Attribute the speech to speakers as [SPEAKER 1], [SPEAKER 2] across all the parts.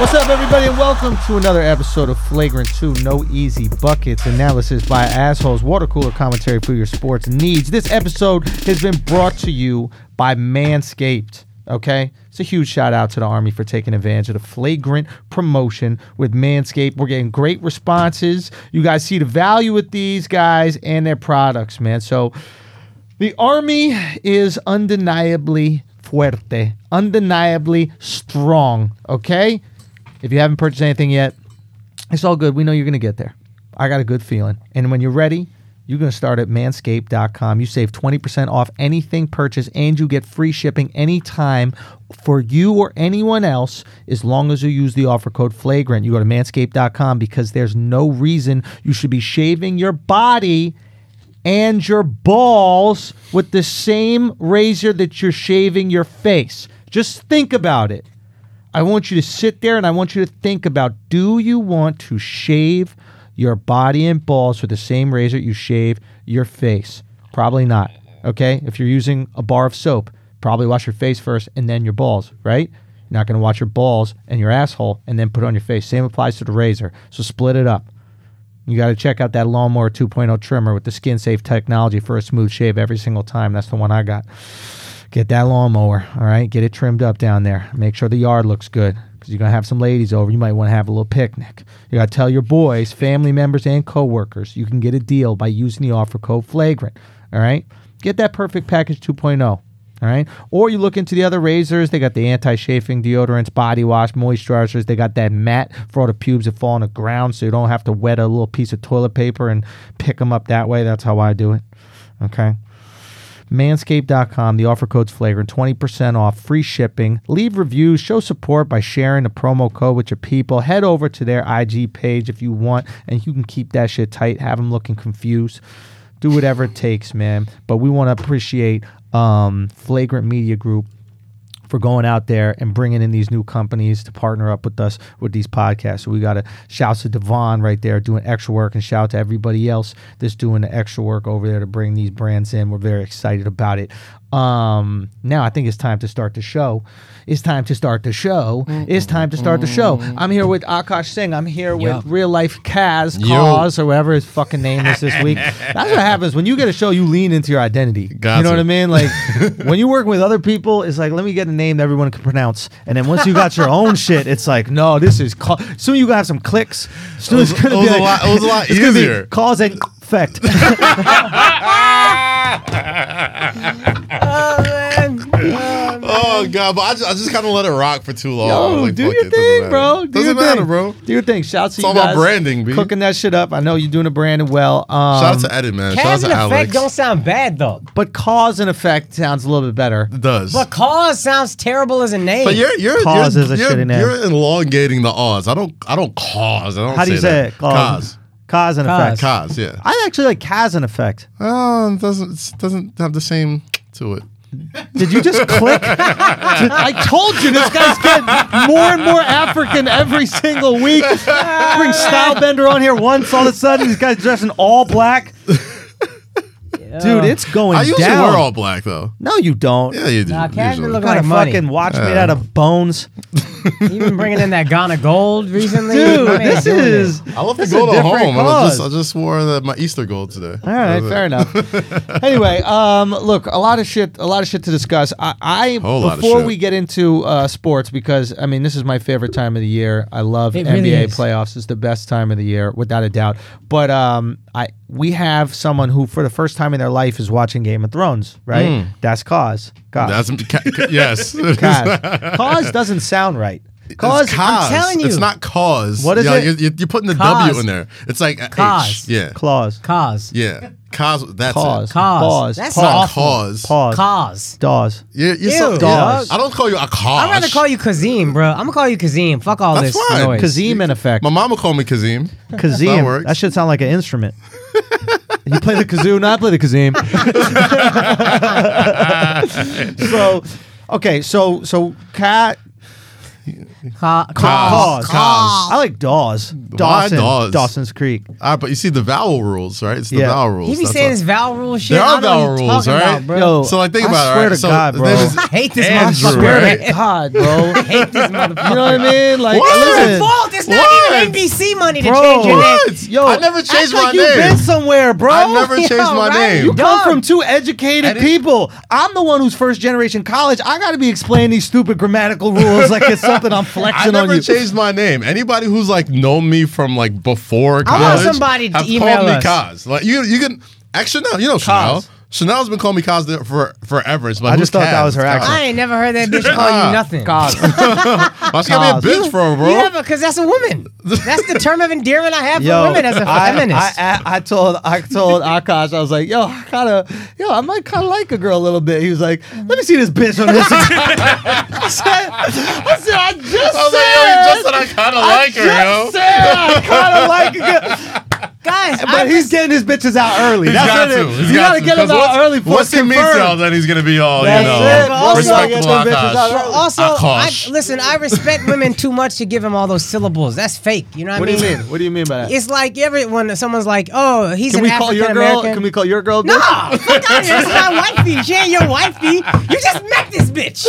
[SPEAKER 1] What's up, everybody, and welcome to another episode of Flagrant 2 No Easy Buckets analysis by assholes, water cooler commentary for your sports needs. This episode has been brought to you by Manscaped. Okay? It's a huge shout out to the Army for taking advantage of the flagrant promotion with Manscaped. We're getting great responses. You guys see the value with these guys and their products, man. So, the army is undeniably fuerte, undeniably strong, okay? If you haven't purchased anything yet, it's all good. We know you're going to get there. I got a good feeling. And when you're ready, you're going to start at manscaped.com. You save 20% off anything purchased and you get free shipping anytime for you or anyone else as long as you use the offer code flagrant. You go to manscaped.com because there's no reason you should be shaving your body and your balls with the same razor that you're shaving your face. Just think about it. I want you to sit there and I want you to think about do you want to shave your body and balls with the same razor you shave your face? Probably not. Okay? If you're using a bar of soap, probably wash your face first and then your balls, right? You're not going to wash your balls and your asshole and then put it on your face. Same applies to the razor. So split it up. You got to check out that Lawnmower 2.0 trimmer with the skin safe technology for a smooth shave every single time. That's the one I got. Get that lawnmower, all right? Get it trimmed up down there. Make sure the yard looks good because you're going to have some ladies over. You might want to have a little picnic. You got to tell your boys, family members, and coworkers you can get a deal by using the offer code FLAGRANT, all right? Get that perfect package 2.0. All right. Or you look into the other razors. They got the anti chafing deodorants, body wash, moisturizers. They got that mat for all the pubes that fall on the ground so you don't have to wet a little piece of toilet paper and pick them up that way. That's how I do it. Okay. Manscaped.com. The offer code's flagrant. 20% off, free shipping. Leave reviews, show support by sharing the promo code with your people. Head over to their IG page if you want, and you can keep that shit tight. Have them looking confused. Do whatever it takes, man. But we want to appreciate um, Flagrant Media Group for going out there and bringing in these new companies to partner up with us with these podcasts. So we got to shout to Devon right there doing extra work and shout to everybody else that's doing the extra work over there to bring these brands in. We're very excited about it. Um, now I think it's time to start the show. It's time to start the show. It's time to start the show. I'm here with Akash Singh. I'm here with real life Kaz,
[SPEAKER 2] Yo.
[SPEAKER 1] Kaz, or whatever his fucking name is this week. That's what happens when you get a show. You lean into your identity. You know
[SPEAKER 2] Gotcha.
[SPEAKER 1] what I mean? mean? Like when you work with other people, it's like let me get a name that everyone can pronounce, and then once you got your own shit, it's like no, this is call- soon you gonna have some clicks. Soon it's
[SPEAKER 2] It was-
[SPEAKER 1] gonna
[SPEAKER 2] it was
[SPEAKER 1] be
[SPEAKER 2] a
[SPEAKER 1] like-
[SPEAKER 2] lot- it was a lot
[SPEAKER 1] it's gonna be
[SPEAKER 2] easier.
[SPEAKER 1] Cause and effect.
[SPEAKER 2] Oh god, but I just, I just kind of let it rock for too long.
[SPEAKER 1] Yo,
[SPEAKER 2] I'm like,
[SPEAKER 1] do
[SPEAKER 2] fuck
[SPEAKER 1] your thing,
[SPEAKER 2] it, doesn't matter.
[SPEAKER 1] bro. Do
[SPEAKER 2] Doesn't
[SPEAKER 1] your
[SPEAKER 2] matter,
[SPEAKER 1] thing.
[SPEAKER 2] bro.
[SPEAKER 1] Do your thing. Shouts to you
[SPEAKER 2] all about
[SPEAKER 1] guys.
[SPEAKER 2] branding, B.
[SPEAKER 1] Cooking that shit up. I know you're doing the branding well. Um,
[SPEAKER 2] Shout out to Edit, man. Shout out
[SPEAKER 3] Cause
[SPEAKER 2] to
[SPEAKER 3] and effect
[SPEAKER 2] Alex.
[SPEAKER 3] don't sound bad though.
[SPEAKER 1] but cause and effect sounds a little bit better.
[SPEAKER 2] It does.
[SPEAKER 3] But cause sounds terrible as a name.
[SPEAKER 2] But you're you're
[SPEAKER 1] Cause
[SPEAKER 2] you're,
[SPEAKER 1] is a
[SPEAKER 2] you're,
[SPEAKER 1] shitty name.
[SPEAKER 2] you're elongating the O's. I don't I don't cause. I don't
[SPEAKER 1] How do you say
[SPEAKER 2] that.
[SPEAKER 1] it? Cause. Cause and
[SPEAKER 3] Cause.
[SPEAKER 1] effect.
[SPEAKER 2] Cause, yeah.
[SPEAKER 1] I actually like cause and effect.
[SPEAKER 2] Oh, it doesn't it doesn't have the same to it.
[SPEAKER 1] Did you just click? Did- I told you this guy's getting more and more African every single week. Bring Stylebender on here once, all of a sudden this guy's dressed in all black. Dude, it's going
[SPEAKER 2] I usually
[SPEAKER 1] down.
[SPEAKER 2] wear all black though.
[SPEAKER 1] no, you don't.
[SPEAKER 2] Yeah, you do.
[SPEAKER 3] Nah, Cavs
[SPEAKER 2] usually.
[SPEAKER 3] been looking
[SPEAKER 1] Got a
[SPEAKER 3] Like money.
[SPEAKER 1] fucking watch made out of bones,
[SPEAKER 3] even bringing in that Ghana gold recently.
[SPEAKER 1] dude.
[SPEAKER 3] My man's
[SPEAKER 1] this
[SPEAKER 3] doing it.
[SPEAKER 1] is.
[SPEAKER 2] I love the
[SPEAKER 1] this is a
[SPEAKER 2] gold at
[SPEAKER 1] different
[SPEAKER 2] home. I
[SPEAKER 1] cause.
[SPEAKER 2] just I just wore the, my Easter gold today.
[SPEAKER 1] All right, fair enough. anyway, um, look, a lot of shit, a lot of shit to discuss. I, I
[SPEAKER 2] Whole lot of
[SPEAKER 1] before
[SPEAKER 2] shit.
[SPEAKER 1] we get into uh, sports because I mean this is my favorite time of the year. I love
[SPEAKER 3] It
[SPEAKER 1] NBA
[SPEAKER 3] really is.
[SPEAKER 1] playoffs; it's the best time of the year, without a doubt. But um, I we have someone who, for the first time in their life, is watching Game of Thrones. Right?
[SPEAKER 2] Hmm.
[SPEAKER 1] That's cause. Cause.
[SPEAKER 2] That's ca- ca- yes.
[SPEAKER 1] cause. cause doesn't sound right. Cause.
[SPEAKER 2] it's cause.
[SPEAKER 3] telling you.
[SPEAKER 2] It's not cause.
[SPEAKER 1] What is
[SPEAKER 2] yeah,
[SPEAKER 1] it?
[SPEAKER 2] You're, you're- you're putting the
[SPEAKER 3] Cause.
[SPEAKER 2] W in there. It's like a H.
[SPEAKER 3] Cause.
[SPEAKER 2] Yeah.
[SPEAKER 1] Clause.
[SPEAKER 3] Cause.
[SPEAKER 2] Yeah. Cause. That's
[SPEAKER 1] Cause.
[SPEAKER 2] it.
[SPEAKER 1] Pause.
[SPEAKER 3] That's
[SPEAKER 2] It's not
[SPEAKER 1] Pause.
[SPEAKER 3] awful.
[SPEAKER 2] cause.
[SPEAKER 1] Pause.
[SPEAKER 3] Cause.
[SPEAKER 1] Dawes.
[SPEAKER 2] You're, you're so,
[SPEAKER 3] Ew,
[SPEAKER 1] dog.
[SPEAKER 2] I don't call you a cause.
[SPEAKER 3] I'd rather call you Kazim, bro. I'm gonna call you Kazim. Fuck all
[SPEAKER 2] That's
[SPEAKER 3] this
[SPEAKER 2] fine.
[SPEAKER 3] noise.
[SPEAKER 1] Kazim in effect.
[SPEAKER 2] My mama called me Kazim.
[SPEAKER 1] Kazim.
[SPEAKER 2] That
[SPEAKER 1] That,
[SPEAKER 2] works.
[SPEAKER 1] should sound like an instrument. you play the kazoo, not play the Kazim. so, okay, so so cat.
[SPEAKER 4] Ca-
[SPEAKER 1] Cause.
[SPEAKER 2] Cause. Cause.
[SPEAKER 1] I like Dawes. Dawson.
[SPEAKER 2] Dawes?
[SPEAKER 1] Dawson's Creek.
[SPEAKER 2] All right, Uh, but you see the vowel rules, right? It's the
[SPEAKER 1] Yeah.
[SPEAKER 2] vowel rules.
[SPEAKER 4] He be
[SPEAKER 2] that's
[SPEAKER 4] saying
[SPEAKER 2] all.
[SPEAKER 4] this vowel rule shit.
[SPEAKER 2] There
[SPEAKER 4] I
[SPEAKER 2] are
[SPEAKER 4] don't know what
[SPEAKER 2] vowel
[SPEAKER 4] you
[SPEAKER 2] rules,
[SPEAKER 4] talking
[SPEAKER 2] all
[SPEAKER 4] About,
[SPEAKER 2] right?
[SPEAKER 4] bro.
[SPEAKER 1] Yo,
[SPEAKER 2] So like, think
[SPEAKER 1] I
[SPEAKER 2] about it. all
[SPEAKER 1] swear
[SPEAKER 2] right?
[SPEAKER 1] to
[SPEAKER 2] So
[SPEAKER 1] God, bro.
[SPEAKER 2] this is-
[SPEAKER 4] I hate this
[SPEAKER 2] Andrew,
[SPEAKER 4] motherfucker.
[SPEAKER 1] Swear
[SPEAKER 2] right?
[SPEAKER 1] to God, bro.
[SPEAKER 4] I hate this motherfucker.
[SPEAKER 1] You know what I mean? Like,
[SPEAKER 2] What?
[SPEAKER 4] It's your
[SPEAKER 1] listen,
[SPEAKER 4] fault. It's not
[SPEAKER 2] What?
[SPEAKER 4] even NBC money to
[SPEAKER 1] Bro.
[SPEAKER 4] change your name.
[SPEAKER 2] What?
[SPEAKER 1] Yo,
[SPEAKER 2] I never changed
[SPEAKER 1] act
[SPEAKER 2] my
[SPEAKER 1] like You've
[SPEAKER 2] name.
[SPEAKER 1] been somewhere, bro.
[SPEAKER 2] I never
[SPEAKER 1] Yo,
[SPEAKER 2] changed my
[SPEAKER 1] right?
[SPEAKER 2] name.
[SPEAKER 1] You come
[SPEAKER 4] Dumb.
[SPEAKER 1] from two educated
[SPEAKER 2] didn't-
[SPEAKER 1] people. I'm the one who's first generation college. I got to be explaining these stupid grammatical rules like it's something I'm
[SPEAKER 2] I
[SPEAKER 1] flexing on
[SPEAKER 2] never
[SPEAKER 1] you.
[SPEAKER 2] changed my name. Anybody who's like known me from like before
[SPEAKER 4] I want
[SPEAKER 2] college,
[SPEAKER 4] somebody to
[SPEAKER 2] have
[SPEAKER 4] email
[SPEAKER 2] called
[SPEAKER 4] us.
[SPEAKER 2] me Kaz. Like you, you can actually no, you know Chanel. Chanel's been calling me Kaz there for forever. It's like,
[SPEAKER 1] I
[SPEAKER 2] who's
[SPEAKER 1] just thought that
[SPEAKER 2] Kaz?
[SPEAKER 1] was her
[SPEAKER 2] It's Kaz.
[SPEAKER 1] accent.
[SPEAKER 4] I ain't never heard that bitch call you
[SPEAKER 2] Yeah.
[SPEAKER 4] nothing.
[SPEAKER 2] Why she got me a bitch from, bro?
[SPEAKER 4] You never, because that's a woman. That's the term of endearment I have for women as a
[SPEAKER 1] I-
[SPEAKER 4] feminist.
[SPEAKER 1] I, I, I told I told Akash, I was like, yo, I kind of, yo, I might kind of like a girl a little bit. He was like, let me see this bitch on this. I said, I said, I just
[SPEAKER 2] I was like, yo, you
[SPEAKER 1] said,
[SPEAKER 2] just said I kind of like her, yo.
[SPEAKER 1] just said I kind of like a girl.
[SPEAKER 4] Guys,
[SPEAKER 1] But
[SPEAKER 4] I
[SPEAKER 1] he's getting his bitches out early.
[SPEAKER 2] He's
[SPEAKER 1] That's
[SPEAKER 2] got
[SPEAKER 1] what
[SPEAKER 2] to.
[SPEAKER 1] it-
[SPEAKER 2] He's
[SPEAKER 1] You gotta
[SPEAKER 2] to,
[SPEAKER 1] get them
[SPEAKER 2] 'cause
[SPEAKER 1] out
[SPEAKER 2] once-
[SPEAKER 1] early before
[SPEAKER 2] Once
[SPEAKER 1] it's
[SPEAKER 2] he meets y'all,
[SPEAKER 1] confirmed.
[SPEAKER 2] then he's gonna be all
[SPEAKER 1] That's
[SPEAKER 2] you
[SPEAKER 1] it, bro.
[SPEAKER 2] know.
[SPEAKER 1] Also, I
[SPEAKER 2] Respectable
[SPEAKER 1] get them bitches
[SPEAKER 2] Akash.
[SPEAKER 1] out early.
[SPEAKER 4] also, I,
[SPEAKER 2] Akash.
[SPEAKER 4] listen, I respect women too much to give them all those syllables. That's fake. You know what,
[SPEAKER 1] What
[SPEAKER 4] I
[SPEAKER 1] do
[SPEAKER 4] mean?
[SPEAKER 1] you mean? What do you mean by that?
[SPEAKER 4] It's like every when someone's like, "Oh, he's
[SPEAKER 1] Can
[SPEAKER 4] an
[SPEAKER 1] we call
[SPEAKER 4] African
[SPEAKER 1] your girl?
[SPEAKER 4] American."
[SPEAKER 1] Can we call your girl?
[SPEAKER 4] No,
[SPEAKER 1] bitch?
[SPEAKER 4] fuck out of here. It's my wifey. She ain't your wifey. You just met this bitch.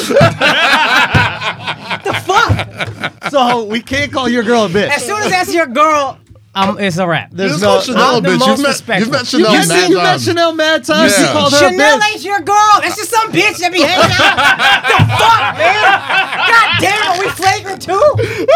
[SPEAKER 4] the fuck?
[SPEAKER 1] So we can't call your girl a bitch.
[SPEAKER 4] As soon as that's your girl, um, it's a wrap.
[SPEAKER 1] There's
[SPEAKER 2] Just
[SPEAKER 1] no.
[SPEAKER 2] call Chanel,
[SPEAKER 4] I'm the
[SPEAKER 2] bitch.
[SPEAKER 4] most
[SPEAKER 2] You've met,
[SPEAKER 4] respectful.
[SPEAKER 2] you've met
[SPEAKER 1] You,
[SPEAKER 2] Chanel
[SPEAKER 1] you, met, you
[SPEAKER 2] mad
[SPEAKER 1] met
[SPEAKER 2] times.
[SPEAKER 1] Chanel mad times. You
[SPEAKER 2] Yeah.
[SPEAKER 1] called her a
[SPEAKER 4] Chanel
[SPEAKER 1] bitch.
[SPEAKER 4] ain't your girl. That's just some bitch that be hanging out. the fuck, man? God damn, are we flagrant too?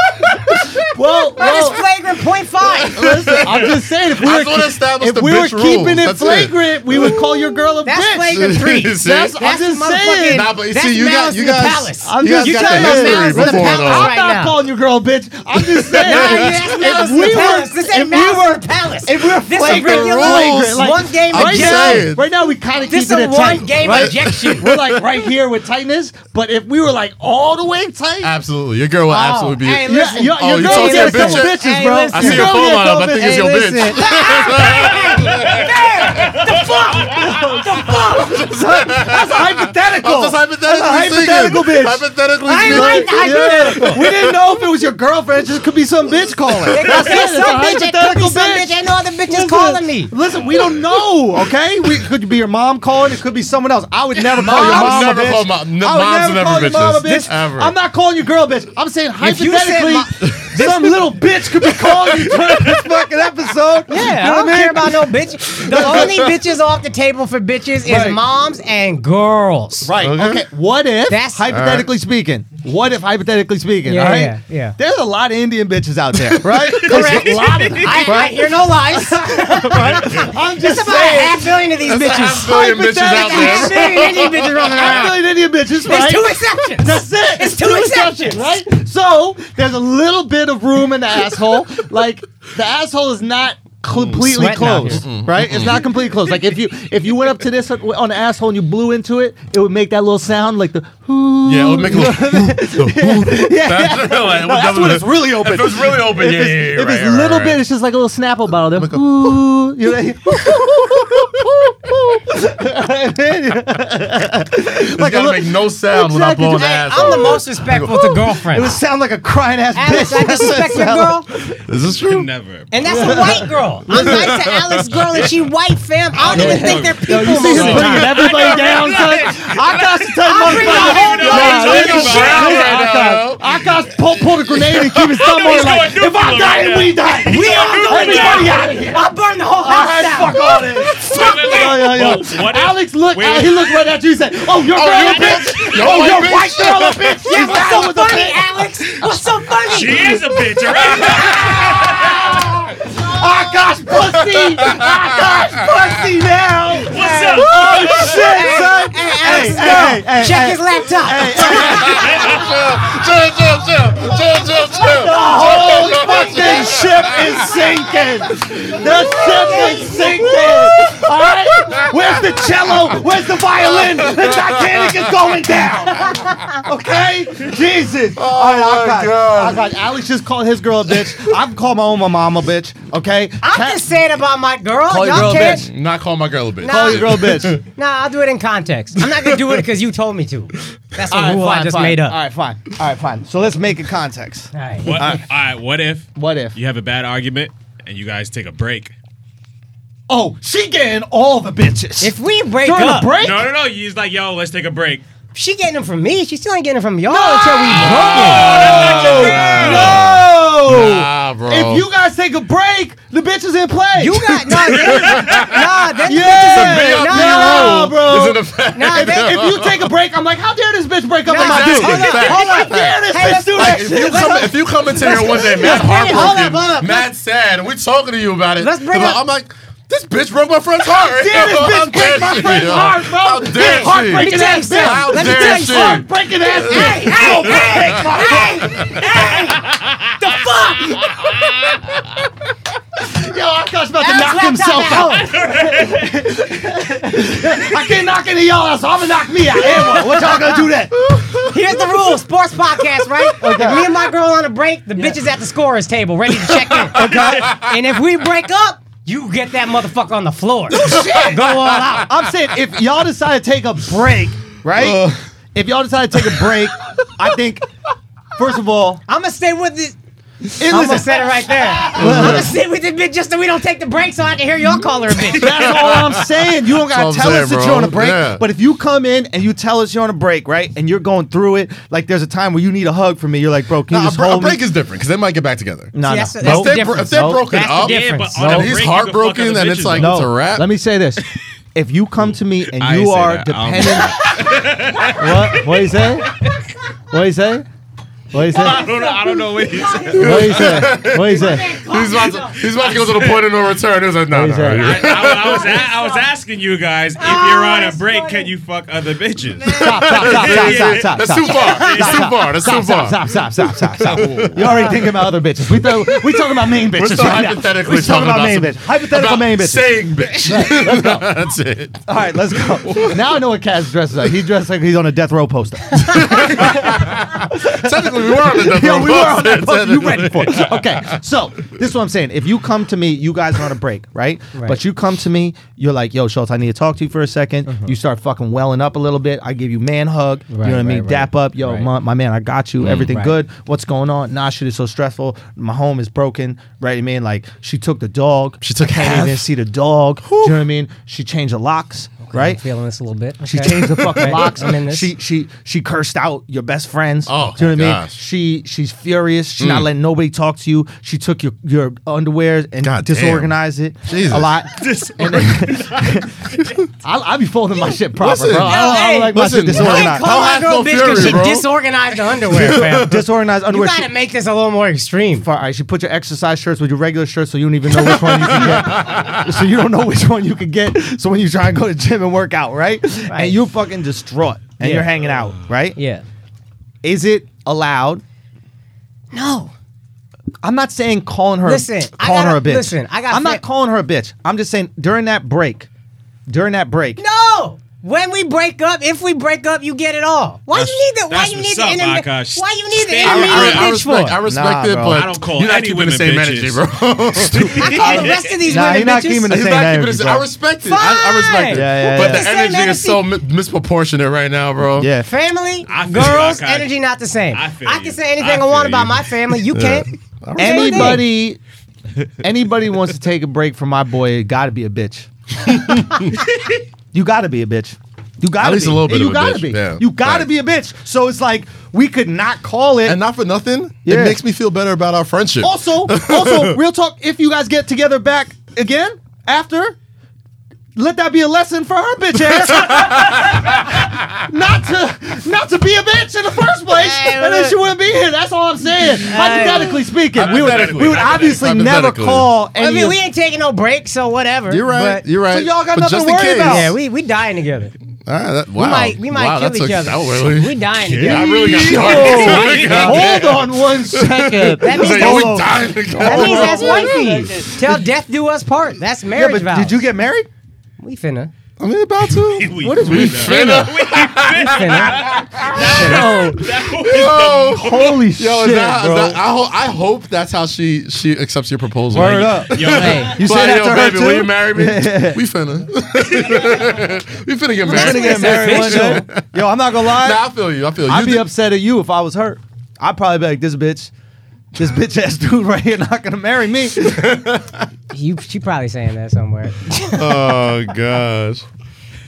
[SPEAKER 1] Well,
[SPEAKER 4] That is
[SPEAKER 1] well
[SPEAKER 4] flagrant point five.
[SPEAKER 1] listen, I'm just saying if we
[SPEAKER 2] That's what
[SPEAKER 1] were,
[SPEAKER 2] established
[SPEAKER 1] if
[SPEAKER 2] the
[SPEAKER 1] we were
[SPEAKER 2] bitch rules.
[SPEAKER 1] keeping it
[SPEAKER 2] That's it.
[SPEAKER 1] flagrant, we would call your girl a
[SPEAKER 4] That's
[SPEAKER 1] bitch.
[SPEAKER 4] flagrant three.
[SPEAKER 2] See?
[SPEAKER 1] That's- I'm
[SPEAKER 4] That's
[SPEAKER 1] just
[SPEAKER 4] motherfucking-
[SPEAKER 1] saying.
[SPEAKER 2] Nah, but you
[SPEAKER 4] that's
[SPEAKER 2] see, you got
[SPEAKER 4] malice
[SPEAKER 2] you
[SPEAKER 4] in the
[SPEAKER 2] guys.
[SPEAKER 4] palace.
[SPEAKER 1] I'm
[SPEAKER 2] you guys
[SPEAKER 1] just- you
[SPEAKER 2] got
[SPEAKER 1] talking
[SPEAKER 2] the
[SPEAKER 1] about
[SPEAKER 2] history
[SPEAKER 4] malice in the
[SPEAKER 2] before
[SPEAKER 4] palace
[SPEAKER 2] though.
[SPEAKER 1] I'm
[SPEAKER 4] right
[SPEAKER 1] not
[SPEAKER 4] now.
[SPEAKER 1] calling your girl a bitch. I'm just saying.
[SPEAKER 4] Nah,
[SPEAKER 1] if-
[SPEAKER 4] that's malice
[SPEAKER 1] if
[SPEAKER 4] in the
[SPEAKER 1] we were,
[SPEAKER 4] palace. This
[SPEAKER 1] if
[SPEAKER 4] ain't
[SPEAKER 1] we
[SPEAKER 4] malice in
[SPEAKER 1] were,
[SPEAKER 4] the palace.
[SPEAKER 1] if we were
[SPEAKER 4] This ain't
[SPEAKER 1] flagrant,
[SPEAKER 4] regular
[SPEAKER 1] rules,
[SPEAKER 4] rules. One game
[SPEAKER 1] right
[SPEAKER 2] I'm
[SPEAKER 1] now,
[SPEAKER 2] saying.
[SPEAKER 1] right now we kind of
[SPEAKER 4] This
[SPEAKER 1] keeping
[SPEAKER 4] a
[SPEAKER 1] it tight.
[SPEAKER 4] one game
[SPEAKER 1] right?
[SPEAKER 4] ejection.
[SPEAKER 1] We're like right here with tightness, but if we were like all the way tight,
[SPEAKER 2] Absolutely, your girl will absolutely be.
[SPEAKER 4] hey,
[SPEAKER 1] Yeah,
[SPEAKER 4] Listen.
[SPEAKER 1] your,
[SPEAKER 2] Oh,
[SPEAKER 1] your
[SPEAKER 2] you
[SPEAKER 1] girl
[SPEAKER 2] talking
[SPEAKER 1] get a
[SPEAKER 2] to
[SPEAKER 1] couple
[SPEAKER 2] bitch?
[SPEAKER 1] bitches,
[SPEAKER 4] Hey,
[SPEAKER 1] bro.
[SPEAKER 4] listen. I see
[SPEAKER 1] Your
[SPEAKER 4] your
[SPEAKER 1] girl
[SPEAKER 2] phone
[SPEAKER 1] get a
[SPEAKER 2] light up. I
[SPEAKER 1] couple
[SPEAKER 2] think it's
[SPEAKER 1] bitches.
[SPEAKER 2] your bitch.
[SPEAKER 1] Hey, listen. That's a hypothetical.
[SPEAKER 2] I'm just hypothetically
[SPEAKER 1] That's a hypothetical
[SPEAKER 2] speaking.
[SPEAKER 1] bitch.
[SPEAKER 2] Hypothetically
[SPEAKER 4] I
[SPEAKER 2] speaking.
[SPEAKER 4] like that.
[SPEAKER 1] Yeah. We didn't know if it was your girlfriend. It just could be some bitch calling.
[SPEAKER 4] It
[SPEAKER 1] That's it.
[SPEAKER 4] could be
[SPEAKER 1] It's a
[SPEAKER 4] some bitch. It could
[SPEAKER 1] hypothetical
[SPEAKER 4] be some bitch.
[SPEAKER 1] bitch.
[SPEAKER 4] Ain't no other bitches
[SPEAKER 1] Listen,
[SPEAKER 4] calling me.
[SPEAKER 1] Listen, we don't know, okay? We could be your mom calling. It could be someone else. I would never call your
[SPEAKER 2] I would
[SPEAKER 1] mom
[SPEAKER 2] never
[SPEAKER 1] a bitch.
[SPEAKER 2] call my- no,
[SPEAKER 1] I would
[SPEAKER 2] moms are
[SPEAKER 1] never
[SPEAKER 2] never
[SPEAKER 1] call your mom a
[SPEAKER 2] bitches. This-
[SPEAKER 1] bitch.
[SPEAKER 2] Ever.
[SPEAKER 1] I'm not calling your girl a bitch. I'm saying
[SPEAKER 4] If you said
[SPEAKER 1] hypothetically, some little bitch could be calling you during this fucking episode.
[SPEAKER 4] Yeah,
[SPEAKER 1] you know
[SPEAKER 4] I don't
[SPEAKER 1] what I mean?
[SPEAKER 4] care about no bitch. The only bitches off the table for bitches is
[SPEAKER 1] Right.
[SPEAKER 4] moms and girls.
[SPEAKER 1] Right. Okay.
[SPEAKER 2] Okay.
[SPEAKER 1] What if,
[SPEAKER 4] That's-
[SPEAKER 1] hypothetically speaking, what if, hypothetically speaking,
[SPEAKER 4] Yeah,
[SPEAKER 1] all right?
[SPEAKER 4] yeah, yeah.
[SPEAKER 1] There's a lot of Indian bitches out there, right?
[SPEAKER 4] Correct.
[SPEAKER 1] There's a lot of them,
[SPEAKER 4] I, I
[SPEAKER 1] right?
[SPEAKER 4] hear no lies.
[SPEAKER 1] I'm just
[SPEAKER 4] It's about a half
[SPEAKER 1] saying.
[SPEAKER 4] billion of these
[SPEAKER 2] That's a
[SPEAKER 4] bitches.
[SPEAKER 2] half billion bitches out
[SPEAKER 1] hypothetically
[SPEAKER 4] Half
[SPEAKER 2] there.
[SPEAKER 4] billion Indian bitches running
[SPEAKER 1] Half
[SPEAKER 4] around.
[SPEAKER 1] million Indian bitches,
[SPEAKER 4] There's
[SPEAKER 1] right?
[SPEAKER 4] two exceptions.
[SPEAKER 1] That's it.
[SPEAKER 4] It's two exceptions.
[SPEAKER 1] right? So there's a little bit of room in the asshole. Like the asshole is not completely
[SPEAKER 4] sweating out
[SPEAKER 1] closed, right? It's not completely closed. Like if you if you went up to this on, on the asshole and you blew into it, it would make that little sound like the whoo.
[SPEAKER 2] Yeah, it would make a little.
[SPEAKER 1] yeah.
[SPEAKER 2] That's really like,
[SPEAKER 1] No, that's when it's really open.
[SPEAKER 2] If it's really open,
[SPEAKER 1] If
[SPEAKER 2] yeah,
[SPEAKER 1] it's,
[SPEAKER 2] yeah, yeah,
[SPEAKER 1] if
[SPEAKER 2] right,
[SPEAKER 1] it's
[SPEAKER 2] right,
[SPEAKER 1] little
[SPEAKER 2] right,
[SPEAKER 1] bit,
[SPEAKER 2] right.
[SPEAKER 1] it's just like a little Snapple bottle. Then, ooh, you know,
[SPEAKER 2] It's
[SPEAKER 1] like a
[SPEAKER 2] gotta
[SPEAKER 1] little-
[SPEAKER 2] make no sound when I
[SPEAKER 1] Exactly,
[SPEAKER 2] blow an
[SPEAKER 1] just-
[SPEAKER 4] Hey,
[SPEAKER 2] ass.
[SPEAKER 4] I'm the most respectful to
[SPEAKER 1] it would
[SPEAKER 4] girlfriends.
[SPEAKER 1] sound like a crying ass
[SPEAKER 4] Alex,
[SPEAKER 1] bitch.
[SPEAKER 4] I disrespect your girl,
[SPEAKER 2] Is this true?
[SPEAKER 5] Never.
[SPEAKER 4] and that's a white girl. I'm nice to Alex's girl, and she white, fam. I don't even think they're people.
[SPEAKER 1] You see
[SPEAKER 4] most
[SPEAKER 1] him
[SPEAKER 4] of the
[SPEAKER 1] bringing
[SPEAKER 4] time.
[SPEAKER 1] everybody down, son. Akash is telling
[SPEAKER 4] I'll bring the
[SPEAKER 1] motherfuckers-
[SPEAKER 4] whole
[SPEAKER 1] Nah,
[SPEAKER 2] bunch
[SPEAKER 1] listen,
[SPEAKER 2] of
[SPEAKER 1] listen,
[SPEAKER 2] brown right
[SPEAKER 1] Akash. Akash pull- pulled a grenade and keep his thumb on it
[SPEAKER 5] he's
[SPEAKER 1] like,
[SPEAKER 5] going
[SPEAKER 1] if I
[SPEAKER 5] nuclear
[SPEAKER 1] die,
[SPEAKER 5] right
[SPEAKER 1] we die.
[SPEAKER 4] We all going
[SPEAKER 1] Everybody
[SPEAKER 4] down.
[SPEAKER 1] out of here.
[SPEAKER 4] I'll burn the whole
[SPEAKER 1] All
[SPEAKER 4] house
[SPEAKER 1] right,
[SPEAKER 4] down.
[SPEAKER 1] fuck all this.
[SPEAKER 5] Wait, wait, wait.
[SPEAKER 1] Yo, yo, yo.
[SPEAKER 5] Oh, what if-
[SPEAKER 1] Alex, look,
[SPEAKER 5] wait.
[SPEAKER 1] he looked right at you and said, Oh, your girl
[SPEAKER 2] you
[SPEAKER 1] a bitch.
[SPEAKER 2] Yo,
[SPEAKER 1] Oh,
[SPEAKER 2] white
[SPEAKER 1] your
[SPEAKER 2] bitch.
[SPEAKER 1] white girl a bitch.
[SPEAKER 4] Yeah,
[SPEAKER 1] You
[SPEAKER 4] what's
[SPEAKER 1] thought
[SPEAKER 4] so
[SPEAKER 1] it was a
[SPEAKER 4] funny,
[SPEAKER 1] bitch.
[SPEAKER 4] Alex? What's so funny?
[SPEAKER 5] She is a bitch, right?
[SPEAKER 1] Ah, gosh, pussy. Ah, gosh, pussy now.
[SPEAKER 5] What's up?
[SPEAKER 1] Oh, shit, son.
[SPEAKER 4] Hey,
[SPEAKER 1] hey,
[SPEAKER 4] Alex, hey,
[SPEAKER 1] hey, hey,
[SPEAKER 4] check
[SPEAKER 1] hey.
[SPEAKER 4] his laptop.
[SPEAKER 2] Chill, chill, chill, chill, chill, chill.
[SPEAKER 1] The whole fucking ship is sinking. The ship is sinking. All right? Where's the cello? Where's the violin? The Titanic is going down. Okay? Jesus. All right, I
[SPEAKER 2] Oh my
[SPEAKER 1] got,
[SPEAKER 2] God.
[SPEAKER 1] I got Alex just called his girl a bitch. I've called my own my mom a bitch. Okay?
[SPEAKER 4] I'm
[SPEAKER 1] Cat-
[SPEAKER 4] just saying about my girl.
[SPEAKER 1] Call your
[SPEAKER 4] Y'all
[SPEAKER 1] girl a
[SPEAKER 4] can't.
[SPEAKER 1] bitch.
[SPEAKER 2] Not call my girl a bitch.
[SPEAKER 4] Nah.
[SPEAKER 1] call your girl a bitch.
[SPEAKER 4] Nah, I'll do it in context. I'm not gonna do it because because you told me to. That's a
[SPEAKER 1] All right,
[SPEAKER 4] rule
[SPEAKER 1] fine,
[SPEAKER 4] I uh, just
[SPEAKER 1] fine.
[SPEAKER 4] made up.
[SPEAKER 1] All right, fine. All right, fine. So let's make a context.
[SPEAKER 4] All right.
[SPEAKER 5] What, all right, what if?
[SPEAKER 1] What if?
[SPEAKER 5] You have a bad argument and you guys take a break.
[SPEAKER 1] Oh, she getting all the bitches.
[SPEAKER 4] If we break
[SPEAKER 1] during
[SPEAKER 4] up,
[SPEAKER 1] the break,
[SPEAKER 5] No, no, no. He's like, yo, let's take a break.
[SPEAKER 4] she getting them from me. She still ain't getting them from y'all until we broken.
[SPEAKER 1] no.
[SPEAKER 2] Nah, bro.
[SPEAKER 1] If you guys take a break, the bitch is in play.
[SPEAKER 4] You got no, nah, that
[SPEAKER 1] yeah,
[SPEAKER 4] bitch is a bitch.
[SPEAKER 1] nah, bro.
[SPEAKER 2] It's an effect.
[SPEAKER 4] Nah, that-
[SPEAKER 1] if you take a break, I'm like, how dare this bitch break up with my
[SPEAKER 4] Nah,
[SPEAKER 1] dude?
[SPEAKER 2] hold up,
[SPEAKER 1] How
[SPEAKER 2] hold
[SPEAKER 4] up.
[SPEAKER 1] dare this
[SPEAKER 4] Hey,
[SPEAKER 1] bitch
[SPEAKER 4] let's-
[SPEAKER 1] do that
[SPEAKER 2] Like,
[SPEAKER 1] shit?
[SPEAKER 2] if you come, if you come into here one day, mad
[SPEAKER 4] let's- hold
[SPEAKER 2] heartbroken,
[SPEAKER 4] up, hold up,
[SPEAKER 2] mad sad, and we talking to you about it.
[SPEAKER 4] Let's bring
[SPEAKER 2] I'm like-
[SPEAKER 4] up-
[SPEAKER 2] I'm like, this bitch broke my friend's heart.
[SPEAKER 1] dare this bitch
[SPEAKER 2] How
[SPEAKER 1] break
[SPEAKER 2] dare
[SPEAKER 1] my
[SPEAKER 2] she,
[SPEAKER 1] friend's
[SPEAKER 2] yo?
[SPEAKER 1] heart, bro?
[SPEAKER 2] How
[SPEAKER 1] This
[SPEAKER 2] dare she?
[SPEAKER 1] heartbreaking
[SPEAKER 4] Let me
[SPEAKER 1] ass
[SPEAKER 4] tell
[SPEAKER 1] bitch.
[SPEAKER 4] you something.
[SPEAKER 2] How
[SPEAKER 4] Let me
[SPEAKER 2] dare
[SPEAKER 4] tell you
[SPEAKER 2] she?
[SPEAKER 4] something.
[SPEAKER 1] Breaking ass
[SPEAKER 4] Hey,
[SPEAKER 1] bitch.
[SPEAKER 4] hey, hey, hey,
[SPEAKER 1] Yo, I was about to
[SPEAKER 4] Alex
[SPEAKER 1] knock
[SPEAKER 4] knocked
[SPEAKER 1] himself out.
[SPEAKER 4] out
[SPEAKER 1] I can't knock any of y'all out, so I'm gonna knock me out. Hey, what- what y'all gonna do that?
[SPEAKER 4] Here's the rule, sports podcast, right? If me and my girl on a break, the bitch is at the scorer's table, ready to check in. Okay. And if we break up, you get that motherfucker on the floor. Go all out.
[SPEAKER 1] I'm saying if y'all decide to take a break, right?
[SPEAKER 2] Uh,
[SPEAKER 1] if y'all decide to take a break, I think first of all,
[SPEAKER 4] I'm gonna stay with this.
[SPEAKER 1] it
[SPEAKER 4] I'm
[SPEAKER 1] was
[SPEAKER 4] gonna set it right there. I'm gonna sit with this bitch just so we don't take the break, so I can hear y'all call her a bitch.
[SPEAKER 1] That's all I'm saying. You don't gotta
[SPEAKER 2] That's what
[SPEAKER 1] tell
[SPEAKER 2] I'm
[SPEAKER 1] us
[SPEAKER 2] saying,
[SPEAKER 1] that
[SPEAKER 2] bro.
[SPEAKER 1] you're on a break.
[SPEAKER 2] Yeah.
[SPEAKER 1] But if you come in and you tell us you're on a break, right, and you're going through it, like there's a time where you need a hug from me. You're like, bro, can you
[SPEAKER 2] Nah, a
[SPEAKER 1] just
[SPEAKER 2] br- a
[SPEAKER 1] hold
[SPEAKER 2] break
[SPEAKER 1] me?
[SPEAKER 2] is different because they might get back together.
[SPEAKER 1] No,
[SPEAKER 4] See,
[SPEAKER 1] no,
[SPEAKER 4] that's the-
[SPEAKER 1] no.
[SPEAKER 4] that's
[SPEAKER 2] If they're,
[SPEAKER 4] difference.
[SPEAKER 2] bro- if they're
[SPEAKER 1] Nope.
[SPEAKER 2] broken
[SPEAKER 4] That's the
[SPEAKER 2] up,
[SPEAKER 4] difference.
[SPEAKER 5] Yeah, but
[SPEAKER 1] No.
[SPEAKER 5] on a
[SPEAKER 2] and
[SPEAKER 5] break,
[SPEAKER 2] he's
[SPEAKER 5] you can fuck other
[SPEAKER 2] heartbroken, and it's
[SPEAKER 5] bitches.
[SPEAKER 2] like
[SPEAKER 1] no.
[SPEAKER 2] it's a wrap.
[SPEAKER 1] Let me say this: if you come to me and
[SPEAKER 6] I
[SPEAKER 1] you
[SPEAKER 6] ain't say
[SPEAKER 1] are
[SPEAKER 6] that. I don't-
[SPEAKER 1] dependent, what? What you say? What you say? What you
[SPEAKER 5] I
[SPEAKER 1] say?
[SPEAKER 5] don't know. I don't know what he's.
[SPEAKER 1] What you say? What you say?
[SPEAKER 2] He's about, to, he's about to go to the point of no return. It was like, no,
[SPEAKER 1] What
[SPEAKER 2] no,
[SPEAKER 1] you say?
[SPEAKER 2] no.
[SPEAKER 5] I, I- I was a, I was asking you guys if you're on a break, can you fuck other bitches?
[SPEAKER 1] Stop! Stop! Stop! Stop! Stop! Stop!
[SPEAKER 2] That's
[SPEAKER 1] stop,
[SPEAKER 2] too
[SPEAKER 1] stop.
[SPEAKER 2] far. That's too
[SPEAKER 1] stop,
[SPEAKER 2] far. That's too
[SPEAKER 1] Stop,
[SPEAKER 2] far.
[SPEAKER 1] stop, stop, stop, stop, stop. You already thinking about other bitches. We thought we talking about main bitches.
[SPEAKER 2] We're still
[SPEAKER 1] right now.
[SPEAKER 2] hypothetically
[SPEAKER 1] we talking about
[SPEAKER 2] talking about
[SPEAKER 1] main
[SPEAKER 2] some-
[SPEAKER 1] bitches. Hypothetical
[SPEAKER 2] About
[SPEAKER 1] main bitches.
[SPEAKER 2] Saying bitch. That's it.
[SPEAKER 1] All right, let's go. Now I know what Cass dresses like. He dressed like he's on a death row poster.
[SPEAKER 2] Technically, we were on the death
[SPEAKER 1] Yo,
[SPEAKER 2] row.
[SPEAKER 1] we were on that
[SPEAKER 2] Technically.
[SPEAKER 1] poster. You ready for it? Okay, so this is what I'm saying. If you come to me, you guys are on a break, right? But you come to me, you're like, "Yo, Schultz, I need to talk to you for a 2nd
[SPEAKER 2] Uh-huh.
[SPEAKER 1] You start fucking welling up a little bit. I give you man hug. you know what I mean? Dap up, yo, my, my man, I got
[SPEAKER 2] Mm,
[SPEAKER 1] you. Everything good? What's going on? Nah, shit is so stressful. My home is broken. Right? I mean, like she took the dog. She
[SPEAKER 2] took
[SPEAKER 1] I can't
[SPEAKER 2] half.
[SPEAKER 1] even see the dog. Do you know what I mean? She changed the locks.
[SPEAKER 4] I'm
[SPEAKER 1] Right?
[SPEAKER 4] feeling this a little bit.
[SPEAKER 1] She
[SPEAKER 4] okay?
[SPEAKER 1] changed the fucking
[SPEAKER 4] Right,
[SPEAKER 1] locks.
[SPEAKER 4] I'm in this.
[SPEAKER 1] She she she cursed out your best friends.
[SPEAKER 2] Oh,
[SPEAKER 1] do you know what I mean?
[SPEAKER 2] gosh. Mm.
[SPEAKER 1] She she's furious. She's not letting nobody talk to you. She took your your underwear and
[SPEAKER 2] God damn.
[SPEAKER 1] disorganized it
[SPEAKER 2] Jesus.
[SPEAKER 1] a lot. And then- I I be folding my shit proper,
[SPEAKER 2] Listen.
[SPEAKER 1] bro. I don't, I don't like my
[SPEAKER 2] Listen.
[SPEAKER 1] shit
[SPEAKER 4] You
[SPEAKER 2] Wait,
[SPEAKER 4] ain't
[SPEAKER 1] disorganized.
[SPEAKER 2] How
[SPEAKER 4] call my
[SPEAKER 2] has
[SPEAKER 4] girl
[SPEAKER 2] no
[SPEAKER 4] bitch because
[SPEAKER 2] fury,
[SPEAKER 4] she
[SPEAKER 2] bro?
[SPEAKER 4] disorganized the underwear, fam.
[SPEAKER 1] Disorganized
[SPEAKER 4] You
[SPEAKER 1] underwear. She-
[SPEAKER 4] gotta make this a little more extreme.
[SPEAKER 1] all right, she put your exercise shirts with your regular shirts, so you don't even know which one you can get. so you don't know which one you can get. So when you try and go to gym and work out, right? And you're fucking distraught, and
[SPEAKER 4] Yeah.
[SPEAKER 1] you're hanging out, right?
[SPEAKER 4] Yeah.
[SPEAKER 1] Is it allowed?
[SPEAKER 4] No.
[SPEAKER 1] I'm not saying calling her
[SPEAKER 4] Listen, I
[SPEAKER 1] calling
[SPEAKER 4] gotta-
[SPEAKER 1] her a bitch.
[SPEAKER 4] listen, I got
[SPEAKER 1] I'm
[SPEAKER 4] fa-
[SPEAKER 1] not calling her a bitch. I'm just saying during that break, during that break.
[SPEAKER 4] No. When we break up, if we break up, you get it all. Why
[SPEAKER 5] That's-
[SPEAKER 4] you need the why
[SPEAKER 5] that's
[SPEAKER 4] you
[SPEAKER 5] what's
[SPEAKER 4] need the
[SPEAKER 5] up,
[SPEAKER 4] interme-
[SPEAKER 5] Akash.
[SPEAKER 4] why you need the
[SPEAKER 5] Stand
[SPEAKER 4] intermediate
[SPEAKER 5] I- I
[SPEAKER 4] bitch
[SPEAKER 2] respect,
[SPEAKER 4] for?
[SPEAKER 2] I
[SPEAKER 1] Nah,
[SPEAKER 2] respect it,
[SPEAKER 1] bro.
[SPEAKER 2] but
[SPEAKER 5] I don't call
[SPEAKER 2] you're not
[SPEAKER 5] any
[SPEAKER 2] keeping
[SPEAKER 5] women
[SPEAKER 2] the same
[SPEAKER 5] bitches.
[SPEAKER 2] energy, bro.
[SPEAKER 4] I call the rest of these
[SPEAKER 1] Nah,
[SPEAKER 4] women
[SPEAKER 1] you're not
[SPEAKER 4] bitches.
[SPEAKER 1] keeping the
[SPEAKER 2] He's
[SPEAKER 1] same
[SPEAKER 2] not
[SPEAKER 1] energy,
[SPEAKER 2] keeping this.
[SPEAKER 1] bro.
[SPEAKER 2] I respect it. I, I respect
[SPEAKER 4] Fine.
[SPEAKER 2] it.
[SPEAKER 1] Yeah, yeah,
[SPEAKER 2] but
[SPEAKER 1] yeah.
[SPEAKER 2] the
[SPEAKER 4] The same
[SPEAKER 2] energy, is so mi- misproportionate right now, bro.
[SPEAKER 1] Yeah.
[SPEAKER 4] Family,
[SPEAKER 5] I feel
[SPEAKER 4] girls,
[SPEAKER 5] you, Akash.
[SPEAKER 4] energy not the same.
[SPEAKER 5] I
[SPEAKER 4] I,
[SPEAKER 5] feel you.
[SPEAKER 4] can say
[SPEAKER 5] I
[SPEAKER 4] anything I,
[SPEAKER 5] feel
[SPEAKER 4] want
[SPEAKER 5] you.
[SPEAKER 4] about my family. You can't.
[SPEAKER 1] Anybody anybody wants to take a break from my boy, it gotta be a bitch. you gotta be a bitch. You gotta
[SPEAKER 2] At least
[SPEAKER 1] be.
[SPEAKER 2] a little bit
[SPEAKER 1] You
[SPEAKER 2] of a
[SPEAKER 1] gotta
[SPEAKER 2] bitch,
[SPEAKER 1] be.
[SPEAKER 2] yeah.
[SPEAKER 1] You gotta
[SPEAKER 2] Right.
[SPEAKER 1] be a bitch. So it's like we could not call it
[SPEAKER 2] And not for nothing,
[SPEAKER 1] Yeah.
[SPEAKER 2] it makes me feel better about our friendship.
[SPEAKER 1] Also, also, real talk. If you guys get together back again after, let that be a lesson for her bitch ass. not to, not to be a bitch in the first place,
[SPEAKER 4] Hey,
[SPEAKER 1] and then
[SPEAKER 4] look.
[SPEAKER 1] she wouldn't be here. That's all I'm saying. Hypothetically speaking, we would, we
[SPEAKER 5] Hypothetically,
[SPEAKER 1] would obviously never
[SPEAKER 2] hypothetically.
[SPEAKER 1] call
[SPEAKER 4] I
[SPEAKER 1] any.
[SPEAKER 4] mean,
[SPEAKER 1] of-
[SPEAKER 4] we ain't taking no break, so whatever.
[SPEAKER 2] you're right.
[SPEAKER 4] but-
[SPEAKER 2] you're right.
[SPEAKER 1] So y'all got
[SPEAKER 2] But
[SPEAKER 1] nothing
[SPEAKER 2] just
[SPEAKER 1] to
[SPEAKER 2] in
[SPEAKER 1] worry
[SPEAKER 2] case-
[SPEAKER 1] about.
[SPEAKER 4] yeah, we we dying together.
[SPEAKER 2] All right, that, wow.
[SPEAKER 4] We might we might
[SPEAKER 2] wow,
[SPEAKER 4] kill
[SPEAKER 2] that took
[SPEAKER 4] each other.
[SPEAKER 2] outwardly.
[SPEAKER 4] We dying
[SPEAKER 2] Yeah, I
[SPEAKER 4] together.
[SPEAKER 2] really got
[SPEAKER 1] Yo,
[SPEAKER 2] dark.
[SPEAKER 1] hold on one second.
[SPEAKER 4] That means
[SPEAKER 2] Like,
[SPEAKER 4] that's-
[SPEAKER 2] yo,
[SPEAKER 1] Hold
[SPEAKER 2] we
[SPEAKER 1] on.
[SPEAKER 2] dying
[SPEAKER 4] That means
[SPEAKER 2] together.
[SPEAKER 4] that's wifey. Tell death do us part. That's
[SPEAKER 1] Yeah,
[SPEAKER 4] marriage
[SPEAKER 1] but
[SPEAKER 4] vows.
[SPEAKER 1] did you get married?
[SPEAKER 4] We finna.
[SPEAKER 2] I mean, about to.
[SPEAKER 5] What is
[SPEAKER 2] We
[SPEAKER 5] we?
[SPEAKER 2] finna.
[SPEAKER 5] That, that was
[SPEAKER 2] Yo,
[SPEAKER 1] Holy
[SPEAKER 2] yo,
[SPEAKER 1] shit,
[SPEAKER 2] is that,
[SPEAKER 1] bro.
[SPEAKER 2] Is that, I, ho- I hope that's how she she accepts your proposal.
[SPEAKER 1] Word
[SPEAKER 2] Like,
[SPEAKER 1] up.
[SPEAKER 5] the- yo,
[SPEAKER 1] You
[SPEAKER 2] Like,
[SPEAKER 1] say that
[SPEAKER 2] yo,
[SPEAKER 1] to her
[SPEAKER 2] baby,
[SPEAKER 1] too?
[SPEAKER 2] will you marry me? we finna. we finna get
[SPEAKER 1] Gonna
[SPEAKER 2] married.
[SPEAKER 1] get
[SPEAKER 4] That's
[SPEAKER 1] married one
[SPEAKER 4] official.
[SPEAKER 1] day. Yo, I'm not gonna lie.
[SPEAKER 2] Nah, I feel you. I feel you.
[SPEAKER 1] I'd
[SPEAKER 2] You
[SPEAKER 1] be
[SPEAKER 2] did-
[SPEAKER 1] upset at you if I was hurt. I'd probably be like, this bitch, this bitch ass dude right here not gonna marry me.
[SPEAKER 4] You, she probably saying that somewhere.
[SPEAKER 2] Oh gosh.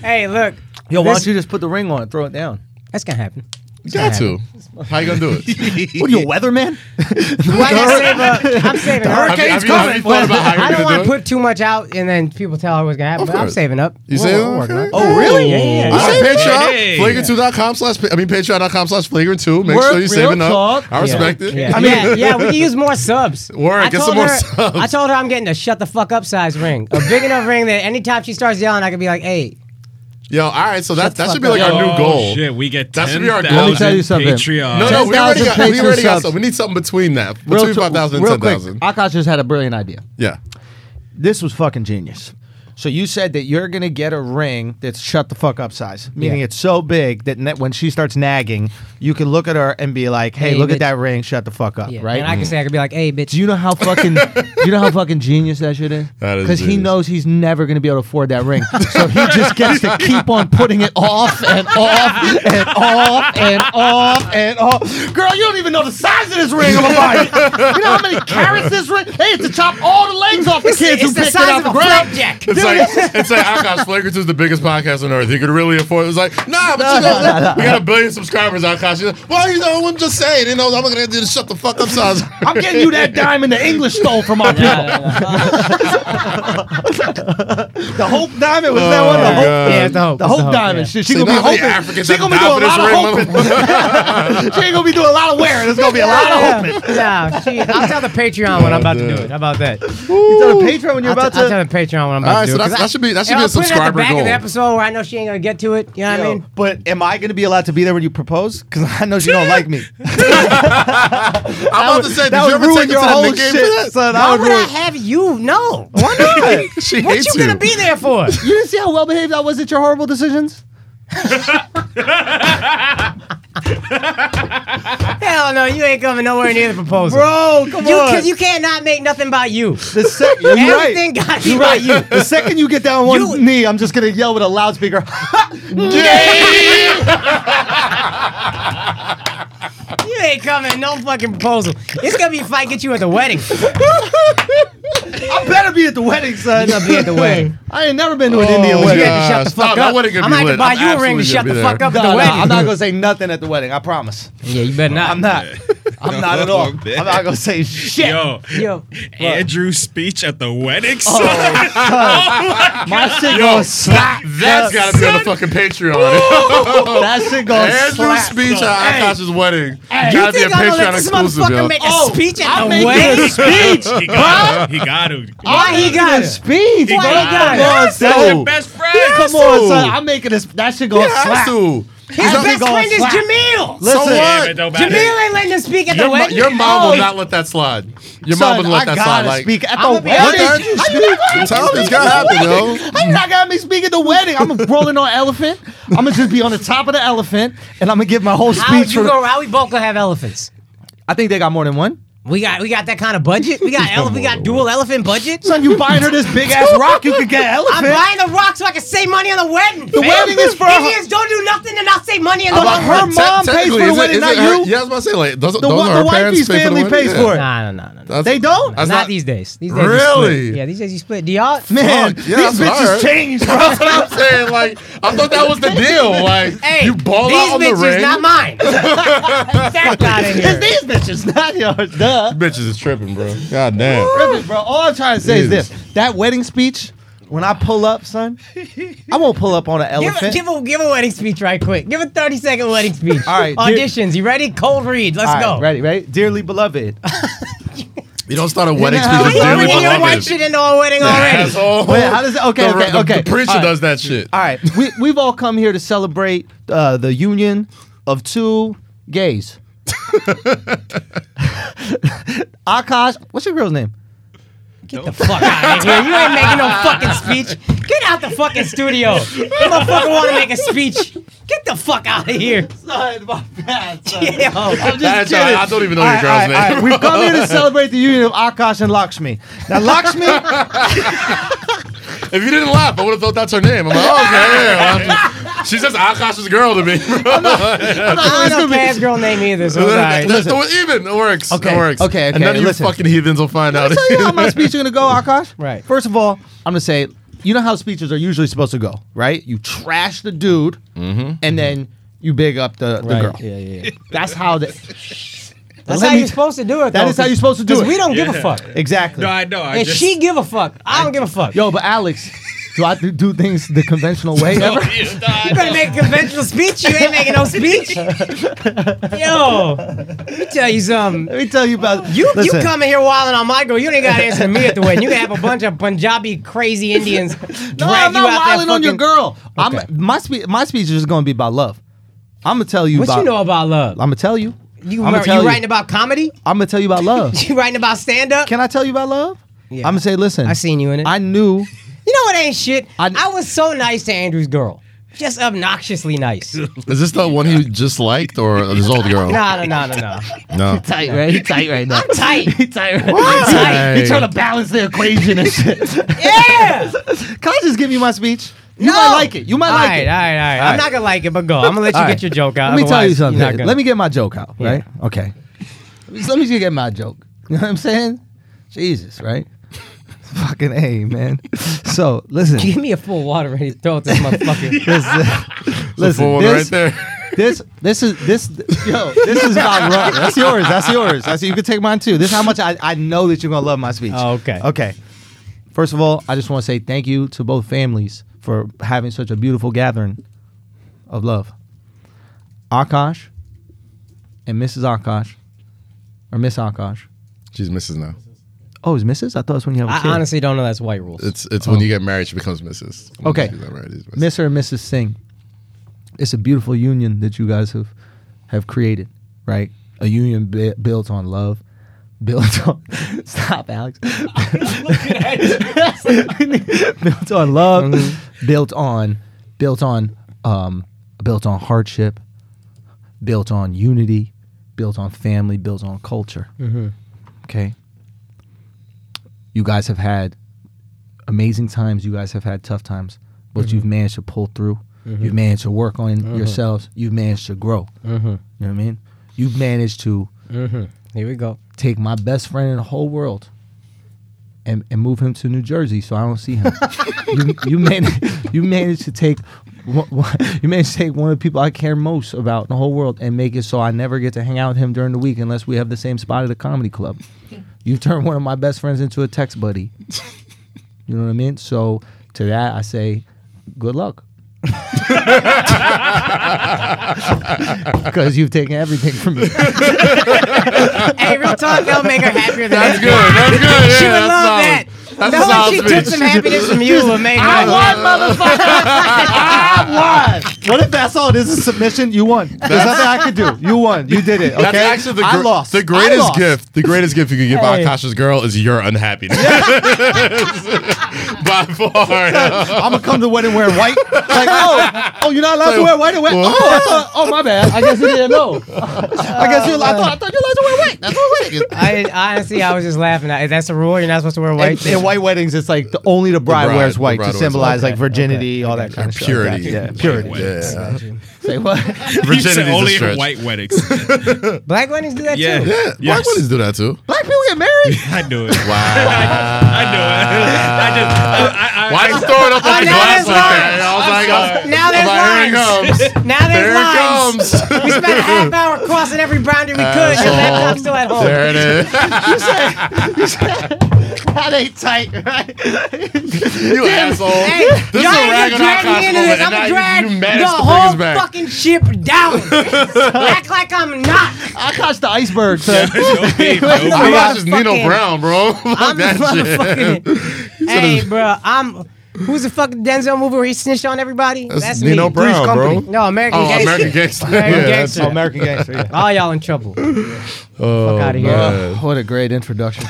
[SPEAKER 4] hey, look,
[SPEAKER 1] Yo, why
[SPEAKER 4] This-
[SPEAKER 1] don't you just put the ring on and throw it down?
[SPEAKER 4] that's gonna happen.
[SPEAKER 2] You got to. How you gonna do it?
[SPEAKER 1] What are you, a weatherman?
[SPEAKER 4] Why not save up? I'm saving up.
[SPEAKER 2] Have you, have you, have you thought about how you're
[SPEAKER 4] I don't
[SPEAKER 2] gonna
[SPEAKER 4] want to
[SPEAKER 2] do it?
[SPEAKER 4] put too much out and then people tell her what's gonna happen.
[SPEAKER 2] Of
[SPEAKER 4] But I'm
[SPEAKER 2] course.
[SPEAKER 4] saving up.
[SPEAKER 2] You
[SPEAKER 4] We'll-
[SPEAKER 2] saving
[SPEAKER 4] we'll work
[SPEAKER 2] up?
[SPEAKER 4] it out.
[SPEAKER 1] Oh, really?
[SPEAKER 4] Yeah, yeah, yeah.
[SPEAKER 2] All right,
[SPEAKER 5] Hey.
[SPEAKER 2] Patreon, flagrant2.com slash, I mean, patreon.com slash flagrant2. Make
[SPEAKER 1] Work,
[SPEAKER 2] sure you're
[SPEAKER 1] real
[SPEAKER 2] saving
[SPEAKER 1] talk.
[SPEAKER 2] up. I respect it.
[SPEAKER 4] Yeah.
[SPEAKER 1] I
[SPEAKER 4] I
[SPEAKER 1] mean-
[SPEAKER 4] mean, yeah, yeah, we can use more subs.
[SPEAKER 2] Word,
[SPEAKER 4] I
[SPEAKER 2] get
[SPEAKER 4] told
[SPEAKER 2] some more
[SPEAKER 4] her-
[SPEAKER 2] subs.
[SPEAKER 4] I told her I'm getting a shut the fuck up size ring, a big enough ring that anytime she starts yelling, I can be like, "Hey,
[SPEAKER 2] Yo, all right, so that,
[SPEAKER 4] the
[SPEAKER 2] that should
[SPEAKER 4] fuck
[SPEAKER 2] be like
[SPEAKER 4] up.
[SPEAKER 2] our new
[SPEAKER 5] Oh,
[SPEAKER 2] goal.
[SPEAKER 5] Shit, we get
[SPEAKER 2] That
[SPEAKER 5] ten
[SPEAKER 2] should be our
[SPEAKER 5] thousand
[SPEAKER 2] goal. Let me
[SPEAKER 1] tell you something.
[SPEAKER 5] Patreon.
[SPEAKER 2] No, no, we already
[SPEAKER 1] 10,000
[SPEAKER 2] got, we already got
[SPEAKER 1] subs.
[SPEAKER 2] something. We need something between that.
[SPEAKER 1] Real
[SPEAKER 2] Between
[SPEAKER 1] t-
[SPEAKER 2] 5,000 and
[SPEAKER 1] real quick,
[SPEAKER 2] 10,000.
[SPEAKER 1] Akash just had a brilliant idea.
[SPEAKER 2] Yeah.
[SPEAKER 1] This was fucking genius. So you said that you're gonna get a ring that's shut the fuck up size, meaning
[SPEAKER 4] Yeah.
[SPEAKER 1] it's so big that ne- when she starts nagging, you can look at her and be like, "Hey,
[SPEAKER 4] Hey,
[SPEAKER 1] look at
[SPEAKER 4] bitch.
[SPEAKER 1] that ring, shut the fuck up,"
[SPEAKER 4] yeah.
[SPEAKER 1] right?
[SPEAKER 4] And I can say, I can be like, "Hey, bitch,
[SPEAKER 1] Do you know how fucking do you know how fucking genius that shit is?
[SPEAKER 2] That is
[SPEAKER 1] Because he
[SPEAKER 2] genius.
[SPEAKER 1] knows he's never gonna be able to afford that ring. so he just gets to keep on putting it off and off and off and off and off. Girl, you don't even know the size of this ring I'm gonna buy. You You know how many carats this ring? They had to chop all the legs off the
[SPEAKER 4] it's,
[SPEAKER 1] kids
[SPEAKER 4] it's
[SPEAKER 1] who
[SPEAKER 4] the
[SPEAKER 1] picked it
[SPEAKER 4] size
[SPEAKER 1] out
[SPEAKER 4] of
[SPEAKER 1] the
[SPEAKER 4] a
[SPEAKER 1] ground.
[SPEAKER 4] flapjack."
[SPEAKER 2] It's like, it's like Akash Flagrant is the biggest podcast on earth. He could really afford it. It's like, nah, but you know, we got a billion subscribers, Akash. He's like, well, you know, I'm just saying, you know, I'm going to do the shut the fuck up size.
[SPEAKER 1] I'm getting you that diamond the English stole from our people. the Hope Diamond was that one. The Hope,
[SPEAKER 2] Oh, God.
[SPEAKER 4] yeah, it's the hope.
[SPEAKER 1] the
[SPEAKER 4] it's
[SPEAKER 1] hope
[SPEAKER 4] hope,
[SPEAKER 1] Diamond.
[SPEAKER 4] yeah.
[SPEAKER 1] Shit, she
[SPEAKER 2] See,
[SPEAKER 1] gonna be
[SPEAKER 2] not many
[SPEAKER 1] hoping.
[SPEAKER 2] Africans
[SPEAKER 1] She
[SPEAKER 2] have
[SPEAKER 1] gonna be doing a lot of
[SPEAKER 2] diamond
[SPEAKER 1] hoping.
[SPEAKER 2] in
[SPEAKER 1] she ain't gonna be doing a lot of wearing. There's gonna be a lot of hoping.
[SPEAKER 4] Nah, she, I'll tell the Patreon when I'm about to do it. How about that?
[SPEAKER 1] You tell the patron when you're
[SPEAKER 4] I'll,
[SPEAKER 1] about
[SPEAKER 4] t- I'll tell
[SPEAKER 1] to.
[SPEAKER 4] the Patreon when I'm
[SPEAKER 2] All
[SPEAKER 4] about
[SPEAKER 2] right,
[SPEAKER 4] to do
[SPEAKER 2] so
[SPEAKER 4] it. 'cause
[SPEAKER 2] that's,
[SPEAKER 4] I-
[SPEAKER 2] that should be that should
[SPEAKER 4] and
[SPEAKER 2] be a
[SPEAKER 4] I'll put it at the
[SPEAKER 2] subscriber
[SPEAKER 4] back
[SPEAKER 2] goal.
[SPEAKER 4] of the episode where I know she ain't gonna get to it. You know what I mean?
[SPEAKER 1] But am I gonna be allowed to be there when you propose? Because I know you don't like me.
[SPEAKER 2] I'm about to say, did
[SPEAKER 1] that
[SPEAKER 2] you
[SPEAKER 1] would
[SPEAKER 2] ever
[SPEAKER 1] ruin
[SPEAKER 2] take it
[SPEAKER 1] your
[SPEAKER 2] to the
[SPEAKER 1] whole
[SPEAKER 2] Nick game for
[SPEAKER 1] shit,
[SPEAKER 2] that?
[SPEAKER 1] son. I
[SPEAKER 4] Why
[SPEAKER 1] would
[SPEAKER 4] would I
[SPEAKER 1] ruin.
[SPEAKER 4] have you? No.
[SPEAKER 2] Oh,
[SPEAKER 4] Why not?
[SPEAKER 2] She
[SPEAKER 4] what
[SPEAKER 2] hates
[SPEAKER 4] you gonna be there for?
[SPEAKER 1] You didn't see how well behaved I was at your horrible decisions.
[SPEAKER 4] Hell no, you ain't coming nowhere near the proposal.
[SPEAKER 1] Bro, come
[SPEAKER 4] you,
[SPEAKER 1] on.
[SPEAKER 4] cause you can't not make nothing about you.
[SPEAKER 1] the sec- you're
[SPEAKER 4] Everything
[SPEAKER 1] right.
[SPEAKER 4] gotta be
[SPEAKER 1] You're
[SPEAKER 4] about
[SPEAKER 1] right.
[SPEAKER 4] you.
[SPEAKER 1] The second you get down on one
[SPEAKER 4] You-
[SPEAKER 1] knee, I'm just gonna yell with a loudspeaker.
[SPEAKER 4] You ain't coming no fucking proposal. It's gonna be a fight get you at the wedding.
[SPEAKER 1] I better be at the wedding, son.
[SPEAKER 4] You gonna be at the wedding.
[SPEAKER 1] I ain't never been to an Indian wedding.
[SPEAKER 4] You had to shut the
[SPEAKER 2] Oh Gosh,
[SPEAKER 4] fuck
[SPEAKER 2] no, that
[SPEAKER 4] up.
[SPEAKER 2] wedding gonna
[SPEAKER 4] I
[SPEAKER 2] be
[SPEAKER 4] might
[SPEAKER 2] lit.
[SPEAKER 4] have to buy
[SPEAKER 2] I'm
[SPEAKER 4] you a ring
[SPEAKER 2] absolutely
[SPEAKER 4] to shut
[SPEAKER 2] gonna
[SPEAKER 4] the
[SPEAKER 2] be
[SPEAKER 4] fuck
[SPEAKER 2] there.
[SPEAKER 4] up
[SPEAKER 1] No,
[SPEAKER 4] at the
[SPEAKER 1] no,
[SPEAKER 4] wedding.
[SPEAKER 1] I'm not gonna say nothing at the wedding. I promise.
[SPEAKER 4] yeah, you better not.
[SPEAKER 1] I'm not. I'm not at all.
[SPEAKER 5] man.
[SPEAKER 1] I'm not gonna say shit.
[SPEAKER 5] Yo,
[SPEAKER 4] Yo,
[SPEAKER 5] Andrew's speech at the wedding.
[SPEAKER 1] My shit goes slap.
[SPEAKER 2] That's gotta be on the fucking Patreon.
[SPEAKER 1] That shit goes
[SPEAKER 2] Andrew's
[SPEAKER 1] slap.
[SPEAKER 2] speech at Akash's wedding.
[SPEAKER 4] you
[SPEAKER 2] Gotta be a
[SPEAKER 4] think I'm gonna let
[SPEAKER 2] Patreon
[SPEAKER 4] this
[SPEAKER 2] exclusive,
[SPEAKER 4] motherfucker
[SPEAKER 2] yo.
[SPEAKER 4] make a
[SPEAKER 1] Oh,
[SPEAKER 4] speech at
[SPEAKER 1] I'm
[SPEAKER 4] the
[SPEAKER 1] making
[SPEAKER 4] wedding?
[SPEAKER 1] a speech.
[SPEAKER 5] he got him. He got him.
[SPEAKER 4] Why he got it?
[SPEAKER 1] Speech. bro.
[SPEAKER 5] He got
[SPEAKER 1] Come
[SPEAKER 5] it.
[SPEAKER 1] on,
[SPEAKER 5] They're
[SPEAKER 1] son.
[SPEAKER 5] best
[SPEAKER 1] Come
[SPEAKER 5] friends.
[SPEAKER 1] on,
[SPEAKER 2] to.
[SPEAKER 1] son. I'm making this. That shit goes
[SPEAKER 2] Has
[SPEAKER 1] slap.
[SPEAKER 2] to.
[SPEAKER 4] His
[SPEAKER 1] That shit
[SPEAKER 4] best
[SPEAKER 1] goes
[SPEAKER 4] friend is
[SPEAKER 1] slap.
[SPEAKER 4] Jamil.
[SPEAKER 1] Listen.
[SPEAKER 2] what?
[SPEAKER 5] Damn it, don't matter.
[SPEAKER 4] Jamil ain't letting him speak at
[SPEAKER 2] Your,
[SPEAKER 4] the
[SPEAKER 2] mo-
[SPEAKER 4] wedding.
[SPEAKER 2] your mom
[SPEAKER 1] Oh,
[SPEAKER 2] will not let that slide. Your mom
[SPEAKER 1] Son,
[SPEAKER 2] would let
[SPEAKER 1] I
[SPEAKER 2] that slide.
[SPEAKER 1] gotta
[SPEAKER 2] like,
[SPEAKER 1] speak at
[SPEAKER 4] I'ma
[SPEAKER 1] the
[SPEAKER 4] be
[SPEAKER 2] Let
[SPEAKER 4] honest.
[SPEAKER 1] wedding.
[SPEAKER 2] Andrew speak. I'm telling you, it's gonna happen, yo.
[SPEAKER 1] How you not got me speak at the wedding? I'm rolling on elephant. I'm gonna just be on the top of the elephant, and I'm gonna give my whole
[SPEAKER 4] How
[SPEAKER 1] speech.
[SPEAKER 4] you
[SPEAKER 1] For,
[SPEAKER 4] go? How we both gonna have elephants?
[SPEAKER 1] I think they got more than one.
[SPEAKER 4] We got we got that kind of budget. We got ele- we got dual elephant budget.
[SPEAKER 1] Son, you buying her this big ass rock? You could get
[SPEAKER 4] I'm
[SPEAKER 1] elephant.
[SPEAKER 4] buying the rock so I can save money on the wedding. The
[SPEAKER 1] wedding is for her-
[SPEAKER 4] Indians. Don't do nothing and not save money on the
[SPEAKER 1] About
[SPEAKER 4] wedding.
[SPEAKER 1] her mom
[SPEAKER 2] Te-
[SPEAKER 1] pays for
[SPEAKER 2] technically,
[SPEAKER 1] the
[SPEAKER 2] is it-
[SPEAKER 1] wedding,
[SPEAKER 2] is
[SPEAKER 1] not
[SPEAKER 2] it her-
[SPEAKER 1] you.
[SPEAKER 2] Yeah, I was about to say, like, those,
[SPEAKER 1] The,
[SPEAKER 2] those
[SPEAKER 1] wa-
[SPEAKER 2] are her
[SPEAKER 1] the
[SPEAKER 2] parents
[SPEAKER 1] wifey's
[SPEAKER 2] pay
[SPEAKER 1] family
[SPEAKER 2] for the
[SPEAKER 1] pays
[SPEAKER 2] wedding?
[SPEAKER 1] for it.
[SPEAKER 4] Nah, no, no, no.
[SPEAKER 2] That's-
[SPEAKER 1] They don't.
[SPEAKER 4] Not,
[SPEAKER 2] That's not-
[SPEAKER 4] these days. These days you split.
[SPEAKER 2] Really?
[SPEAKER 4] Yeah, these days you split. Do y'all?
[SPEAKER 1] Man,
[SPEAKER 2] Fuck, yeah, that's
[SPEAKER 1] these
[SPEAKER 2] what I
[SPEAKER 1] bitches
[SPEAKER 2] heard.
[SPEAKER 1] changed, bro.
[SPEAKER 2] That's what I'm saying. Like, I thought that was the deal. Like,
[SPEAKER 4] Hey,
[SPEAKER 2] you ball
[SPEAKER 4] these
[SPEAKER 2] out on the
[SPEAKER 4] bitches,
[SPEAKER 2] ring.
[SPEAKER 4] not mine. Fuck out of here.
[SPEAKER 1] It's these bitches, not yours. Duh.
[SPEAKER 2] Bitches is tripping, bro. God damn.
[SPEAKER 1] Ribbons, bro. All I'm trying to say is
[SPEAKER 2] Jesus.
[SPEAKER 1] this: that wedding speech. When I pull up, son, I won't pull up on an
[SPEAKER 4] Give a,
[SPEAKER 1] elephant.
[SPEAKER 4] give, a, give a wedding speech right quick. Give a 30 second wedding speech.
[SPEAKER 1] All right, dude.
[SPEAKER 4] Auditions. You ready? Cold read. Let's
[SPEAKER 1] All right,
[SPEAKER 4] go.
[SPEAKER 1] ready, ready? Dearly beloved,
[SPEAKER 2] You don't start a wedding
[SPEAKER 1] Yeah,
[SPEAKER 2] speech
[SPEAKER 1] how
[SPEAKER 2] with
[SPEAKER 4] You
[SPEAKER 1] you
[SPEAKER 2] dearly
[SPEAKER 4] already in your white
[SPEAKER 2] beloved.
[SPEAKER 4] shit into our wedding already.
[SPEAKER 2] Asshole.
[SPEAKER 1] Wait, how does it- okay,
[SPEAKER 2] The-
[SPEAKER 1] okay,
[SPEAKER 2] the-
[SPEAKER 1] okay.
[SPEAKER 2] The preacher
[SPEAKER 1] Alright.
[SPEAKER 2] does that shit.
[SPEAKER 1] All right, we we've all come here to celebrate uh, the union of two gays. Akash, what's your girl's name?
[SPEAKER 4] Get the fuck out of here. You ain't making no fucking speech. Get out the fucking studio. Motherfucker want to make a speech. Get the fuck out of here.
[SPEAKER 1] Son, my bad. Son.
[SPEAKER 4] Yo.
[SPEAKER 1] I'm just
[SPEAKER 2] That's-
[SPEAKER 1] kidding.
[SPEAKER 2] I don't even know
[SPEAKER 1] All
[SPEAKER 2] your
[SPEAKER 1] right,
[SPEAKER 2] girl's
[SPEAKER 1] all right,
[SPEAKER 2] name.
[SPEAKER 1] all right. We've come here to celebrate the union of Akash and Lakshmi. Now, Lakshmi,
[SPEAKER 2] If you didn't laugh, I would have thought that's her name. I'm like, oh, okay. yeah, well, I'm just- she says Akash's girl to me.
[SPEAKER 4] I don't know Pat's girl name either, so it's all right.
[SPEAKER 2] That's the even. It works.
[SPEAKER 1] Okay,
[SPEAKER 2] It works.
[SPEAKER 1] okay,
[SPEAKER 2] And
[SPEAKER 1] okay,
[SPEAKER 2] none of
[SPEAKER 1] listen.
[SPEAKER 2] you fucking heathens will find out.
[SPEAKER 1] I'll tell you how my speech is going to go, Akash.
[SPEAKER 4] Right.
[SPEAKER 1] First of all, I'm going to say, you know how speeches are usually supposed to go, right? You trash the dude,
[SPEAKER 5] Mm-hmm.
[SPEAKER 1] and then you big up the, the girl.
[SPEAKER 4] Yeah, yeah, yeah.
[SPEAKER 1] That's how the,
[SPEAKER 4] That's
[SPEAKER 1] Let
[SPEAKER 4] how
[SPEAKER 1] me-
[SPEAKER 4] you're supposed to do it.
[SPEAKER 1] That
[SPEAKER 4] though,
[SPEAKER 1] is how you're
[SPEAKER 4] 'cause-
[SPEAKER 1] supposed to do
[SPEAKER 4] 'cause
[SPEAKER 1] it.
[SPEAKER 4] We don't give
[SPEAKER 5] Yeah.
[SPEAKER 4] a fuck.
[SPEAKER 1] exactly.
[SPEAKER 5] No, I know. I
[SPEAKER 4] And
[SPEAKER 5] just,
[SPEAKER 4] she give a fuck. I don't give a fuck.
[SPEAKER 1] Yo, but Alex, do I do- do things the conventional way
[SPEAKER 5] Oh,
[SPEAKER 1] ever?
[SPEAKER 5] yeah, nah, I
[SPEAKER 4] You better
[SPEAKER 5] know.
[SPEAKER 4] make a conventional speech. You ain't making no speech. Yo, let me tell you something.
[SPEAKER 1] Let me tell you about
[SPEAKER 4] You
[SPEAKER 1] Listen,
[SPEAKER 4] you coming here wilding on my girl. You ain't got to answer to me at the wedding. You can have a bunch of Punjabi crazy Indians.
[SPEAKER 1] No,
[SPEAKER 4] drag
[SPEAKER 1] I'm
[SPEAKER 4] you
[SPEAKER 1] not
[SPEAKER 4] out that
[SPEAKER 1] wilding on your
[SPEAKER 4] fucking-
[SPEAKER 1] girl.
[SPEAKER 4] Okay.
[SPEAKER 1] I'm my speech. My speech is just gonna be about love. I'm gonna tell you.
[SPEAKER 4] What
[SPEAKER 1] about,
[SPEAKER 4] you know about love?
[SPEAKER 1] I'm gonna tell you.
[SPEAKER 4] You,
[SPEAKER 1] I'm
[SPEAKER 4] remember-
[SPEAKER 1] gonna tell
[SPEAKER 4] you
[SPEAKER 1] you.
[SPEAKER 4] writing about comedy?
[SPEAKER 1] I'm gonna tell you about love.
[SPEAKER 4] You writing about stand up?
[SPEAKER 1] Can I tell you about love?
[SPEAKER 4] Yeah.
[SPEAKER 1] I'm gonna say, listen.
[SPEAKER 4] I seen you in it.
[SPEAKER 1] I knew.
[SPEAKER 4] you know it ain't shit. I,
[SPEAKER 1] I-
[SPEAKER 4] was so nice to Andrew's girl. Just obnoxiously nice. no,
[SPEAKER 2] Is this the one he just liked or this old girl?
[SPEAKER 4] no, no, no, no.
[SPEAKER 2] No.
[SPEAKER 1] Tight, right? He tight right now.
[SPEAKER 4] Tight.
[SPEAKER 1] tight.
[SPEAKER 2] tight.
[SPEAKER 1] He trying to balance the equation and shit.
[SPEAKER 4] Yeah.
[SPEAKER 1] Can I just give you my speech? You might like it. You might
[SPEAKER 4] all
[SPEAKER 1] like
[SPEAKER 4] right,
[SPEAKER 1] it.
[SPEAKER 4] All right, all right. I'm not gonna like it, but go. I'm gonna let you
[SPEAKER 1] All right.
[SPEAKER 4] get your joke out.
[SPEAKER 1] Let me tell you
[SPEAKER 4] Otherwise, you're not
[SPEAKER 1] something.
[SPEAKER 4] gonna-
[SPEAKER 1] Let me get my joke out,
[SPEAKER 4] Yeah.
[SPEAKER 1] right? Okay. So let me just get my joke. You know what I'm saying? Jesus, right? Fucking A, man. So listen.
[SPEAKER 4] give me a full water ready to throw at this motherfucker.
[SPEAKER 1] listen.
[SPEAKER 2] Full
[SPEAKER 1] listen
[SPEAKER 2] one right
[SPEAKER 1] this,
[SPEAKER 2] there.
[SPEAKER 1] this this is this yo, this is about love. That's yours. That's yours. That's you can take mine too. This is how much I, I know that you're gonna love my speech.
[SPEAKER 4] Oh, okay.
[SPEAKER 1] Okay. First of all, I just want to say thank you to both families for having such a beautiful gathering of love. Akash and Mrs. Akash, or Miss Akash.
[SPEAKER 2] She's Mrs. now.
[SPEAKER 1] Oh, is Mrs. I thought it's when you have a
[SPEAKER 4] I
[SPEAKER 1] kid.
[SPEAKER 4] honestly don't know. That's white rules.
[SPEAKER 2] It's it's when you get married, she becomes Mrs. When
[SPEAKER 1] Okay.
[SPEAKER 2] she's not married, it's Mrs.
[SPEAKER 1] Mr. and Mrs. Singh, it's a beautiful union that you guys have have created, right? A union bu- built on love, built on stop, Alex. built on love,
[SPEAKER 4] Mm-hmm.
[SPEAKER 1] built on built on um, built on hardship, built on unity, built on family, built on culture. Okay, you guys have had amazing times. You guys have had tough times, but you've managed to pull through. You've managed to work on yourselves. You've managed to grow. You know what I mean? You've managed to
[SPEAKER 4] Here we go.
[SPEAKER 1] take my best friend in the whole world and, and move him to New Jersey so I don't see him. you you managed you managed to take one- one- you managed to take one of the people I care most about in the whole world and make it so I never get to hang out with him during the week unless we have the same spot at a comedy club. You've turned one of my best friends into a text buddy. You know what I mean? So to that I say, good luck. Because you've taken everything from me.
[SPEAKER 4] hey, real talk. That'll make her happier than
[SPEAKER 2] That's
[SPEAKER 4] anything.
[SPEAKER 2] good. That's good. Yeah,
[SPEAKER 4] She would
[SPEAKER 2] that's
[SPEAKER 4] love
[SPEAKER 2] solid.
[SPEAKER 4] that.
[SPEAKER 2] That's a
[SPEAKER 4] Knowing
[SPEAKER 2] solid
[SPEAKER 4] she
[SPEAKER 2] speech.
[SPEAKER 4] took some happiness from you would make her. laugh.
[SPEAKER 1] What if that's all? This is submission. You won. There's nothing I could do. You won. You did it. Okay.
[SPEAKER 2] That's actually the,
[SPEAKER 1] I
[SPEAKER 2] gr-
[SPEAKER 1] lost.
[SPEAKER 2] the
[SPEAKER 1] I
[SPEAKER 2] greatest
[SPEAKER 1] lost.
[SPEAKER 2] gift. The greatest gift you could give
[SPEAKER 4] Hey.
[SPEAKER 2] Akash's girl is your unhappiness. By far.
[SPEAKER 1] I'm gonna come to the wedding wearing white. Like oh, oh, you're not allowed to wear white. and Wet. Oh, I thought, oh, my bad. I guess you didn't know. I guess you. I thought I thought you allowed to wear white. That's what wedding is.
[SPEAKER 4] I honestly, I was just laughing. I, that's a rule. You're not supposed to wear white.
[SPEAKER 1] And, and Oh. white weddings, it's like the, only the bride,
[SPEAKER 2] bride-
[SPEAKER 1] wears
[SPEAKER 2] the
[SPEAKER 1] white
[SPEAKER 2] bride
[SPEAKER 1] to
[SPEAKER 2] wears
[SPEAKER 1] symbolize
[SPEAKER 4] white.
[SPEAKER 1] like virginity, all that kind of
[SPEAKER 2] Purity.
[SPEAKER 1] Stuff. Yeah, purity.
[SPEAKER 2] Yeah.
[SPEAKER 1] Say what?
[SPEAKER 5] You said
[SPEAKER 2] Virginity's
[SPEAKER 5] only
[SPEAKER 2] a
[SPEAKER 5] in
[SPEAKER 2] stretch.
[SPEAKER 5] white weddings.
[SPEAKER 4] Black weddings do that
[SPEAKER 5] Yeah.
[SPEAKER 4] too.
[SPEAKER 2] Yeah, Black
[SPEAKER 5] Yes.
[SPEAKER 2] women do that too.
[SPEAKER 1] Black people get married.
[SPEAKER 5] I knew it.
[SPEAKER 2] Wow.
[SPEAKER 5] I knew it. I just. I, I, I,
[SPEAKER 2] Why you throw it up on
[SPEAKER 4] Oh,
[SPEAKER 2] the
[SPEAKER 4] now
[SPEAKER 2] glass
[SPEAKER 4] there's
[SPEAKER 2] like that?
[SPEAKER 4] lines.
[SPEAKER 2] I was like, uh,
[SPEAKER 4] Now there's
[SPEAKER 2] I'm like, here it comes.
[SPEAKER 4] Now there's
[SPEAKER 2] There
[SPEAKER 4] lines.
[SPEAKER 2] it comes.
[SPEAKER 4] We spent a half hour crossing every boundary we could. Your
[SPEAKER 2] Asshole.
[SPEAKER 4] laptop's still at home.
[SPEAKER 2] There it is.
[SPEAKER 1] That ain't tight, right?
[SPEAKER 2] You asshole.
[SPEAKER 4] Hey,
[SPEAKER 2] This is a
[SPEAKER 4] y'all ain't
[SPEAKER 2] rag
[SPEAKER 4] gonna
[SPEAKER 2] on
[SPEAKER 4] drag
[SPEAKER 2] Akash
[SPEAKER 4] me into
[SPEAKER 2] moment,
[SPEAKER 4] this.
[SPEAKER 2] and now
[SPEAKER 4] I'm gonna
[SPEAKER 2] you-
[SPEAKER 4] drag
[SPEAKER 2] you
[SPEAKER 4] the
[SPEAKER 2] managed to bring us
[SPEAKER 4] whole
[SPEAKER 2] back.
[SPEAKER 4] fucking ship down. Act like I'm not.
[SPEAKER 1] I caught the iceberg. son.
[SPEAKER 5] no beef, no beef.
[SPEAKER 4] I'm
[SPEAKER 2] Akash is Nino
[SPEAKER 4] motherfucking-
[SPEAKER 2] Brown, bro. Fuck
[SPEAKER 4] I'm the
[SPEAKER 2] that shit.
[SPEAKER 4] motherfucking. hey, bro, I'm. Who's the fucking Denzel movie where he snitched on everybody?
[SPEAKER 2] That's Nino
[SPEAKER 4] Three's
[SPEAKER 2] Brown,
[SPEAKER 4] Company.
[SPEAKER 2] bro.
[SPEAKER 4] No, American
[SPEAKER 2] Oh,
[SPEAKER 4] Gangster.
[SPEAKER 2] American Gangster.
[SPEAKER 4] American
[SPEAKER 2] Yeah, that's-
[SPEAKER 4] Gangster.
[SPEAKER 1] American Gangster. Yeah.
[SPEAKER 4] All y'all in trouble.
[SPEAKER 2] Oh,
[SPEAKER 4] outta here.
[SPEAKER 2] man.
[SPEAKER 1] what a great introduction.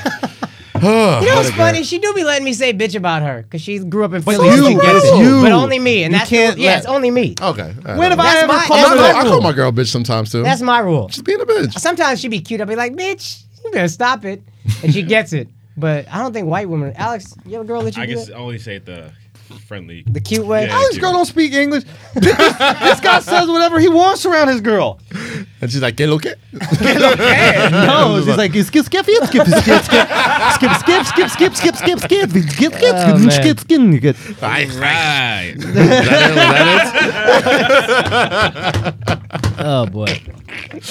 [SPEAKER 3] You know what's funny? She do be letting me say bitch about her because she grew up in
[SPEAKER 1] But
[SPEAKER 3] Philly.
[SPEAKER 1] you-
[SPEAKER 3] she gets
[SPEAKER 1] but
[SPEAKER 3] it.
[SPEAKER 1] you-
[SPEAKER 3] but only me, and
[SPEAKER 1] you
[SPEAKER 3] that's
[SPEAKER 1] can't
[SPEAKER 3] yeah,
[SPEAKER 1] let-
[SPEAKER 3] it's only me.
[SPEAKER 2] Okay.
[SPEAKER 1] When have I
[SPEAKER 3] That's
[SPEAKER 1] ever
[SPEAKER 3] my-
[SPEAKER 1] called her
[SPEAKER 2] I
[SPEAKER 3] that's
[SPEAKER 2] call,
[SPEAKER 3] my
[SPEAKER 1] that?
[SPEAKER 2] I
[SPEAKER 3] rule.
[SPEAKER 2] call my girl bitch sometimes too.
[SPEAKER 3] That's my rule.
[SPEAKER 2] She's being a bitch.
[SPEAKER 3] Sometimes she be cute. I'll be like, bitch, you better stop it, and she gets it. But I don't think white women. Alex, you have a girl that you
[SPEAKER 5] I
[SPEAKER 3] do
[SPEAKER 5] guess
[SPEAKER 3] that?
[SPEAKER 5] I only say it the friendly.
[SPEAKER 3] the cute way.
[SPEAKER 5] Yeah.
[SPEAKER 1] Oh, this girl don't speak English. this this guy says whatever he wants around his girl.
[SPEAKER 2] And she's like, "Get look at."
[SPEAKER 1] No, she's Oh, like skip, skip, skip, skip, skip, skip, skip, skip, skip, skip, skip, skip, skip, skip, skip, skip,
[SPEAKER 3] Oh,
[SPEAKER 1] skip,
[SPEAKER 3] man.
[SPEAKER 1] skip, skip, skip.
[SPEAKER 5] Right.
[SPEAKER 1] Oh boy.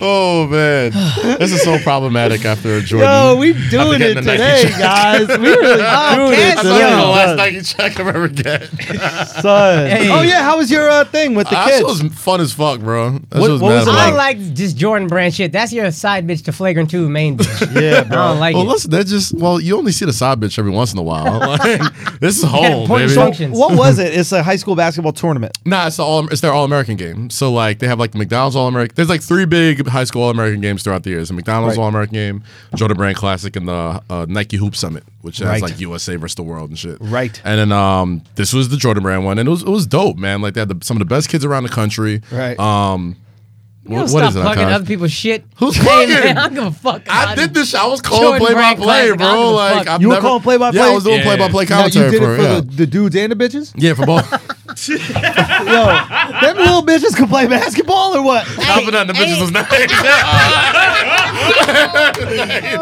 [SPEAKER 2] Oh man, this is so problematic. After a Jordan,
[SPEAKER 1] Yo, we doing it
[SPEAKER 2] getting the
[SPEAKER 1] today,
[SPEAKER 2] Nike
[SPEAKER 1] guys. We really doing it
[SPEAKER 2] That's like
[SPEAKER 3] Cass,
[SPEAKER 2] the last
[SPEAKER 1] today.
[SPEAKER 2] Nike check I've ever get.
[SPEAKER 1] Son. Oh yeah, how was your uh, thing with the
[SPEAKER 2] That shit was
[SPEAKER 1] kids?
[SPEAKER 2] fun as fuck, bro. That shit
[SPEAKER 1] What-
[SPEAKER 2] was
[SPEAKER 1] what
[SPEAKER 2] mad
[SPEAKER 1] was
[SPEAKER 2] as
[SPEAKER 1] it
[SPEAKER 2] fuck.
[SPEAKER 3] I don't like this Jordan brand shit. That's your side bitch to flagrant two main bitch.
[SPEAKER 1] Yeah,
[SPEAKER 3] I don't like
[SPEAKER 2] Well,
[SPEAKER 3] it.
[SPEAKER 2] listen, that just well, you only see the side bitch every once in a while. Like, this is home,
[SPEAKER 3] important
[SPEAKER 2] baby.
[SPEAKER 3] function.
[SPEAKER 1] What was it? It's a high school basketball tournament.
[SPEAKER 2] Nah, it's the all it's their All American game. So like they have like McDonald's All American. There's like three big high school All American games throughout the years: the McDonald's
[SPEAKER 1] Right.
[SPEAKER 2] All American game, Jordan Brand Classic, and the uh, Nike Hoop Summit, which has
[SPEAKER 1] Right.
[SPEAKER 2] like USA versus the world and shit.
[SPEAKER 1] Right.
[SPEAKER 2] And then um, this was the Jordan Brand one, and it was it was dope, man. Like they had the, some of the best kids around the country.
[SPEAKER 1] Right.
[SPEAKER 2] Um,
[SPEAKER 3] You don't
[SPEAKER 2] wh- what
[SPEAKER 3] stop
[SPEAKER 2] is it?
[SPEAKER 3] plugging
[SPEAKER 2] Akash?
[SPEAKER 3] other people's shit.
[SPEAKER 2] Who's
[SPEAKER 3] Hey,
[SPEAKER 2] plugging?
[SPEAKER 3] man, I don't give a fuck.
[SPEAKER 2] I
[SPEAKER 3] about
[SPEAKER 2] did
[SPEAKER 3] it.
[SPEAKER 2] this. shit. I was calling
[SPEAKER 3] Jordan
[SPEAKER 2] play by
[SPEAKER 3] Brand
[SPEAKER 2] play,
[SPEAKER 3] Classic. I don't
[SPEAKER 2] bro.
[SPEAKER 3] give a
[SPEAKER 2] Like
[SPEAKER 3] fuck.
[SPEAKER 2] I've
[SPEAKER 1] You were
[SPEAKER 2] never-
[SPEAKER 1] calling play-by-play?
[SPEAKER 2] Yeah, I was doing
[SPEAKER 5] Yeah.
[SPEAKER 2] play by play
[SPEAKER 1] Now,
[SPEAKER 2] commentary
[SPEAKER 1] you did it for
[SPEAKER 2] yeah.
[SPEAKER 1] the, the dudes and the bitches?
[SPEAKER 2] yeah, for both.
[SPEAKER 1] Yo, them little bitches can play basketball or what?
[SPEAKER 2] Other than the bitches was nice. they was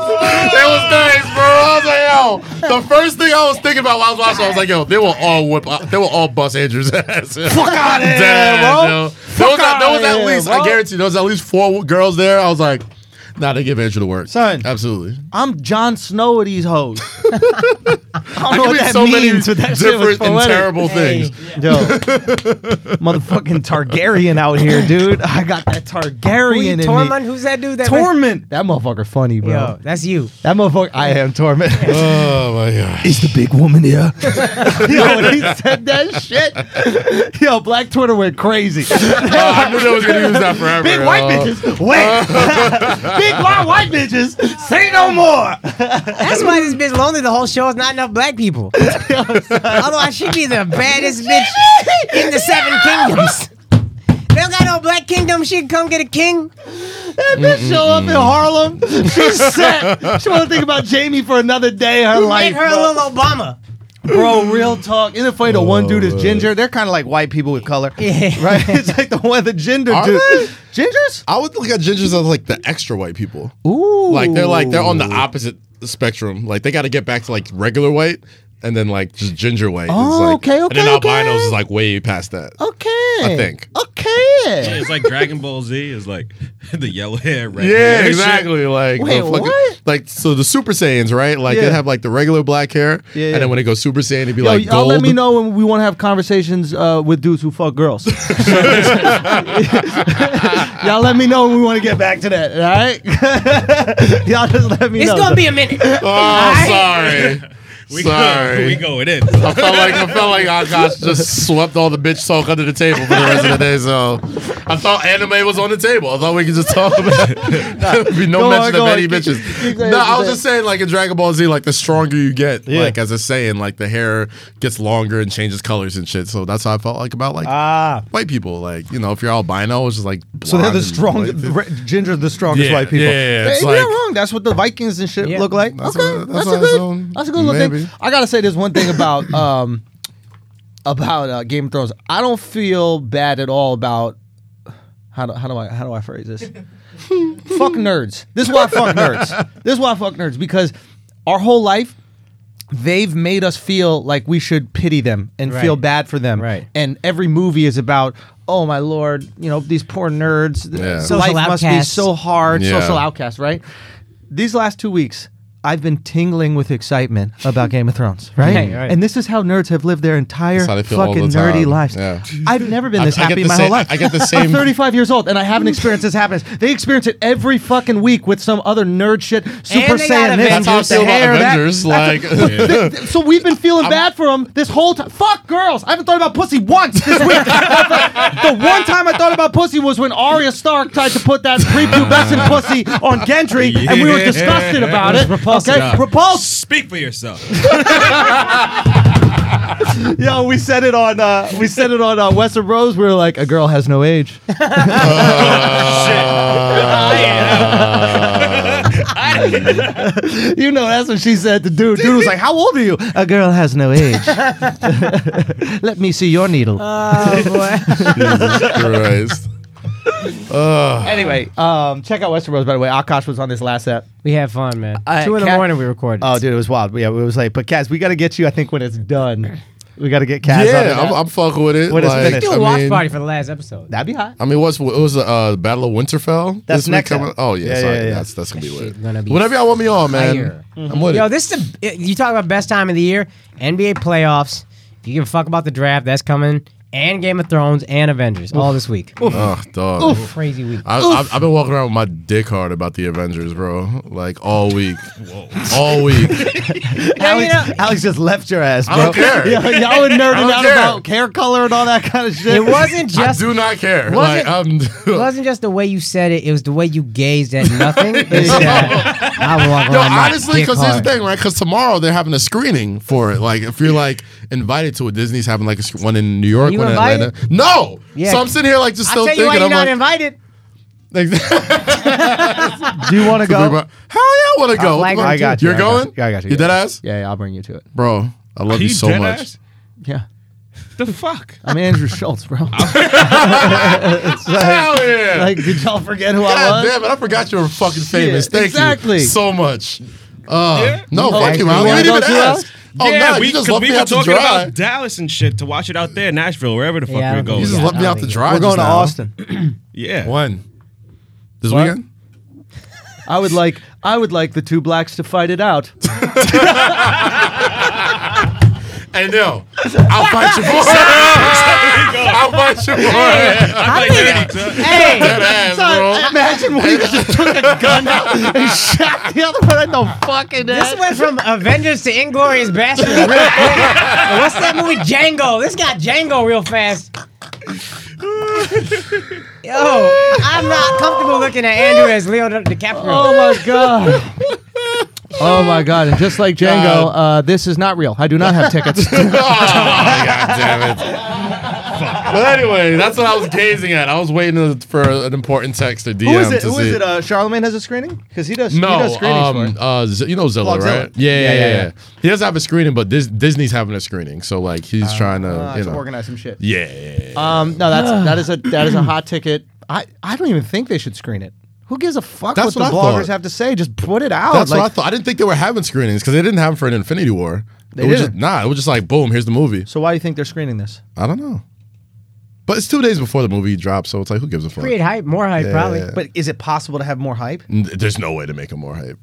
[SPEAKER 2] nice, bro. I was like, yo. The first thing I was thinking about while I was watching, I was like, yo, they will all whip, uh, they will all bust Andrew's ass. Fuck
[SPEAKER 1] outta here, bro.
[SPEAKER 2] There was, at- there was
[SPEAKER 1] outta
[SPEAKER 2] at
[SPEAKER 1] here,
[SPEAKER 2] least,
[SPEAKER 1] bro.
[SPEAKER 2] I guarantee, there was at least four girls there. I was like, nah, they give Andrew the work.
[SPEAKER 1] Son.
[SPEAKER 2] Absolutely.
[SPEAKER 1] I'm Jon Snow of these hoes. I don't
[SPEAKER 2] I
[SPEAKER 1] know
[SPEAKER 2] can
[SPEAKER 1] what
[SPEAKER 2] mean
[SPEAKER 1] that
[SPEAKER 2] so many
[SPEAKER 1] means, but that shit was
[SPEAKER 2] different and
[SPEAKER 1] poetic.
[SPEAKER 2] terrible
[SPEAKER 3] Hey.
[SPEAKER 2] things.
[SPEAKER 1] Yo, motherfucking Targaryen out here, dude. I got that
[SPEAKER 3] Who you,
[SPEAKER 1] Targaryen in
[SPEAKER 3] Tormund?
[SPEAKER 1] me.
[SPEAKER 3] Who's that dude? That
[SPEAKER 1] Torment. That motherfucker funny, bro.
[SPEAKER 3] Yo, that's you.
[SPEAKER 1] That motherfucker. I am Torment.
[SPEAKER 2] Oh, my God.
[SPEAKER 1] He's the big woman here. Yo, when he said that shit. Yo, Black Twitter went crazy.
[SPEAKER 2] Oh, I knew they was going to use that forever.
[SPEAKER 1] Big white
[SPEAKER 2] yo.
[SPEAKER 1] bitches, wait. Big white white bitches, say no more.
[SPEAKER 3] That's why this bitch lonely the whole show is not enough black people. Otherwise, she'd be the baddest bitch in the Seven Kingdoms. They don't got no black kingdom. She can come get a king.
[SPEAKER 1] That bitch show up in Harlem. She's set. She want to think about Jamie for another day of her
[SPEAKER 3] Make
[SPEAKER 1] life.
[SPEAKER 3] her a
[SPEAKER 1] bro.
[SPEAKER 3] little Obama.
[SPEAKER 1] Bro, real talk. Isn't it funny the one dude
[SPEAKER 2] Oh,
[SPEAKER 1] is ginger? They're kind of like white people with color.
[SPEAKER 3] Yeah.
[SPEAKER 1] Right? It's like the one, the ginger
[SPEAKER 2] Are
[SPEAKER 1] dude.
[SPEAKER 2] they?
[SPEAKER 1] Gingers?
[SPEAKER 2] I would look at gingers as like the extra white people.
[SPEAKER 1] Ooh.
[SPEAKER 2] Like they're like they're on the opposite spectrum. Like they got to get back to like regular white, and then like just ginger white. is,
[SPEAKER 1] Oh,
[SPEAKER 2] like-
[SPEAKER 1] okay, okay,
[SPEAKER 2] And then
[SPEAKER 1] okay.
[SPEAKER 2] albinos is like way past that.
[SPEAKER 1] Okay.
[SPEAKER 2] I think.
[SPEAKER 1] Okay.
[SPEAKER 5] It's like Dragon Ball Z is like the yellow hair, red hair.
[SPEAKER 2] Yeah,
[SPEAKER 5] shit.
[SPEAKER 2] exactly. Like,
[SPEAKER 1] Wait,
[SPEAKER 2] the fucking-
[SPEAKER 1] what?
[SPEAKER 2] like so the Super Saiyans, right? Like
[SPEAKER 1] Yeah.
[SPEAKER 2] they have like the regular black hair,
[SPEAKER 1] Yeah, yeah.
[SPEAKER 2] and then when it goes Super Saiyan, it'd be
[SPEAKER 1] Yo,
[SPEAKER 2] like
[SPEAKER 1] y'all
[SPEAKER 2] gold.
[SPEAKER 1] let me know when we want to have conversations uh, with dudes who fuck girls. y'all let me know when we want to get back to that, all right? y'all just let me
[SPEAKER 3] It's
[SPEAKER 1] know.
[SPEAKER 3] gonna be a minute.
[SPEAKER 2] Oh, sorry.
[SPEAKER 5] We Go,
[SPEAKER 2] sorry.
[SPEAKER 5] we going in.
[SPEAKER 2] I felt like I felt like Akash just swept all the bitch talk under the table for the rest of the day. So I thought anime was on the table. I thought we could just talk about it. there would be no
[SPEAKER 1] Go on,
[SPEAKER 2] mention
[SPEAKER 1] go
[SPEAKER 2] of
[SPEAKER 1] on.
[SPEAKER 2] any
[SPEAKER 1] Keep- keep
[SPEAKER 2] bitches.
[SPEAKER 1] saying
[SPEAKER 2] No,
[SPEAKER 1] what
[SPEAKER 2] I
[SPEAKER 1] you
[SPEAKER 2] was
[SPEAKER 1] said.
[SPEAKER 2] just saying like in Dragon Ball Z, like the stronger you get,
[SPEAKER 1] Yeah.
[SPEAKER 2] like as a saying, like the hair gets longer and changes colors and shit. So that's how I felt like about like
[SPEAKER 1] Ah.
[SPEAKER 2] white people. Like, you know, if you're albino, it's just like
[SPEAKER 1] So they're the
[SPEAKER 2] blonde
[SPEAKER 1] strong,
[SPEAKER 2] and, like,
[SPEAKER 1] re- ginger's the strongest
[SPEAKER 2] Yeah,
[SPEAKER 1] white people.
[SPEAKER 2] yeah, yeah,
[SPEAKER 1] Hey,
[SPEAKER 2] it's
[SPEAKER 1] you're
[SPEAKER 2] like-
[SPEAKER 1] not wrong. That's what the Vikings and shit
[SPEAKER 3] Yeah.
[SPEAKER 1] look like.
[SPEAKER 2] That's
[SPEAKER 1] okay,
[SPEAKER 2] what-
[SPEAKER 1] that's,
[SPEAKER 2] that's
[SPEAKER 1] a
[SPEAKER 2] what I
[SPEAKER 1] good,
[SPEAKER 2] assume.
[SPEAKER 1] that's a good little
[SPEAKER 2] Maybe.
[SPEAKER 1] thing. I gotta say this one thing about um about uh, Game of Thrones. I don't feel bad at all about how do, how do I how do I phrase this? fuck nerds. This is why I fuck nerds. This is why I fuck nerds because our whole life they've made us feel like we should pity them and feel
[SPEAKER 3] Right.
[SPEAKER 1] bad for them.
[SPEAKER 3] Right.
[SPEAKER 1] And every movie is about, oh my lord, you know these poor nerds.
[SPEAKER 2] Yeah.
[SPEAKER 1] Life
[SPEAKER 2] Social
[SPEAKER 1] must be
[SPEAKER 3] outcasts.
[SPEAKER 1] so hard.
[SPEAKER 2] Yeah.
[SPEAKER 1] Social outcast, right? These last two weeks. I've been tingling with excitement about Game of Thrones, right?
[SPEAKER 3] Right, right.
[SPEAKER 1] And this is how nerds have lived their entire
[SPEAKER 2] That's how they feel all
[SPEAKER 1] fucking
[SPEAKER 2] the
[SPEAKER 1] nerdy
[SPEAKER 2] time.
[SPEAKER 1] lives.
[SPEAKER 2] Yeah.
[SPEAKER 1] I've never been this
[SPEAKER 2] I- I get
[SPEAKER 1] happy in
[SPEAKER 2] the
[SPEAKER 1] my
[SPEAKER 2] same-
[SPEAKER 1] whole life.
[SPEAKER 2] I get the
[SPEAKER 1] I'm
[SPEAKER 2] same-
[SPEAKER 1] 35 years old and I haven't experienced this happiness. They experience it every fucking week with some other nerd shit, Super
[SPEAKER 3] they got
[SPEAKER 1] Saiyan this,
[SPEAKER 2] That's how I
[SPEAKER 1] the
[SPEAKER 2] feel
[SPEAKER 1] hair,
[SPEAKER 2] about
[SPEAKER 1] that.
[SPEAKER 2] Avengers. Like
[SPEAKER 1] So we've been feeling bad for them this whole time. Fuck girls. I haven't thought about pussy once this week. the one time I thought about pussy was when Arya Stark tried to put that prepubescent pussy on Gendry, and we were disgusted about it.
[SPEAKER 4] Repulsive.
[SPEAKER 1] Okay,
[SPEAKER 5] Yeah.
[SPEAKER 1] repulse.
[SPEAKER 5] Speak for yourself.
[SPEAKER 1] Yo, we said it on uh, we said it on uh, Western Rose. We were like, a girl has no age. you know, that's what she said to dude. Dude was like, "How old are you?" A girl has no age. Let me see your needle.
[SPEAKER 2] Christ.
[SPEAKER 1] anyway, um, check out Western Rose. By the way, Akash was on this last app.
[SPEAKER 4] We had fun, man.
[SPEAKER 1] Uh,
[SPEAKER 4] Two in the
[SPEAKER 1] Cat-
[SPEAKER 4] morning we recorded.
[SPEAKER 1] Oh, dude, it was wild. Yeah, it was late. But Kaz, we got to get you. I think when it's done, we got to get Kaz. on
[SPEAKER 2] Yeah,
[SPEAKER 1] it.
[SPEAKER 2] I'm, I'm fucking with it.
[SPEAKER 1] What is
[SPEAKER 2] like,
[SPEAKER 1] finished?
[SPEAKER 4] do
[SPEAKER 2] I
[SPEAKER 4] a watch
[SPEAKER 2] mean,
[SPEAKER 4] party for the last episode.
[SPEAKER 1] that'd be hot.
[SPEAKER 2] I mean, what's what was the uh, Battle of Winterfell?
[SPEAKER 1] That's
[SPEAKER 2] this week
[SPEAKER 1] next
[SPEAKER 2] coming.
[SPEAKER 1] time.
[SPEAKER 2] Oh yeah,
[SPEAKER 1] Yeah,
[SPEAKER 2] sorry,
[SPEAKER 1] yeah, yeah.
[SPEAKER 2] that's that's gonna be
[SPEAKER 4] shit
[SPEAKER 2] lit.
[SPEAKER 4] gonna be
[SPEAKER 2] Whatever y'all want me on, man.
[SPEAKER 4] fire.
[SPEAKER 2] I'm with
[SPEAKER 4] Yo,
[SPEAKER 2] it.
[SPEAKER 4] this is the, you talk about best time of the year. NBA playoffs. If you give a fuck about the draft, that's coming. And Game of Thrones and Avengers all this week.
[SPEAKER 2] oh, dog.
[SPEAKER 4] Crazy week.
[SPEAKER 2] I, I've, I've been walking around with my dick hard about the Avengers, bro. Like all week, all week.
[SPEAKER 1] Alex,
[SPEAKER 4] you know-
[SPEAKER 1] Alex just left your ass, bro.
[SPEAKER 2] I don't care.
[SPEAKER 1] Yeah, y'all were nerding
[SPEAKER 2] don't
[SPEAKER 1] out
[SPEAKER 2] care.
[SPEAKER 1] about hair color and all that kind of shit.
[SPEAKER 4] It wasn't
[SPEAKER 2] I
[SPEAKER 4] just
[SPEAKER 2] do not care. Like,
[SPEAKER 4] Wasn't-
[SPEAKER 2] I'm,
[SPEAKER 4] it wasn't just the way you said it. It was the way you gazed at nothing. It's that I walk
[SPEAKER 2] Yo,
[SPEAKER 4] around my
[SPEAKER 2] honestly,
[SPEAKER 4] dick
[SPEAKER 2] because here's the
[SPEAKER 4] hard.
[SPEAKER 2] thing, right? Because tomorrow they're having a screening for it. Like, if you're like invited to a Disney's having like a sc- one in New York,
[SPEAKER 4] you
[SPEAKER 2] one in
[SPEAKER 4] invited?
[SPEAKER 2] Atlanta. No,
[SPEAKER 4] Yeah.
[SPEAKER 2] so I'm sitting here like just
[SPEAKER 4] I
[SPEAKER 2] still
[SPEAKER 4] tell you
[SPEAKER 2] thinking.
[SPEAKER 4] why you're
[SPEAKER 2] I'm
[SPEAKER 4] not
[SPEAKER 2] like,
[SPEAKER 4] invited.
[SPEAKER 1] Do you want to
[SPEAKER 2] Hell yeah,
[SPEAKER 1] go?
[SPEAKER 2] I want to go.
[SPEAKER 4] like
[SPEAKER 2] What
[SPEAKER 4] it.
[SPEAKER 2] the
[SPEAKER 4] I
[SPEAKER 2] fuck?
[SPEAKER 1] got you, I
[SPEAKER 2] You're
[SPEAKER 1] got you, I
[SPEAKER 2] going?
[SPEAKER 1] got you,
[SPEAKER 2] You
[SPEAKER 1] I got
[SPEAKER 2] dead ass,
[SPEAKER 1] Yeah, yeah, I'll bring you to it.
[SPEAKER 2] bro. I love
[SPEAKER 5] He
[SPEAKER 2] you so
[SPEAKER 5] dead
[SPEAKER 2] much.
[SPEAKER 5] ass?
[SPEAKER 1] Yeah,
[SPEAKER 5] The fuck?
[SPEAKER 1] I'm Andrew Schultz, bro.
[SPEAKER 2] Hell yeah!
[SPEAKER 1] like, did y'all forget who I
[SPEAKER 2] God
[SPEAKER 1] was?
[SPEAKER 2] damn it! I forgot you were fucking famous. Thank
[SPEAKER 1] exactly.
[SPEAKER 2] you so much. Uh, No,
[SPEAKER 1] Oh,
[SPEAKER 2] fuck you,
[SPEAKER 1] you
[SPEAKER 2] man. You
[SPEAKER 1] wanna
[SPEAKER 2] didn't
[SPEAKER 1] go
[SPEAKER 2] even
[SPEAKER 1] too,
[SPEAKER 2] ask.
[SPEAKER 1] Alex?
[SPEAKER 2] Oh
[SPEAKER 5] yeah,
[SPEAKER 2] no,
[SPEAKER 5] we,
[SPEAKER 2] you just
[SPEAKER 5] 'cause
[SPEAKER 2] left
[SPEAKER 5] we
[SPEAKER 2] me
[SPEAKER 5] were
[SPEAKER 2] out to
[SPEAKER 5] talking
[SPEAKER 2] dry.
[SPEAKER 5] about Dallas and shit to watch it out there, Nashville, wherever the fuck
[SPEAKER 4] Yeah, I
[SPEAKER 5] we
[SPEAKER 4] don't
[SPEAKER 5] go.
[SPEAKER 2] You
[SPEAKER 4] think
[SPEAKER 2] just
[SPEAKER 4] Yeah,
[SPEAKER 2] left me
[SPEAKER 4] I
[SPEAKER 2] out to
[SPEAKER 4] think-
[SPEAKER 2] dry.
[SPEAKER 1] We're going
[SPEAKER 2] just
[SPEAKER 1] to
[SPEAKER 2] now.
[SPEAKER 1] Austin.
[SPEAKER 5] Yeah.
[SPEAKER 2] When? This
[SPEAKER 1] What?
[SPEAKER 2] weekend?
[SPEAKER 1] I would like, I would like the two blacks to fight it out.
[SPEAKER 2] Hey, no. I'll fight you for it. I'll fight you for it.
[SPEAKER 5] I think
[SPEAKER 4] Hey,
[SPEAKER 2] Dead ass, bro.
[SPEAKER 1] Imagine we just took a gun out and shot the other one in the fucking
[SPEAKER 4] this
[SPEAKER 1] head.
[SPEAKER 4] went from Avengers to Inglorious Bastards real quick. What's that movie Django? This got Django real fast. Yo, I'm not comfortable looking at Andrew as Leo DiCaprio.
[SPEAKER 1] Oh my god. Oh my god! And just like Django, uh, this is not real. I do not have tickets.
[SPEAKER 2] Oh, God damn it. But anyway, that's what I was gazing at. I was waiting for an important text or DM
[SPEAKER 1] Who is it?
[SPEAKER 2] to
[SPEAKER 1] Who
[SPEAKER 2] see.
[SPEAKER 1] is it? Uh, Charlemagne has a screening because he does. he
[SPEAKER 2] No,
[SPEAKER 1] does screenings for
[SPEAKER 2] um,
[SPEAKER 1] it.
[SPEAKER 2] uh, Z- you know Zilla,
[SPEAKER 1] Oh, Zilla.
[SPEAKER 2] right? Yeah yeah yeah,
[SPEAKER 1] yeah, yeah.
[SPEAKER 2] yeah. He doesn't have a screening, but Dis- Disney's having a screening, so like he's trying to,
[SPEAKER 1] Uh,
[SPEAKER 2] you
[SPEAKER 1] to
[SPEAKER 2] know,
[SPEAKER 1] organize some shit.
[SPEAKER 2] yeah, yeah, yeah.
[SPEAKER 1] Um, no, that's that is a that is a hot ticket. I, I don't even think they should screen it. Who gives a fuck
[SPEAKER 2] That's
[SPEAKER 1] what the
[SPEAKER 2] what I
[SPEAKER 1] bloggers
[SPEAKER 2] thought.
[SPEAKER 1] have to say? Just put it out.
[SPEAKER 2] That's
[SPEAKER 1] Oh, like,
[SPEAKER 2] what I thought. I didn't think they were having screenings because they didn't have them for an Infinity War.
[SPEAKER 1] They
[SPEAKER 2] it was
[SPEAKER 1] didn't.
[SPEAKER 2] just nah. It was just like boom, here's the movie.
[SPEAKER 1] So why do you think they're screening this?
[SPEAKER 2] I don't know, but it's two days before the movie drops, so it's like who gives a fuck?
[SPEAKER 4] Create hype, more hype, probably.
[SPEAKER 1] But is it possible to have more hype?
[SPEAKER 2] N- There's no way to make it more hype.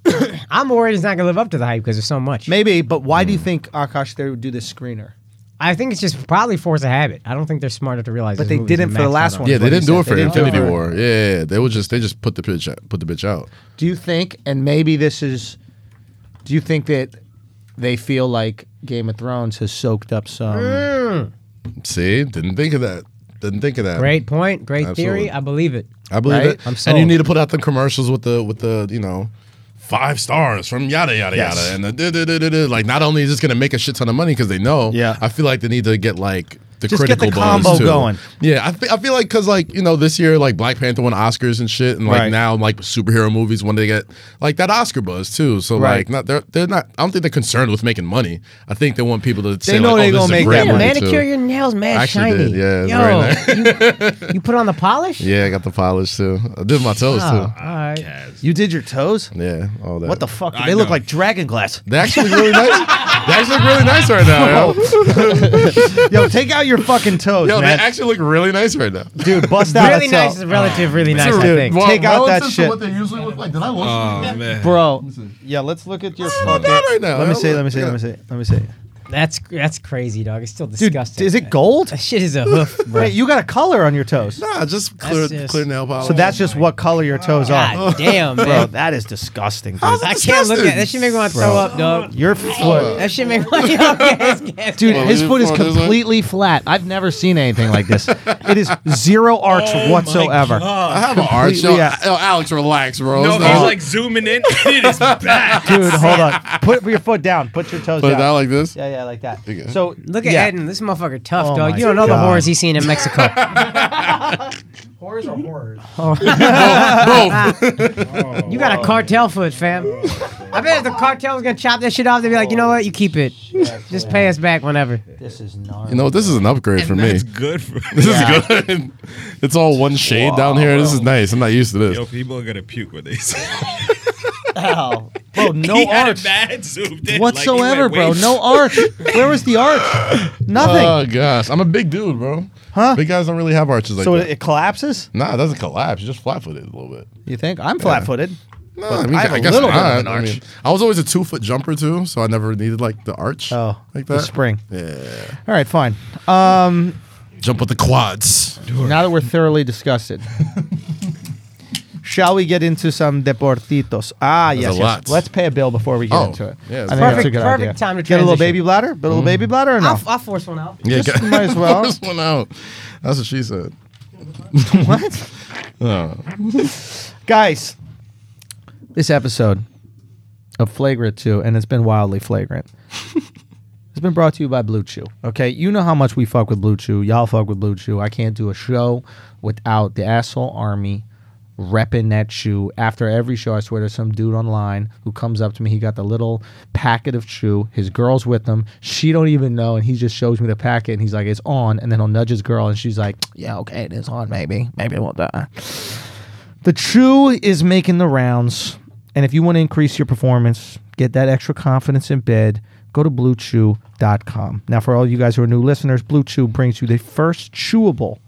[SPEAKER 4] I'm worried it's not gonna live up to the hype because there's so much.
[SPEAKER 1] Maybe, but why do you think Akash they would do this screener?
[SPEAKER 4] I think it's just probably force of habit. I don't think they're smart enough to realize.
[SPEAKER 1] But
[SPEAKER 4] this
[SPEAKER 1] they
[SPEAKER 4] movie's
[SPEAKER 1] didn't
[SPEAKER 4] a
[SPEAKER 1] for the
[SPEAKER 4] max
[SPEAKER 1] last
[SPEAKER 4] out
[SPEAKER 1] one.
[SPEAKER 4] on.
[SPEAKER 2] yeah, they
[SPEAKER 1] What
[SPEAKER 2] didn't
[SPEAKER 1] you
[SPEAKER 2] do it
[SPEAKER 1] said.
[SPEAKER 2] for
[SPEAKER 1] They didn't do
[SPEAKER 2] Infinity
[SPEAKER 1] it for-
[SPEAKER 2] War. Yeah, yeah, they was just they just put the bitch out, put the bitch out.
[SPEAKER 1] Do you think? And maybe this is. Do you think that they feel like Game of Thrones has soaked up some?
[SPEAKER 2] See, didn't think of that. Didn't think of that.
[SPEAKER 4] Great point, great
[SPEAKER 2] Absolutely.
[SPEAKER 4] theory. I believe it.
[SPEAKER 2] I believe
[SPEAKER 1] Right?
[SPEAKER 2] it.
[SPEAKER 1] I'm
[SPEAKER 2] And you
[SPEAKER 1] sold.
[SPEAKER 2] need to put out the commercials with the with the you know five stars from yada yada yada and the da, da, da, da, da. like not only is this gonna make a shit ton of money because they know.
[SPEAKER 1] Yeah.
[SPEAKER 2] I feel like they need to get like. The
[SPEAKER 1] Just get the
[SPEAKER 2] critical buzz,
[SPEAKER 1] combo
[SPEAKER 2] too.
[SPEAKER 1] going.
[SPEAKER 2] Yeah, I, fe- I feel like because like you know this year like Black Panther won Oscars and shit, and like
[SPEAKER 1] Right.
[SPEAKER 2] now like superhero movies when they get like that Oscar buzz too. So
[SPEAKER 1] Right.
[SPEAKER 2] like not they're they're not. I don't think they're concerned with making money. I think they want people to say
[SPEAKER 1] know
[SPEAKER 2] like,
[SPEAKER 1] they
[SPEAKER 2] oh, this
[SPEAKER 1] gonna
[SPEAKER 2] is a
[SPEAKER 1] make
[SPEAKER 2] great
[SPEAKER 1] that
[SPEAKER 4] Yeah,
[SPEAKER 1] money,
[SPEAKER 2] movie, too.
[SPEAKER 4] manicure your nails, man,
[SPEAKER 2] I actually
[SPEAKER 4] shiny.
[SPEAKER 2] did, yeah, it's very
[SPEAKER 4] Yo, you, you put on the polish?
[SPEAKER 2] Yeah, I got the polish too. I did my toes
[SPEAKER 4] Oh, all right.
[SPEAKER 1] You did your toes.
[SPEAKER 2] too. Yeah, all that.
[SPEAKER 1] What the fuck?
[SPEAKER 5] I
[SPEAKER 1] they look
[SPEAKER 5] know.
[SPEAKER 1] like dragon glass.
[SPEAKER 2] They actually really nice. They actually look really nice right now. Yo,
[SPEAKER 1] Yo, take out your fucking toes,
[SPEAKER 2] yo they
[SPEAKER 1] man.
[SPEAKER 2] actually look really nice right now.
[SPEAKER 1] Dude, bust out
[SPEAKER 4] Really
[SPEAKER 1] a toe.
[SPEAKER 4] nice is relative, really nice, I
[SPEAKER 1] Dude,
[SPEAKER 4] think.
[SPEAKER 1] what- Take out that
[SPEAKER 2] relative to
[SPEAKER 1] shit.
[SPEAKER 2] they usually look like. Did I look?
[SPEAKER 5] Oh man.
[SPEAKER 1] bro. Yeah, let's look at your
[SPEAKER 2] not bad
[SPEAKER 1] fucking.
[SPEAKER 2] right now.
[SPEAKER 1] Let me
[SPEAKER 2] Yeah,
[SPEAKER 1] see. Let me see.
[SPEAKER 2] yeah.
[SPEAKER 1] Let me see. Let me see.
[SPEAKER 4] That's that's crazy, dog. It's still
[SPEAKER 3] Dude,
[SPEAKER 4] disgusting.
[SPEAKER 3] is it gold?
[SPEAKER 4] That shit is a hoof, bro.
[SPEAKER 3] Wait, you got a color on your toes.
[SPEAKER 2] Nah, just clear,
[SPEAKER 4] just-
[SPEAKER 2] clear nail polish.
[SPEAKER 3] So that's just what color your toes are.
[SPEAKER 4] God damn,
[SPEAKER 3] Bro,
[SPEAKER 4] man.
[SPEAKER 3] that is disgusting, dude.
[SPEAKER 2] How's
[SPEAKER 4] I can't look at it.
[SPEAKER 2] disgusting.
[SPEAKER 4] that. Shit make me want to throw
[SPEAKER 3] Bro.
[SPEAKER 4] up, dog.
[SPEAKER 3] Your foot.
[SPEAKER 4] That shit make me want to throw up.
[SPEAKER 3] Dude,
[SPEAKER 2] Well,
[SPEAKER 3] his
[SPEAKER 2] this
[SPEAKER 3] foot is
[SPEAKER 2] one, this one.
[SPEAKER 3] completely flat. I've never seen anything like this. It is zero arch whatsoever.
[SPEAKER 2] I have an arch. Yo,
[SPEAKER 3] yeah.
[SPEAKER 2] yo, Alex, relax, bro.
[SPEAKER 5] No,
[SPEAKER 2] It's
[SPEAKER 5] he's
[SPEAKER 2] not-
[SPEAKER 5] like zooming in. It is back.
[SPEAKER 3] Dude, hold on. Put your foot down. Put your toes
[SPEAKER 2] Put it down
[SPEAKER 3] down.
[SPEAKER 2] like this.
[SPEAKER 3] Yeah, yeah, like that.
[SPEAKER 2] Okay.
[SPEAKER 3] So
[SPEAKER 4] Look at
[SPEAKER 3] yeah.
[SPEAKER 4] Eden. This motherfucker tough,
[SPEAKER 3] Oh
[SPEAKER 4] dog.
[SPEAKER 3] my
[SPEAKER 4] You don't know the
[SPEAKER 3] God.
[SPEAKER 4] horrors he's seen in Mexico.
[SPEAKER 7] Horrors are horrors.
[SPEAKER 1] uh,
[SPEAKER 2] Bro,
[SPEAKER 4] you got a cartel foot, fam. I bet if the cartel was gonna chop that shit off, they'd be like, you know what? You keep it. Just pay us back whenever.
[SPEAKER 7] This is gnarly.
[SPEAKER 2] you know this is an upgrade for me.
[SPEAKER 5] That's good for
[SPEAKER 2] This is good. It's all one shade down here. This is nice. I'm not used to this.
[SPEAKER 5] Yo, people are gonna puke when they see.
[SPEAKER 3] Ow. Bro, no
[SPEAKER 5] he had a
[SPEAKER 3] arch
[SPEAKER 5] bad zoomed in. like, he
[SPEAKER 3] whatsoever,
[SPEAKER 5] went
[SPEAKER 3] bro.
[SPEAKER 5] way-
[SPEAKER 3] No arch. Where was the arch? Nothing.
[SPEAKER 2] Oh gosh, I'm a big dude, bro.
[SPEAKER 3] Huh?
[SPEAKER 2] Big guys don't really have arches like
[SPEAKER 3] so
[SPEAKER 2] that.
[SPEAKER 3] it, it collapses?
[SPEAKER 2] nah, it doesn't collapse. You just flat footed a little bit.
[SPEAKER 3] You think? I'm flat-footed.
[SPEAKER 2] No, I mean,
[SPEAKER 3] I
[SPEAKER 2] I,
[SPEAKER 3] have a
[SPEAKER 2] guess
[SPEAKER 3] little bit of
[SPEAKER 2] not.
[SPEAKER 3] an
[SPEAKER 2] I, mean,
[SPEAKER 3] arch.
[SPEAKER 2] I was always a two foot jumper too, so I never needed like the arch.
[SPEAKER 3] Oh,
[SPEAKER 2] like
[SPEAKER 3] the
[SPEAKER 2] that.
[SPEAKER 3] spring.
[SPEAKER 2] Yeah,
[SPEAKER 3] All right, fine.
[SPEAKER 2] jump with the quads.
[SPEAKER 3] Now that we're thoroughly disgusted, shall we get into some deportitos? Ah, yes,
[SPEAKER 2] a
[SPEAKER 3] yes.
[SPEAKER 2] lot.
[SPEAKER 3] Let's pay a bill before we get
[SPEAKER 2] Oh,
[SPEAKER 3] into it.
[SPEAKER 2] yeah,
[SPEAKER 3] I
[SPEAKER 2] that's
[SPEAKER 3] think
[SPEAKER 2] right.
[SPEAKER 3] that's a
[SPEAKER 4] Perfect-
[SPEAKER 3] good
[SPEAKER 4] perfect
[SPEAKER 3] idea.
[SPEAKER 4] time to
[SPEAKER 3] get a little
[SPEAKER 4] transition.
[SPEAKER 3] baby bladder. Get A little baby bladder or no?
[SPEAKER 4] I'll, I'll force one out.
[SPEAKER 2] Yeah,
[SPEAKER 3] Just
[SPEAKER 2] got-
[SPEAKER 3] might as well.
[SPEAKER 2] this one out. That's what she said.
[SPEAKER 3] what?
[SPEAKER 2] Oh.
[SPEAKER 3] Guys, this episode of Flagrant 2, and it's been wildly flagrant, has been brought to you by Blue Chew. Okay, you know how much we fuck with Blue Chew. Y'all fuck with Blue Chew. I can't do a show without the asshole army repping that chew. After every show, I swear there's some dude online who comes up to me. He got the little packet of chew. His girl's with him. She don't even know, and he just shows me the packet, and he's like, it's on. And then he'll nudge his girl, and she's like, yeah, okay, it is on, maybe. Maybe it won't die. The Chew is making the rounds, and if you want to increase your performance, get that extra confidence in bed, go to bluechew.com. Now, for all you guys who are new listeners, Blue Chew brings you the first chewable,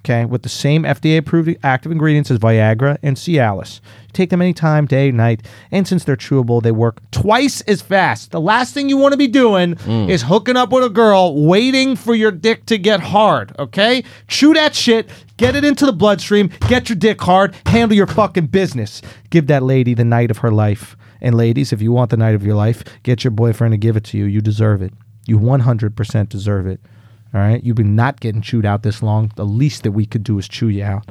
[SPEAKER 3] okay, with the same FDA approved active ingredients as Viagra and Cialis. Take them anytime, day, night, and since they're chewable, they work twice as fast. The last thing you want to be doing is hooking up with a girl waiting for your dick to get hard, okay? Chew that shit, Get it into the bloodstream. Get your dick hard. Handle your fucking business. Give that lady the night of her life. And ladies, if you want the night of your life, get your boyfriend to give it to you. You deserve it. You 100% deserve it. All right? You've been not getting chewed out this long. The least that we could do is chew you out.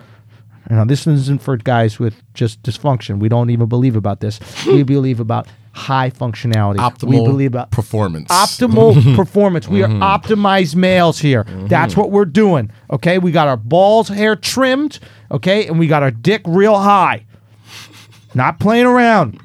[SPEAKER 3] Now, this isn't for guys with just dysfunction. We don't even believe about this. We believe about high functionality.
[SPEAKER 2] Optimal
[SPEAKER 3] we believe about
[SPEAKER 2] performance.
[SPEAKER 3] optimal performance. We are optimized males here. That's what we're doing. Okay, we got our balls hair trimmed. Okay, and we got our dick real high. Not playing around.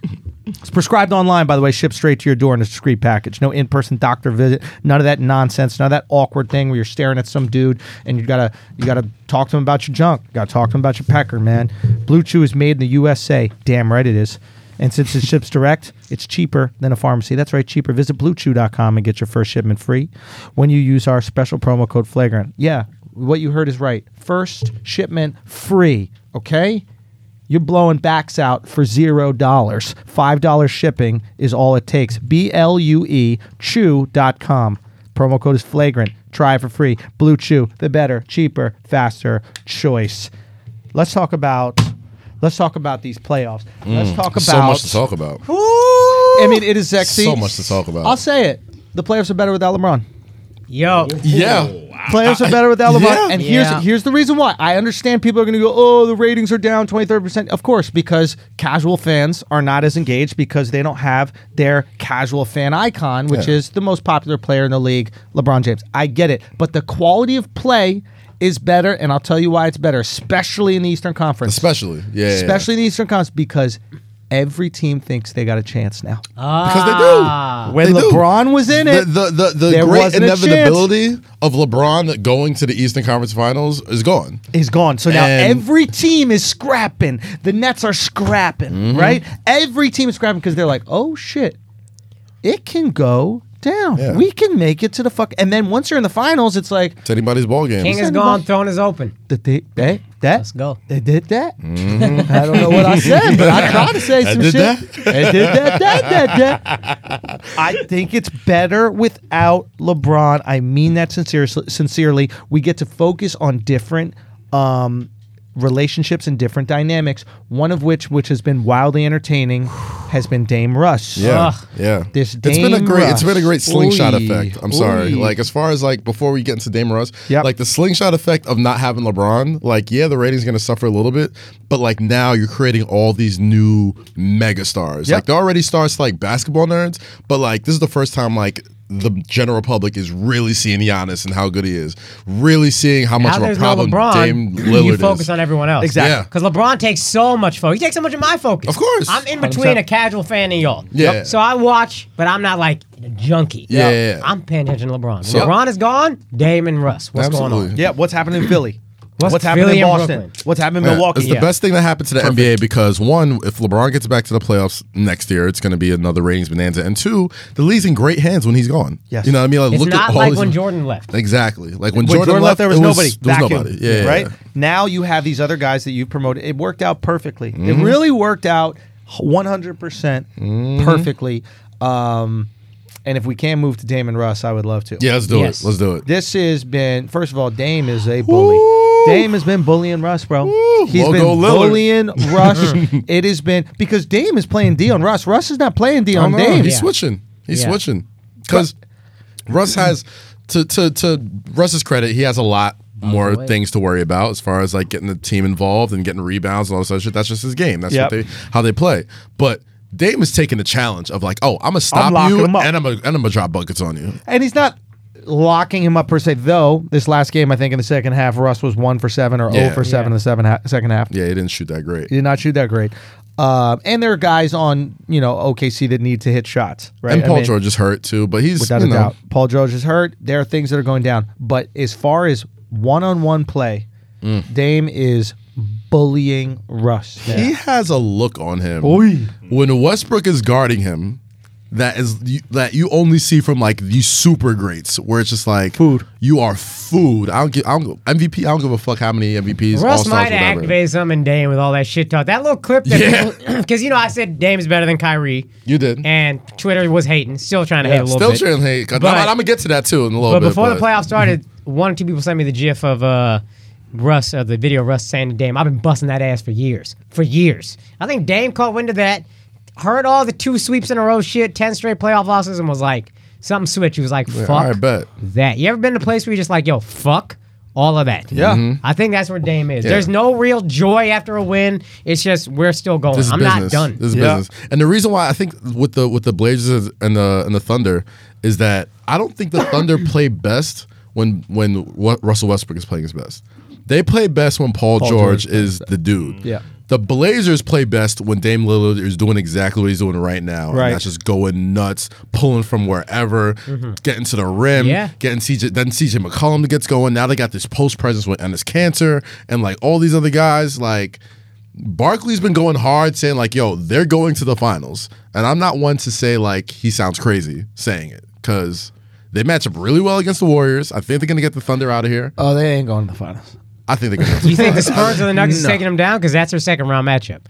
[SPEAKER 3] It's prescribed online, by the way, shipped straight to your door in a discreet package. No in person doctor visit, none of that nonsense, none of that awkward thing where you're staring at some dude and you gotta you gotta talk to him about your junk. You gotta talk to him about your pecker, man. Blue Chew is made in the USA. Damn right it is. And since it ships direct, it's cheaper than a pharmacy. That's right, cheaper. Visit bluechew.com and get your first shipment free when you use our special promo code flagrant. Yeah, what you heard is right. First shipment free, okay? You're blowing backs out for zero dollars. Five dollars shipping is all it takes. B L U E chew.com. Promo code is flagrant. Try it for free. Blue Chew, the better, cheaper, faster choice. Let's talk about let's talk about these playoffs. let's talk about
[SPEAKER 2] Mm. so much to talk about.
[SPEAKER 3] I mean it is sexy.
[SPEAKER 2] So much to talk about.
[SPEAKER 3] I'll say it. The playoffs are better without LeBron.
[SPEAKER 4] Yo,
[SPEAKER 2] Yeah,
[SPEAKER 3] Players are better without LeBron.
[SPEAKER 2] Uh, Yeah.
[SPEAKER 3] And
[SPEAKER 4] Yeah.
[SPEAKER 3] here's here's the reason why. I understand people are going to go, oh, the ratings are down 23%. Of course, because casual fans are not as engaged because they don't have their casual fan icon, which
[SPEAKER 2] Yeah.
[SPEAKER 3] is the most popular player in the league, LeBron James. I get it. But the quality of play is better, and I'll tell you why it's better, especially in the Eastern Conference.
[SPEAKER 2] especially. Yeah, yeah,
[SPEAKER 3] especially in the Eastern Conference because every team thinks they got a chance now.
[SPEAKER 2] yeah. because they do.
[SPEAKER 3] Ah. when
[SPEAKER 2] they do.
[SPEAKER 3] LeBron was in it,
[SPEAKER 2] The the the, the
[SPEAKER 3] There
[SPEAKER 2] great
[SPEAKER 3] wasn't a
[SPEAKER 2] inevitability of LeBron going to the Eastern Conference Finals is gone.
[SPEAKER 3] is gone. So now
[SPEAKER 2] And-
[SPEAKER 3] every team is scrapping. The Nets are scrapping,
[SPEAKER 2] Mm-hmm.
[SPEAKER 3] right? Every team is scrapping because they're like, oh shit, it can go down.
[SPEAKER 2] Yeah.
[SPEAKER 3] We can make it to the fuck. And then once you're in the finals, it's like
[SPEAKER 2] It's anybody's ball game.
[SPEAKER 4] King is
[SPEAKER 3] Send
[SPEAKER 4] gone.
[SPEAKER 3] back.
[SPEAKER 4] Throne is open.
[SPEAKER 3] the, the, hey,
[SPEAKER 1] that
[SPEAKER 3] Let's go.
[SPEAKER 1] It did that. I don't know what I said, but I tried to say
[SPEAKER 2] I
[SPEAKER 1] some
[SPEAKER 2] Mm-hmm. did
[SPEAKER 1] shit. It did that, that, that, that. I think it's better without LeBron. I mean that sincere, sincerely. We get to focus on different um, relationships and different dynamics. One of which, which has been wildly entertaining, has been Dame Rush.
[SPEAKER 2] Yeah,
[SPEAKER 1] Ugh.
[SPEAKER 2] yeah.
[SPEAKER 1] This
[SPEAKER 2] it's been a
[SPEAKER 1] Dame
[SPEAKER 2] great it's been a great
[SPEAKER 1] Russ.
[SPEAKER 2] slingshot
[SPEAKER 1] Oy.
[SPEAKER 2] effect. I'm sorry.
[SPEAKER 1] Oy.
[SPEAKER 2] Like as far as like before we get into Dame Russ,
[SPEAKER 1] Yep.
[SPEAKER 2] like the slingshot effect of not having LeBron, like yeah, the rating's gonna suffer a little bit, but like now you're creating all these new megastars.
[SPEAKER 1] Yep.
[SPEAKER 2] Like they're already stars to, like basketball nerds, but like this is the first time like the general public is really seeing Giannis and how good he is, really seeing how much
[SPEAKER 4] Now
[SPEAKER 2] of a
[SPEAKER 4] there's no
[SPEAKER 2] problem Dame
[SPEAKER 4] LeBron.
[SPEAKER 2] Lillard
[SPEAKER 4] you focus
[SPEAKER 2] is.
[SPEAKER 4] on everyone else.
[SPEAKER 1] Exactly.
[SPEAKER 2] Yeah.
[SPEAKER 4] Because LeBron takes so much focus. He takes so much of my focus.
[SPEAKER 2] Of course.
[SPEAKER 4] I'm in between a casual fan and y'all.
[SPEAKER 2] Yeah. Yep.
[SPEAKER 4] So I watch, but I'm not like a junkie.
[SPEAKER 2] Yeah, yeah, yeah.
[SPEAKER 4] I'm paying attention to LeBron. When
[SPEAKER 2] So-
[SPEAKER 4] LeBron is gone, Damon Russ. What's going on?
[SPEAKER 2] Absolutely.
[SPEAKER 1] Yeah, what's happening in Philly? What's,
[SPEAKER 4] What's
[SPEAKER 1] happening
[SPEAKER 4] Philly
[SPEAKER 1] in
[SPEAKER 4] and
[SPEAKER 1] Boston?
[SPEAKER 4] Brooklyn?
[SPEAKER 1] What's happening in
[SPEAKER 2] Yeah,
[SPEAKER 1] Milwaukee?
[SPEAKER 2] It's the best thing that happened to the NBA because one, if LeBron gets back to the playoffs next year, it's going to be another ratings bonanza, and two, the league's in great hands when he's gone.
[SPEAKER 1] Yes.
[SPEAKER 2] you know what I mean. Like,
[SPEAKER 4] It's
[SPEAKER 2] look at
[SPEAKER 4] not
[SPEAKER 2] all
[SPEAKER 4] like
[SPEAKER 2] these-
[SPEAKER 4] when Jordan left.
[SPEAKER 2] Exactly, like when,
[SPEAKER 1] When Jordan, left, there was,
[SPEAKER 2] it
[SPEAKER 1] nobody.
[SPEAKER 2] There was
[SPEAKER 1] Vacuum,
[SPEAKER 2] nobody. Yeah, yeah,
[SPEAKER 1] right
[SPEAKER 2] yeah.
[SPEAKER 1] now you have these other guys that you promoted. It worked out perfectly.
[SPEAKER 2] Mm-hmm.
[SPEAKER 1] It really worked out 100 percent
[SPEAKER 2] Mm-hmm.
[SPEAKER 1] perfectly. Um, and if we can move to Damon Russ, I would love to.
[SPEAKER 2] Yeah, let's do
[SPEAKER 4] Yes.
[SPEAKER 2] it. Let's do it.
[SPEAKER 1] This has been first of all, Dame is a bully. Dame has been bullying Russ, bro.
[SPEAKER 2] Woo!
[SPEAKER 1] He's
[SPEAKER 2] Logo
[SPEAKER 1] been
[SPEAKER 2] Lillard.
[SPEAKER 1] bullying Russ. it has been because Dame is playing D on Russ. Russ is not playing D
[SPEAKER 2] Oh,
[SPEAKER 1] on
[SPEAKER 2] no,
[SPEAKER 1] Dame.
[SPEAKER 2] He's switching. He's
[SPEAKER 4] Yeah.
[SPEAKER 2] switching because Russ has to to to Russ's credit, he has a lot more things to worry about as far as like getting the team involved and getting rebounds and all this other shit. That's just his game. That's
[SPEAKER 1] Yep.
[SPEAKER 2] what they how they play. But Dame is taking the challenge of like, oh, I'm gonna stop
[SPEAKER 1] locking
[SPEAKER 2] you
[SPEAKER 1] him
[SPEAKER 2] and
[SPEAKER 1] up.
[SPEAKER 2] I'm gonna and I'm gonna drop buckets on you.
[SPEAKER 1] and he's not locking him up per se. Though this last game, I think in the second half, Russ was one for seven or
[SPEAKER 2] Yeah.
[SPEAKER 1] zero for seven in the seven ha- second half.
[SPEAKER 2] Yeah, he didn't shoot that great.
[SPEAKER 1] He did not shoot that great. Um, and there are guys on you know OKC that need to hit shots, right?
[SPEAKER 2] And
[SPEAKER 1] I
[SPEAKER 2] Paul
[SPEAKER 1] mean,
[SPEAKER 2] George is hurt too, but he's
[SPEAKER 1] without
[SPEAKER 2] you
[SPEAKER 1] a
[SPEAKER 2] know,
[SPEAKER 1] doubt. Paul George is hurt. There are things that are going down, but as far as one-on-one play,
[SPEAKER 2] Mm.
[SPEAKER 1] Dame is bullying Russ.
[SPEAKER 2] He has a look on him.
[SPEAKER 1] Oy.
[SPEAKER 2] When Westbrook is guarding him, that is that you only see from like these super greats, where it's just like
[SPEAKER 1] Food.
[SPEAKER 2] You are food. I don't give. I don't MVP. I don't give a fuck how many MVPs.
[SPEAKER 4] Russ
[SPEAKER 2] All-Stars,
[SPEAKER 4] might
[SPEAKER 2] whatever.
[SPEAKER 4] have activated something in Dame with all that shit talk. That little clip
[SPEAKER 2] Yeah.
[SPEAKER 4] that because you know I said Dame is better than Kyrie.
[SPEAKER 2] You did.
[SPEAKER 4] And Twitter was hating, still trying to hate a little
[SPEAKER 2] Still
[SPEAKER 4] bit.
[SPEAKER 2] trying to hate. I'm,
[SPEAKER 4] But-
[SPEAKER 2] I'm gonna get to that too in a little
[SPEAKER 4] But
[SPEAKER 2] bit.
[SPEAKER 4] before the playoffs started, one or two people sent me the GIF of uh, Russ, of the video of Russ saying to Dame, I've been busting that ass for years. For years. I think Dame caught wind of that, heard all the two sweeps in a row shit, 10 straight playoff losses, and was like, something switched. He was like, fuck
[SPEAKER 2] all right, bet.
[SPEAKER 4] that. You ever been to a place where you're just like, yo, fuck all of that?
[SPEAKER 1] Yeah. Mhm.
[SPEAKER 4] I think that's where Dame is.
[SPEAKER 2] Mm-hmm. Yeah.
[SPEAKER 4] There's no real joy after a win. It's just, we're still going.
[SPEAKER 2] This is
[SPEAKER 4] I'm
[SPEAKER 2] business.
[SPEAKER 4] not done.
[SPEAKER 2] This is
[SPEAKER 1] Yeah.
[SPEAKER 2] business. And the reason why I think with the with the Blazers and the and the Thunder is that I don't think the Thunder play best when when what Russell Westbrook is playing his best. They play best when Paul, George, is the dude.
[SPEAKER 1] Yeah.
[SPEAKER 2] The Blazers play best when Dame Lillard is doing exactly what he's doing right now.
[SPEAKER 1] Right.
[SPEAKER 2] And that's just going nuts, pulling from wherever,
[SPEAKER 1] Mm-hmm.
[SPEAKER 2] getting to the rim,
[SPEAKER 4] Yeah.
[SPEAKER 2] getting CJ. Then CJ McCollum gets going. Now they got this post presence with Ennis Cancer and like all these other guys. Like Barkley's been going hard saying like, "Yo, they're going to the finals," and I'm not one to say like he sounds crazy saying it because they match up really well against the Warriors. I think they're gonna get the Thunder out of here.
[SPEAKER 1] Oh, they ain't going to the finals.
[SPEAKER 2] I think they're gonna.
[SPEAKER 4] You think the Spurs or the Nuggets is taking them down? Because that's their second round matchup.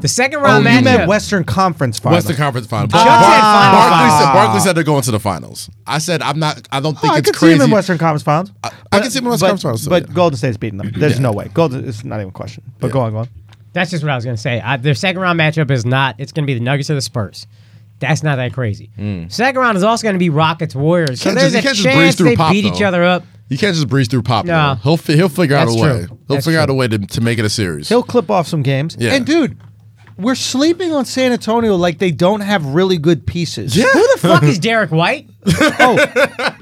[SPEAKER 4] The second round
[SPEAKER 2] Oh,
[SPEAKER 1] you
[SPEAKER 4] matchup.
[SPEAKER 1] meant Western Conference Finals.
[SPEAKER 2] Western Conference Finals.
[SPEAKER 4] Chuck said finals.
[SPEAKER 2] Barkley, said, Barkley said they're going to the finals. I said I'm not. I don't think
[SPEAKER 1] Oh, I
[SPEAKER 2] it's
[SPEAKER 1] could see
[SPEAKER 2] crazy.
[SPEAKER 1] them in Western Conference Finals.
[SPEAKER 2] I- I can see them in Western
[SPEAKER 1] but,
[SPEAKER 2] Conference Finals, so
[SPEAKER 1] But
[SPEAKER 2] yeah.
[SPEAKER 1] Golden State's beating them. There's no way. Golden it's not even a question. But go on, go on.
[SPEAKER 4] That's just what I was gonna say. I, their second round matchup is not. It's gonna be the Nuggets or the Spurs. That's not that crazy. Second round is also gonna be Rockets Warriors. So
[SPEAKER 2] Can't
[SPEAKER 4] there's
[SPEAKER 2] just- Mm. you
[SPEAKER 4] a
[SPEAKER 2] can't just breeze
[SPEAKER 4] chance
[SPEAKER 2] through
[SPEAKER 4] they
[SPEAKER 2] Pop,
[SPEAKER 4] beat
[SPEAKER 2] though.
[SPEAKER 4] each other up.
[SPEAKER 2] You can't just breeze through Pop.
[SPEAKER 4] No.
[SPEAKER 2] though. He'll fi- he'll figure out
[SPEAKER 4] That's
[SPEAKER 2] a way.
[SPEAKER 4] true.
[SPEAKER 2] He'll
[SPEAKER 4] That's
[SPEAKER 2] figure out a
[SPEAKER 4] true.
[SPEAKER 2] way to, to make it a series.
[SPEAKER 1] He'll clip off some games.
[SPEAKER 2] Yeah.
[SPEAKER 1] And dude, we're sleeping on San Antonio like they don't have really good pieces. Yeah.
[SPEAKER 4] Who the fuck is Derek White?
[SPEAKER 1] Oh,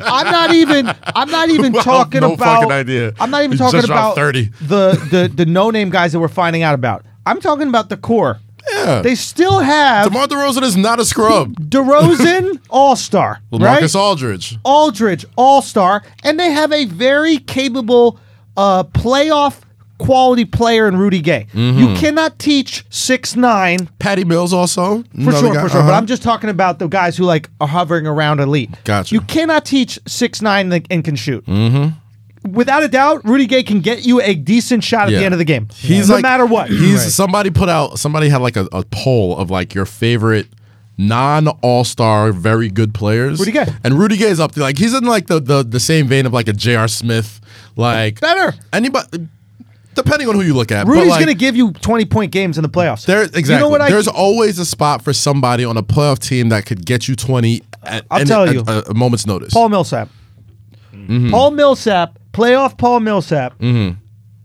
[SPEAKER 1] I'm not even. I'm not even
[SPEAKER 2] Wow,
[SPEAKER 1] talking
[SPEAKER 2] no
[SPEAKER 1] about.
[SPEAKER 2] fucking idea.
[SPEAKER 1] I'm not even
[SPEAKER 2] You
[SPEAKER 1] talking
[SPEAKER 2] just
[SPEAKER 1] about
[SPEAKER 2] dropped 30.
[SPEAKER 1] the the the no name guys that we're finding out about. I'm talking about the core.
[SPEAKER 2] Yeah.
[SPEAKER 1] They still have
[SPEAKER 2] DeMar DeRozan is not a scrub.
[SPEAKER 1] DeRozan All Star,
[SPEAKER 2] LaMarcus
[SPEAKER 1] right?
[SPEAKER 2] Aldridge.
[SPEAKER 1] Aldridge All Star, and they have a very capable uh, playoff quality player in Rudy Gay.
[SPEAKER 2] Mm-hmm.
[SPEAKER 1] You cannot teach six nine
[SPEAKER 2] Patty Mills also.
[SPEAKER 1] for sure, for sure. But
[SPEAKER 2] uh-huh.
[SPEAKER 1] I'm just talking about the guys who like are hovering around elite.
[SPEAKER 2] Gotcha.
[SPEAKER 1] You cannot teach six nine and can shoot. Mm-hmm. without a doubt, Rudy Gay can get you a decent shot at
[SPEAKER 2] Yeah.
[SPEAKER 1] the end of the game.
[SPEAKER 2] He's
[SPEAKER 1] no
[SPEAKER 2] like-
[SPEAKER 1] matter what.
[SPEAKER 2] He's somebody put out somebody had like a, a poll of like your favorite non All Star very good players.
[SPEAKER 1] Rudy Gay.
[SPEAKER 2] and Rudy Gay's up there. Like he's in like the the, the same vein of like a J.R. Smith. Like
[SPEAKER 1] Better.
[SPEAKER 2] anybody, depending on who you look at. but,
[SPEAKER 1] Rudy's
[SPEAKER 2] like,
[SPEAKER 1] going to give you 20 point games in the playoffs.
[SPEAKER 2] There, exactly.
[SPEAKER 1] You know what I
[SPEAKER 2] There's always a spot for somebody on a playoff team that could get you 20 at,
[SPEAKER 1] I'll
[SPEAKER 2] any-
[SPEAKER 1] tell
[SPEAKER 2] at
[SPEAKER 1] you.
[SPEAKER 2] a, a moment's notice.
[SPEAKER 1] Paul Millsap.
[SPEAKER 2] Mm-hmm.
[SPEAKER 1] Paul Millsap, playoff Paul Millsap,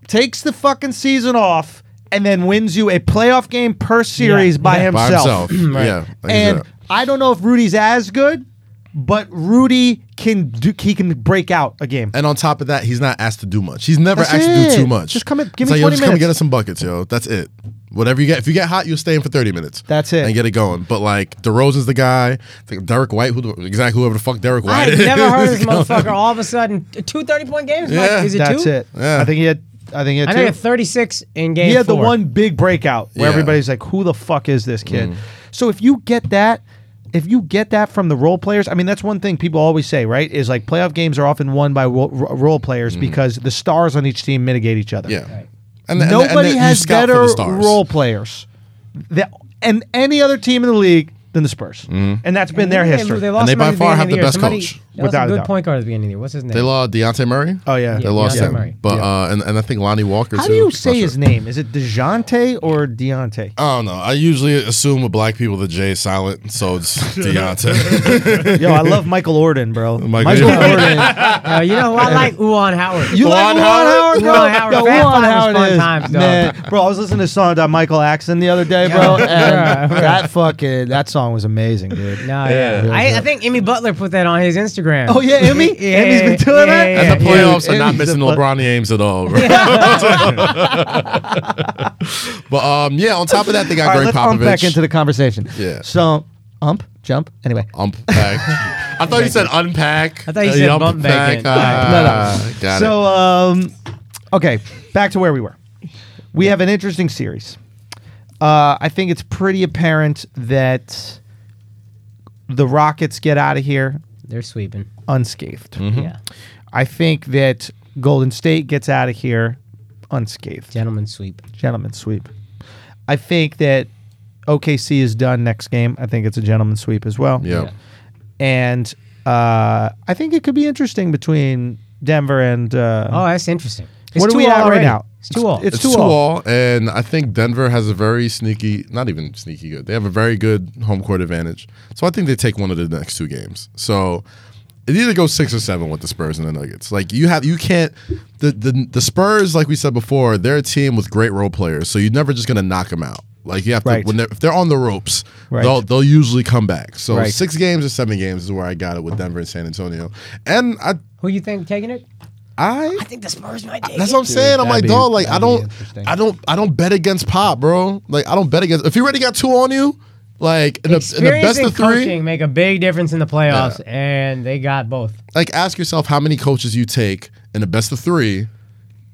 [SPEAKER 1] takes the fucking season off and then wins you a playoff game per series by,
[SPEAKER 2] by
[SPEAKER 1] himself.
[SPEAKER 2] himself. Yeah. like
[SPEAKER 1] And
[SPEAKER 2] that.
[SPEAKER 1] I don't know if Rudy's as good, but Rudy can do, he can break out a game.
[SPEAKER 2] and on top of that, he's not asked to do much. He's never
[SPEAKER 1] That's
[SPEAKER 2] asked to
[SPEAKER 1] it.
[SPEAKER 2] do too much.
[SPEAKER 1] Just come in- give
[SPEAKER 2] It's
[SPEAKER 1] me
[SPEAKER 2] yo,
[SPEAKER 1] 20
[SPEAKER 2] just come
[SPEAKER 1] minutes.
[SPEAKER 2] and get us some buckets, yo. That's it. Whatever you get, if you get hot, you'll stay in for 30 minutes.
[SPEAKER 1] That's it.
[SPEAKER 2] And get it going. But like DeRozan's the guy, like Derek White, who the- exactly whoever the fuck Derek White
[SPEAKER 4] I've
[SPEAKER 2] is.
[SPEAKER 4] never heard of this motherfucker. All of a sudden, two 30 point games? Mike?
[SPEAKER 2] Yeah.
[SPEAKER 4] Is it
[SPEAKER 1] That's
[SPEAKER 4] two?
[SPEAKER 1] it.
[SPEAKER 2] Yeah.
[SPEAKER 1] I think he had. I think he had
[SPEAKER 4] I
[SPEAKER 1] two.
[SPEAKER 4] know he had 36 in game
[SPEAKER 1] he had the
[SPEAKER 4] four.
[SPEAKER 1] one big breakout where
[SPEAKER 2] Yeah. Mm.
[SPEAKER 1] everybody's like, "Who the fuck is this kid?" So if you get that, if you get that from the role players, I mean, that's one thing people always say, right? Is like playoff games are often won by ro- ro- role players because the stars on each team mitigate each other.
[SPEAKER 2] Mm-hmm. yeah. And, and- and-
[SPEAKER 1] Nobody
[SPEAKER 2] and you
[SPEAKER 1] has
[SPEAKER 2] scout
[SPEAKER 1] better
[SPEAKER 2] for the stars.
[SPEAKER 1] role players than and any other team in the league than the Spurs,
[SPEAKER 2] Mm-hmm.
[SPEAKER 1] and that's been their
[SPEAKER 4] They-
[SPEAKER 1] history.
[SPEAKER 4] They
[SPEAKER 2] And
[SPEAKER 4] lost
[SPEAKER 2] they by
[SPEAKER 4] somebody at
[SPEAKER 2] far
[SPEAKER 4] beginning
[SPEAKER 2] have
[SPEAKER 4] of
[SPEAKER 2] the
[SPEAKER 4] year.
[SPEAKER 2] best
[SPEAKER 4] Somebody-
[SPEAKER 2] coach.
[SPEAKER 4] They lost
[SPEAKER 1] Without
[SPEAKER 4] a
[SPEAKER 1] a
[SPEAKER 4] good
[SPEAKER 1] doubt.
[SPEAKER 4] point guard at the beginning of the year. What's his name?
[SPEAKER 2] They lost Deontay Murray.
[SPEAKER 1] oh yeah,
[SPEAKER 2] They lost
[SPEAKER 4] Deontay
[SPEAKER 2] him.
[SPEAKER 4] Murray.
[SPEAKER 2] But
[SPEAKER 1] Yeah.
[SPEAKER 2] uh, and, and I think Lonnie Walker.
[SPEAKER 1] How
[SPEAKER 2] too.
[SPEAKER 1] do you
[SPEAKER 2] Not
[SPEAKER 1] say
[SPEAKER 2] sure.
[SPEAKER 1] his name? Is it Dejounte or Deontay?
[SPEAKER 2] I don't know. I usually assume with black people the J is silent, so it's Deontay.
[SPEAKER 1] Yo, I love Michael Orden, bro.
[SPEAKER 2] Michael-
[SPEAKER 1] Michael Orden.
[SPEAKER 4] Uh, you know who I like? Uwan Howard.
[SPEAKER 1] You like
[SPEAKER 2] Juwan
[SPEAKER 1] Juwan Howard,
[SPEAKER 2] Howard?
[SPEAKER 1] bro?
[SPEAKER 4] Juwan Howard.
[SPEAKER 1] Yo,
[SPEAKER 4] Fat
[SPEAKER 1] Juwan
[SPEAKER 4] Five was
[SPEAKER 1] Howard
[SPEAKER 4] fun
[SPEAKER 1] is-
[SPEAKER 4] times, dog.
[SPEAKER 1] man, bro. I was listening to a song by Michael Axon the other day, bro, and that fucking that song was amazing, dude.
[SPEAKER 4] No, yeah. I, I think Emmy Butler put that on his Instagram.
[SPEAKER 1] Oh yeah, Emmy.
[SPEAKER 4] Yeah,
[SPEAKER 1] Emmy's been doing
[SPEAKER 4] yeah,
[SPEAKER 1] that.
[SPEAKER 4] yeah,
[SPEAKER 2] and the
[SPEAKER 1] Dude,
[SPEAKER 2] playoffs are not
[SPEAKER 1] Emmy's
[SPEAKER 2] missing
[SPEAKER 1] a fu-
[SPEAKER 2] LeBron James at all. Bro. but um, yeah. On top of that, they
[SPEAKER 1] All
[SPEAKER 2] got
[SPEAKER 1] right,
[SPEAKER 2] Greg
[SPEAKER 1] let's bump back
[SPEAKER 2] Popovich.
[SPEAKER 1] into the conversation.
[SPEAKER 2] Yeah.
[SPEAKER 1] So, ump, jump. Anyway,
[SPEAKER 2] unpack. I thought you said unpack.
[SPEAKER 4] I thought you said bump back in.
[SPEAKER 2] Ah, Got
[SPEAKER 1] so
[SPEAKER 2] it.
[SPEAKER 1] um, okay, back to where we were. We have an interesting series. Uh, I think it's pretty apparent that the Rockets get out of here
[SPEAKER 4] They're sweeping.
[SPEAKER 1] unscathed.
[SPEAKER 4] Yeah.
[SPEAKER 1] I think that Golden State gets out of here unscathed.
[SPEAKER 4] Gentlemen sweep.
[SPEAKER 1] Gentlemen sweep. I think that OKC is done next game. I think it's a gentleman sweep as well.
[SPEAKER 2] Yeah.
[SPEAKER 1] And uh, I think it could be interesting between Denver and. Uh,
[SPEAKER 4] Oh, that's interesting. It's
[SPEAKER 1] What are
[SPEAKER 4] two
[SPEAKER 1] we
[SPEAKER 4] all
[SPEAKER 1] at right
[SPEAKER 4] already.
[SPEAKER 1] now?
[SPEAKER 4] It's two all.
[SPEAKER 1] It's-
[SPEAKER 2] It's two
[SPEAKER 1] two all.
[SPEAKER 2] all, and I think Denver has a very sneaky, not even sneaky good. They have a very good home court advantage, so I think they take one of the next two games. So it either goes six or seven with the Spurs and the Nuggets. Like you have, you can't. The the the Spurs, like we said before, they're a team with great role players, so you're never just gonna knock them out. Like you have to
[SPEAKER 1] Right.
[SPEAKER 2] when they're, if they're on the ropes,
[SPEAKER 1] Right.
[SPEAKER 2] they'll they'll usually come back. So
[SPEAKER 1] Right.
[SPEAKER 2] six games or seven games is where I got it with Denver and San Antonio, and I
[SPEAKER 4] Who you think taking it?
[SPEAKER 2] I
[SPEAKER 4] I think the Spurs might take
[SPEAKER 2] that's what I'm saying. I'm
[SPEAKER 1] that'd
[SPEAKER 2] like,
[SPEAKER 1] be-
[SPEAKER 2] dog, like I
[SPEAKER 1] that'd be
[SPEAKER 2] don't,
[SPEAKER 1] interesting.
[SPEAKER 2] I don't, I don't bet against Pop, bro. Like I don't bet against. If you already got two on you, like in the, in the
[SPEAKER 4] Experience
[SPEAKER 2] best
[SPEAKER 4] and
[SPEAKER 2] of three,
[SPEAKER 4] coaching make a big difference in the playoffs, and they got both.
[SPEAKER 2] like ask yourself how many coaches you take in the best of three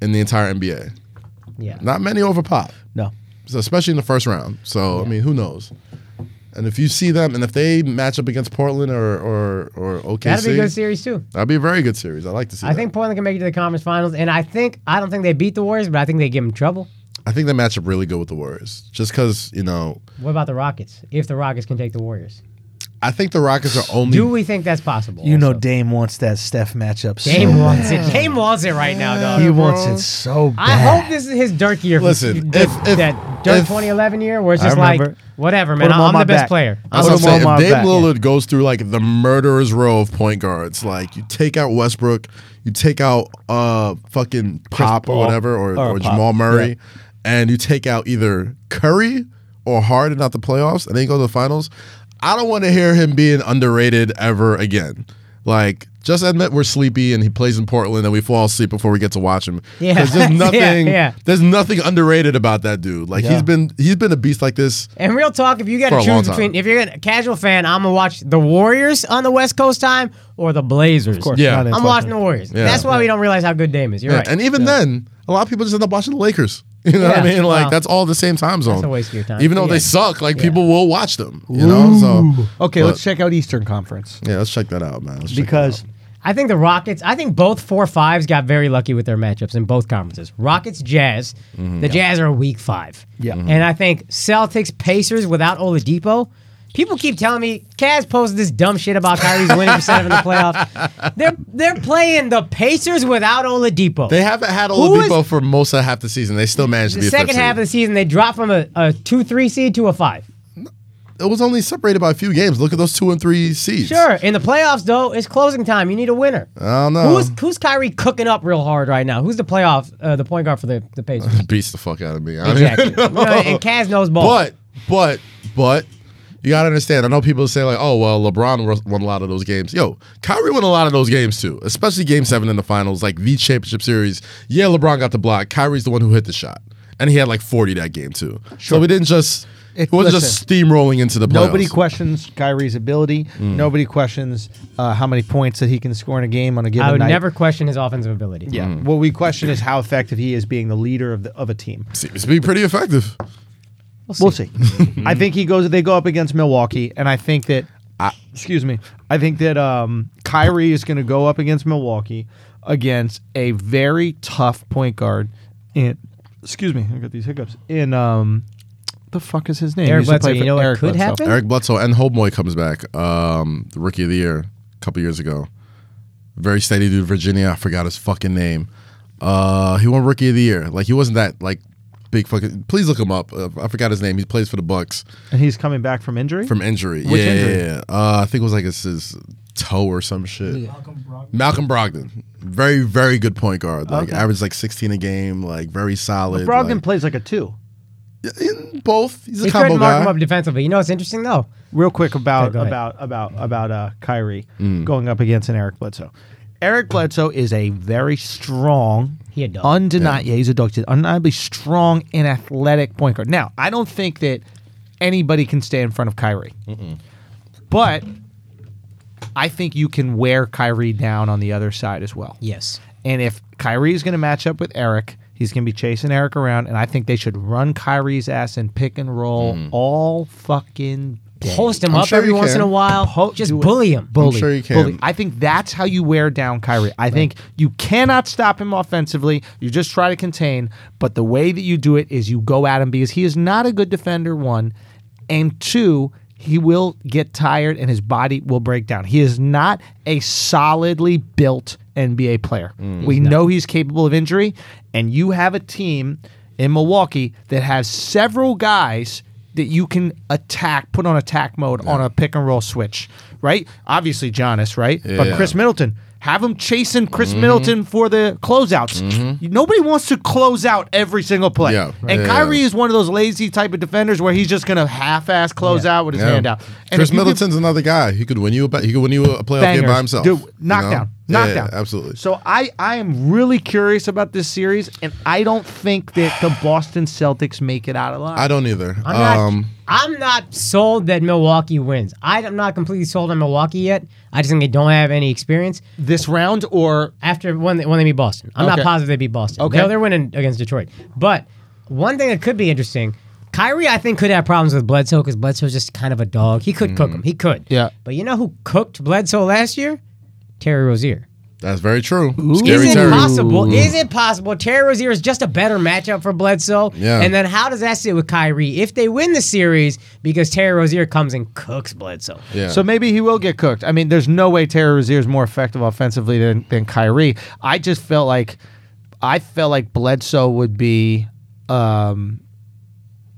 [SPEAKER 2] in the entire NBA.
[SPEAKER 4] Yeah.
[SPEAKER 2] Not many over Pop,
[SPEAKER 1] no.
[SPEAKER 2] so especially in the first round. So I mean, who knows? And if you see them, and if they match up against Portland or or or OKC,
[SPEAKER 4] That'd be a good series too.
[SPEAKER 2] That'd be a very good series. I like to see.
[SPEAKER 4] I
[SPEAKER 2] that.
[SPEAKER 4] think Portland can make it to the conference finals, and I think I don't think they beat the Warriors, but I think they give them trouble.
[SPEAKER 2] I think they match up really good with the Warriors, just because you know.
[SPEAKER 4] What about the Rockets? If the Rockets can take the Warriors,
[SPEAKER 2] I think the Rockets are only
[SPEAKER 4] do we think that's possible?
[SPEAKER 1] You know,
[SPEAKER 4] also?
[SPEAKER 1] Dame wants that Steph matchup.
[SPEAKER 4] Dame
[SPEAKER 1] so
[SPEAKER 4] wants it. Dame wants it right now,
[SPEAKER 1] bad.
[SPEAKER 4] dog.
[SPEAKER 1] He wants it so bad.
[SPEAKER 4] I hope this is his Dirk year.
[SPEAKER 2] Listen,
[SPEAKER 4] the-
[SPEAKER 2] if- if-
[SPEAKER 4] that Dirk
[SPEAKER 2] if-
[SPEAKER 4] 2011 year, where it's
[SPEAKER 1] I
[SPEAKER 4] just like
[SPEAKER 1] remember.
[SPEAKER 4] whatever,
[SPEAKER 1] Put
[SPEAKER 4] man.
[SPEAKER 1] him
[SPEAKER 4] I'm
[SPEAKER 1] on
[SPEAKER 4] the
[SPEAKER 1] my
[SPEAKER 4] best
[SPEAKER 1] back.
[SPEAKER 4] player.
[SPEAKER 1] Put
[SPEAKER 2] That's
[SPEAKER 4] I'm
[SPEAKER 2] what I'm
[SPEAKER 1] him
[SPEAKER 2] saying.
[SPEAKER 1] on
[SPEAKER 2] If
[SPEAKER 1] my
[SPEAKER 2] Dame
[SPEAKER 1] back.
[SPEAKER 2] Lillard goes through like the murderer's row of point guards, like you take out Westbrook, you take out uh fucking Pop or
[SPEAKER 1] Paul.
[SPEAKER 2] whatever, or,
[SPEAKER 1] Or
[SPEAKER 2] or,
[SPEAKER 1] Pop,
[SPEAKER 2] Jamal Murray, and you take out either Curry or Harden at the playoffs, and then you go to the finals. I don't want to hear him being underrated ever again. Like, just admit we're sleepy and he plays in Portland and we fall asleep before we get to watch him. 'Cause
[SPEAKER 4] Yeah.
[SPEAKER 2] There's
[SPEAKER 4] Yeah,
[SPEAKER 2] nothing
[SPEAKER 4] yeah.
[SPEAKER 2] there's nothing underrated about that dude. Like
[SPEAKER 1] Yeah.
[SPEAKER 2] he's been he's been a beast like this.
[SPEAKER 4] And real talk, if you got
[SPEAKER 2] For
[SPEAKER 4] to
[SPEAKER 2] a long
[SPEAKER 4] choose
[SPEAKER 2] time.
[SPEAKER 4] between, if you're a casual fan, I'm gonna watch the Warriors on the West Coast time or the Blazers. Of course.
[SPEAKER 2] Yeah.
[SPEAKER 4] I'm watching the Warriors.
[SPEAKER 2] Yeah.
[SPEAKER 4] That's why we don't realize how good Dame is. You're
[SPEAKER 2] Yeah,
[SPEAKER 4] right.
[SPEAKER 2] And even then, a lot of people just end up watching the Lakers. You know what I
[SPEAKER 4] Yeah,
[SPEAKER 2] mean? Like
[SPEAKER 4] well,
[SPEAKER 2] that's all the same time zone.
[SPEAKER 4] a waste of your time.
[SPEAKER 2] Even though
[SPEAKER 4] Yeah.
[SPEAKER 2] they suck, like people will watch them. You know? So
[SPEAKER 1] Okay,
[SPEAKER 2] but-
[SPEAKER 1] let's check out Eastern Conference
[SPEAKER 2] Yeah, let's check that out, man. Let's check that
[SPEAKER 1] because
[SPEAKER 4] I think the Rockets. I think both four fives got very lucky with their matchups in both conferences. Rockets, Jazz.
[SPEAKER 2] Mm-hmm.
[SPEAKER 4] The Jazz are a weak five.
[SPEAKER 3] Yeah. Mhm.
[SPEAKER 4] and I think Celtics, Pacers without Oladipo. People keep telling me Kaz posted this dumb shit about Kyrie's winning percent in the playoffs. They're they're playing the Pacers without Oladipo.
[SPEAKER 2] They haven't had
[SPEAKER 4] Who is-
[SPEAKER 2] Oladipo for most of half the season. They still managed to
[SPEAKER 4] the
[SPEAKER 2] be a
[SPEAKER 4] second
[SPEAKER 2] fifth
[SPEAKER 4] half
[SPEAKER 2] seed.
[SPEAKER 4] of the season, they drop from a, a two three seed to a five.
[SPEAKER 2] It was only separated by a few games. Look at those two and three seeds.
[SPEAKER 4] Sure. In the playoffs, though, it's closing time. You need a winner.
[SPEAKER 2] I don't know.
[SPEAKER 4] Who's who's Kyrie cooking up real hard right now? Who's the playoff uh, the point guard for the the Pacers?
[SPEAKER 2] Beats the fuck out of me. I don't
[SPEAKER 4] Exactly.
[SPEAKER 2] even know.
[SPEAKER 4] You know, and Kaz knows
[SPEAKER 3] Oh.
[SPEAKER 4] ball.
[SPEAKER 2] But but but you gotta understand. I know people say like, oh well, LeBron won- won a lot of those games. Yo, Kyrie won a lot of those games too, especially Game Seven in the finals, like the championship series. Yeah, LeBron got the block. Kyrie's the one who hit the shot, and he had like forty that game too. So we didn't just.
[SPEAKER 3] It-
[SPEAKER 2] It wasn't just steamrolling into the playoffs. Mm.
[SPEAKER 3] Nobody questions Kyrie's ability. Nobody questions uh, how many points that he can score in a game on a given
[SPEAKER 4] I would
[SPEAKER 3] night.
[SPEAKER 4] never question his offensive ability.
[SPEAKER 3] Yeah. What we question is how effective he is being the leader of the, of a team.
[SPEAKER 2] seems to be pretty effective.
[SPEAKER 3] We'll see. I think he goes. They go up against Milwaukee, and I think that. excuse me. I think that um, Kyrie is going to go up against Milwaukee against a very tough point guard. In excuse me, I got these hiccups. In um, the fuck is his name? He
[SPEAKER 4] Eric
[SPEAKER 3] used to play
[SPEAKER 4] Bledsoe,
[SPEAKER 3] for
[SPEAKER 4] you know what could
[SPEAKER 3] Bledsoe.
[SPEAKER 4] happen?
[SPEAKER 2] Eric Bledsoe and Holboy comes back, um, the rookie of the year a couple years ago. Very steady dude, Virginia. I forgot his fucking name. Uh, he won rookie of the year. Like he wasn't that like big fucking. Please look him up. Uh, I forgot his name. He plays for the Bucks
[SPEAKER 3] and he's coming back from injury.
[SPEAKER 2] from injury.
[SPEAKER 3] Which
[SPEAKER 2] yeah,
[SPEAKER 3] injury?
[SPEAKER 2] yeah, yeah. Uh, I think it was like his, his toe or some shit.
[SPEAKER 8] Malcolm Brogdon.
[SPEAKER 2] Malcolm Brogdon, very very good point guard. Like
[SPEAKER 3] Okay.
[SPEAKER 2] averaged like sixteen a game. Like very solid.
[SPEAKER 3] Brogdon
[SPEAKER 2] like-
[SPEAKER 3] plays like a two.
[SPEAKER 2] in both. He's a
[SPEAKER 4] He
[SPEAKER 2] combo
[SPEAKER 4] couldn't mark
[SPEAKER 2] guy.
[SPEAKER 4] him up defensively. You know what's interesting though?
[SPEAKER 3] real quick about
[SPEAKER 4] go ahead.
[SPEAKER 3] about about about uh, Kyrie
[SPEAKER 2] Mm.
[SPEAKER 3] going up against an Eric Bledsoe. Eric Bledsoe is a very strong,
[SPEAKER 4] He a dog.
[SPEAKER 3] undeniable. Yeah. he's a dog. He's an undeniably strong and athletic point guard. Now, I don't think that anybody can stay in front of Kyrie, but I think you can wear Kyrie down on the other side as well.
[SPEAKER 4] Yes.
[SPEAKER 3] And if Kyrie is going to match up with Eric, he's going to be chasing Eric around, and I think they should run Kyrie's ass and pick and roll all fucking day.
[SPEAKER 4] Post him
[SPEAKER 2] I'm
[SPEAKER 4] up
[SPEAKER 2] sure
[SPEAKER 4] every
[SPEAKER 2] you
[SPEAKER 4] once
[SPEAKER 2] can.
[SPEAKER 4] in a while.
[SPEAKER 3] Po-
[SPEAKER 4] Just
[SPEAKER 3] do it.
[SPEAKER 4] bully him.
[SPEAKER 3] Bully,
[SPEAKER 2] sure you
[SPEAKER 3] bully.
[SPEAKER 2] can.
[SPEAKER 3] I think that's how you wear down Kyrie. I think you cannot stop him offensively. You just try to contain, but the way that you do it is you go at him because he is not a good defender. One and two, he will get tired and his body will break down. He is not a solidly built NBA player.
[SPEAKER 2] Mm.
[SPEAKER 3] we know he's capable of injury, and you have a team in Milwaukee that has several guys that you can attack, put on attack mode on a pick and roll switch, right? Obviously, Giannis, right? But
[SPEAKER 2] Yeah. Mm-hmm.
[SPEAKER 3] Chris Middleton, have him chasing Chris Middleton for the closeouts. Nobody wants to close out every single play.
[SPEAKER 2] Yeah.
[SPEAKER 3] And
[SPEAKER 2] Yeah.
[SPEAKER 3] Kyrie is one of those lazy type of defenders where he's just going to half-ass close out with his
[SPEAKER 2] Yeah.
[SPEAKER 3] hand out. And
[SPEAKER 2] Chris
[SPEAKER 3] if you give
[SPEAKER 2] Middleton's another guy. He could win you a ba- he could win you a playoff game
[SPEAKER 3] bangers,
[SPEAKER 2] by himself.
[SPEAKER 3] dude,
[SPEAKER 2] you know?
[SPEAKER 3] knockdown,
[SPEAKER 2] Yeah, yeah,
[SPEAKER 3] knockdown,
[SPEAKER 2] absolutely.
[SPEAKER 3] So I, I am really curious about this series, and I don't think that the Boston Celtics make it out alive.
[SPEAKER 2] I don't either.
[SPEAKER 4] I'm not,
[SPEAKER 2] um,
[SPEAKER 4] I'm not sold that Milwaukee wins. I, am not completely sold on Milwaukee yet. I just think they don't have any experience.
[SPEAKER 3] this round or
[SPEAKER 4] after when they, when they beat Boston. I'm
[SPEAKER 3] Okay.
[SPEAKER 4] not positive they beat Boston.
[SPEAKER 3] Okay.
[SPEAKER 4] Okay, they're winning against Detroit. But one thing that could be interesting, Kyrie, I think could have problems with Bledsoe because Bledsoe's just kind of a dog. He could cook him. He could.
[SPEAKER 3] Mm. Yeah.
[SPEAKER 4] But you know who cooked Bledsoe last year? Terry Rozier.
[SPEAKER 2] that's very true.
[SPEAKER 4] Is
[SPEAKER 2] Scary
[SPEAKER 4] it
[SPEAKER 2] Terry.
[SPEAKER 4] possible? Is it possible? Terry Rozier is just a better matchup for Bledsoe.
[SPEAKER 2] Yeah.
[SPEAKER 4] And then how does that sit with Kyrie if they win the series because Terry Rozier comes and cooks Bledsoe?
[SPEAKER 2] Yeah.
[SPEAKER 3] So maybe he will get cooked. I mean, there's no way Terry Rozier is more effective offensively than, than Kyrie. I just felt like I felt like Bledsoe would be um,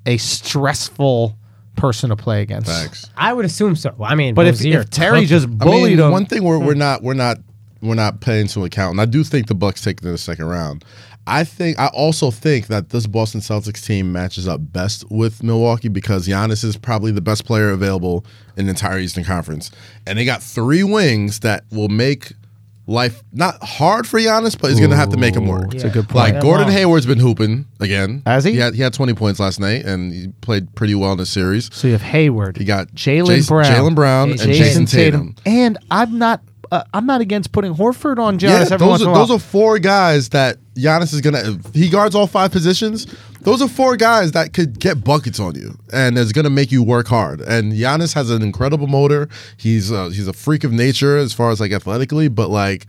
[SPEAKER 3] a stressful person to play against.
[SPEAKER 2] Facts.
[SPEAKER 4] I would assume so. I mean,
[SPEAKER 3] But if,
[SPEAKER 4] Rozier
[SPEAKER 3] if Terry
[SPEAKER 4] cooked
[SPEAKER 3] just
[SPEAKER 2] I
[SPEAKER 3] bullied Hmm.
[SPEAKER 2] mean,
[SPEAKER 3] him,
[SPEAKER 2] one thing we're, we're not we're not we're not paying to account, and I do think the Bucks take it in the second round. I think I also think that this Boston Celtics team matches up best with Milwaukee because Giannis is probably the best player available in the entire Eastern Conference, and they got three wings that will make life not hard for Giannis, but is going to have to make him work.
[SPEAKER 3] It's a good point.
[SPEAKER 2] Like Gordon Hayward's been hooping again.
[SPEAKER 3] Has he?
[SPEAKER 2] He had, he had 20 points last night, and he played pretty well in the series.
[SPEAKER 3] so you have Hayward,
[SPEAKER 2] You got
[SPEAKER 3] Jalen
[SPEAKER 2] Jason-
[SPEAKER 3] Brown,
[SPEAKER 2] Jalen Brown and Jason Tatum.
[SPEAKER 3] and I'm not
[SPEAKER 1] uh, I'm not against putting Horford on Giannis
[SPEAKER 2] Yeah,
[SPEAKER 1] every once
[SPEAKER 2] those
[SPEAKER 1] in a
[SPEAKER 2] are,
[SPEAKER 1] while.
[SPEAKER 2] those are four guys that Giannis is gonna. He guards all five positions. Those are four guys that could get buckets on you, and it's gonna make you work hard. And Giannis has an incredible motor. He's a, he's a freak of nature as far as like athletically, but like,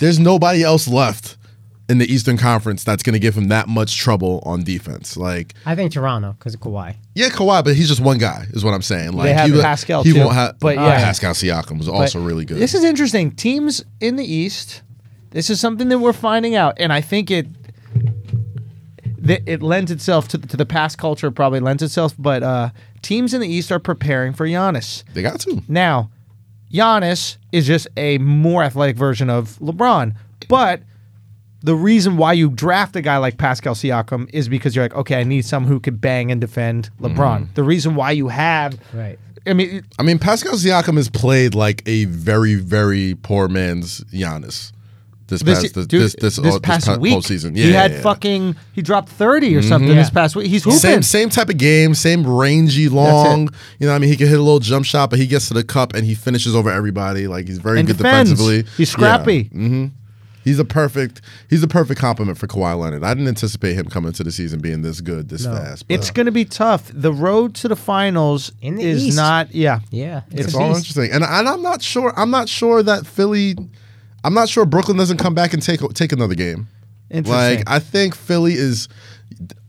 [SPEAKER 2] there's nobody else left in the Eastern Conference that's gonna give him that much trouble on defense. Like,
[SPEAKER 4] I think Toronto because of Kawhi.
[SPEAKER 2] yeah, Kawhi, but he's just one guy, is what I'm saying. Like,
[SPEAKER 1] have
[SPEAKER 2] he,
[SPEAKER 1] Pascal,
[SPEAKER 2] he
[SPEAKER 1] too,
[SPEAKER 2] won't have.
[SPEAKER 1] but yeah.
[SPEAKER 2] Pascal Siakam was also really good.
[SPEAKER 1] This is interesting. Teams in the East. This is something that we're finding out, and I think it that it lends itself to, to the past culture. Probably lends itself, but uh, teams in the East are preparing for Giannis.
[SPEAKER 2] they got two.
[SPEAKER 1] Now, Giannis is just a more athletic version of LeBron, but the reason why you draft a guy like Pascal Siakam is because you're like, okay, I need someone who could bang and defend LeBron. The reason why you have,
[SPEAKER 4] Right.
[SPEAKER 1] I mean,
[SPEAKER 2] I mean, Pascal Siakam has played like a very, very poor man's Giannis this,
[SPEAKER 1] this,
[SPEAKER 2] past this
[SPEAKER 1] dude,
[SPEAKER 2] this, this, oh,
[SPEAKER 1] past
[SPEAKER 2] pa-
[SPEAKER 1] week,
[SPEAKER 2] postseason.
[SPEAKER 1] he
[SPEAKER 2] Yeah,
[SPEAKER 1] had
[SPEAKER 2] yeah, yeah.
[SPEAKER 1] fucking he dropped thirty or something this past week. He's hooping.
[SPEAKER 2] same same type of game, same rangy, long. You know, what I mean, he can hit a little jump shot, but he gets to the cup and he finishes over everybody. Like he's very
[SPEAKER 1] And
[SPEAKER 2] good
[SPEAKER 1] defends.
[SPEAKER 2] defensively.
[SPEAKER 1] He's scrappy.
[SPEAKER 2] hmm He's a perfect. He's a perfect compliment for Kawhi Leonard. I didn't anticipate him coming to the season being this good, this fast. But
[SPEAKER 1] It's going to be tough. The road to the finals
[SPEAKER 4] In the
[SPEAKER 1] is
[SPEAKER 4] East.
[SPEAKER 1] not. Yeah,
[SPEAKER 4] Yeah.
[SPEAKER 1] It's
[SPEAKER 2] It's all Oh, interesting, and and I'm not sure. I'm not sure that Philly. I'm not sure Brooklyn doesn't come back and take take another game.
[SPEAKER 1] Interesting.
[SPEAKER 2] Like I think Philly is.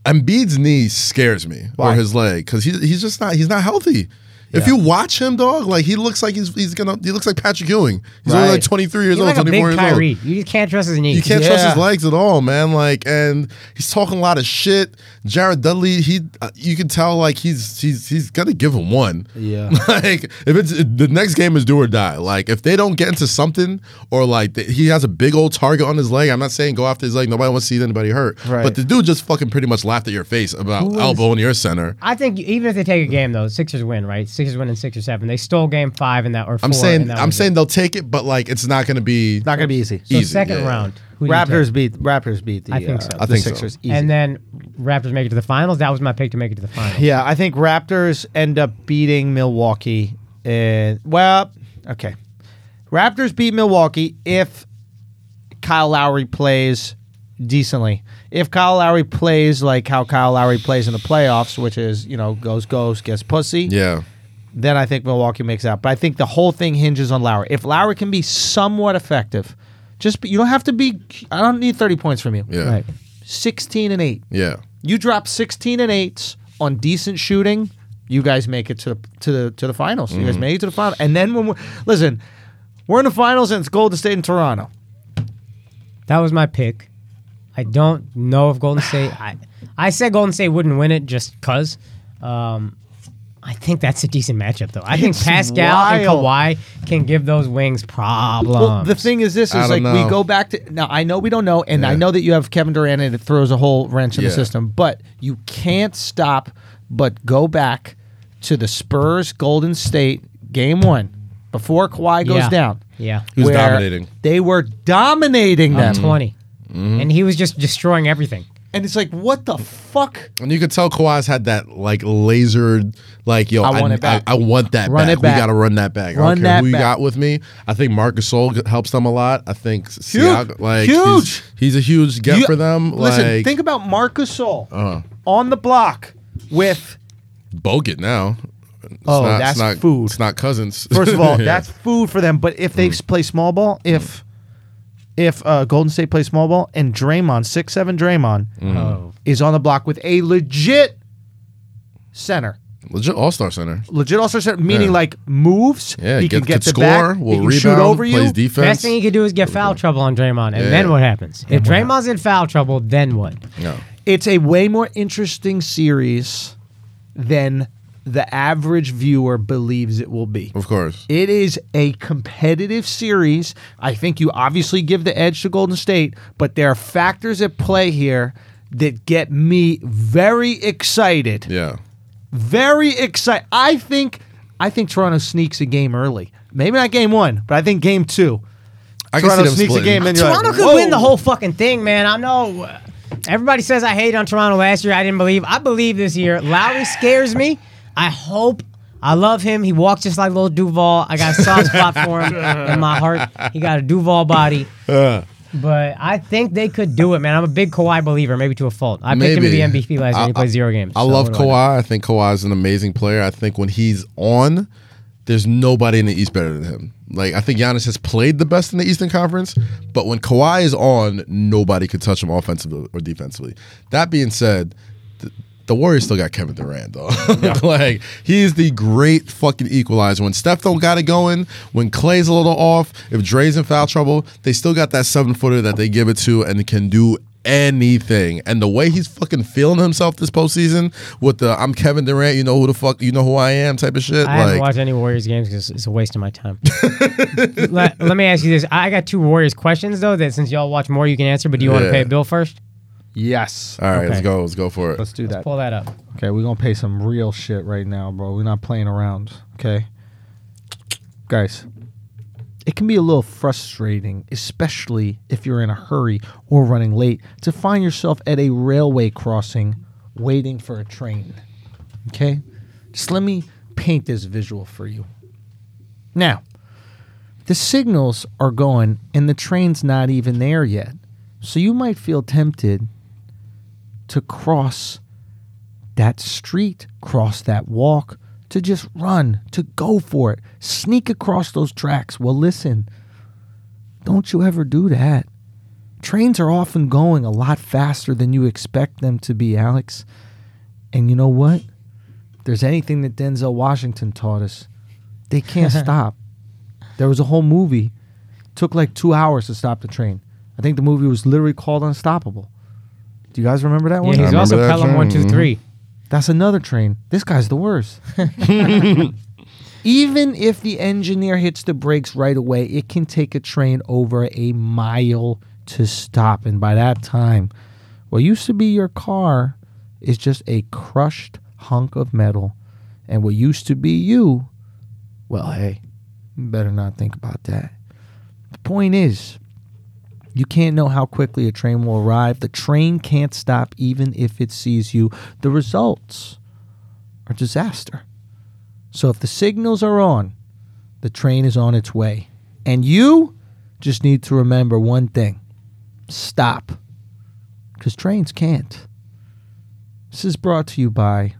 [SPEAKER 2] Embiid's knee scares me
[SPEAKER 1] Why?
[SPEAKER 2] or his leg because he's he's just not he's not healthy. If you watch him, dog, like he looks like he's he's gonna he looks like Patrick Ewing. He's only like
[SPEAKER 1] Right.
[SPEAKER 2] 23 years
[SPEAKER 4] He's
[SPEAKER 2] old,
[SPEAKER 4] like a
[SPEAKER 2] 24
[SPEAKER 4] big
[SPEAKER 2] years old.
[SPEAKER 4] Kyrie. You can't trust his knees.
[SPEAKER 2] You can't trust his
[SPEAKER 1] Yeah.
[SPEAKER 2] legs at all, man. Like, and he's talking a lot of shit. Jared Dudley, he, uh, you can tell, like he's he's he's gonna give him one.
[SPEAKER 1] Yeah.
[SPEAKER 2] like if it's the next game is do or die. Like if they don't get into something or like th- he has a big old target on his leg. I'm not saying go after his leg. Nobody wants to see anybody hurt.
[SPEAKER 1] Right.
[SPEAKER 2] But the dude just fucking pretty much laughed at your face about elbowing your center.
[SPEAKER 4] I think even if they take a game though, Sixers win, right? Sixers win in six or seven. They stole game five in that or four.
[SPEAKER 2] I'm
[SPEAKER 4] in
[SPEAKER 2] saying
[SPEAKER 4] that
[SPEAKER 2] I'm
[SPEAKER 4] one
[SPEAKER 2] saying they'll take it, but like it's not gonna be.
[SPEAKER 1] not going to be easy.
[SPEAKER 4] game. So
[SPEAKER 2] easy,
[SPEAKER 4] second
[SPEAKER 2] yeah.
[SPEAKER 4] round. Who do you
[SPEAKER 1] Raptors
[SPEAKER 4] take?
[SPEAKER 1] beat Raptors beat the.
[SPEAKER 4] I think
[SPEAKER 1] uh,
[SPEAKER 4] so.
[SPEAKER 2] I
[SPEAKER 1] the
[SPEAKER 2] think so.
[SPEAKER 1] Sixers. Easy.
[SPEAKER 4] And then Raptors make it to the finals. That was my pick to make it to the finals.
[SPEAKER 1] Yeah, I think Raptors end up beating Milwaukee. And well, okay, Raptors beat Milwaukee if Kyle Lowry plays decently. If Kyle Lowry plays like how Kyle Lowry plays in the playoffs, which is you know goes goes gets pussy,
[SPEAKER 2] Yeah.
[SPEAKER 1] then I think Milwaukee makes out. But I think the whole thing hinges on Lowry. If Lowry can be somewhat effective, just be, you don't have to be. I don't need thirty points from you.
[SPEAKER 2] Yeah.
[SPEAKER 4] Right.
[SPEAKER 1] sixteen and eight.
[SPEAKER 2] Yeah.
[SPEAKER 1] You drop 16 and 8s on decent shooting, you guys make it to the to the to the finals. You
[SPEAKER 2] Mm-hmm.
[SPEAKER 1] guys make it to the final. And then when we listen, we're in the finals and it's Golden State and Toronto.
[SPEAKER 4] That was my pick. I don't know if Golden State. I, I said Golden State wouldn't win it just because. Um, I think that's a decent matchup, though. I think
[SPEAKER 1] It's
[SPEAKER 4] Pascal
[SPEAKER 1] wild.
[SPEAKER 4] and Kawhi can give those wings problems.
[SPEAKER 1] Well, the thing is this is
[SPEAKER 2] I
[SPEAKER 1] like
[SPEAKER 2] don't
[SPEAKER 1] we
[SPEAKER 2] know.
[SPEAKER 1] go back to now I know we don't know and I
[SPEAKER 2] Yeah.
[SPEAKER 1] know that you have Kevin Durant and it throws a whole wrench in the
[SPEAKER 2] Yeah.
[SPEAKER 1] system, but you can't stop but go back to the Spurs Golden State game 1 before Kawhi goes
[SPEAKER 4] Yeah.
[SPEAKER 1] down.
[SPEAKER 4] Yeah.
[SPEAKER 2] He was
[SPEAKER 1] where
[SPEAKER 2] dominating.
[SPEAKER 1] They were dominating
[SPEAKER 4] Up
[SPEAKER 1] them.
[SPEAKER 4] 20. And he was just destroying everything.
[SPEAKER 1] And it's like what the fuck?
[SPEAKER 2] And you could tell Kawhi's had that like lasered, like yo,
[SPEAKER 1] I want it back.
[SPEAKER 2] I, I want that
[SPEAKER 1] Run
[SPEAKER 2] back.
[SPEAKER 1] it back.
[SPEAKER 2] We gotta run that back. I
[SPEAKER 1] Run
[SPEAKER 2] don't care
[SPEAKER 1] that
[SPEAKER 2] who you
[SPEAKER 1] back.
[SPEAKER 2] got with me. I think Marcus Sol helps them a lot. I think
[SPEAKER 1] Huge.
[SPEAKER 2] Siak- like
[SPEAKER 1] Huge.
[SPEAKER 2] He's, he's a huge get
[SPEAKER 1] You-
[SPEAKER 2] for them.
[SPEAKER 1] Listen,
[SPEAKER 2] like Uh-huh.
[SPEAKER 1] think about Marcus Sol on the block with.
[SPEAKER 2] Bogut now. It's
[SPEAKER 1] Oh,
[SPEAKER 2] not- it's
[SPEAKER 1] that's
[SPEAKER 2] not-
[SPEAKER 1] food.
[SPEAKER 2] It's not cousins.
[SPEAKER 1] First of all,
[SPEAKER 2] Yeah. Mm.
[SPEAKER 1] that's food for them. But if they play small ball, if if uh, Golden State plays small ball and Draymond six seven Draymond
[SPEAKER 3] Mm-hmm.
[SPEAKER 2] Mm.
[SPEAKER 4] Oh.
[SPEAKER 1] is on the block with a legit center.
[SPEAKER 2] legit All Star Center.
[SPEAKER 1] Legit all-star center, meaning
[SPEAKER 2] Yeah.
[SPEAKER 1] like moves.
[SPEAKER 2] Yeah,
[SPEAKER 1] he
[SPEAKER 2] get,
[SPEAKER 1] can get
[SPEAKER 2] could
[SPEAKER 1] the
[SPEAKER 2] score.
[SPEAKER 1] back.
[SPEAKER 2] will
[SPEAKER 1] he can
[SPEAKER 2] rebound.
[SPEAKER 1] shoot over
[SPEAKER 2] plays
[SPEAKER 1] you.
[SPEAKER 2] defense.
[SPEAKER 4] Best thing he could do is get foul trouble on Draymond. And then
[SPEAKER 2] Yeah.
[SPEAKER 4] what happens? If Draymond's in foul trouble, then what?
[SPEAKER 2] no.
[SPEAKER 1] it's a way more interesting series than the average viewer believes it will be.
[SPEAKER 2] Of course.
[SPEAKER 1] It is a competitive series. I think you obviously give the edge to Golden State, but there are factors at play here that get me very excited.
[SPEAKER 2] Yeah.
[SPEAKER 1] Very excited. I think I think Toronto sneaks a game early. Maybe not game 1, but I think game 2.
[SPEAKER 2] I
[SPEAKER 1] Toronto
[SPEAKER 2] can see them
[SPEAKER 1] sneaks a
[SPEAKER 2] splitting.
[SPEAKER 1] game and you're
[SPEAKER 4] Toronto
[SPEAKER 1] like,
[SPEAKER 4] could
[SPEAKER 1] "Whoa."
[SPEAKER 4] win the whole fucking thing, man. I know. Everybody says I hate on Toronto last year. I didn't believe. I believe this year. Lowry scares me. I hope. I love him. He walks just like little Duval. I got a soft spot for him in my heart. He got a Duval body.
[SPEAKER 2] Uh.
[SPEAKER 4] But I think they could do it, man. I'm a big Kawhi believer, maybe to a fault. I picked
[SPEAKER 2] Maybe.
[SPEAKER 4] him to be MVP last year.
[SPEAKER 2] I-
[SPEAKER 4] and he played zero games.
[SPEAKER 2] I
[SPEAKER 4] so
[SPEAKER 2] love
[SPEAKER 4] what do know?
[SPEAKER 2] Kawhi. I think Kawhi is an amazing player. I think when he's on, there's nobody in the East better than him. Like I think Giannis has played the best in the Eastern Conference, but when Kawhi is on, nobody could touch him offensively or defensively. That being said, th- the Warriors still got Kevin Durant though. like he is the great fucking equalizer. When Steph don't got it going, when Clay's a little off, if Dre's in foul trouble, they still got that seven footer that they give it to and can do anything. And the way he's fucking feeling himself this postseason with the I'm Kevin Durant, you know who the fuck you know who I am type of shit.
[SPEAKER 4] I haven't
[SPEAKER 2] like
[SPEAKER 4] watched any Warriors games because it's a waste of my time. let, let me ask you this. I got two Warriors questions, though, that since y'all watch more, you can answer. But do you want to
[SPEAKER 2] Yeah.
[SPEAKER 4] pay a bill first?
[SPEAKER 3] Yes.
[SPEAKER 2] all right, let's
[SPEAKER 4] Okay.
[SPEAKER 2] go. Let's go for it.
[SPEAKER 3] Let's do that.
[SPEAKER 4] Pull that up.
[SPEAKER 3] Okay, we're gonna pay some real shit right now, bro. We're not playing around. Okay. Guys, it can be a little frustrating, especially if you're in a hurry or running late, to find yourself at a railway crossing waiting for a train. Okay? Just let me paint this visual for you. Now, the signals are going and the train's not even there yet. So you might feel tempted to cross that street, cross that walk, to just run, to go for it, sneak across those tracks. Well, listen, don't you ever do that. Trains are often going a lot faster than you expect them to be, Alex. And you know what? If there's anything that Denzel Washington taught us, they can't stop. There was a whole movie, took like two hours to stop the train. I think the movie was literally called Unstoppable. Do you guys remember that one?
[SPEAKER 4] Yeah, he's
[SPEAKER 2] remember
[SPEAKER 4] also
[SPEAKER 2] that Mm-hmm.
[SPEAKER 4] Pelham
[SPEAKER 2] train.
[SPEAKER 4] one two three.
[SPEAKER 3] That's another train. This guy's the worst. Even if the engineer hits the brakes right away, it can take a train over a mile to stop. And by that time, what used to be your car is just a crushed hunk of metal. And what used to be you, well, hey, you better not think about that. The point is, you can't know how quickly a train will arrive. The train can't stop even if it sees you. The results are disaster. So if the signals are on, the train is on its way. And you just need to remember one thing stop. Because trains can't. This is brought to you by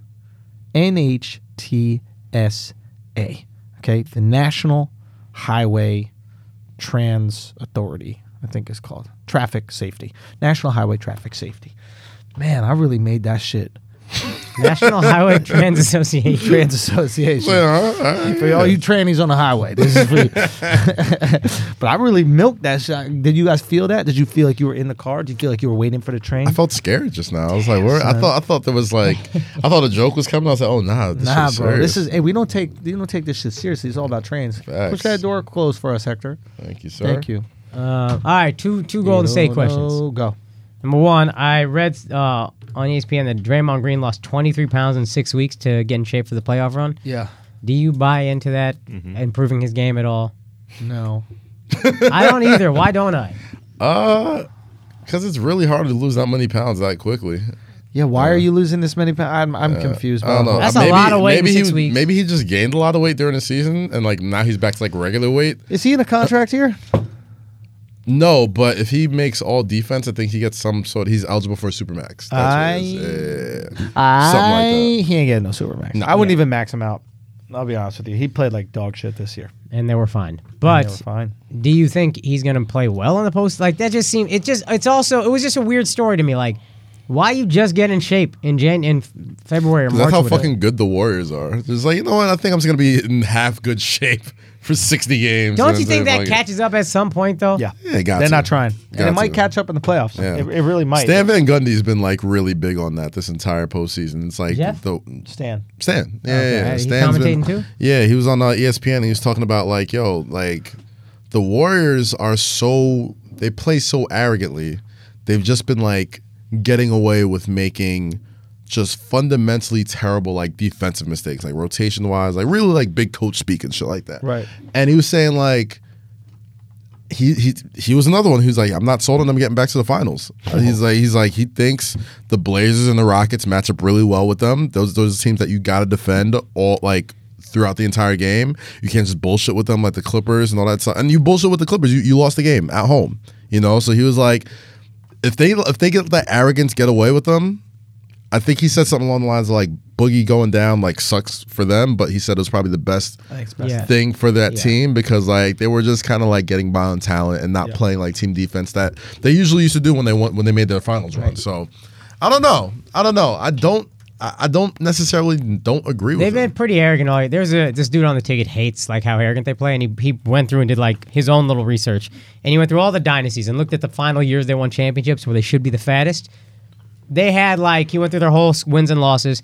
[SPEAKER 3] NHTSA, okay? The National Highway Trans Authority, I think it's called. Traffic Safety. National Highway Traffic Safety. Man, I really made that shit.
[SPEAKER 4] National Highway Trans Association.
[SPEAKER 3] Trans Association.
[SPEAKER 2] All right.
[SPEAKER 3] for all you trannies on the highway, this is for you. but I really milked that shot. Did you guys feel that? Did you feel like you were in the car? Did you feel like you were waiting for the train?
[SPEAKER 2] I felt scared just now. I was like, "Where?" I thought I thought there was like, I thought a joke was coming. I was like, "Oh nah, this
[SPEAKER 3] nah,
[SPEAKER 2] is
[SPEAKER 3] bro.
[SPEAKER 2] serious.
[SPEAKER 3] This is hey, we don't take we don't take this shit seriously. It's all about trains. Push
[SPEAKER 2] Facts.
[SPEAKER 3] that door closed for us, Hector.
[SPEAKER 2] Thank you, sir.
[SPEAKER 3] Thank you.
[SPEAKER 4] Uh, all right, two two Golden State questions.
[SPEAKER 3] No, go.
[SPEAKER 4] Number one, I read uh, on ESPN that Draymond Green lost 23 pounds in six weeks to get in shape for the playoff run.
[SPEAKER 3] Yeah.
[SPEAKER 4] Do you buy into that,
[SPEAKER 3] Mm-hmm.
[SPEAKER 4] improving his game at all?
[SPEAKER 3] No.
[SPEAKER 4] I don't either. Why don't I?
[SPEAKER 2] Uh, because it's really hard to lose that many pounds that quickly.
[SPEAKER 3] Yeah. Why are you losing this many pounds? I'm, I'm confused.
[SPEAKER 2] I don't
[SPEAKER 3] bro.
[SPEAKER 2] know.
[SPEAKER 4] That's a lot of weight in
[SPEAKER 2] Maybe
[SPEAKER 4] six
[SPEAKER 2] he,
[SPEAKER 4] weeks.
[SPEAKER 2] Maybe he just gained a lot of weight during the season, and like now he's back to like regular weight.
[SPEAKER 3] Is he in a contract here?
[SPEAKER 2] No, but if he makes all defense, I think he gets some sort. He's eligible for a supermax. That's what it is. Yeah.
[SPEAKER 3] I
[SPEAKER 2] that.
[SPEAKER 3] he ain't getting no supermax. I wouldn't even max him out. I'll be honest with you. He played like dog shit this year.
[SPEAKER 4] And they were fine.
[SPEAKER 3] They were
[SPEAKER 4] But
[SPEAKER 3] fine.
[SPEAKER 4] do you think he's going to play well in the post? Like that just seemed it just it's also it was just a weird story to me. Like why you just get in shape in Jan in February or March?
[SPEAKER 2] That's how
[SPEAKER 4] with it?
[SPEAKER 2] fucking good the Warriors are. It's like you know what? I think I'm just gonna be in half good shape for 60 games.
[SPEAKER 4] Don't
[SPEAKER 2] and
[SPEAKER 4] you
[SPEAKER 2] it's
[SPEAKER 4] think
[SPEAKER 2] like,
[SPEAKER 4] that
[SPEAKER 2] fuck it.
[SPEAKER 4] catches up at some point though?
[SPEAKER 3] Yeah.
[SPEAKER 2] Yeah, got
[SPEAKER 3] They're
[SPEAKER 2] to.
[SPEAKER 3] not trying. and
[SPEAKER 2] Got
[SPEAKER 3] it might
[SPEAKER 2] to.
[SPEAKER 3] catch up in the playoffs.
[SPEAKER 2] Yeah.
[SPEAKER 3] It, it really might.
[SPEAKER 2] Stan Van Gundy's been like really big on that this entire postseason. It's like
[SPEAKER 4] Jeff?
[SPEAKER 2] the
[SPEAKER 3] Stan.
[SPEAKER 2] Stan. Yeah, yeah, yeah.
[SPEAKER 4] He
[SPEAKER 2] Stan's been-
[SPEAKER 4] commentating too?
[SPEAKER 2] Yeah, he was on uh, ESPN. And he was talking about like, yo, like the Warriors are so they play so arrogantly. They've just been like getting away with making just fundamentally terrible like defensive mistakes, like rotation wise, like really like big coach speak and shit like that.
[SPEAKER 3] Right.
[SPEAKER 2] And he was saying like he he he was another one who's like, I'm not sold on them getting back to the finals. He's like he's like he thinks the Blazers and the Rockets match up really well with them. Those those are teams that you gotta defend all like throughout the entire game. You can't just bullshit with them like the Clippers and all that stuff. And you bullshit with the Clippers, you, you lost the game at home. You know, so he was like, if they if they get that arrogance get away with them, I think he said something along the lines of like Boogie going down like sucks for them, but he said it was probably the best
[SPEAKER 4] Yeah.
[SPEAKER 2] thing for that team because like they were just kind of like getting by on talent and not playing like team defense that they usually used to do when they won when they made their finals run. So I don't know. I don't know. I don't. I I don't necessarily don't agree with.
[SPEAKER 4] They've been
[SPEAKER 2] him.
[SPEAKER 4] pretty arrogant all year. There's a this dude on the ticket hates like how arrogant they play, and he, he went through and did like his own little research, and he went through all the dynasties and looked at the final years they won championships where they should be the fattest. They had like he went through their whole s- wins and losses,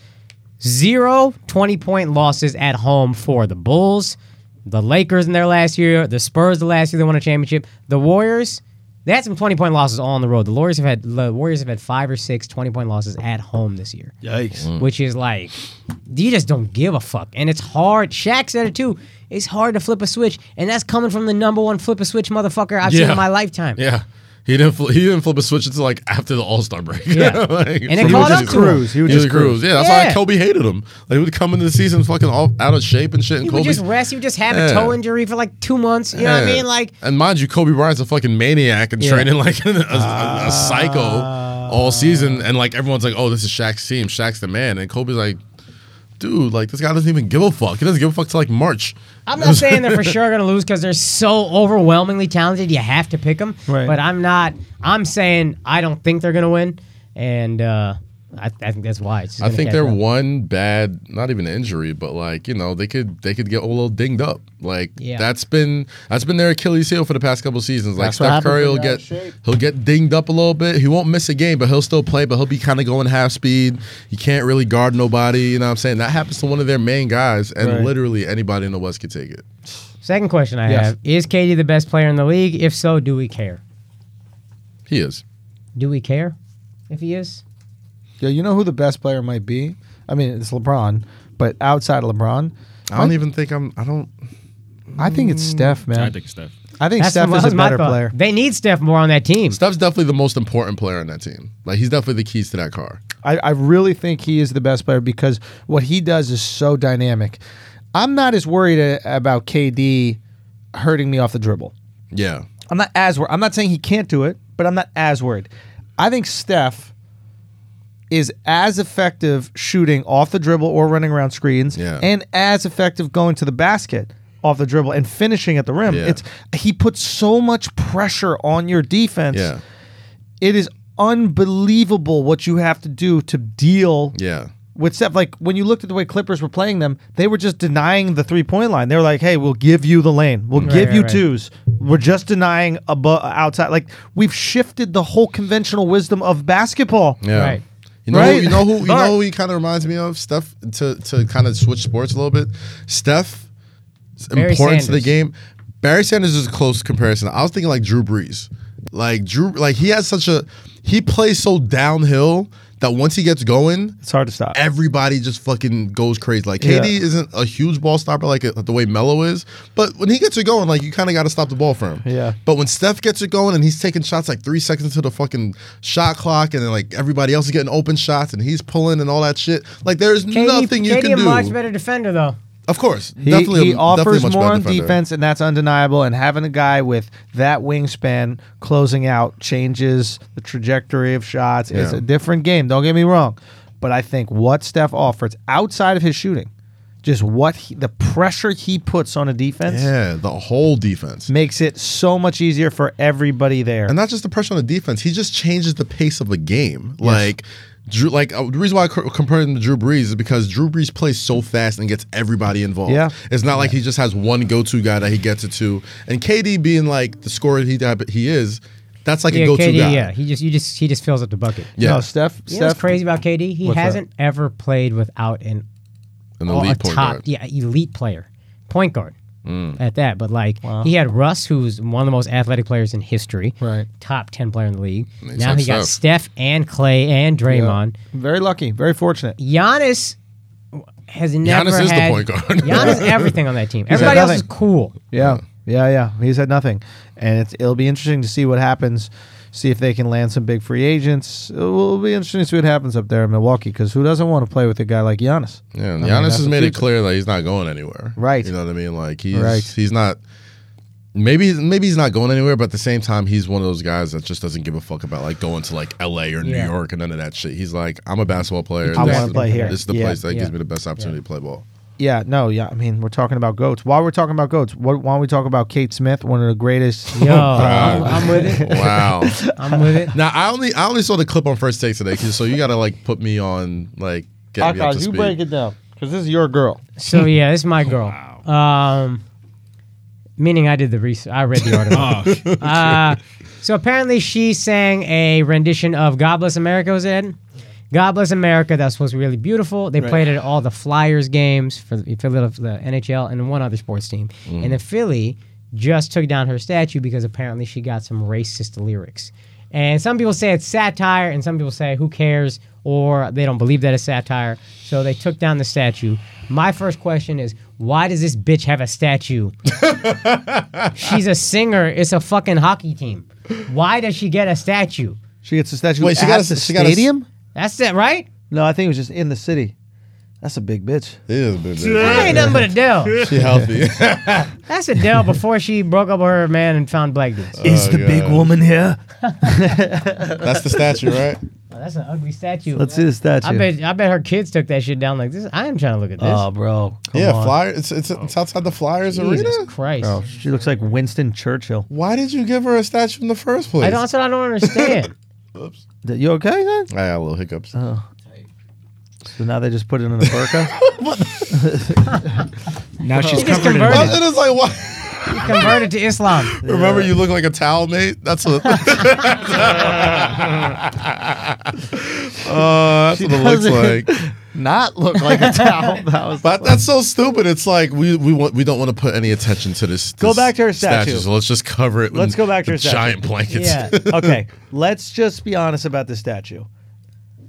[SPEAKER 4] zero 20 point losses at home for the Bulls, the Lakers in their last year, the Spurs the last year they won a championship, the Warriors. They had some 20 point losses all on the road. The Warriors have had the Warriors have had five or six 20 point losses at home this year
[SPEAKER 9] Yikes.
[SPEAKER 2] Mm. Hmm.
[SPEAKER 4] which is like you just don't give a fuck. And it's hard. Shaq said it too. It's hard to flip a switch, and that's coming from the number one flip a switch motherfucker I've seen
[SPEAKER 2] Yeah.
[SPEAKER 4] in my lifetime.
[SPEAKER 2] Yeah. He didn't. Fl- he didn't flip a switch until like after the All Star break.
[SPEAKER 4] Yeah.
[SPEAKER 2] Like,
[SPEAKER 4] And it
[SPEAKER 2] from-
[SPEAKER 4] caught
[SPEAKER 2] was
[SPEAKER 4] up to him.
[SPEAKER 1] Cruise. He would just
[SPEAKER 2] cruise. Yeah, that's why
[SPEAKER 4] Yeah.
[SPEAKER 2] Kobe hated him. Like he would come into the season fucking all out of shape and shit. And
[SPEAKER 4] You
[SPEAKER 2] Kobe
[SPEAKER 4] would just rest. You would just have
[SPEAKER 2] Yeah.
[SPEAKER 4] a toe injury for like two months. You know what I
[SPEAKER 2] Yeah.
[SPEAKER 4] mean? Like
[SPEAKER 2] and mind you, Kobe Bryant's a fucking maniac and training like a, a- a- a psycho all season, and like everyone's like, "Oh, this is Shaq's team. Shaq's the man," and Kobe's like, "Dude, like this guy doesn't even give a fuck. He doesn't give a fuck till like March."
[SPEAKER 4] I'm not saying they're for sure going to lose because they're so overwhelmingly talented. You have to pick them.
[SPEAKER 1] Right.
[SPEAKER 4] But I'm not. I'm saying I don't think they're going to win, and uh, I, I think that's why. It's just
[SPEAKER 2] I
[SPEAKER 4] gonna
[SPEAKER 2] think
[SPEAKER 4] catch
[SPEAKER 2] they're
[SPEAKER 4] up.
[SPEAKER 2] one bad, not even an injury, but like you know they could they could get a little dinged up. Like
[SPEAKER 4] Yeah.
[SPEAKER 2] that's been that's been their Achilles heel for the past couple seasons. Like
[SPEAKER 1] That's what
[SPEAKER 2] Steph
[SPEAKER 1] happens
[SPEAKER 2] Curry
[SPEAKER 1] when
[SPEAKER 2] will
[SPEAKER 1] you're out of
[SPEAKER 2] get
[SPEAKER 1] shape.
[SPEAKER 2] he'll get dinged up a little bit. He won't miss a game, but he'll still play. But he'll be kind of going half speed. He can't really guard nobody. You know what I'm saying? That happens to one of their main guys, and
[SPEAKER 1] Right.
[SPEAKER 2] literally anybody in the West could take it.
[SPEAKER 4] Second question I
[SPEAKER 1] Yes.
[SPEAKER 4] have is KD the best player in the league? If so, do we care?
[SPEAKER 2] He is.
[SPEAKER 4] Do we care if he is?
[SPEAKER 1] Yeah, you know who the best player might be? I mean, it's LeBron, but outside of LeBron,
[SPEAKER 2] I don't even think I'm. I don't.
[SPEAKER 1] I think
[SPEAKER 3] Mm.
[SPEAKER 1] it's Steph, man.
[SPEAKER 5] I think Steph.
[SPEAKER 1] I think
[SPEAKER 4] That's
[SPEAKER 1] Steph
[SPEAKER 4] that
[SPEAKER 1] is
[SPEAKER 4] was
[SPEAKER 1] a
[SPEAKER 4] my
[SPEAKER 1] better
[SPEAKER 4] thought.
[SPEAKER 1] player.
[SPEAKER 4] They need Steph more on that team.
[SPEAKER 2] Steph's definitely the most important player on that team. Like he's definitely the keys to that car.
[SPEAKER 1] I, I really think he is the best player because what he does is so dynamic. I'm not as worried a, about KD hurting me off the dribble.
[SPEAKER 2] Yeah.
[SPEAKER 1] I'm not as worried. I'm not saying he can't do it, but I'm not as worried. I think Steph is as effective shooting off the dribble or running around screens,
[SPEAKER 2] Yeah.
[SPEAKER 1] and as effective going to the basket off the dribble and finishing at the rim.
[SPEAKER 2] Yeah.
[SPEAKER 1] It's he puts so much pressure on your defense.
[SPEAKER 2] Yeah.
[SPEAKER 1] It is unbelievable what you have to do to deal
[SPEAKER 2] Yeah.
[SPEAKER 1] with Steph, like when you looked at the way Clippers were playing them, they were just denying the three point line. They were like, "Hey, we'll give you the lane. We'll give
[SPEAKER 4] right,
[SPEAKER 1] you
[SPEAKER 4] right.
[SPEAKER 1] twos. We're just denying above outside." Like we've shifted the whole conventional wisdom of basketball.
[SPEAKER 2] Yeah.
[SPEAKER 4] Right.
[SPEAKER 2] You know,
[SPEAKER 1] Right?
[SPEAKER 2] who, you know who you
[SPEAKER 1] All right.
[SPEAKER 2] know who he kind of reminds me of Steph to to kind of switch sports a little bit. Steph
[SPEAKER 4] Barry
[SPEAKER 2] importance to the
[SPEAKER 4] Sanders.
[SPEAKER 2] game. Barry Sanders is a close comparison. I was thinking like Drew Brees, like Drew, like he has such a he plays so downhill that once he gets going,
[SPEAKER 1] It's hard to stop.
[SPEAKER 2] everybody just fucking goes crazy. Like
[SPEAKER 1] Yeah.
[SPEAKER 2] KD isn't a huge ball stopper like uh, the way Melo is, but when he gets it going, like you kind of got to stop the ball for him.
[SPEAKER 1] Yeah.
[SPEAKER 2] But when Steph gets it going and he's taking shots like three seconds to the fucking shot clock, and then like everybody else is getting open shots and he's pulling and all that shit, like there's
[SPEAKER 4] KD,
[SPEAKER 2] nothing you
[SPEAKER 4] KD
[SPEAKER 2] can
[SPEAKER 4] a
[SPEAKER 2] do.
[SPEAKER 4] much better defender though.
[SPEAKER 2] Of course,
[SPEAKER 1] He,
[SPEAKER 2] definitely,
[SPEAKER 1] he
[SPEAKER 2] a-
[SPEAKER 1] offers
[SPEAKER 2] definitely a much
[SPEAKER 1] more
[SPEAKER 2] better
[SPEAKER 1] on
[SPEAKER 2] defender.
[SPEAKER 1] defense, and that's undeniable. And having a guy with that wingspan closing out changes the trajectory of shots. It's
[SPEAKER 2] Yeah.
[SPEAKER 1] a different game. Don't get me wrong, but I think what Steph offers outside of his shooting, just what he, the pressure he puts on a defense.
[SPEAKER 2] Yeah, the whole defense.
[SPEAKER 1] makes it so much easier for everybody there.
[SPEAKER 2] and not just the pressure on the defense. He just changes the pace of the game. Like Drew, like uh, the reason why I co- compared him to Drew Brees is because Drew Brees plays so fast and gets everybody involved.
[SPEAKER 1] Yeah.
[SPEAKER 2] it's not like he just has one go-to guy that he gets it to. And KD being like the scorer he that he is, that's like
[SPEAKER 4] Yeah,
[SPEAKER 2] a go-to
[SPEAKER 4] KD.
[SPEAKER 2] guy.
[SPEAKER 4] Yeah, he just you just he just fills up the bucket.
[SPEAKER 2] yeah.
[SPEAKER 1] No, Steph.
[SPEAKER 4] You know
[SPEAKER 1] Steph
[SPEAKER 4] what's crazy about KD? He
[SPEAKER 1] What's that?
[SPEAKER 4] hasn't ever played without an
[SPEAKER 2] an
[SPEAKER 1] oh,
[SPEAKER 4] all-
[SPEAKER 2] elite
[SPEAKER 4] a
[SPEAKER 2] point
[SPEAKER 4] top
[SPEAKER 2] guard. Mm.
[SPEAKER 4] yeah elite player, point guard. At that, but like he had Russ, who's one of the most athletic players in history,
[SPEAKER 1] Right.
[SPEAKER 4] Top ten player in the league.
[SPEAKER 2] he's
[SPEAKER 4] Now
[SPEAKER 2] like
[SPEAKER 4] he got
[SPEAKER 2] Steph.
[SPEAKER 4] Steph and Clay and Draymond.
[SPEAKER 1] Very lucky. Very fortunate.
[SPEAKER 4] Giannis has never
[SPEAKER 2] is the
[SPEAKER 4] had-
[SPEAKER 2] point guard.
[SPEAKER 4] Giannis everything on that team. Everybody else is
[SPEAKER 1] nothing.
[SPEAKER 4] cool.
[SPEAKER 1] Yeah. Yeah. Yeah. He said nothing, and it's, it'll be interesting to see what happens
[SPEAKER 3] see if they can land some big free agents. It will be interesting to see what happens up there in Milwaukee because who doesn't want to play with a guy like Giannis?
[SPEAKER 2] Yeah,
[SPEAKER 3] mean,
[SPEAKER 2] and
[SPEAKER 3] that's
[SPEAKER 2] Giannis has
[SPEAKER 3] the
[SPEAKER 2] made it
[SPEAKER 3] future.
[SPEAKER 2] clear that he's not going anywhere.
[SPEAKER 3] Right.
[SPEAKER 2] You know what I mean? Like he's
[SPEAKER 3] Right.
[SPEAKER 2] he's not. Maybe maybe he's not going anywhere, but at the same time, he's one of those guys that just doesn't give a fuck about like going to like L.A. or New
[SPEAKER 4] Yeah.
[SPEAKER 2] York and none of that shit. He's like, I'm a basketball player.
[SPEAKER 3] I
[SPEAKER 2] This
[SPEAKER 3] wanna
[SPEAKER 2] is-
[SPEAKER 3] play here.
[SPEAKER 2] This is the
[SPEAKER 3] Yeah,
[SPEAKER 2] place that
[SPEAKER 3] yeah.
[SPEAKER 2] gives me the best opportunity to play ball.
[SPEAKER 3] Yeah, no, yeah. I mean, we're talking about goats. While we're talking about goats, what, why don't we talk about Kate Smith, one of the greatest?
[SPEAKER 4] Yo, I'm, I'm with it.
[SPEAKER 2] Wow.
[SPEAKER 4] I'm with it.
[SPEAKER 2] now I only I only saw the clip on first take today, 'cause- so you gotta like put me on like get me up to
[SPEAKER 3] Akash, you
[SPEAKER 2] speed.
[SPEAKER 3] break it down because this is your girl.
[SPEAKER 4] So yeah, this is my girl. Um, meaning I did the research. I read the article.
[SPEAKER 10] Oh,
[SPEAKER 4] uh, so apparently she sang a rendition of "God Bless America." Was it? God Bless America. That's supposed to be really beautiful. They played it at all the Flyers games for the, for the the NHL and one other sports team. And then Philly just took down her statue because apparently she got some racist lyrics. And some people say it's satire, and some people say who cares, or they don't believe that it's satire. So they took down the statue. My first question is why does this bitch have a statue? She's a singer. It's a fucking hockey team. Why does she get a statue?
[SPEAKER 3] She gets a statue.
[SPEAKER 2] Wait, she
[SPEAKER 3] at
[SPEAKER 2] got a-
[SPEAKER 3] the
[SPEAKER 2] she got a s-
[SPEAKER 3] stadium?
[SPEAKER 4] That's it, right?
[SPEAKER 3] no, I think it was just in the city. That's a big bitch.
[SPEAKER 2] It is a bit-
[SPEAKER 4] That ain't nothing but Adele.
[SPEAKER 2] She healthy.
[SPEAKER 4] That's Adele before she broke up with her man and found black dudes.
[SPEAKER 3] Is
[SPEAKER 2] the big Oh, God.
[SPEAKER 3] woman here?
[SPEAKER 2] That's the statue, right?
[SPEAKER 4] Oh, that's an ugly statue.
[SPEAKER 3] Let's see the statue.
[SPEAKER 4] I bet I bet her kids took that shit down like this. I am trying to look at this.
[SPEAKER 3] Oh, bro. Come
[SPEAKER 2] yeah,
[SPEAKER 3] on.
[SPEAKER 2] flyer. It's, it's it's outside the Flyers
[SPEAKER 4] Jesus
[SPEAKER 2] arena.
[SPEAKER 4] Christ.
[SPEAKER 3] Bro, Oh, she looks like Winston Churchill.
[SPEAKER 2] Why did you give her a statue in the first place?
[SPEAKER 4] I don't, that's what I don't understand.
[SPEAKER 3] Th- You okay, then?
[SPEAKER 2] I had a little hiccups.
[SPEAKER 3] Uh, So now they just put it in a burqa?
[SPEAKER 10] now she's
[SPEAKER 4] She just
[SPEAKER 10] covered in
[SPEAKER 4] converted.
[SPEAKER 2] I'm
[SPEAKER 10] blood.
[SPEAKER 2] just like, why?
[SPEAKER 4] Converted to Islam.
[SPEAKER 2] Remember, you look like a towel, mate. That's what. uh, that's what it looks
[SPEAKER 3] doesn't-
[SPEAKER 2] like.
[SPEAKER 3] Not look like a towel. That was
[SPEAKER 2] But that's so stupid. It's like we we want we don't want to put any attention to this.
[SPEAKER 3] Go
[SPEAKER 2] this
[SPEAKER 3] back to her statue.
[SPEAKER 2] So let's just cover it.
[SPEAKER 3] Let's
[SPEAKER 2] in
[SPEAKER 3] go back to her statue.
[SPEAKER 2] giant blankets.
[SPEAKER 4] Yeah.
[SPEAKER 3] okay, let's just be honest about the statue.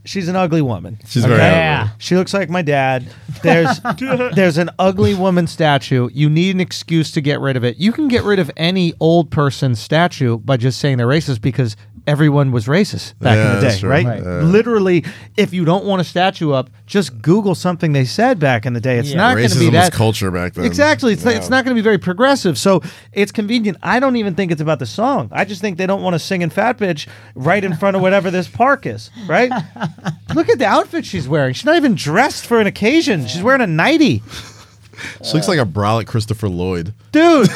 [SPEAKER 3] She's an ugly woman.
[SPEAKER 2] She's very
[SPEAKER 3] okay?
[SPEAKER 2] ugly.
[SPEAKER 4] Yeah.
[SPEAKER 3] She looks like my dad. There's there's an ugly woman statue. You need an excuse to get rid of it. You can get rid of any old person statue by just saying they're racist because everyone was racist back
[SPEAKER 2] Yeah,
[SPEAKER 3] in the
[SPEAKER 2] that's
[SPEAKER 3] day,
[SPEAKER 2] true.
[SPEAKER 3] right?
[SPEAKER 2] Right. Yeah.
[SPEAKER 3] Literally, if you don't want a statue up, just Google something they said back in the day. It's
[SPEAKER 4] Yeah.
[SPEAKER 3] not going to be
[SPEAKER 2] Racism was
[SPEAKER 3] that
[SPEAKER 2] culture back then.
[SPEAKER 3] Exactly. It's,
[SPEAKER 2] Yeah.
[SPEAKER 3] it's not going to be very progressive. So it's convenient. I don't even think it's about the song. I just think they don't want to sing in Fat Bitch right in front of whatever this park is, right? Look at the outfit she's wearing. She's not even dressed for an occasion. She's wearing a nightie.
[SPEAKER 2] She looks like a brolic Christopher Lloyd.
[SPEAKER 3] Dude,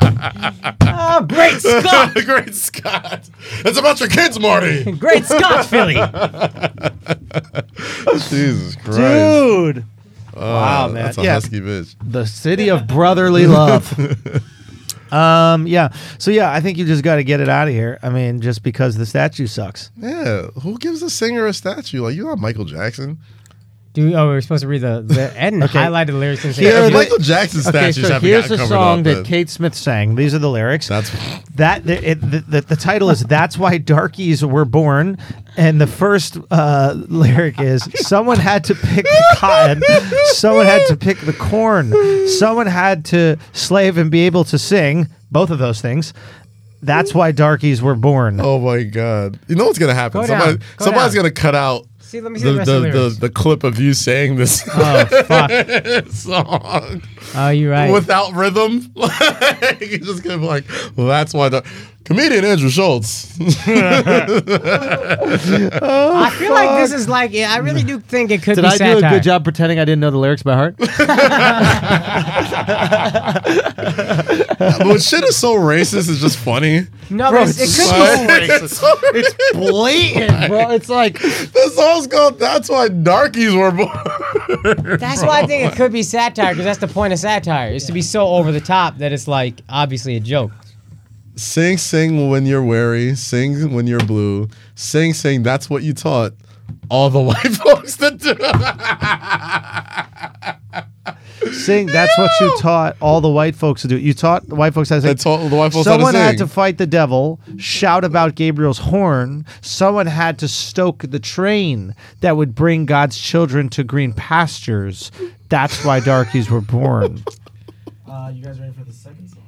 [SPEAKER 4] Oh, great Scott!
[SPEAKER 2] Great Scott! It's about your kids, Marty.
[SPEAKER 4] Great Scott, Philly.
[SPEAKER 2] Jesus Christ!
[SPEAKER 3] dude.
[SPEAKER 2] Oh,
[SPEAKER 3] wow, man.
[SPEAKER 2] That's a
[SPEAKER 3] Yeah.
[SPEAKER 2] husky bitch.
[SPEAKER 3] The city of brotherly love. um, yeah. So yeah, I think you just got to get it out of here. I mean, just because the statue sucks.
[SPEAKER 2] Yeah, who gives a singer a statue? Like you're not Michael Jackson.
[SPEAKER 4] Dude, oh, we were supposed to read the, the Ed and
[SPEAKER 3] Okay.
[SPEAKER 4] highlighted the lyrics and say,
[SPEAKER 3] Here
[SPEAKER 2] Yeah,
[SPEAKER 3] are
[SPEAKER 2] if
[SPEAKER 3] the-
[SPEAKER 2] Michael Jackson
[SPEAKER 3] Okay,
[SPEAKER 2] statues
[SPEAKER 3] so
[SPEAKER 2] haven't
[SPEAKER 3] here's
[SPEAKER 2] got
[SPEAKER 3] a
[SPEAKER 2] covered
[SPEAKER 3] song
[SPEAKER 2] up,
[SPEAKER 3] that
[SPEAKER 2] but
[SPEAKER 3] Kate Smith sang. These are the lyrics.
[SPEAKER 2] That's
[SPEAKER 3] That the, it, the, the the title is "That's Why Darkies Were Born," and the first uh, lyric is "Someone had to pick the cotton, someone had to pick the corn, someone had to slave and be able to sing." Both of those things. That's why darkies were born.
[SPEAKER 2] oh my god! You know what's gonna happen?
[SPEAKER 4] Go
[SPEAKER 2] Somebody,
[SPEAKER 4] down, go
[SPEAKER 2] somebody's
[SPEAKER 4] down.
[SPEAKER 2] gonna cut out.
[SPEAKER 4] See, let me see
[SPEAKER 2] The,
[SPEAKER 4] the rest
[SPEAKER 2] the,
[SPEAKER 4] of the
[SPEAKER 2] the,
[SPEAKER 4] lyrics.
[SPEAKER 2] the clip of you saying this
[SPEAKER 4] Oh, fuck.
[SPEAKER 2] song
[SPEAKER 4] Oh, you're right.
[SPEAKER 2] without rhythm, like, you're just gonna be like, well, that's why the comedian Andrew Schultz.
[SPEAKER 4] I feel like this is like yeah, I really do think it could
[SPEAKER 3] Did
[SPEAKER 4] be
[SPEAKER 3] I do a
[SPEAKER 4] satire.
[SPEAKER 3] good job pretending I didn't know the lyrics by heart?
[SPEAKER 2] but shit is so racist, it's just funny.
[SPEAKER 4] No,
[SPEAKER 3] Bro,
[SPEAKER 4] but it's-
[SPEAKER 3] it's
[SPEAKER 4] it could be
[SPEAKER 3] so
[SPEAKER 2] It's so racist.
[SPEAKER 3] Blatant, bro. It's like
[SPEAKER 2] The song's called "That's Why Darkies Were Born."
[SPEAKER 4] That's why I think it could be satire because that's the point of satire is to be so over the top that it's like obviously a joke.
[SPEAKER 2] Sing, sing when you're weary. Sing when you're blue. Sing, sing. That's what you taught all the white folks to do.
[SPEAKER 3] sing. That's what you taught all the white folks to do. You taught the white folks how to
[SPEAKER 2] They
[SPEAKER 3] sing.
[SPEAKER 2] taught the white folks how to
[SPEAKER 3] Someone had
[SPEAKER 2] sing.
[SPEAKER 3] to fight the devil, shout about Gabriel's horn. Someone had to stoke the train that would bring God's children to green pastures. That's why darkies were born.
[SPEAKER 11] Uh, you guys ready for the second song?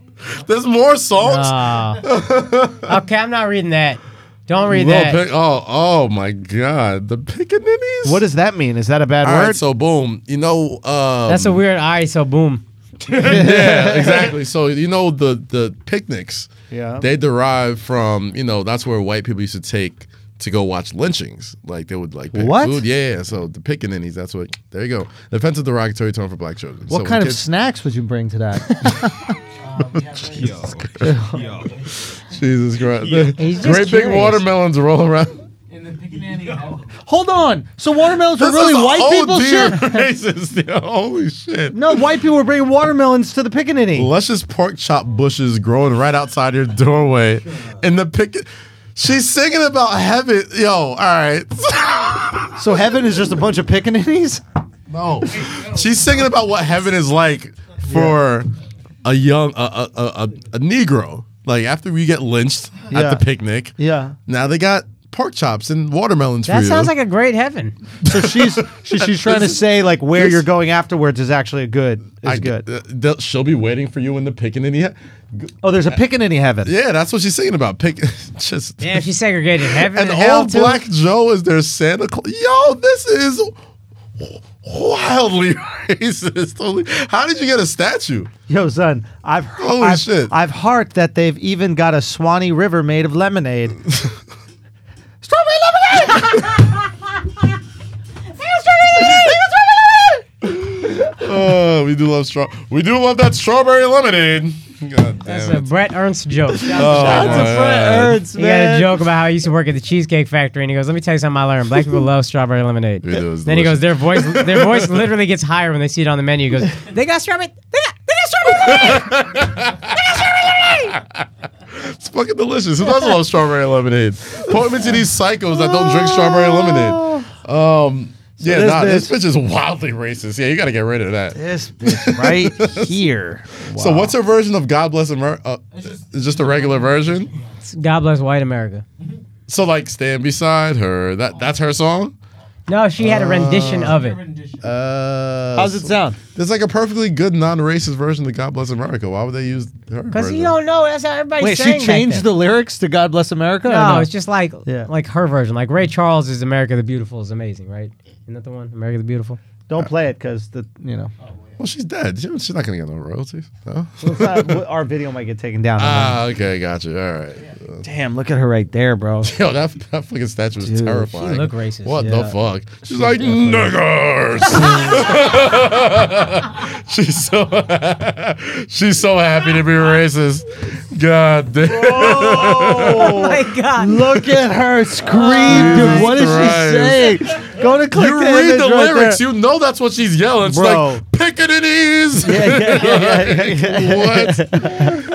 [SPEAKER 2] There's more songs.
[SPEAKER 4] Uh, Okay, I'm not reading that. Don't read
[SPEAKER 2] Lil
[SPEAKER 4] that.
[SPEAKER 2] Pic- oh, oh my God, the pickaninnies.
[SPEAKER 1] What does that mean? Is that a bad
[SPEAKER 2] All
[SPEAKER 1] word?
[SPEAKER 2] right, so boom, you know, um,
[SPEAKER 4] That's a weird. All right, so boom.
[SPEAKER 2] yeah, exactly. So you know the the picnics,
[SPEAKER 1] Yeah.
[SPEAKER 2] they derive from you know that's where white people used to take to go watch lynchings. Like they would like pick
[SPEAKER 1] What?
[SPEAKER 2] food. Yeah, so the pickaninnies. That's what. There you go. The offensive derogatory term for black children.
[SPEAKER 1] what
[SPEAKER 2] So when
[SPEAKER 1] kind of
[SPEAKER 2] kids-
[SPEAKER 1] snacks would you bring to that?
[SPEAKER 5] Yo, yo.
[SPEAKER 2] Jesus Christ?
[SPEAKER 4] He's just
[SPEAKER 2] Great big
[SPEAKER 4] curious.
[SPEAKER 2] watermelons roll around.
[SPEAKER 6] In the Piccaninny.
[SPEAKER 1] Hold on. So watermelons were
[SPEAKER 2] This
[SPEAKER 1] really
[SPEAKER 2] is a
[SPEAKER 1] white
[SPEAKER 2] oh
[SPEAKER 1] people
[SPEAKER 2] dear
[SPEAKER 1] shit?
[SPEAKER 2] Racist. Yo, holy shit.
[SPEAKER 1] No, white people were bringing watermelons to the pickaninny.
[SPEAKER 2] luscious pork chop bushes growing right outside your doorway. And the picket. She's singing about heaven. Yo, all right.
[SPEAKER 1] So heaven is just a bunch of pickaninnies?
[SPEAKER 4] Oh.
[SPEAKER 2] No. She's singing about what heaven is like for a young, a, a, a, a, a Negro. Like after we get lynched
[SPEAKER 1] Yeah.
[SPEAKER 2] at the picnic,
[SPEAKER 1] Yeah.
[SPEAKER 2] now they got pork chops and watermelons for
[SPEAKER 4] That
[SPEAKER 2] you.
[SPEAKER 4] sounds like a great heaven.
[SPEAKER 1] So she's she, she's trying to say like where
[SPEAKER 2] this-
[SPEAKER 1] you're going afterwards is actually good. Is
[SPEAKER 2] I-
[SPEAKER 1] good.
[SPEAKER 2] uh, they'll- she'll be waiting for you in the picnic.
[SPEAKER 1] oh, there's a pickaninny heaven.
[SPEAKER 2] Yeah, that's what she's singing about. Pick, just
[SPEAKER 4] Yeah, if you segregated heaven
[SPEAKER 2] And
[SPEAKER 4] and, hell
[SPEAKER 2] old
[SPEAKER 4] too.
[SPEAKER 2] Black Joe is their Santa Claus. Yo, this is wildly racist. Holy- How did you get a statue?
[SPEAKER 1] Yo, son, I've
[SPEAKER 2] Holy
[SPEAKER 1] I've,
[SPEAKER 2] shit.
[SPEAKER 1] I've heard that they've even got a Swanee River made of lemonade. Strawberry lemonade.
[SPEAKER 2] Oh, we do love straw. We do love that strawberry lemonade. God damn
[SPEAKER 4] That's
[SPEAKER 2] it.
[SPEAKER 4] a Brett Ernst joke.
[SPEAKER 2] Oh,
[SPEAKER 1] That's
[SPEAKER 2] my
[SPEAKER 1] a Fred
[SPEAKER 2] God.
[SPEAKER 1] Ernst,
[SPEAKER 4] He had a
[SPEAKER 1] man.
[SPEAKER 4] joke about how he used to work at the Cheesecake Factory, and he goes, "Let me tell you something I learned. Black people love strawberry lemonade."
[SPEAKER 2] We do, it's
[SPEAKER 4] then he goes,
[SPEAKER 2] delicious.
[SPEAKER 4] "Their voice, their voice literally gets higher when they see it on the menu." He goes, "They got strawberry, they got, they got strawberry lemonade."
[SPEAKER 2] It's fucking delicious. Who doesn't love strawberry lemonade? Point me to these psychos that don't drink strawberry lemonade. Um, yeah,
[SPEAKER 1] this
[SPEAKER 2] nah, this bitch is wildly racist. Yeah, you gotta get rid of that.
[SPEAKER 1] This bitch right here.
[SPEAKER 2] So, what's her version of God Bless America? Uh, it's just a regular version.
[SPEAKER 4] God bless white America.
[SPEAKER 2] So like stand beside her. That that's her song.
[SPEAKER 4] No, she had a rendition of it.
[SPEAKER 2] Uh,
[SPEAKER 1] How's it sound?
[SPEAKER 2] It's like a perfectly good non-racist version of "God Bless America." Why would they use her?
[SPEAKER 4] Because you
[SPEAKER 2] version?
[SPEAKER 4] don't know. That's how everybody
[SPEAKER 1] Wait, she
[SPEAKER 4] sang back
[SPEAKER 1] changed
[SPEAKER 4] then.
[SPEAKER 1] the lyrics to "God Bless America." or
[SPEAKER 4] No, it's just like
[SPEAKER 1] Yeah.
[SPEAKER 4] like her version. Like Ray Charles is America the Beautiful is amazing, right? Isn't that the one? America the Beautiful.
[SPEAKER 1] don't play it because the you know
[SPEAKER 2] Well, she's dead. She- She's not gonna get no royalties. No.
[SPEAKER 1] our video might get taken down.
[SPEAKER 2] ah, okay, gotcha. All right.
[SPEAKER 1] Damn, look at her right there, bro.
[SPEAKER 2] Yo, that, that fucking statue was
[SPEAKER 1] Dude.
[SPEAKER 2] terrifying.
[SPEAKER 4] She look racist,
[SPEAKER 2] What the
[SPEAKER 1] yeah.
[SPEAKER 2] fuck? She's like niggers. she's so she's so happy to be racist. God damn.
[SPEAKER 4] Oh my God.
[SPEAKER 1] Look at her scream, dude. What is
[SPEAKER 2] Christ.
[SPEAKER 1] she saying? Go to click
[SPEAKER 2] You
[SPEAKER 1] the
[SPEAKER 2] read
[SPEAKER 1] image
[SPEAKER 2] the
[SPEAKER 1] right
[SPEAKER 2] lyrics,
[SPEAKER 1] there.
[SPEAKER 2] you know that's what she's yelling. It's
[SPEAKER 1] Bro.
[SPEAKER 2] like pickaninnies.
[SPEAKER 1] Yeah, yeah, yeah, yeah, yeah.
[SPEAKER 2] what?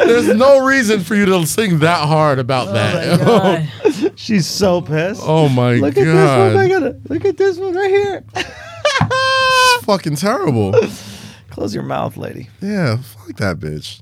[SPEAKER 2] There's no reason for you to sing that hard
[SPEAKER 1] Oh
[SPEAKER 2] about that.
[SPEAKER 1] She's so pissed.
[SPEAKER 2] oh my
[SPEAKER 1] look at
[SPEAKER 2] god.
[SPEAKER 1] this one. I gotta, look at this one right here.
[SPEAKER 2] It's fucking terrible.
[SPEAKER 1] Close your mouth, lady.
[SPEAKER 2] Yeah, fuck that bitch.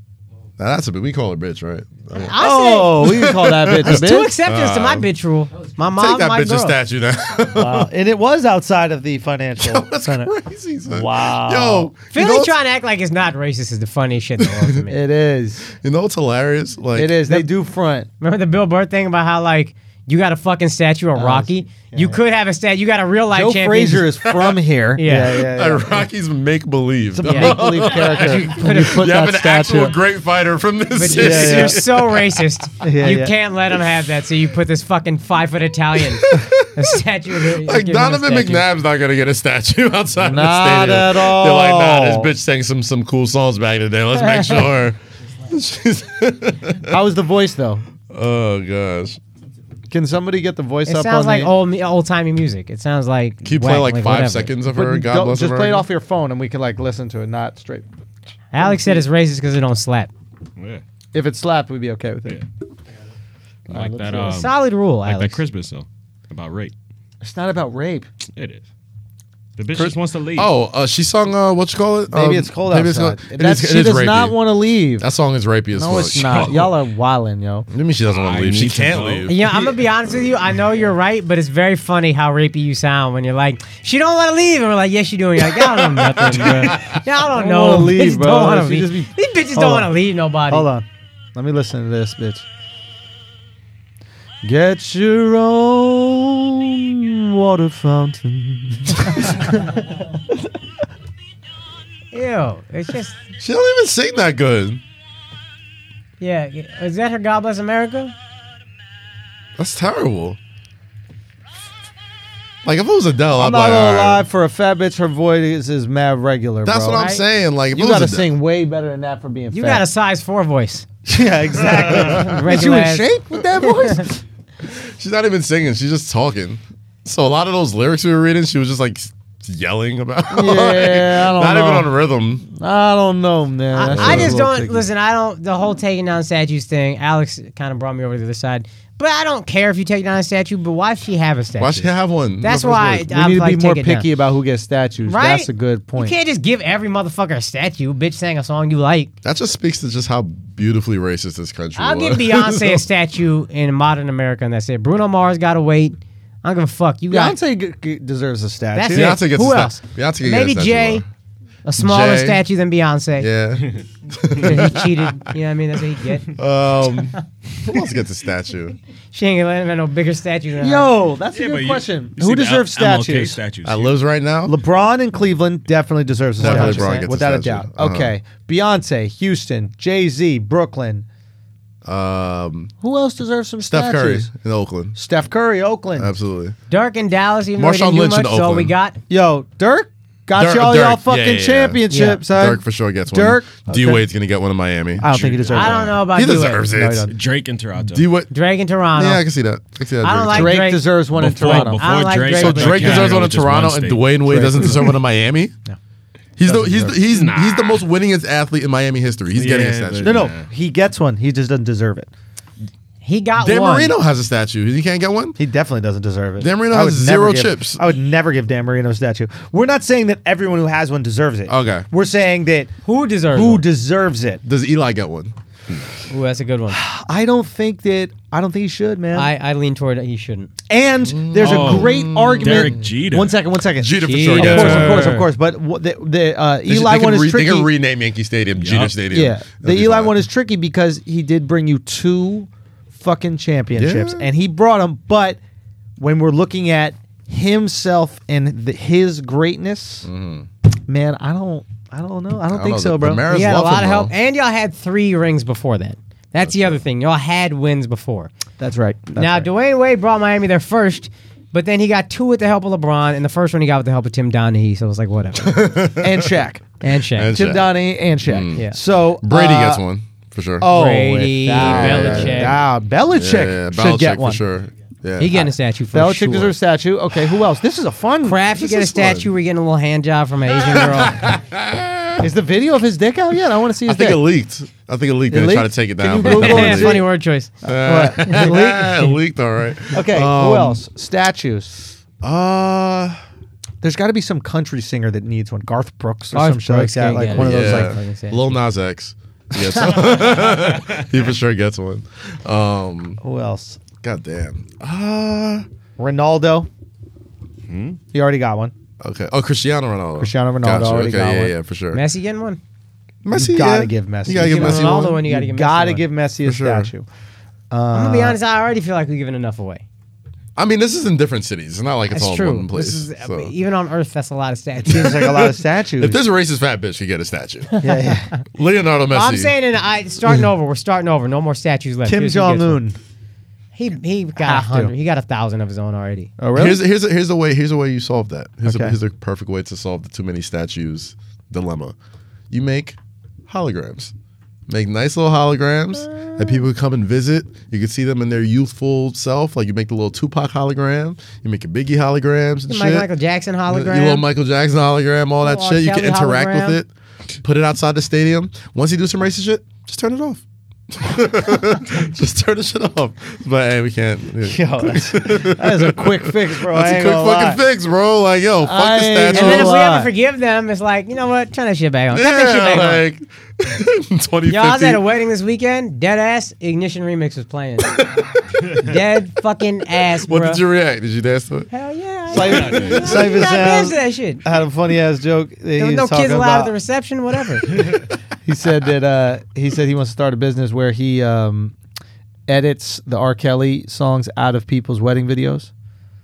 [SPEAKER 2] Now, that's a bit. We call her bitch, right? I mean,
[SPEAKER 4] I said
[SPEAKER 1] Oh, we can call that bitch a
[SPEAKER 4] two
[SPEAKER 1] bitch.
[SPEAKER 4] exceptions to my bitch rule. My mom,
[SPEAKER 2] take that
[SPEAKER 4] my
[SPEAKER 2] bitch
[SPEAKER 4] girl.
[SPEAKER 2] a statue now.
[SPEAKER 1] Wow. And it was outside of the financial
[SPEAKER 2] that's
[SPEAKER 1] center.
[SPEAKER 2] crazy. Son.
[SPEAKER 1] Wow.
[SPEAKER 2] Yo,
[SPEAKER 4] Philly
[SPEAKER 2] you know,
[SPEAKER 4] trying to act like it's not racist is the funniest shit in the world to me.
[SPEAKER 1] It is.
[SPEAKER 2] you know what's hilarious? Like
[SPEAKER 1] It is. They do front.
[SPEAKER 4] Remember the Bill Burr thing about how like you got a fucking statue
[SPEAKER 1] Oh,
[SPEAKER 4] of Rocky? you could have a statue. You got a real life
[SPEAKER 1] Joe
[SPEAKER 4] champion.
[SPEAKER 1] Frazier is from here.
[SPEAKER 4] Yeah.
[SPEAKER 1] yeah, yeah. yeah.
[SPEAKER 2] like, Rocky's make believe.
[SPEAKER 1] It's a make believe character. When you put
[SPEAKER 2] You have
[SPEAKER 1] that
[SPEAKER 2] an
[SPEAKER 1] statue.
[SPEAKER 2] actual great fighter from
[SPEAKER 4] But
[SPEAKER 2] this
[SPEAKER 4] you're,
[SPEAKER 2] city.
[SPEAKER 1] yeah.
[SPEAKER 4] you're so racist.
[SPEAKER 1] Yeah,
[SPEAKER 4] you
[SPEAKER 1] yeah.
[SPEAKER 4] can't let him have that. So you put this fucking five foot Italian a statue. of- you
[SPEAKER 2] Like
[SPEAKER 4] give him a
[SPEAKER 2] Donovan
[SPEAKER 4] statue.
[SPEAKER 2] McNabb's not gonna get a statue outside
[SPEAKER 1] Not
[SPEAKER 2] of the
[SPEAKER 1] at
[SPEAKER 2] stadium. They're like, nah,
[SPEAKER 1] all.
[SPEAKER 2] this bitch sang some some cool songs back in the day. Let's make sure. She's-
[SPEAKER 1] How is the voice though?
[SPEAKER 2] oh gosh,
[SPEAKER 1] Can somebody get the voice
[SPEAKER 4] It
[SPEAKER 1] up
[SPEAKER 4] sounds
[SPEAKER 1] on
[SPEAKER 4] like
[SPEAKER 1] the?
[SPEAKER 4] old old timey music. It sounds like
[SPEAKER 2] can you play
[SPEAKER 4] whack,
[SPEAKER 2] like, five
[SPEAKER 4] whatever.
[SPEAKER 2] seconds of
[SPEAKER 1] But
[SPEAKER 2] her? God
[SPEAKER 1] don't-
[SPEAKER 2] bless
[SPEAKER 1] just
[SPEAKER 2] America.
[SPEAKER 1] play it off your phone and we can like listen to it, not straight.
[SPEAKER 4] Alex said it's racist because it don't slap.
[SPEAKER 5] Yeah.
[SPEAKER 1] If it slapped, we'd be okay with it.
[SPEAKER 5] Like that,
[SPEAKER 1] let's
[SPEAKER 5] um,
[SPEAKER 4] Solid rule,
[SPEAKER 5] like that
[SPEAKER 4] Alex.
[SPEAKER 5] Christmas song about rape.
[SPEAKER 1] It's not about rape.
[SPEAKER 5] It is. The bitch just wants to leave.
[SPEAKER 2] Oh, uh, she sung uh, what you call it?
[SPEAKER 1] Maybe
[SPEAKER 2] Um,
[SPEAKER 1] it's cold
[SPEAKER 2] maybe
[SPEAKER 1] outside.
[SPEAKER 2] It's, it
[SPEAKER 1] That's-
[SPEAKER 2] is- it
[SPEAKER 1] she
[SPEAKER 2] is
[SPEAKER 1] does
[SPEAKER 2] rapey.
[SPEAKER 1] not want to leave.
[SPEAKER 2] That song is rapey as
[SPEAKER 1] no,
[SPEAKER 2] fuck.
[SPEAKER 1] it's not. Y'all are wildin', yo.
[SPEAKER 2] I mean, she doesn't want
[SPEAKER 5] I
[SPEAKER 2] to leave. She
[SPEAKER 5] need to
[SPEAKER 2] can't
[SPEAKER 5] know.
[SPEAKER 2] leave.
[SPEAKER 4] Yeah, I'm gonna be honest with you. I know you're right, but it's very funny how rapey you sound when you're like, "She don't want to leave," and we're like, "Yes, she do." And you're like, "Y'all don't know nothing, bro. Y'all don't,
[SPEAKER 1] Don't
[SPEAKER 4] know.
[SPEAKER 1] wanna leave,
[SPEAKER 4] Bitches
[SPEAKER 1] bro.
[SPEAKER 4] Don't wanna
[SPEAKER 1] She
[SPEAKER 4] leave.
[SPEAKER 1] just be-
[SPEAKER 4] These bitches
[SPEAKER 1] Hold
[SPEAKER 4] don't
[SPEAKER 1] on.
[SPEAKER 4] want to leave nobody.
[SPEAKER 1] Hold on. Let me listen to this, bitch. Get your own water fountain.
[SPEAKER 4] Ew. It's just.
[SPEAKER 2] She don't even sing that good.
[SPEAKER 4] Yeah. yeah. Is that her God Bless America?
[SPEAKER 2] That's terrible. Like if it was Adele,
[SPEAKER 1] I'm
[SPEAKER 2] I'm
[SPEAKER 1] not
[SPEAKER 2] like,
[SPEAKER 1] gonna
[SPEAKER 2] all right.
[SPEAKER 1] lie, for a fat bitch, her voice is mad regular.
[SPEAKER 2] That's
[SPEAKER 1] bro.
[SPEAKER 2] what I'm saying. Like if
[SPEAKER 1] You
[SPEAKER 2] it was
[SPEAKER 1] gotta
[SPEAKER 2] Adele-
[SPEAKER 1] sing way better than that for being
[SPEAKER 4] You
[SPEAKER 1] fat.
[SPEAKER 4] got a size four voice.
[SPEAKER 1] yeah, exactly. Is you
[SPEAKER 4] Regular
[SPEAKER 1] in
[SPEAKER 4] ass-
[SPEAKER 1] shape with that voice?
[SPEAKER 2] She's not even singing. She's just talking. So a lot of those lyrics we were reading, she was just like yelling about.
[SPEAKER 1] Yeah, I don't
[SPEAKER 2] not
[SPEAKER 1] know.
[SPEAKER 2] even on rhythm.
[SPEAKER 1] I don't know, man. That shit
[SPEAKER 4] I,
[SPEAKER 1] was
[SPEAKER 4] I
[SPEAKER 1] a
[SPEAKER 4] just
[SPEAKER 1] little
[SPEAKER 4] don't
[SPEAKER 1] picky.
[SPEAKER 4] listen. I don't the whole taking down statues thing. Alex kind of brought me over to the other side, but I don't care if you take down a statue. But why she have a statue?
[SPEAKER 2] Why she have one?
[SPEAKER 4] That's
[SPEAKER 2] That's what
[SPEAKER 4] why
[SPEAKER 2] it's
[SPEAKER 1] We
[SPEAKER 4] I'm
[SPEAKER 1] need to
[SPEAKER 4] like,
[SPEAKER 1] be more
[SPEAKER 4] take it down.
[SPEAKER 1] picky about who gets statues.
[SPEAKER 4] Right?
[SPEAKER 1] That's a good point.
[SPEAKER 4] You can't just give every motherfucker a statue. Bitch sang a song you like.
[SPEAKER 2] That just speaks to just how beautifully racist this country
[SPEAKER 4] I'll
[SPEAKER 2] was.
[SPEAKER 4] give Beyonce
[SPEAKER 2] So-
[SPEAKER 4] a statue in modern America, and that's it. Bruno Mars got to wait. I don't give a fuck. You got
[SPEAKER 1] Beyonce g- g- deserves a
[SPEAKER 4] that's
[SPEAKER 1] statue.
[SPEAKER 2] Beyonce
[SPEAKER 4] it.
[SPEAKER 2] gets a
[SPEAKER 4] Who
[SPEAKER 2] sta-
[SPEAKER 4] else?
[SPEAKER 2] Beyonce can get a
[SPEAKER 4] Maybe
[SPEAKER 2] statue,
[SPEAKER 4] Jay, a smaller
[SPEAKER 2] Jay.
[SPEAKER 4] statue than Beyonce.
[SPEAKER 2] Yeah.
[SPEAKER 4] 'cause he cheated. You know what I mean? That's what he get.
[SPEAKER 2] Um, who else gets a statue?
[SPEAKER 4] She ain't gonna let him have no bigger statue than her.
[SPEAKER 1] Yo, that's
[SPEAKER 5] Yeah,
[SPEAKER 1] a
[SPEAKER 5] but
[SPEAKER 1] good
[SPEAKER 5] you-
[SPEAKER 1] question.
[SPEAKER 5] you see
[SPEAKER 1] Who
[SPEAKER 5] the
[SPEAKER 1] deserves
[SPEAKER 5] M- MLK
[SPEAKER 1] statues?
[SPEAKER 5] statues
[SPEAKER 2] That
[SPEAKER 5] here.
[SPEAKER 2] lives right now.
[SPEAKER 1] LeBron in Cleveland definitely deserves a
[SPEAKER 2] Definitely
[SPEAKER 1] statue.
[SPEAKER 2] LeBron gets a
[SPEAKER 1] without a,
[SPEAKER 2] statue.
[SPEAKER 1] doubt.
[SPEAKER 2] Uh-huh.
[SPEAKER 1] Okay. Beyonce, Houston, Jay Z, Brooklyn.
[SPEAKER 2] Um,
[SPEAKER 1] Who else deserves some
[SPEAKER 2] Steph Curry Uh,
[SPEAKER 1] statues?
[SPEAKER 2] in Oakland.
[SPEAKER 1] Steph Curry, Oakland.
[SPEAKER 2] Absolutely.
[SPEAKER 4] Dirk in Dallas, even though he
[SPEAKER 2] Marshawn
[SPEAKER 4] didn't do
[SPEAKER 2] Lynch in
[SPEAKER 4] much, so all we
[SPEAKER 2] Oakland.
[SPEAKER 4] got.
[SPEAKER 1] Yo, Dirk got
[SPEAKER 2] Dirk-
[SPEAKER 1] y'all
[SPEAKER 2] Dirk,
[SPEAKER 1] y'all
[SPEAKER 2] yeah,
[SPEAKER 1] fucking
[SPEAKER 2] yeah, yeah.
[SPEAKER 1] championships, huh?
[SPEAKER 2] Dirk for sure gets one.
[SPEAKER 1] Dirk?
[SPEAKER 2] D
[SPEAKER 1] Okay.
[SPEAKER 2] Wade's gonna get one in Miami.
[SPEAKER 1] I don't think he deserves
[SPEAKER 4] I
[SPEAKER 1] it.
[SPEAKER 4] don't know about
[SPEAKER 2] He
[SPEAKER 4] you.
[SPEAKER 2] deserves
[SPEAKER 1] No, he
[SPEAKER 2] it.
[SPEAKER 1] doesn't.
[SPEAKER 5] Drake in Toronto.
[SPEAKER 2] D Wade.
[SPEAKER 4] Drake in Toronto.
[SPEAKER 2] Yeah, I can see that. I can see that.
[SPEAKER 4] I don't
[SPEAKER 2] Drake.
[SPEAKER 4] like
[SPEAKER 1] Drake,
[SPEAKER 4] Drake-
[SPEAKER 1] deserves one
[SPEAKER 5] before,
[SPEAKER 1] in Toronto.
[SPEAKER 5] before
[SPEAKER 4] I don't like
[SPEAKER 5] Drake,
[SPEAKER 4] Drake.
[SPEAKER 2] So
[SPEAKER 4] Drake
[SPEAKER 2] Drake deserves
[SPEAKER 5] Canada
[SPEAKER 2] one in
[SPEAKER 5] with just
[SPEAKER 2] Toronto,
[SPEAKER 5] one
[SPEAKER 2] and
[SPEAKER 5] state.
[SPEAKER 2] Dwayne Wade doesn't deserve one in Miami. No, he's the he's the, he's
[SPEAKER 5] Nah.
[SPEAKER 2] he's the most winningest athlete in Miami history. He's getting a
[SPEAKER 5] Yeah,
[SPEAKER 2] statue.
[SPEAKER 1] No, no, he gets one. He just doesn't deserve it.
[SPEAKER 4] He got
[SPEAKER 2] Dan
[SPEAKER 4] one.
[SPEAKER 2] Marino has a statue. He can't get one.
[SPEAKER 1] He definitely doesn't deserve it.
[SPEAKER 2] Dan Marino
[SPEAKER 1] I
[SPEAKER 2] has
[SPEAKER 1] would
[SPEAKER 2] zero
[SPEAKER 1] never give-
[SPEAKER 2] chips.
[SPEAKER 1] I would never give Dan Marino a statue. We're not saying that everyone who has one deserves it.
[SPEAKER 2] Okay.
[SPEAKER 1] We're saying that
[SPEAKER 4] Who deserves
[SPEAKER 1] who
[SPEAKER 4] one?
[SPEAKER 1] deserves it.
[SPEAKER 2] Does Eli get one?
[SPEAKER 4] Ooh, that's a good one.
[SPEAKER 1] I don't think that. I don't think he should, man.
[SPEAKER 4] I, I lean toward he shouldn't.
[SPEAKER 1] and there's
[SPEAKER 5] Oh,
[SPEAKER 1] a great argument.
[SPEAKER 5] Derek Jeter.
[SPEAKER 1] One second. One second.
[SPEAKER 2] Jeter for
[SPEAKER 1] Of
[SPEAKER 2] sure.
[SPEAKER 1] course,
[SPEAKER 2] gets
[SPEAKER 1] of
[SPEAKER 2] one.
[SPEAKER 1] course, of course. But what the, the uh,
[SPEAKER 2] They should-
[SPEAKER 1] Eli
[SPEAKER 2] they can
[SPEAKER 1] one is
[SPEAKER 2] re-
[SPEAKER 1] tricky.
[SPEAKER 2] They can rename Yankee Stadium Jeter Stadium.
[SPEAKER 1] Yeah, the
[SPEAKER 2] That'd be
[SPEAKER 1] Eli
[SPEAKER 2] fine.
[SPEAKER 1] one is tricky because he did bring you two fucking championships,
[SPEAKER 2] Yeah.
[SPEAKER 1] and he brought them. But when we're looking at himself and the, his greatness, man, I don't, I don't know, I don't,
[SPEAKER 2] Mm-hmm. I don't
[SPEAKER 1] think
[SPEAKER 2] know,
[SPEAKER 1] so,
[SPEAKER 2] the-
[SPEAKER 1] bro.
[SPEAKER 2] the Mariners
[SPEAKER 4] He had a
[SPEAKER 2] love
[SPEAKER 4] lot
[SPEAKER 2] him,
[SPEAKER 4] of help.
[SPEAKER 2] though.
[SPEAKER 4] And y'all had three rings before that. That's, the other thing. Y'all had wins before.
[SPEAKER 1] That's right. That's
[SPEAKER 4] now,
[SPEAKER 1] right.
[SPEAKER 4] Dwayne Wade brought Miami there first, but then he got two with the help of LeBron, and the first one he got with the help of Tim Donaghy, so it was like, whatever.
[SPEAKER 1] and Shaq,
[SPEAKER 4] and Shaq.
[SPEAKER 2] And
[SPEAKER 1] Tim
[SPEAKER 2] Shaq. Mm.
[SPEAKER 1] Donaghy, and Shaq.
[SPEAKER 4] Yeah.
[SPEAKER 1] So
[SPEAKER 2] Brady
[SPEAKER 1] uh,
[SPEAKER 2] gets one for sure.
[SPEAKER 1] Oh,
[SPEAKER 4] Brady,
[SPEAKER 1] without
[SPEAKER 4] Belichick.
[SPEAKER 1] a doubt. Ah, Belichick, should
[SPEAKER 2] Belichick
[SPEAKER 1] get one.
[SPEAKER 2] for sure. Yeah,
[SPEAKER 4] he getting a statue for
[SPEAKER 1] Belichick
[SPEAKER 4] sure.
[SPEAKER 1] deserves a statue. Okay, who else? This is a fun.
[SPEAKER 4] Kraft, you
[SPEAKER 2] This
[SPEAKER 4] get a
[SPEAKER 2] is fun.
[SPEAKER 4] statue. We're getting a little hand job from an Asian girl.
[SPEAKER 1] Is the video of his dick out yet? I want to see
[SPEAKER 2] I
[SPEAKER 1] his
[SPEAKER 2] think
[SPEAKER 1] dick.
[SPEAKER 2] it leaked. I think it leaked.
[SPEAKER 1] It
[SPEAKER 2] They tried to
[SPEAKER 1] leaked?
[SPEAKER 2] take it
[SPEAKER 1] Can
[SPEAKER 2] down.
[SPEAKER 1] you
[SPEAKER 2] but it
[SPEAKER 1] Google
[SPEAKER 2] leaked.
[SPEAKER 4] Funny word choice.
[SPEAKER 1] What? It leaked?
[SPEAKER 2] it leaked. All right.
[SPEAKER 1] Okay,
[SPEAKER 2] um,
[SPEAKER 1] who else? Statues.
[SPEAKER 2] Uh,
[SPEAKER 1] There's got to be some country singer that needs one. Garth Brooks or
[SPEAKER 4] Garth
[SPEAKER 1] some shit like
[SPEAKER 4] Brooks
[SPEAKER 1] that.
[SPEAKER 4] can't
[SPEAKER 1] Like
[SPEAKER 4] get
[SPEAKER 1] one
[SPEAKER 4] it.
[SPEAKER 1] of those.
[SPEAKER 4] Yeah.
[SPEAKER 1] Like
[SPEAKER 4] fucking say.
[SPEAKER 2] Lil Nas X. Yes, he for sure gets one. Um,
[SPEAKER 1] who else?
[SPEAKER 2] God damn. Uh,
[SPEAKER 1] Ronaldo. He already got one.
[SPEAKER 2] okay. Oh, Cristiano Ronaldo.
[SPEAKER 1] Cristiano Ronaldo already
[SPEAKER 2] okay,
[SPEAKER 1] got
[SPEAKER 2] yeah,
[SPEAKER 1] one.
[SPEAKER 2] yeah, for sure.
[SPEAKER 4] Messi getting one.
[SPEAKER 2] Messi,
[SPEAKER 1] You gotta
[SPEAKER 2] yeah.
[SPEAKER 1] give Messi.
[SPEAKER 2] You gotta give
[SPEAKER 4] Give
[SPEAKER 2] Messi
[SPEAKER 4] Ronaldo
[SPEAKER 2] one.
[SPEAKER 4] one. You gotta give. Messi
[SPEAKER 1] Gotta
[SPEAKER 4] one.
[SPEAKER 1] give uh, Messi a
[SPEAKER 2] For sure.
[SPEAKER 1] statue.
[SPEAKER 4] I'm gonna be honest. I already feel like we're giving enough away.
[SPEAKER 2] I mean, this is in different cities. It's not like it's
[SPEAKER 4] That's
[SPEAKER 2] all
[SPEAKER 4] true.
[SPEAKER 2] in one place.
[SPEAKER 4] This is,
[SPEAKER 2] so.
[SPEAKER 4] Even on Earth, that's a lot of statues.
[SPEAKER 1] Seems like a lot of statues.
[SPEAKER 2] If there's a racist fat bitch, could get a statue.
[SPEAKER 1] yeah, yeah.
[SPEAKER 2] Leonardo Messi.
[SPEAKER 4] I'm saying, and I starting over. We're starting over. No more statues left.
[SPEAKER 1] Kim
[SPEAKER 4] Here's who
[SPEAKER 1] Jong
[SPEAKER 4] gets one.
[SPEAKER 1] Un.
[SPEAKER 4] He he got
[SPEAKER 1] to.
[SPEAKER 4] a hundred. He got a thousand of his own already.
[SPEAKER 1] Oh really?
[SPEAKER 2] Here's here's a, here's a way here's a way you solve that. Here's,
[SPEAKER 1] Okay.
[SPEAKER 2] a, here's a perfect way to solve the too many statues dilemma. You make holograms. Make nice little holograms that people can come and visit. You can see them in their youthful self. Like you make the little Tupac hologram. You make a Biggie holograms and
[SPEAKER 4] The
[SPEAKER 2] shit.
[SPEAKER 4] Mike- Michael Jackson
[SPEAKER 2] Your
[SPEAKER 4] hologram.
[SPEAKER 2] little Michael Jackson hologram, all that
[SPEAKER 1] Oh,
[SPEAKER 4] Little
[SPEAKER 2] shit. You can
[SPEAKER 4] Kelly
[SPEAKER 2] interact
[SPEAKER 4] hologram.
[SPEAKER 2] with it. Put it outside the stadium. Once you do some racist shit, just turn it off. just turn the shit off. But hey, we can't.
[SPEAKER 1] Yo, that's, that is a quick fix, bro.
[SPEAKER 2] That's
[SPEAKER 1] I
[SPEAKER 2] a
[SPEAKER 1] ain't
[SPEAKER 2] quick
[SPEAKER 1] gonna
[SPEAKER 2] fucking
[SPEAKER 1] lie.
[SPEAKER 2] fix, bro. Like, yo, fuck
[SPEAKER 1] I
[SPEAKER 2] the
[SPEAKER 1] ain't
[SPEAKER 2] statue.
[SPEAKER 4] and then if we
[SPEAKER 1] July.
[SPEAKER 4] ever forgive them, it's like you know what? Turn that shit back on. Turn that shit back on.
[SPEAKER 2] yeah, like 2050.
[SPEAKER 4] Yo, I was at a wedding this weekend. Dead ass ignition remix was playing. Dead fucking ass.
[SPEAKER 2] What
[SPEAKER 4] bruh.
[SPEAKER 2] did you react? Did you dance to it?
[SPEAKER 4] Hell yeah. I-
[SPEAKER 1] Siphon- Siphon
[SPEAKER 4] I'm not
[SPEAKER 1] sounds
[SPEAKER 4] into that shit.
[SPEAKER 1] had a funny ass joke. that he
[SPEAKER 4] There was
[SPEAKER 1] was
[SPEAKER 4] no
[SPEAKER 1] talking
[SPEAKER 4] kids allowed
[SPEAKER 1] about.
[SPEAKER 4] at the reception. Whatever.
[SPEAKER 1] he said that uh, he said he wants to start a business where he um, edits the R. Kelly songs out of people's wedding videos.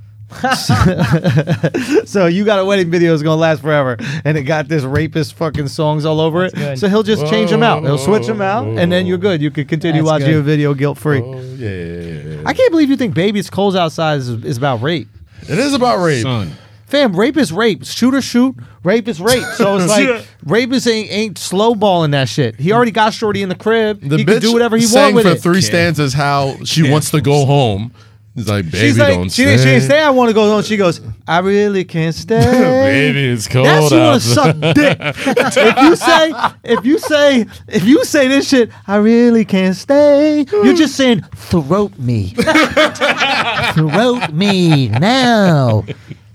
[SPEAKER 1] so you got a wedding video is gonna last forever, and it got this rapist fucking songs all over it.
[SPEAKER 4] good.
[SPEAKER 1] So he'll just change them out. He'll switch them out, and then you're good. You can continue
[SPEAKER 4] That's
[SPEAKER 1] watching
[SPEAKER 4] good.
[SPEAKER 1] your video guilt free.
[SPEAKER 2] Oh, yeah, yeah, yeah, yeah.
[SPEAKER 1] I can't believe you think "Babies Cole's Outside" is, is about rape.
[SPEAKER 2] It is about rape.
[SPEAKER 5] Son.
[SPEAKER 1] Fam, rape is rape. Shoot or shoot. Rape is rape. So it's like rapist ain't, ain't slow balling that shit. He already got shorty in the crib.
[SPEAKER 2] The
[SPEAKER 1] he
[SPEAKER 2] bitch
[SPEAKER 1] can do whatever he
[SPEAKER 2] sang
[SPEAKER 1] want with
[SPEAKER 2] for
[SPEAKER 1] it.
[SPEAKER 2] 3 stanzas how she wants to go home. He's like, baby,
[SPEAKER 1] She's like,
[SPEAKER 2] don't
[SPEAKER 1] she,
[SPEAKER 2] stay.
[SPEAKER 1] didn't, she didn't say I want to go home. She goes, I really can't stay.
[SPEAKER 2] Baby, it's cold
[SPEAKER 1] Now she want
[SPEAKER 2] out.
[SPEAKER 1] to suck dick. if you say, if you say, if you say this shit, I really can't stay. You're just saying throat me, throat me now.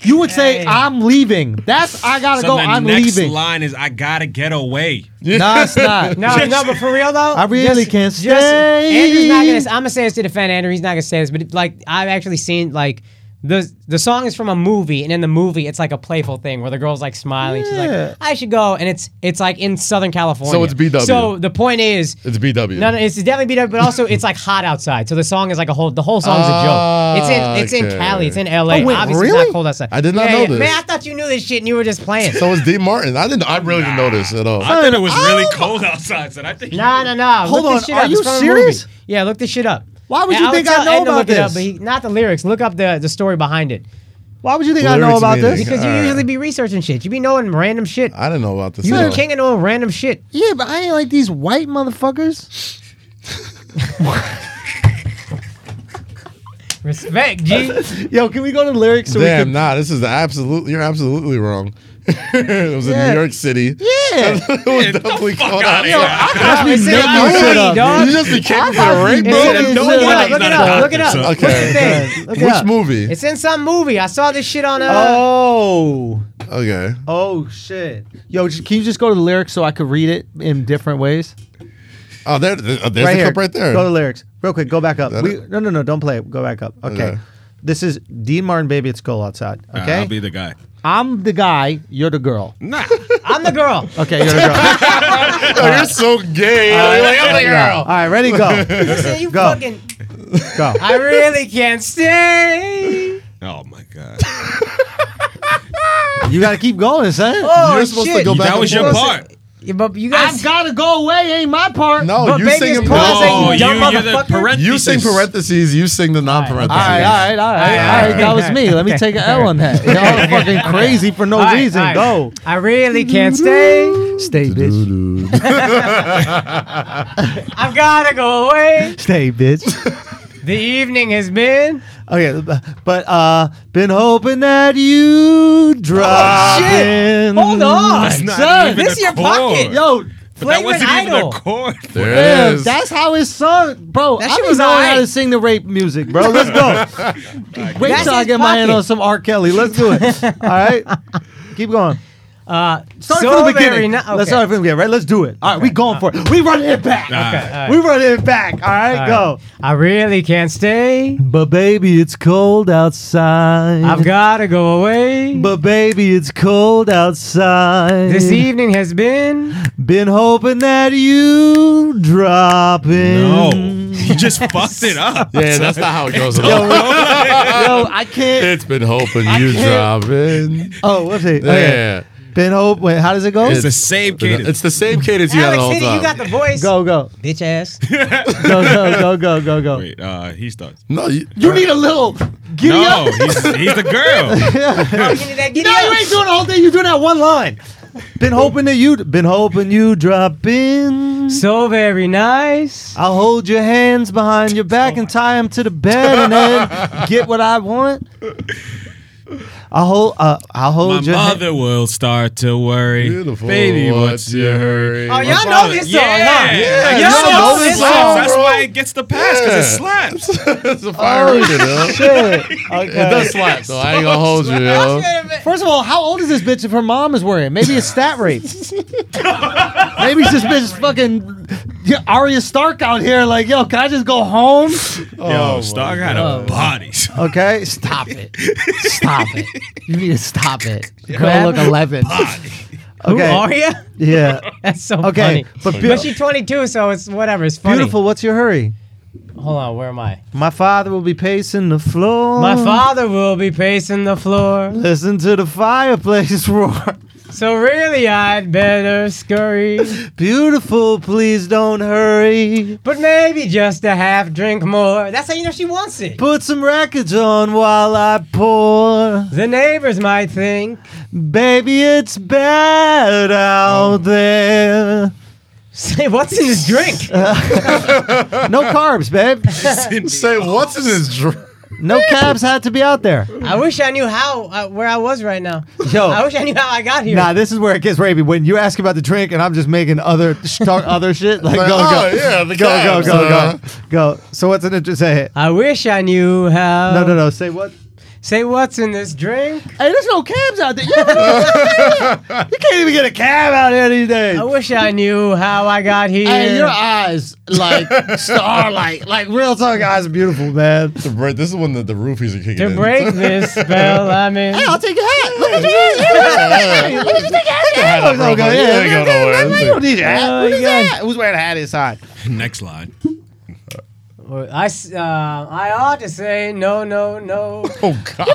[SPEAKER 1] You would say I'm leaving. That's I gotta
[SPEAKER 5] So
[SPEAKER 1] go.
[SPEAKER 5] the
[SPEAKER 1] I'm
[SPEAKER 5] next
[SPEAKER 1] leaving.
[SPEAKER 5] line is I gotta get away.
[SPEAKER 1] No, it's not.
[SPEAKER 4] No, no, but for real though,
[SPEAKER 1] I really can't stay.
[SPEAKER 4] Andrew's not gonna. I'm gonna say this to defend Andrew. He's not gonna say this, but like I've actually seen like the the song is from a movie, and in the movie it's like a playful thing where the girl's like smiling.
[SPEAKER 1] Yeah.
[SPEAKER 4] She's like, "I should go," and it's it's like in Southern California.
[SPEAKER 2] So it's BW.
[SPEAKER 4] So the point is.
[SPEAKER 2] It's BW.
[SPEAKER 4] No, no, it's definitely beat up, but also it's like hot outside. So the song is like a whole. The whole song's a joke. It's in. It's
[SPEAKER 2] Ah, Okay.
[SPEAKER 4] in Cali. It's in L.A.
[SPEAKER 1] Oh, wait,
[SPEAKER 4] Obviously,
[SPEAKER 1] really?
[SPEAKER 4] it's not cold outside.
[SPEAKER 2] I did not
[SPEAKER 4] Yeah,
[SPEAKER 2] know
[SPEAKER 4] yeah.
[SPEAKER 2] this.
[SPEAKER 4] Man, I thought you knew this shit and you were just playing.
[SPEAKER 2] So it's Dean Martin. I didn't. I really didn't know this at all.
[SPEAKER 5] I thought it was really cold outside, son. I think
[SPEAKER 4] No, no, no.
[SPEAKER 1] Hold
[SPEAKER 4] look
[SPEAKER 1] on,
[SPEAKER 4] This shit
[SPEAKER 1] are
[SPEAKER 4] up. It's
[SPEAKER 1] you
[SPEAKER 4] from a
[SPEAKER 1] serious?
[SPEAKER 4] movie. Yeah, look this shit up.
[SPEAKER 1] Why would
[SPEAKER 4] And
[SPEAKER 1] you
[SPEAKER 4] would
[SPEAKER 1] think I
[SPEAKER 4] tell
[SPEAKER 1] know
[SPEAKER 4] Ed to
[SPEAKER 1] about
[SPEAKER 4] look it up,
[SPEAKER 1] this?
[SPEAKER 4] but he, not the lyrics. Look up the, the story behind it.
[SPEAKER 1] Why would you think I know
[SPEAKER 2] Lyrics
[SPEAKER 1] about
[SPEAKER 2] meaning.
[SPEAKER 1] this? uh,
[SPEAKER 4] Because you
[SPEAKER 2] All right.
[SPEAKER 4] usually be researching shit. You be knowing random shit.
[SPEAKER 2] I didn't know about this.
[SPEAKER 4] You
[SPEAKER 2] at
[SPEAKER 4] the
[SPEAKER 2] all.
[SPEAKER 4] king of knowing random shit.
[SPEAKER 1] Yeah, but I ain't like these white motherfuckers.
[SPEAKER 4] Respect, G.
[SPEAKER 1] Yo, can we go to lyrics so
[SPEAKER 2] Damn,
[SPEAKER 1] we can?
[SPEAKER 2] nah. This is the absolute. You're absolutely wrong. it was
[SPEAKER 1] Yeah.
[SPEAKER 2] in New York City.
[SPEAKER 1] Yeah.
[SPEAKER 2] it was definitely
[SPEAKER 5] fuck
[SPEAKER 2] cold
[SPEAKER 5] outta
[SPEAKER 2] outside.
[SPEAKER 5] here.
[SPEAKER 1] Must be
[SPEAKER 4] It's in
[SPEAKER 1] making
[SPEAKER 4] the
[SPEAKER 1] shit
[SPEAKER 4] movie,
[SPEAKER 1] up,
[SPEAKER 4] dog.
[SPEAKER 1] dude.
[SPEAKER 2] You just a kid for a rape,
[SPEAKER 1] It's
[SPEAKER 2] bro.
[SPEAKER 1] in-
[SPEAKER 4] Look
[SPEAKER 1] no
[SPEAKER 4] it
[SPEAKER 1] one
[SPEAKER 4] up. Look
[SPEAKER 5] is
[SPEAKER 4] it
[SPEAKER 5] not a
[SPEAKER 4] up. Look it
[SPEAKER 5] doctor,
[SPEAKER 4] up.
[SPEAKER 5] so-
[SPEAKER 4] What's the
[SPEAKER 2] Okay.
[SPEAKER 4] thing? Look it
[SPEAKER 2] Which
[SPEAKER 4] up.
[SPEAKER 2] movie?
[SPEAKER 4] It's in some movie. I saw this shit on uh,
[SPEAKER 1] Oh.
[SPEAKER 2] Okay.
[SPEAKER 1] Oh shit. Yo, j- can you just go to the lyrics so I could read it in different ways?
[SPEAKER 2] Oh, there, there- there's a
[SPEAKER 1] right here.
[SPEAKER 2] clip right there.
[SPEAKER 1] Go to lyrics. Real quick, go back up.
[SPEAKER 2] that
[SPEAKER 1] We,
[SPEAKER 2] it?
[SPEAKER 1] no, no, no, don't play it. Go back up. Okay.
[SPEAKER 2] Okay.
[SPEAKER 1] This is Dean Martin, baby. It's cold outside.
[SPEAKER 5] Nah,
[SPEAKER 1] Okay,
[SPEAKER 5] I'll be the guy.
[SPEAKER 1] I'm the guy. You're the girl.
[SPEAKER 5] Nah.
[SPEAKER 4] I'm the girl.
[SPEAKER 1] Okay, you're the girl.
[SPEAKER 2] Oh, you're so gay. Like, I'm like,
[SPEAKER 1] All right, ready, go,
[SPEAKER 4] Listen, you
[SPEAKER 1] Go.
[SPEAKER 4] fucking.
[SPEAKER 1] go.
[SPEAKER 4] I really can't stay.
[SPEAKER 5] Oh my god.
[SPEAKER 1] You gotta keep going, son.
[SPEAKER 4] Oh,
[SPEAKER 2] You're supposed to
[SPEAKER 4] shit.
[SPEAKER 2] go back
[SPEAKER 5] that
[SPEAKER 2] and
[SPEAKER 5] was your
[SPEAKER 2] forth.
[SPEAKER 5] part.
[SPEAKER 4] Yeah, but you guys.
[SPEAKER 1] I've gotta go away. Ain't my part.
[SPEAKER 2] No,
[SPEAKER 4] but
[SPEAKER 2] you
[SPEAKER 4] baby,
[SPEAKER 2] singing
[SPEAKER 4] it's
[SPEAKER 2] part-
[SPEAKER 4] Paul saying,
[SPEAKER 5] Oh,
[SPEAKER 4] you dumb
[SPEAKER 5] you, you're the
[SPEAKER 4] motherfucker.
[SPEAKER 5] parenthesis.
[SPEAKER 2] You sing parentheses. You sing the non-parentheses.
[SPEAKER 1] All right, all right, all right, all right. That was me. Let me take an L on that. Y'all fucking crazy for no
[SPEAKER 4] All right,
[SPEAKER 1] reason.
[SPEAKER 4] all right.
[SPEAKER 1] Go.
[SPEAKER 4] I really can't stay.
[SPEAKER 1] Stay, bitch.
[SPEAKER 4] I've gotta go away.
[SPEAKER 1] Stay, bitch.
[SPEAKER 4] The evening has been.
[SPEAKER 1] Okay, b- but uh, been hoping that you
[SPEAKER 4] Ah,
[SPEAKER 1] drop in.
[SPEAKER 4] Hold on.
[SPEAKER 5] That's not
[SPEAKER 1] Son,
[SPEAKER 5] even
[SPEAKER 4] this
[SPEAKER 5] a
[SPEAKER 4] your
[SPEAKER 5] chord.
[SPEAKER 4] pocket.
[SPEAKER 1] Yo,
[SPEAKER 5] But that
[SPEAKER 4] Flagrant
[SPEAKER 5] wasn't even
[SPEAKER 4] Idol.
[SPEAKER 5] a chord.
[SPEAKER 2] There it
[SPEAKER 1] man,
[SPEAKER 2] is.
[SPEAKER 1] that's how it's sung, bro.
[SPEAKER 4] That
[SPEAKER 1] I
[SPEAKER 4] shit
[SPEAKER 1] don't
[SPEAKER 4] was
[SPEAKER 1] know how
[SPEAKER 4] alright.
[SPEAKER 1] to sing the rape music, bro. Let's go. Wait
[SPEAKER 4] That's
[SPEAKER 1] till I
[SPEAKER 4] his
[SPEAKER 1] get my hand
[SPEAKER 4] pocket.
[SPEAKER 1] on some R. Kelly. Let's do it. All right, keep going.
[SPEAKER 4] Uh,
[SPEAKER 1] Start
[SPEAKER 4] so
[SPEAKER 1] from the
[SPEAKER 4] very
[SPEAKER 1] beginning.
[SPEAKER 4] no- okay.
[SPEAKER 1] Let's start from the beginning, right? Let's do it. All right, we going for it. We running it back.
[SPEAKER 5] Okay.
[SPEAKER 1] We running it back. All right,
[SPEAKER 4] All right.
[SPEAKER 1] go.
[SPEAKER 4] I really can't stay.
[SPEAKER 1] But baby, it's cold outside.
[SPEAKER 4] I've gotta go away.
[SPEAKER 1] But baby, it's cold outside.
[SPEAKER 4] this evening has been.
[SPEAKER 1] Been hoping that you drop in.
[SPEAKER 5] No. You just fucked it up.
[SPEAKER 2] yeah, that's not how it goes. at all.
[SPEAKER 1] Yo, I can't.
[SPEAKER 2] It's been hoping you
[SPEAKER 1] can't-
[SPEAKER 2] drop in.
[SPEAKER 1] Oh, what's it? Okay.
[SPEAKER 2] Yeah.
[SPEAKER 1] Been hope. Wait, how does it go?
[SPEAKER 5] It's the same cadence.
[SPEAKER 2] It's the same cadence you had
[SPEAKER 4] Alex
[SPEAKER 2] all the
[SPEAKER 4] City,
[SPEAKER 2] whole
[SPEAKER 4] you
[SPEAKER 2] time.
[SPEAKER 4] got the voice.
[SPEAKER 1] Go, go,
[SPEAKER 4] Bitch ass.
[SPEAKER 1] go, go, go, go, go, go.
[SPEAKER 5] Wait, uh, he starts.
[SPEAKER 2] No, you,
[SPEAKER 1] You need a little giddy
[SPEAKER 5] No,
[SPEAKER 1] up.
[SPEAKER 5] he's, he's the girl.
[SPEAKER 4] Oh, you need that giddy
[SPEAKER 1] No,
[SPEAKER 4] up.
[SPEAKER 1] you ain't doing the whole thing. You're doing that one line. Been hoping that you. Been hoping you drop in.
[SPEAKER 4] So very nice.
[SPEAKER 1] I'll hold your hands behind your back and tie them to the bed and then get what I want. I'll hold. Uh, I'll
[SPEAKER 5] My
[SPEAKER 1] hold your. hand-
[SPEAKER 5] mother will start to worry.
[SPEAKER 2] beautiful.
[SPEAKER 5] Baby, what's your hurry?
[SPEAKER 4] Oh, y'all know
[SPEAKER 5] Father-
[SPEAKER 4] this song,
[SPEAKER 5] yeah.
[SPEAKER 4] huh?
[SPEAKER 5] Yeah,
[SPEAKER 2] Y'all
[SPEAKER 5] y'all
[SPEAKER 2] know
[SPEAKER 5] know
[SPEAKER 2] this
[SPEAKER 5] this
[SPEAKER 2] song,
[SPEAKER 5] song. That's
[SPEAKER 2] bro.
[SPEAKER 5] why it gets the pass because
[SPEAKER 2] Yeah.
[SPEAKER 5] it slaps.
[SPEAKER 2] it's a fire rated, yo.
[SPEAKER 1] Oh, Shit.
[SPEAKER 2] It
[SPEAKER 1] Okay.
[SPEAKER 2] does slap, though. I ain't gonna hold you, yo.
[SPEAKER 1] First of all, how old is this bitch if her mom is wearing? it? Maybe it's stat rape. Maybe it's this bitch is fucking yeah, Arya Stark out here. Like, yo, can I just go home?
[SPEAKER 2] Oh
[SPEAKER 5] Yo, Stark had a body.
[SPEAKER 1] Okay, stop it. Stop it. You need to stop it. Girl, look eleven. Okay.
[SPEAKER 4] Who are you?
[SPEAKER 1] Yeah.
[SPEAKER 4] That's so
[SPEAKER 1] Okay.
[SPEAKER 4] funny.
[SPEAKER 1] But,
[SPEAKER 4] But
[SPEAKER 1] beau-
[SPEAKER 4] she's 22, so it's whatever. It's funny.
[SPEAKER 1] beautiful, what's your hurry?
[SPEAKER 4] Hold on, where am I?
[SPEAKER 1] My father will be pacing the floor.
[SPEAKER 4] My father will be pacing the floor,
[SPEAKER 1] Listen to the fireplace roar.
[SPEAKER 4] so really I'd better scurry.
[SPEAKER 1] Beautiful, please don't hurry.
[SPEAKER 4] But maybe just a half drink more. That's how you know she wants it.
[SPEAKER 1] Put some records on while I pour.
[SPEAKER 4] The neighbors might think
[SPEAKER 1] Baby, it's bad out there.
[SPEAKER 4] Say, what's in this drink?
[SPEAKER 1] No carbs, babe.
[SPEAKER 2] Say, what's in this drink?
[SPEAKER 1] No cabs had to be out there.
[SPEAKER 4] I wish I knew how uh, where I was right now.
[SPEAKER 1] Yo.
[SPEAKER 4] I wish I knew how I got here.
[SPEAKER 1] Oh. Nah, this is where it gets rapey. When you ask about the drink and I'm just making other sh- other shit. Like,
[SPEAKER 2] Like,
[SPEAKER 1] go,
[SPEAKER 2] oh,
[SPEAKER 1] go.
[SPEAKER 2] yeah, the
[SPEAKER 1] go, go,
[SPEAKER 2] cabs,
[SPEAKER 1] go,
[SPEAKER 2] uh.
[SPEAKER 1] go, go. So what's in it? Just Say it.
[SPEAKER 4] I wish I knew how.
[SPEAKER 1] No, no, no. Say what?
[SPEAKER 4] Say what's in this drink?
[SPEAKER 1] Hey, there's no cabs out there. You, ever notice that? You can't even get a cab out here these days.
[SPEAKER 4] I wish I knew how I got here.
[SPEAKER 1] Hey, your eyes like starlight, like real talk. Eyes are beautiful, man.
[SPEAKER 2] The break. This is when the, the roofies are kicking
[SPEAKER 4] to
[SPEAKER 2] in.
[SPEAKER 4] break this spell I'm in.
[SPEAKER 1] I'll take your hat. Look at your hat. Look at your hat.
[SPEAKER 2] Hat up real quick.
[SPEAKER 1] yeah.
[SPEAKER 2] There you go, don't worry.
[SPEAKER 1] You don't need your
[SPEAKER 4] Oh,
[SPEAKER 1] hat. What is
[SPEAKER 4] yeah.
[SPEAKER 1] that? Who's wearing a hat inside?
[SPEAKER 5] Next slide.
[SPEAKER 4] I, s- uh, I ought to say no, no, no.
[SPEAKER 2] Oh God!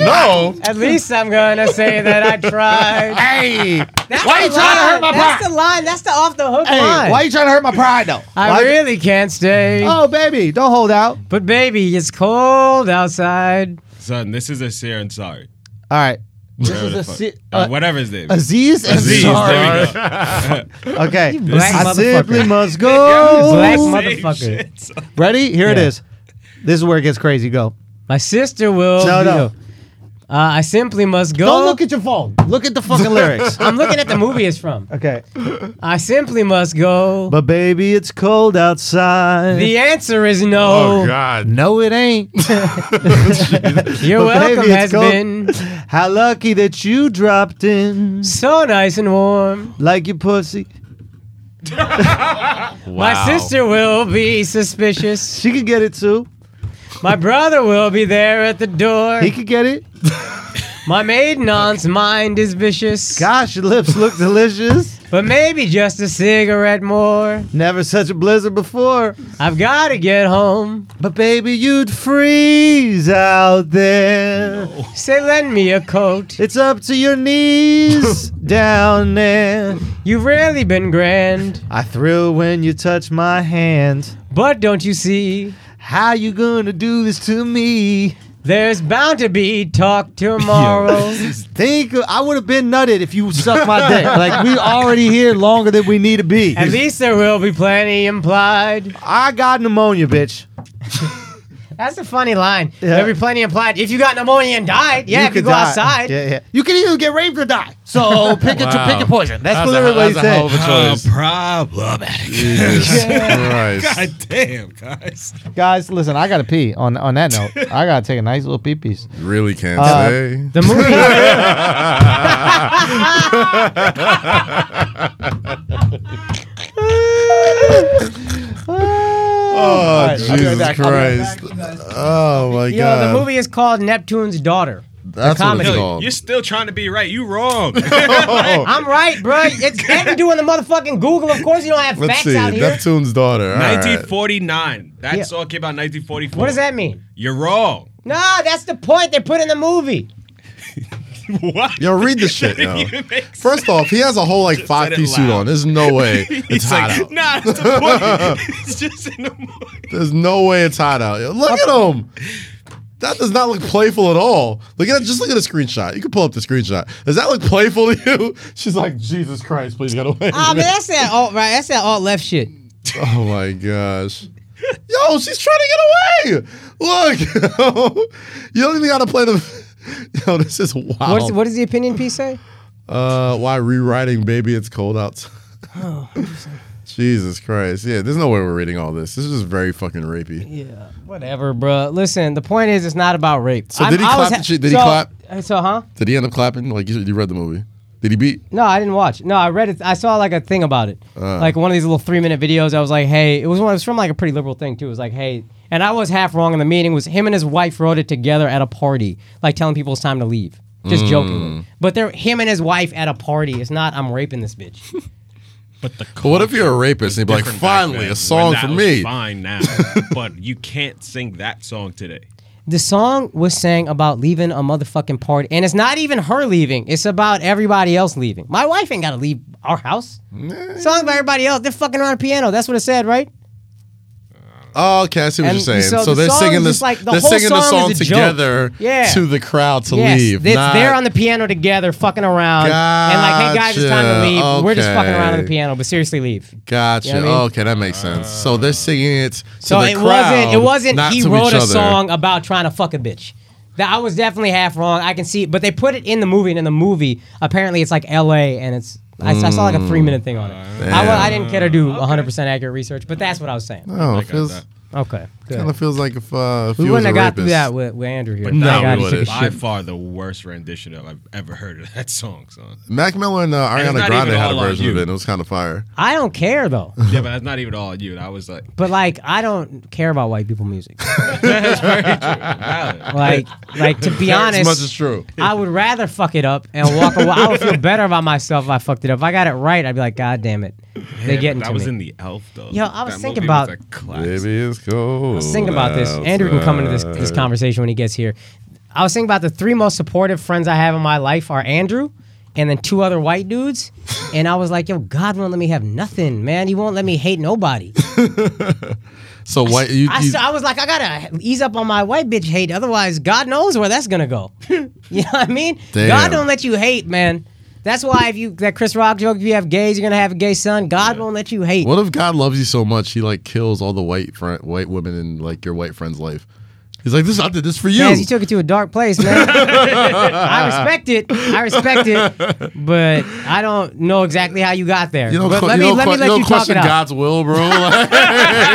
[SPEAKER 2] no,
[SPEAKER 4] At least I'm gonna say that I tried.
[SPEAKER 1] Hey,
[SPEAKER 4] That's
[SPEAKER 1] Why
[SPEAKER 4] the
[SPEAKER 1] you trying to
[SPEAKER 4] line.
[SPEAKER 1] hurt my
[SPEAKER 4] That's the line. That's the off the hook
[SPEAKER 1] hey,
[SPEAKER 4] line.
[SPEAKER 1] why you trying to hurt my pride though?
[SPEAKER 4] I
[SPEAKER 1] Why-
[SPEAKER 4] really can't stay.
[SPEAKER 1] Oh, baby, don't hold out.
[SPEAKER 4] But baby, it's cold outside.
[SPEAKER 5] Son, this is a Sir and sorry.
[SPEAKER 1] All right, this
[SPEAKER 5] Whatever
[SPEAKER 1] is
[SPEAKER 5] the
[SPEAKER 1] a
[SPEAKER 5] fuck-
[SPEAKER 1] si-
[SPEAKER 5] uh,
[SPEAKER 1] uh,
[SPEAKER 5] whatever his name. is.
[SPEAKER 1] Aziz and
[SPEAKER 5] Aziz,
[SPEAKER 1] Sorry.
[SPEAKER 5] there we go.
[SPEAKER 1] Okay,
[SPEAKER 4] black
[SPEAKER 1] I
[SPEAKER 4] motherfucker.
[SPEAKER 1] simply must go.
[SPEAKER 4] Black
[SPEAKER 5] Same
[SPEAKER 4] motherfucker.
[SPEAKER 5] shit, son.
[SPEAKER 1] Ready? Here it
[SPEAKER 4] Yeah.
[SPEAKER 1] is. This is where it gets crazy. Go.
[SPEAKER 4] My sister will.
[SPEAKER 1] No,
[SPEAKER 4] be-
[SPEAKER 1] no.
[SPEAKER 4] Uh, I simply must go.
[SPEAKER 1] Don't look at your phone. Look at the fucking lyrics.
[SPEAKER 4] I'm looking at the movie it's from.
[SPEAKER 1] Okay.
[SPEAKER 4] I simply must go.
[SPEAKER 1] But baby, it's cold outside.
[SPEAKER 4] the answer is no.
[SPEAKER 2] Oh God!
[SPEAKER 1] no, it ain't.
[SPEAKER 4] Your
[SPEAKER 1] But baby,
[SPEAKER 4] welcome
[SPEAKER 1] it's
[SPEAKER 4] has
[SPEAKER 1] cold.
[SPEAKER 4] been
[SPEAKER 1] How lucky that you dropped in
[SPEAKER 4] so nice and warm.
[SPEAKER 1] like your pussy.
[SPEAKER 4] My sister will be suspicious.
[SPEAKER 1] She could get it too.
[SPEAKER 4] My brother will be there at the door.
[SPEAKER 1] He could get it.
[SPEAKER 4] My maiden aunt's mind is vicious.
[SPEAKER 1] Gosh, your lips look delicious.
[SPEAKER 4] But maybe just a cigarette more.
[SPEAKER 1] Never such a blizzard before.
[SPEAKER 4] I've got to get home.
[SPEAKER 1] But baby, you'd freeze out there.
[SPEAKER 4] Say, lend me a coat.
[SPEAKER 1] It's up to your knees down there.
[SPEAKER 4] You've really been grand.
[SPEAKER 1] I thrill when you touch my hand.
[SPEAKER 4] But don't you see?
[SPEAKER 1] How you gonna do this to me?
[SPEAKER 4] There's bound to be talk tomorrow.
[SPEAKER 1] Think I would have been nutted if you sucked my dick. Like we already here longer than we need to be.
[SPEAKER 4] At least there will be plenty implied.
[SPEAKER 1] I got pneumonia, bitch.
[SPEAKER 4] That's a funny line.
[SPEAKER 1] Yeah.
[SPEAKER 4] There'll be plenty implied. If you got pneumonia and died, yeah, if you
[SPEAKER 1] could
[SPEAKER 4] go
[SPEAKER 1] die.
[SPEAKER 4] outside.
[SPEAKER 1] Yeah, yeah. You can either get raped or die. So pick your pick your poison. That's
[SPEAKER 2] That's
[SPEAKER 1] literally what he
[SPEAKER 2] a, that's a hell of a
[SPEAKER 1] said.
[SPEAKER 5] Uh,
[SPEAKER 2] choice.
[SPEAKER 5] problematic.
[SPEAKER 2] Jesus Christ.
[SPEAKER 5] God damn, guys.
[SPEAKER 1] Guys, listen, I gotta pee. On on that note, I gotta take a nice little pee piece.
[SPEAKER 2] Really can't
[SPEAKER 1] Uh,
[SPEAKER 2] say.
[SPEAKER 4] The movie.
[SPEAKER 2] Oh
[SPEAKER 1] right, I'll be right
[SPEAKER 2] Jesus
[SPEAKER 1] back. I'll be right
[SPEAKER 2] Christ! Oh my
[SPEAKER 4] Yo,
[SPEAKER 2] God!
[SPEAKER 4] the movie is called Neptune's Daughter.
[SPEAKER 2] That's what
[SPEAKER 4] comedy.
[SPEAKER 2] it's
[SPEAKER 4] Yo,
[SPEAKER 2] called.
[SPEAKER 5] You're still trying to be right. You wrong.
[SPEAKER 4] I'm right, bro. It's Ed doing the motherfucking Google. Of course, you don't have
[SPEAKER 2] Let's
[SPEAKER 4] facts
[SPEAKER 2] see.
[SPEAKER 4] out here.
[SPEAKER 2] Neptune's daughter. All right.
[SPEAKER 5] 1949. That song came out in 1944.
[SPEAKER 4] What does that mean?
[SPEAKER 5] You're wrong.
[SPEAKER 4] No, that's the point they put in the movie.
[SPEAKER 5] What?
[SPEAKER 2] Yo, read the shit, yo.
[SPEAKER 5] You make-
[SPEAKER 2] First off, he has a whole like five
[SPEAKER 5] it
[SPEAKER 2] piece suit
[SPEAKER 5] loud.
[SPEAKER 2] on. There's no way it's
[SPEAKER 5] He's
[SPEAKER 2] hot
[SPEAKER 5] like,
[SPEAKER 2] out.
[SPEAKER 5] Nah, it's the point. it's just in the movie.
[SPEAKER 2] There's no way it's hot out. Yo, look at him. That does not look playful at all. Look at just look at the screenshot. You can pull up the screenshot. Does that look playful to you? She's like, Jesus Christ, please get away.
[SPEAKER 4] Ah,
[SPEAKER 2] from me."
[SPEAKER 4] man, that's that alt right. That's that alt left shit.
[SPEAKER 2] Oh my gosh. Yo, she's trying to get away. Look, you don't even got to play the. Yo, this is wild.
[SPEAKER 4] What's, what does the opinion piece say?
[SPEAKER 2] Uh, why rewriting "Baby It's Cold Out"?
[SPEAKER 4] Oh,
[SPEAKER 2] Jesus Christ! Yeah, there's no way we're reading all this. This is very fucking rapey.
[SPEAKER 4] Yeah, whatever, bro. Listen, the point is, it's not about rape.
[SPEAKER 2] So did he clap the shit- did he
[SPEAKER 4] so-
[SPEAKER 2] clap?
[SPEAKER 4] uh, So, huh?
[SPEAKER 2] Did he end up clapping? Like you, you read the movie? Did he beat?
[SPEAKER 4] No, I didn't watch. No, I read it. I saw like a thing about it, like one of these little three minute videos. I was like, hey, it was one. It was from like a pretty liberal thing too. It was like, hey, and I was half wrong in the meeting. Was him and his wife wrote it together at a party, like telling people it's time to leave. just jokingly. But they're him and his wife at a party. It's not I'm raping this bitch.
[SPEAKER 5] But the
[SPEAKER 2] But what if you're a
[SPEAKER 5] culture
[SPEAKER 2] rapist and you're like,
[SPEAKER 5] different back
[SPEAKER 2] finally,
[SPEAKER 5] then,
[SPEAKER 2] a song
[SPEAKER 5] when that
[SPEAKER 2] for
[SPEAKER 5] was
[SPEAKER 2] me?
[SPEAKER 5] Fine now, but you can't sing that song today.
[SPEAKER 4] The song was sang about leaving a motherfucking party, and it's not even her leaving. It's about everybody else leaving. My wife ain't gotta leave our house. Songs about everybody else. They're fucking on a piano. That's what it said, right?
[SPEAKER 2] Oh, okay, I see what
[SPEAKER 4] And
[SPEAKER 2] you're saying.
[SPEAKER 4] so
[SPEAKER 2] So,
[SPEAKER 4] the
[SPEAKER 2] they're
[SPEAKER 4] song
[SPEAKER 2] singing
[SPEAKER 4] is
[SPEAKER 2] this.
[SPEAKER 4] just like- the
[SPEAKER 2] they're
[SPEAKER 4] whole
[SPEAKER 2] singing the
[SPEAKER 4] song
[SPEAKER 2] song
[SPEAKER 4] is a joke.
[SPEAKER 2] together
[SPEAKER 4] Yeah.
[SPEAKER 2] to the crowd to
[SPEAKER 4] yes,
[SPEAKER 2] leave.
[SPEAKER 4] It's,
[SPEAKER 2] not-
[SPEAKER 4] they're on the piano together, fucking around, and like, hey guys, it's time to
[SPEAKER 2] Gotcha.
[SPEAKER 4] leave. We're just fucking around on the
[SPEAKER 2] Okay.
[SPEAKER 4] piano, but seriously, leave.
[SPEAKER 2] Gotcha.
[SPEAKER 4] You know what I mean?
[SPEAKER 2] Okay, that makes sense. So they're singing it. To
[SPEAKER 4] So
[SPEAKER 2] the
[SPEAKER 4] it
[SPEAKER 2] crowd,
[SPEAKER 4] wasn't. It wasn't.
[SPEAKER 2] not
[SPEAKER 4] He
[SPEAKER 2] to
[SPEAKER 4] wrote
[SPEAKER 2] each
[SPEAKER 4] a
[SPEAKER 2] other.
[SPEAKER 4] song about trying to fuck a bitch. That I was definitely half wrong. I can see, it, but they put it in the movie, and in the movie, apparently it's like L.A. and it's. I, I saw like a three minute thing on it. I, wa- I didn't care to do
[SPEAKER 2] Mm.
[SPEAKER 4] 100 percent accurate research, but that's what I was saying.
[SPEAKER 2] Oh, it feels
[SPEAKER 4] Okay,
[SPEAKER 2] kind
[SPEAKER 4] good.
[SPEAKER 2] of feels like if uh, if
[SPEAKER 4] We
[SPEAKER 2] you was
[SPEAKER 4] wouldn't
[SPEAKER 2] a
[SPEAKER 4] have got through
[SPEAKER 2] rapist.
[SPEAKER 4] that with, with Andrew here.
[SPEAKER 2] no,
[SPEAKER 4] Thank
[SPEAKER 2] we
[SPEAKER 4] God he
[SPEAKER 2] wouldn't.
[SPEAKER 4] took a
[SPEAKER 5] By
[SPEAKER 4] shit.
[SPEAKER 5] far the worst rendition of I've ever heard of that song, son.
[SPEAKER 2] Mac Miller and uh,
[SPEAKER 5] it's
[SPEAKER 2] Ariana
[SPEAKER 5] not
[SPEAKER 2] Grande
[SPEAKER 5] even
[SPEAKER 2] had a
[SPEAKER 5] all on
[SPEAKER 2] version of
[SPEAKER 5] you.
[SPEAKER 2] it. and It was kind of fire.
[SPEAKER 4] I don't care though.
[SPEAKER 5] Yeah, but that's not even all on you. That was like,
[SPEAKER 4] But like, I don't care about white people music.
[SPEAKER 5] that's very true. Valid.
[SPEAKER 4] Like, like to be honest,
[SPEAKER 2] as much as true.
[SPEAKER 4] I would rather fuck it up and walk away. I would feel better about myself if I fucked it up. If I got it right, I'd be like, God damn it. They
[SPEAKER 5] Yeah,
[SPEAKER 4] getting
[SPEAKER 5] but that
[SPEAKER 4] to
[SPEAKER 5] was
[SPEAKER 4] me.
[SPEAKER 5] in the Elf though.
[SPEAKER 4] Yo, I was
[SPEAKER 5] That
[SPEAKER 4] thinking
[SPEAKER 5] movie was
[SPEAKER 4] about-
[SPEAKER 5] a classic.
[SPEAKER 2] Baby, it's cold.
[SPEAKER 4] I was thinking about this. Andrew can
[SPEAKER 2] uh,
[SPEAKER 4] come into this, this conversation when he gets here. I was thinking about the three most supportive friends I have in my life are Andrew and then two other white dudes. And I was like, yo, God won't let me have nothing, man. He won't let me hate nobody.
[SPEAKER 2] So white, you,
[SPEAKER 4] I,
[SPEAKER 2] you-
[SPEAKER 4] st- I was like, I gotta ease up on my white bitch hate. Otherwise, God knows where that's gonna go. you know what I mean?
[SPEAKER 2] Damn.
[SPEAKER 4] God don't let you hate, man. That's why if you that Chris Rock joke, if you have gays, you're gonna have a gay son. God won't let you hate.
[SPEAKER 2] what if God loves you so much he like kills all the white friend, white women in like your white friend's life? He's like, this I did this for you.
[SPEAKER 4] Yes, you took it to a dark place, man. I respect it. I respect it, but I don't know exactly how you got there.
[SPEAKER 2] You don't,
[SPEAKER 4] but
[SPEAKER 2] que-
[SPEAKER 4] let me
[SPEAKER 2] you don't
[SPEAKER 4] let
[SPEAKER 2] que-
[SPEAKER 4] me let
[SPEAKER 2] you
[SPEAKER 4] you,
[SPEAKER 2] don't
[SPEAKER 4] talk
[SPEAKER 2] question
[SPEAKER 4] it out.
[SPEAKER 2] God's will, bro. Like,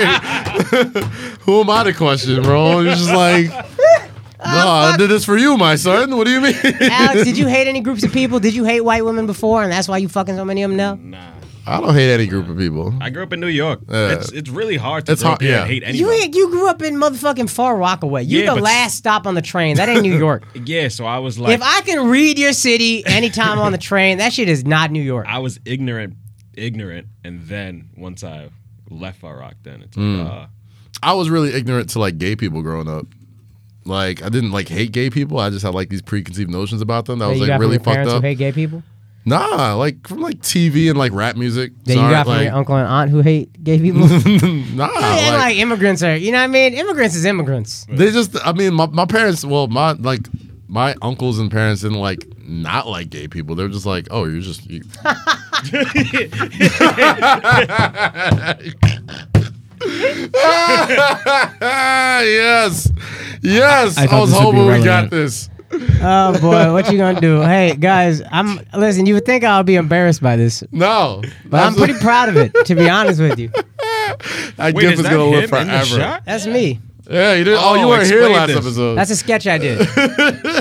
[SPEAKER 2] who am I to question, bro? You're just like, no,
[SPEAKER 4] Ah,
[SPEAKER 2] I did this for you, my son. What do you mean?
[SPEAKER 4] Alex, did you hate any groups of people? Did you hate white women before, and that's why you fucking so many of them now?
[SPEAKER 5] Nah,
[SPEAKER 2] I don't hate any group of people.
[SPEAKER 5] I grew up in New York. it's it's really hard to
[SPEAKER 2] it's
[SPEAKER 5] grow
[SPEAKER 2] hard-
[SPEAKER 5] up here and
[SPEAKER 2] yeah.
[SPEAKER 5] hate
[SPEAKER 4] You
[SPEAKER 5] anyone.
[SPEAKER 4] ain't, you grew up in motherfucking Far Rockaway. You
[SPEAKER 5] Yeah,
[SPEAKER 4] the
[SPEAKER 5] but-
[SPEAKER 4] last stop on the train. That ain't New York.
[SPEAKER 5] Yeah, so I was like,
[SPEAKER 4] if I can read your city anytime on the train, that shit is not New York.
[SPEAKER 5] I was ignorant, ignorant, and then once I left Far Rock, then it's like, uh,
[SPEAKER 2] I was really ignorant to like gay people growing up. Like I didn't like hate gay people. I just had like these preconceived notions about them that was
[SPEAKER 4] you
[SPEAKER 2] like
[SPEAKER 4] got
[SPEAKER 2] really
[SPEAKER 4] from
[SPEAKER 2] fucked
[SPEAKER 4] your parents
[SPEAKER 2] up.
[SPEAKER 4] who hate gay people.
[SPEAKER 2] Nah, like from like TV and like rap music.
[SPEAKER 4] That you
[SPEAKER 2] Sorry,
[SPEAKER 4] got from
[SPEAKER 2] like,
[SPEAKER 4] your uncle and aunt who hate gay people.
[SPEAKER 2] Nah,
[SPEAKER 4] and
[SPEAKER 2] like-
[SPEAKER 4] like immigrants are, you know what I mean? Immigrants is immigrants.
[SPEAKER 2] They just, I mean, my, my parents, well, my, like, my uncles and parents didn't like not like gay people. They're just like, oh, you're just. You. yes, yes.
[SPEAKER 4] I
[SPEAKER 2] I,
[SPEAKER 4] thought
[SPEAKER 2] was
[SPEAKER 4] this would be
[SPEAKER 2] hoping we
[SPEAKER 4] relevant.
[SPEAKER 2] got this.
[SPEAKER 4] Oh boy, what you gonna do? Hey guys, I'm listen. You would think I would be embarrassed by this,
[SPEAKER 2] No,
[SPEAKER 4] but I'm
[SPEAKER 2] That's-
[SPEAKER 4] pretty proud of it. To be honest with you,
[SPEAKER 2] That
[SPEAKER 5] wait,
[SPEAKER 2] gif
[SPEAKER 5] is
[SPEAKER 2] is
[SPEAKER 5] that
[SPEAKER 2] gonna
[SPEAKER 5] him
[SPEAKER 2] live
[SPEAKER 5] in the
[SPEAKER 2] forever.
[SPEAKER 5] shot?
[SPEAKER 4] that's me.
[SPEAKER 2] Yeah, you did. Oh, you
[SPEAKER 5] Oh,
[SPEAKER 2] weren't here
[SPEAKER 5] explain
[SPEAKER 2] last
[SPEAKER 5] this.
[SPEAKER 2] episode.
[SPEAKER 4] That's a sketch I did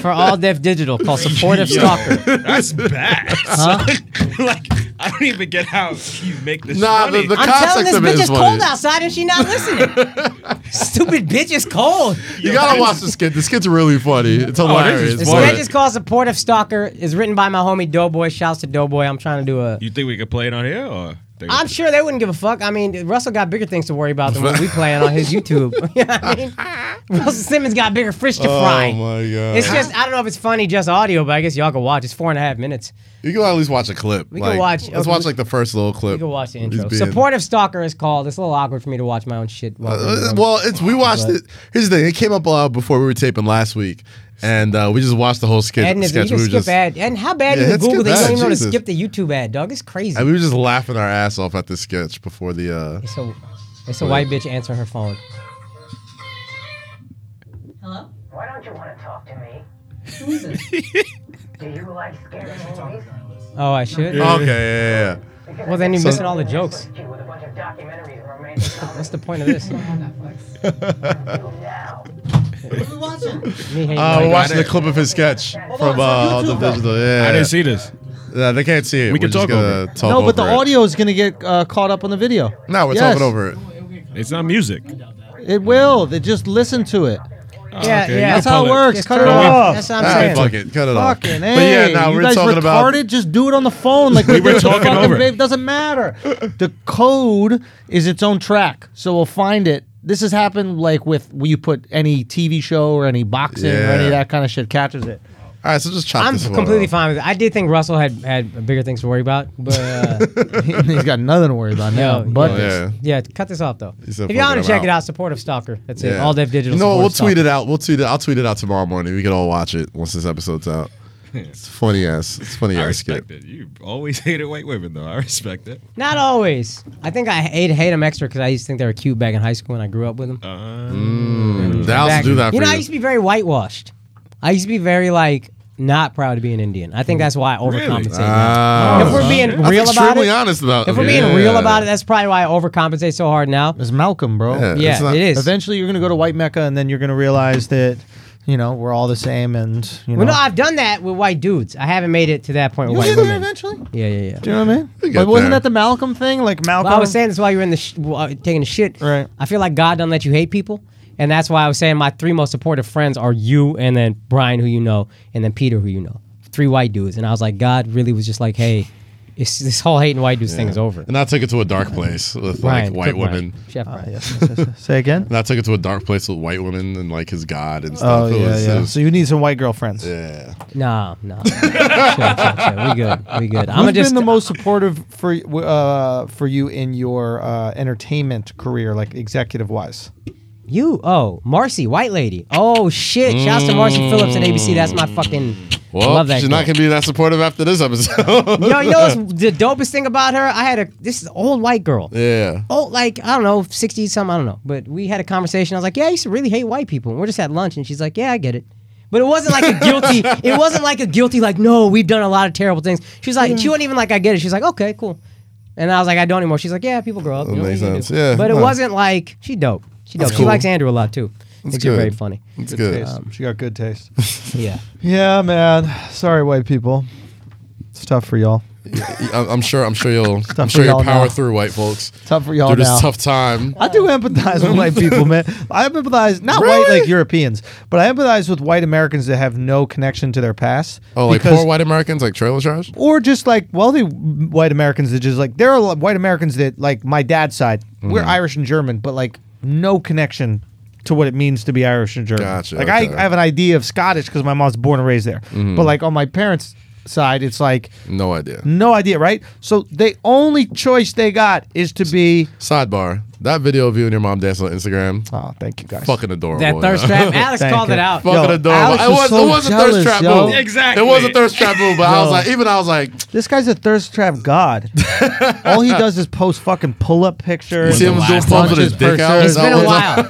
[SPEAKER 4] for All Deaf Digital called Supportive
[SPEAKER 5] Yo,
[SPEAKER 4] Stalker.
[SPEAKER 5] That's bad. like I don't even get how you make this.
[SPEAKER 2] Nah,
[SPEAKER 5] funny.
[SPEAKER 2] the- the-
[SPEAKER 4] I'm
[SPEAKER 2] concept
[SPEAKER 4] telling this
[SPEAKER 2] of it
[SPEAKER 4] bitch
[SPEAKER 2] is
[SPEAKER 4] it's cold
[SPEAKER 2] funny.
[SPEAKER 4] outside and she not listening. Stupid bitch, it's cold.
[SPEAKER 2] you gotta watch the skit. The skit's really funny. It's
[SPEAKER 5] Oh,
[SPEAKER 2] hilarious.
[SPEAKER 4] The
[SPEAKER 2] but-
[SPEAKER 4] sketch is called Supportive Stalker. is written by my homie Doughboy. Shouts to Doughboy. I'm trying to do a.
[SPEAKER 5] you think we could play it on here or? think-
[SPEAKER 4] I'm sure they wouldn't give a fuck. I mean, Russell got bigger things to worry about than what we playing on his YouTube. you know what I mean? Russell Simmons got bigger fish to fry.
[SPEAKER 2] Oh my god!
[SPEAKER 4] It's just I don't know if it's funny just audio, but I guess y'all can watch. It's four and a half minutes.
[SPEAKER 2] You can at least watch a clip. We
[SPEAKER 4] can watch-
[SPEAKER 2] Let's
[SPEAKER 4] okay,
[SPEAKER 2] watch
[SPEAKER 4] we-
[SPEAKER 2] like the first little clip.
[SPEAKER 4] You can watch the
[SPEAKER 2] He's
[SPEAKER 4] intro.
[SPEAKER 2] being-
[SPEAKER 4] Supportive Stalker is called. It's a little awkward for me to watch my own shit. while we're
[SPEAKER 2] Uh,
[SPEAKER 4] doing it.
[SPEAKER 2] well, it's we watched
[SPEAKER 4] But-
[SPEAKER 2] it. Here's the thing: it came up uh, before we were taping last week, and uh, we just watched the whole skit.
[SPEAKER 4] Ed, and if you
[SPEAKER 2] sketch.
[SPEAKER 4] can
[SPEAKER 2] we were
[SPEAKER 4] skip
[SPEAKER 2] just
[SPEAKER 4] ad, and how bad
[SPEAKER 2] Yeah,
[SPEAKER 4] you
[SPEAKER 2] hit
[SPEAKER 4] Google
[SPEAKER 2] skip
[SPEAKER 4] that you
[SPEAKER 2] ad,
[SPEAKER 4] don't even know to
[SPEAKER 2] Jesus.
[SPEAKER 4] skip the YouTube ad, dog. It's crazy.
[SPEAKER 2] and we were just laughing our ass off at this sketch before the. Uh,
[SPEAKER 4] it's a, it's a white bitch answering her phone.
[SPEAKER 9] Hello?
[SPEAKER 12] Why don't you want to talk to me?
[SPEAKER 9] Who is it?
[SPEAKER 12] Do you like scary movies?
[SPEAKER 4] Oh, I should.
[SPEAKER 2] Okay, yeah, yeah,
[SPEAKER 4] Well, then you're missing all the jokes.
[SPEAKER 12] You with a bunch of documentaries and romantic comedies
[SPEAKER 4] What's the point of this?
[SPEAKER 9] I don't have Netflix.
[SPEAKER 12] now.
[SPEAKER 9] What are we watching?
[SPEAKER 4] Me hating
[SPEAKER 2] yeah. Uh,
[SPEAKER 4] white
[SPEAKER 2] we're
[SPEAKER 4] guys.
[SPEAKER 2] watching the clip of his sketch from uh, all the digital. Yeah,
[SPEAKER 5] I didn't see this.
[SPEAKER 2] Uh, they can't see it.
[SPEAKER 5] We can
[SPEAKER 2] We're just
[SPEAKER 5] talk over
[SPEAKER 2] gonna talk
[SPEAKER 1] No, but the
[SPEAKER 2] over it.
[SPEAKER 1] audio is going to get uh, caught up on the video.
[SPEAKER 2] No, we're
[SPEAKER 1] Yes.
[SPEAKER 2] talking over it.
[SPEAKER 5] It's not music.
[SPEAKER 1] It will. They just listen to it.
[SPEAKER 4] yeah,
[SPEAKER 5] okay,
[SPEAKER 4] yeah.
[SPEAKER 5] you
[SPEAKER 1] That's how it
[SPEAKER 5] pull
[SPEAKER 1] works.
[SPEAKER 4] Just
[SPEAKER 1] Cut
[SPEAKER 4] cut
[SPEAKER 1] it
[SPEAKER 4] it
[SPEAKER 1] off.
[SPEAKER 4] off. That's what I'm
[SPEAKER 2] Ah,
[SPEAKER 4] saying.
[SPEAKER 2] Fuck it, cut it off.
[SPEAKER 1] Fucking
[SPEAKER 2] but
[SPEAKER 1] hey,
[SPEAKER 2] yeah, now
[SPEAKER 1] you
[SPEAKER 2] we're
[SPEAKER 1] guys
[SPEAKER 2] talking
[SPEAKER 1] retarded,
[SPEAKER 2] about
[SPEAKER 1] just do it on the phone like we,
[SPEAKER 5] were
[SPEAKER 1] did the
[SPEAKER 5] talking
[SPEAKER 1] fucking
[SPEAKER 5] over it.
[SPEAKER 1] babe. Doesn't matter. The code is its own track, so we'll find it. This has happened like with when you put any TV show or any boxing or any
[SPEAKER 2] Yeah.
[SPEAKER 1] of that kind of shit captures it.
[SPEAKER 2] All right, so just chop
[SPEAKER 4] I'm
[SPEAKER 2] this one
[SPEAKER 4] completely
[SPEAKER 2] off.
[SPEAKER 4] fine with it. I did think Russell had had bigger things to worry about, but uh,
[SPEAKER 1] He's got nothing to worry about now.
[SPEAKER 4] No,
[SPEAKER 1] but
[SPEAKER 2] Oh, yeah.
[SPEAKER 1] this.
[SPEAKER 4] yeah, cut this off though.
[SPEAKER 2] He said,
[SPEAKER 4] if
[SPEAKER 2] "Fuck
[SPEAKER 4] y'all want
[SPEAKER 2] it,
[SPEAKER 4] to
[SPEAKER 2] I'm
[SPEAKER 4] check it
[SPEAKER 2] out."
[SPEAKER 4] out, supportive stalker. That's it.
[SPEAKER 2] Yeah.
[SPEAKER 4] All Dev Digital.
[SPEAKER 2] You know what? We'll
[SPEAKER 4] Supportive
[SPEAKER 2] tweet
[SPEAKER 4] Stalker.
[SPEAKER 2] it out. We'll tweet it. I'll tweet it out tomorrow morning. We can all watch it once this episode's out. It's funny ass. It's funny
[SPEAKER 5] I
[SPEAKER 2] ass skit.
[SPEAKER 5] respect it. You always hated white women, though. I respect it.
[SPEAKER 4] Not always. I think I hate hate them extra because I used to think they were cute back in high school and I grew up with them.
[SPEAKER 5] Uh,
[SPEAKER 2] That'll
[SPEAKER 4] Back-
[SPEAKER 2] do that for
[SPEAKER 4] you know, I
[SPEAKER 2] you.
[SPEAKER 4] used to be very whitewashed. I used to be very like not proud to be an Indian. I think that's why I
[SPEAKER 5] Really?
[SPEAKER 4] overcompensate. now.
[SPEAKER 2] Ah.
[SPEAKER 4] if we're being
[SPEAKER 2] That's
[SPEAKER 4] real about
[SPEAKER 2] extremely
[SPEAKER 4] it,
[SPEAKER 2] honest about
[SPEAKER 4] if we're
[SPEAKER 2] Yeah.
[SPEAKER 4] being real about it, that's probably why I overcompensate so hard now.
[SPEAKER 1] It's Malcolm, bro.
[SPEAKER 2] Yeah.
[SPEAKER 4] Yeah,
[SPEAKER 2] It's not-
[SPEAKER 4] it is.
[SPEAKER 1] Eventually, you're gonna go to White Mecca, and then you're gonna realize that you know we're all the same, and you know.
[SPEAKER 4] Well, no, I've done that with white dudes. I haven't made it to that point with
[SPEAKER 1] You'll
[SPEAKER 4] white
[SPEAKER 1] get there
[SPEAKER 4] women.
[SPEAKER 1] eventually. Do
[SPEAKER 4] Yeah, yeah, yeah.
[SPEAKER 1] you know what I mean?
[SPEAKER 2] You
[SPEAKER 1] But
[SPEAKER 2] get
[SPEAKER 1] wasn't
[SPEAKER 2] there.
[SPEAKER 1] that the Malcolm thing? Like Malcolm.
[SPEAKER 4] Well, I was saying this while you were in the sh- while you were taking the shit.
[SPEAKER 1] Right.
[SPEAKER 4] I feel like God done let you hate people, and that's why I was saying my three most supportive friends are you, and then Brian, who you know, and then Peter, who you know. Three white dudes, and I was like, God really was just like, hey, it's, this whole hating white dudes thing is over.
[SPEAKER 2] And I took it to a dark place with like
[SPEAKER 4] Brian,
[SPEAKER 2] white
[SPEAKER 4] cook Brian.
[SPEAKER 2] women.
[SPEAKER 4] Chef Brian.
[SPEAKER 1] Yes, yes, yes, yes. Say again.
[SPEAKER 2] And I took it to a dark place with white women and like his god and
[SPEAKER 1] Oh
[SPEAKER 2] stuff. It
[SPEAKER 1] yeah,
[SPEAKER 2] was- it
[SPEAKER 1] yeah.
[SPEAKER 2] was-
[SPEAKER 1] So you need some white girlfriends.
[SPEAKER 2] yeah.
[SPEAKER 4] Nah, nah. chill, chill, chill. We good. We good.
[SPEAKER 1] Who's
[SPEAKER 4] I'm gonna just
[SPEAKER 1] been the most supportive for uh, for you in your uh, entertainment career, like executive wise?
[SPEAKER 4] you. Oh, Marcy, white lady. Oh shit! Shouts to Marcy Phillips at ABC. That's my fucking.
[SPEAKER 2] Well,
[SPEAKER 4] love that
[SPEAKER 2] she's
[SPEAKER 4] girl.
[SPEAKER 2] not gonna be that supportive after this episode.
[SPEAKER 4] Yo, you know what's the dopest thing about her? I had a this is an old white girl.
[SPEAKER 2] yeah.
[SPEAKER 4] Oh, like I don't know, sixty something, I don't know. But we had a conversation. I was like, "Yeah, I used to really hate white people." And we're just at lunch, and she's like, "Yeah, I get it." But it wasn't like a guilty. it wasn't like a guilty. Like, no, we've done a lot of terrible things. She was like, she wasn't even like, "I get it." She's like, "Okay, cool." And I was like, "I don't anymore." She's like, "Yeah, people grow up." you know,
[SPEAKER 2] makes
[SPEAKER 4] you do."
[SPEAKER 2] sense. Yeah,
[SPEAKER 4] But it
[SPEAKER 2] no.
[SPEAKER 4] wasn't like she dope. She dope.
[SPEAKER 2] That's
[SPEAKER 4] she
[SPEAKER 2] cool.
[SPEAKER 4] likes Andrew a lot too. It's
[SPEAKER 2] good.
[SPEAKER 4] very funny.
[SPEAKER 2] It's good.
[SPEAKER 1] she got good taste.
[SPEAKER 4] Yeah.
[SPEAKER 1] yeah, man. Sorry, white people. It's tough for y'all.
[SPEAKER 2] I'm, I'm sure. I'm sure you'll. I'm
[SPEAKER 1] for
[SPEAKER 2] sure you'll
[SPEAKER 1] y'all
[SPEAKER 2] power
[SPEAKER 1] now.
[SPEAKER 2] through, white folks.
[SPEAKER 1] Tough for y'all
[SPEAKER 2] Through
[SPEAKER 1] now.
[SPEAKER 2] this tough time.
[SPEAKER 1] I do empathize with white people, man. I empathize not white like Europeans, but I empathize with white Americans that have no connection to their past.
[SPEAKER 2] Oh, like
[SPEAKER 1] because-
[SPEAKER 2] poor white Americans, like trailer trash.
[SPEAKER 1] or just like wealthy white Americans that just like there are white Americans that like my dad's side. We're
[SPEAKER 2] Mm-hmm.
[SPEAKER 1] Irish and German, but like no connection to what it means to be Irish and German.
[SPEAKER 2] Gotcha,
[SPEAKER 1] like
[SPEAKER 2] okay. Mm-hmm.
[SPEAKER 1] I, I have an idea of Scottish because my mom's born and raised there, but like on my parents' side, it's like
[SPEAKER 2] No idea.
[SPEAKER 1] no idea, right? So the only choice they got is to be.
[SPEAKER 2] Sidebar: That video of you and your mom dancing on Instagram,
[SPEAKER 1] Oh, thank you guys.
[SPEAKER 2] fucking adorable.
[SPEAKER 4] That
[SPEAKER 2] yo.
[SPEAKER 4] thirst trap. Alex
[SPEAKER 1] Thank
[SPEAKER 4] called
[SPEAKER 1] you.
[SPEAKER 4] it out.
[SPEAKER 1] Fuck.
[SPEAKER 2] Fucking
[SPEAKER 1] Yo,
[SPEAKER 2] adorable.
[SPEAKER 1] Alex
[SPEAKER 2] it
[SPEAKER 1] was
[SPEAKER 2] was,
[SPEAKER 1] so
[SPEAKER 2] it was a
[SPEAKER 1] jealous,
[SPEAKER 2] thirst trap
[SPEAKER 1] yo.
[SPEAKER 2] move.
[SPEAKER 5] Exactly.
[SPEAKER 2] It was a thirst trap move, but I was like, even I was like,
[SPEAKER 1] This guy's a thirst trap god. All he does is post fucking pull up pictures.
[SPEAKER 2] you see him
[SPEAKER 5] the
[SPEAKER 2] doing
[SPEAKER 5] last
[SPEAKER 2] pumps with
[SPEAKER 5] time?
[SPEAKER 2] his dick
[SPEAKER 1] It's
[SPEAKER 2] out.
[SPEAKER 4] It's
[SPEAKER 2] That
[SPEAKER 4] been a
[SPEAKER 2] was-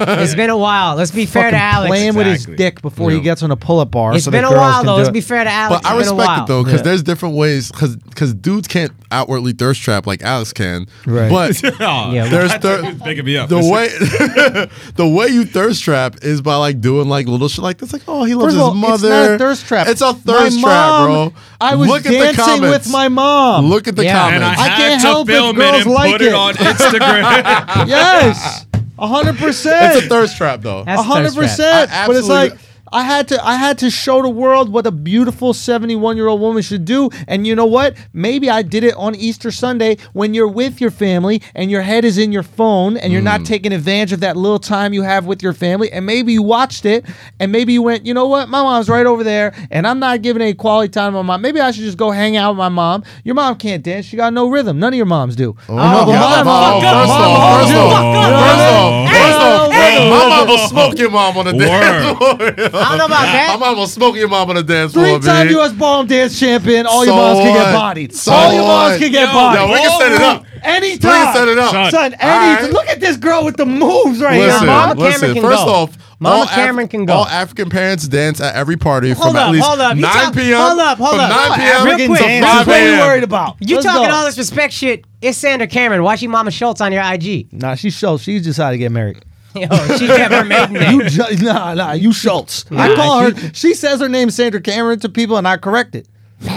[SPEAKER 4] while. It's been a while. Let's be fair to
[SPEAKER 1] fucking
[SPEAKER 4] Alex.
[SPEAKER 1] playing
[SPEAKER 4] It's
[SPEAKER 1] with his
[SPEAKER 5] Exactly.
[SPEAKER 1] dick before he
[SPEAKER 2] Yeah.
[SPEAKER 1] gets on a pull up bar. so
[SPEAKER 4] been
[SPEAKER 1] that
[SPEAKER 4] a
[SPEAKER 1] girls
[SPEAKER 4] while
[SPEAKER 1] can
[SPEAKER 4] though.
[SPEAKER 1] do
[SPEAKER 4] Let's
[SPEAKER 1] it.
[SPEAKER 4] be fair to Alex.
[SPEAKER 2] But I
[SPEAKER 4] It's been a
[SPEAKER 2] respect
[SPEAKER 4] while.
[SPEAKER 2] it though, because
[SPEAKER 1] Yeah.
[SPEAKER 2] there's different ways, because because dudes can't outwardly thirst trap like Alex can.
[SPEAKER 1] Right.
[SPEAKER 2] But
[SPEAKER 5] Aw,
[SPEAKER 4] Yeah,
[SPEAKER 2] there's
[SPEAKER 5] that's
[SPEAKER 2] thir-
[SPEAKER 5] picking me up.
[SPEAKER 2] the
[SPEAKER 5] This oh, is-
[SPEAKER 2] way the way you thirst trap is by like doing like little shit like this, like oh he loves
[SPEAKER 1] First of all,
[SPEAKER 2] his mother.
[SPEAKER 1] It's not a thirst trap.
[SPEAKER 2] It's
[SPEAKER 1] My
[SPEAKER 2] a thirst trap,
[SPEAKER 1] mom-
[SPEAKER 2] bro.
[SPEAKER 1] I was
[SPEAKER 2] Look at the
[SPEAKER 1] dancing
[SPEAKER 2] comments.
[SPEAKER 1] with my mom.
[SPEAKER 2] Look at the
[SPEAKER 4] Yeah.
[SPEAKER 2] comments.
[SPEAKER 5] and I,
[SPEAKER 1] I
[SPEAKER 5] had
[SPEAKER 1] can't
[SPEAKER 5] to
[SPEAKER 1] help if
[SPEAKER 5] film
[SPEAKER 1] girls
[SPEAKER 5] it and
[SPEAKER 1] like
[SPEAKER 5] put
[SPEAKER 1] it.
[SPEAKER 5] it on Instagram.
[SPEAKER 1] yes, hundred
[SPEAKER 2] it's a
[SPEAKER 1] percent,
[SPEAKER 2] thirst trap though.
[SPEAKER 4] That's
[SPEAKER 1] hundred
[SPEAKER 4] thirst trap.
[SPEAKER 1] percent.
[SPEAKER 2] I
[SPEAKER 1] But it's
[SPEAKER 2] absolutely-
[SPEAKER 1] like. I had to I had to show the world what a beautiful 71-year-old woman should do and you know what maybe I did it on Easter Sunday when you're with your family and your head is in your phone and you're
[SPEAKER 2] Mm.
[SPEAKER 1] not taking advantage of that little time you have with your family and maybe you watched it and maybe you went you know what my mom's right over there and I'm not giving any quality time to my mom maybe I should just go hang out with my mom your mom can't dance she got no rhythm none of your moms do oh,
[SPEAKER 2] Oh, first off, first off, first off, first off, my mom will smoke your mom on the dance
[SPEAKER 5] Word.
[SPEAKER 2] floor. yo.
[SPEAKER 4] I don't know about
[SPEAKER 2] My
[SPEAKER 4] that.
[SPEAKER 2] mom will smoke your mom on the dance floor,
[SPEAKER 1] Three-time
[SPEAKER 2] B.
[SPEAKER 1] U.S. ball and dance champion. All your
[SPEAKER 2] So
[SPEAKER 1] moms can get
[SPEAKER 2] what?
[SPEAKER 1] bodied.
[SPEAKER 2] So
[SPEAKER 1] all your moms
[SPEAKER 2] what?
[SPEAKER 1] can get
[SPEAKER 5] Yo,
[SPEAKER 1] bodied.
[SPEAKER 2] No, we can set it up.
[SPEAKER 1] Anytime.
[SPEAKER 2] We can set it up.
[SPEAKER 5] Son.
[SPEAKER 1] Son,
[SPEAKER 2] All
[SPEAKER 1] any,
[SPEAKER 2] right.
[SPEAKER 1] look at this girl with the moves right
[SPEAKER 2] Listen,
[SPEAKER 1] here, mom.
[SPEAKER 4] Cameron
[SPEAKER 2] listen.
[SPEAKER 4] can
[SPEAKER 2] First
[SPEAKER 4] go.
[SPEAKER 2] off,
[SPEAKER 4] Mama
[SPEAKER 2] all Af-
[SPEAKER 4] Cameron can go.
[SPEAKER 2] All African parents dance at every party from
[SPEAKER 4] Hold
[SPEAKER 2] at
[SPEAKER 4] up,
[SPEAKER 2] least
[SPEAKER 4] hold up. You
[SPEAKER 2] 9
[SPEAKER 4] talk-
[SPEAKER 2] p.m.
[SPEAKER 4] hold up, hold
[SPEAKER 2] from
[SPEAKER 4] up.
[SPEAKER 2] 9 p.m.
[SPEAKER 4] African
[SPEAKER 2] to
[SPEAKER 4] dance is
[SPEAKER 2] 5
[SPEAKER 1] what are you
[SPEAKER 2] a.m.
[SPEAKER 1] worried about?
[SPEAKER 4] You
[SPEAKER 1] Let's
[SPEAKER 4] talking
[SPEAKER 1] go.
[SPEAKER 4] all this respect shit? It's Sandra Cameron. Why she Mama Schultz on your IG?
[SPEAKER 1] Nah, she Schultz. She decided to get married.
[SPEAKER 4] Yo, she kept her maiden name.
[SPEAKER 1] You ju- nah, nah, you Schultz. I call her. She says her name is Sandra Cameron to people, and I correct it.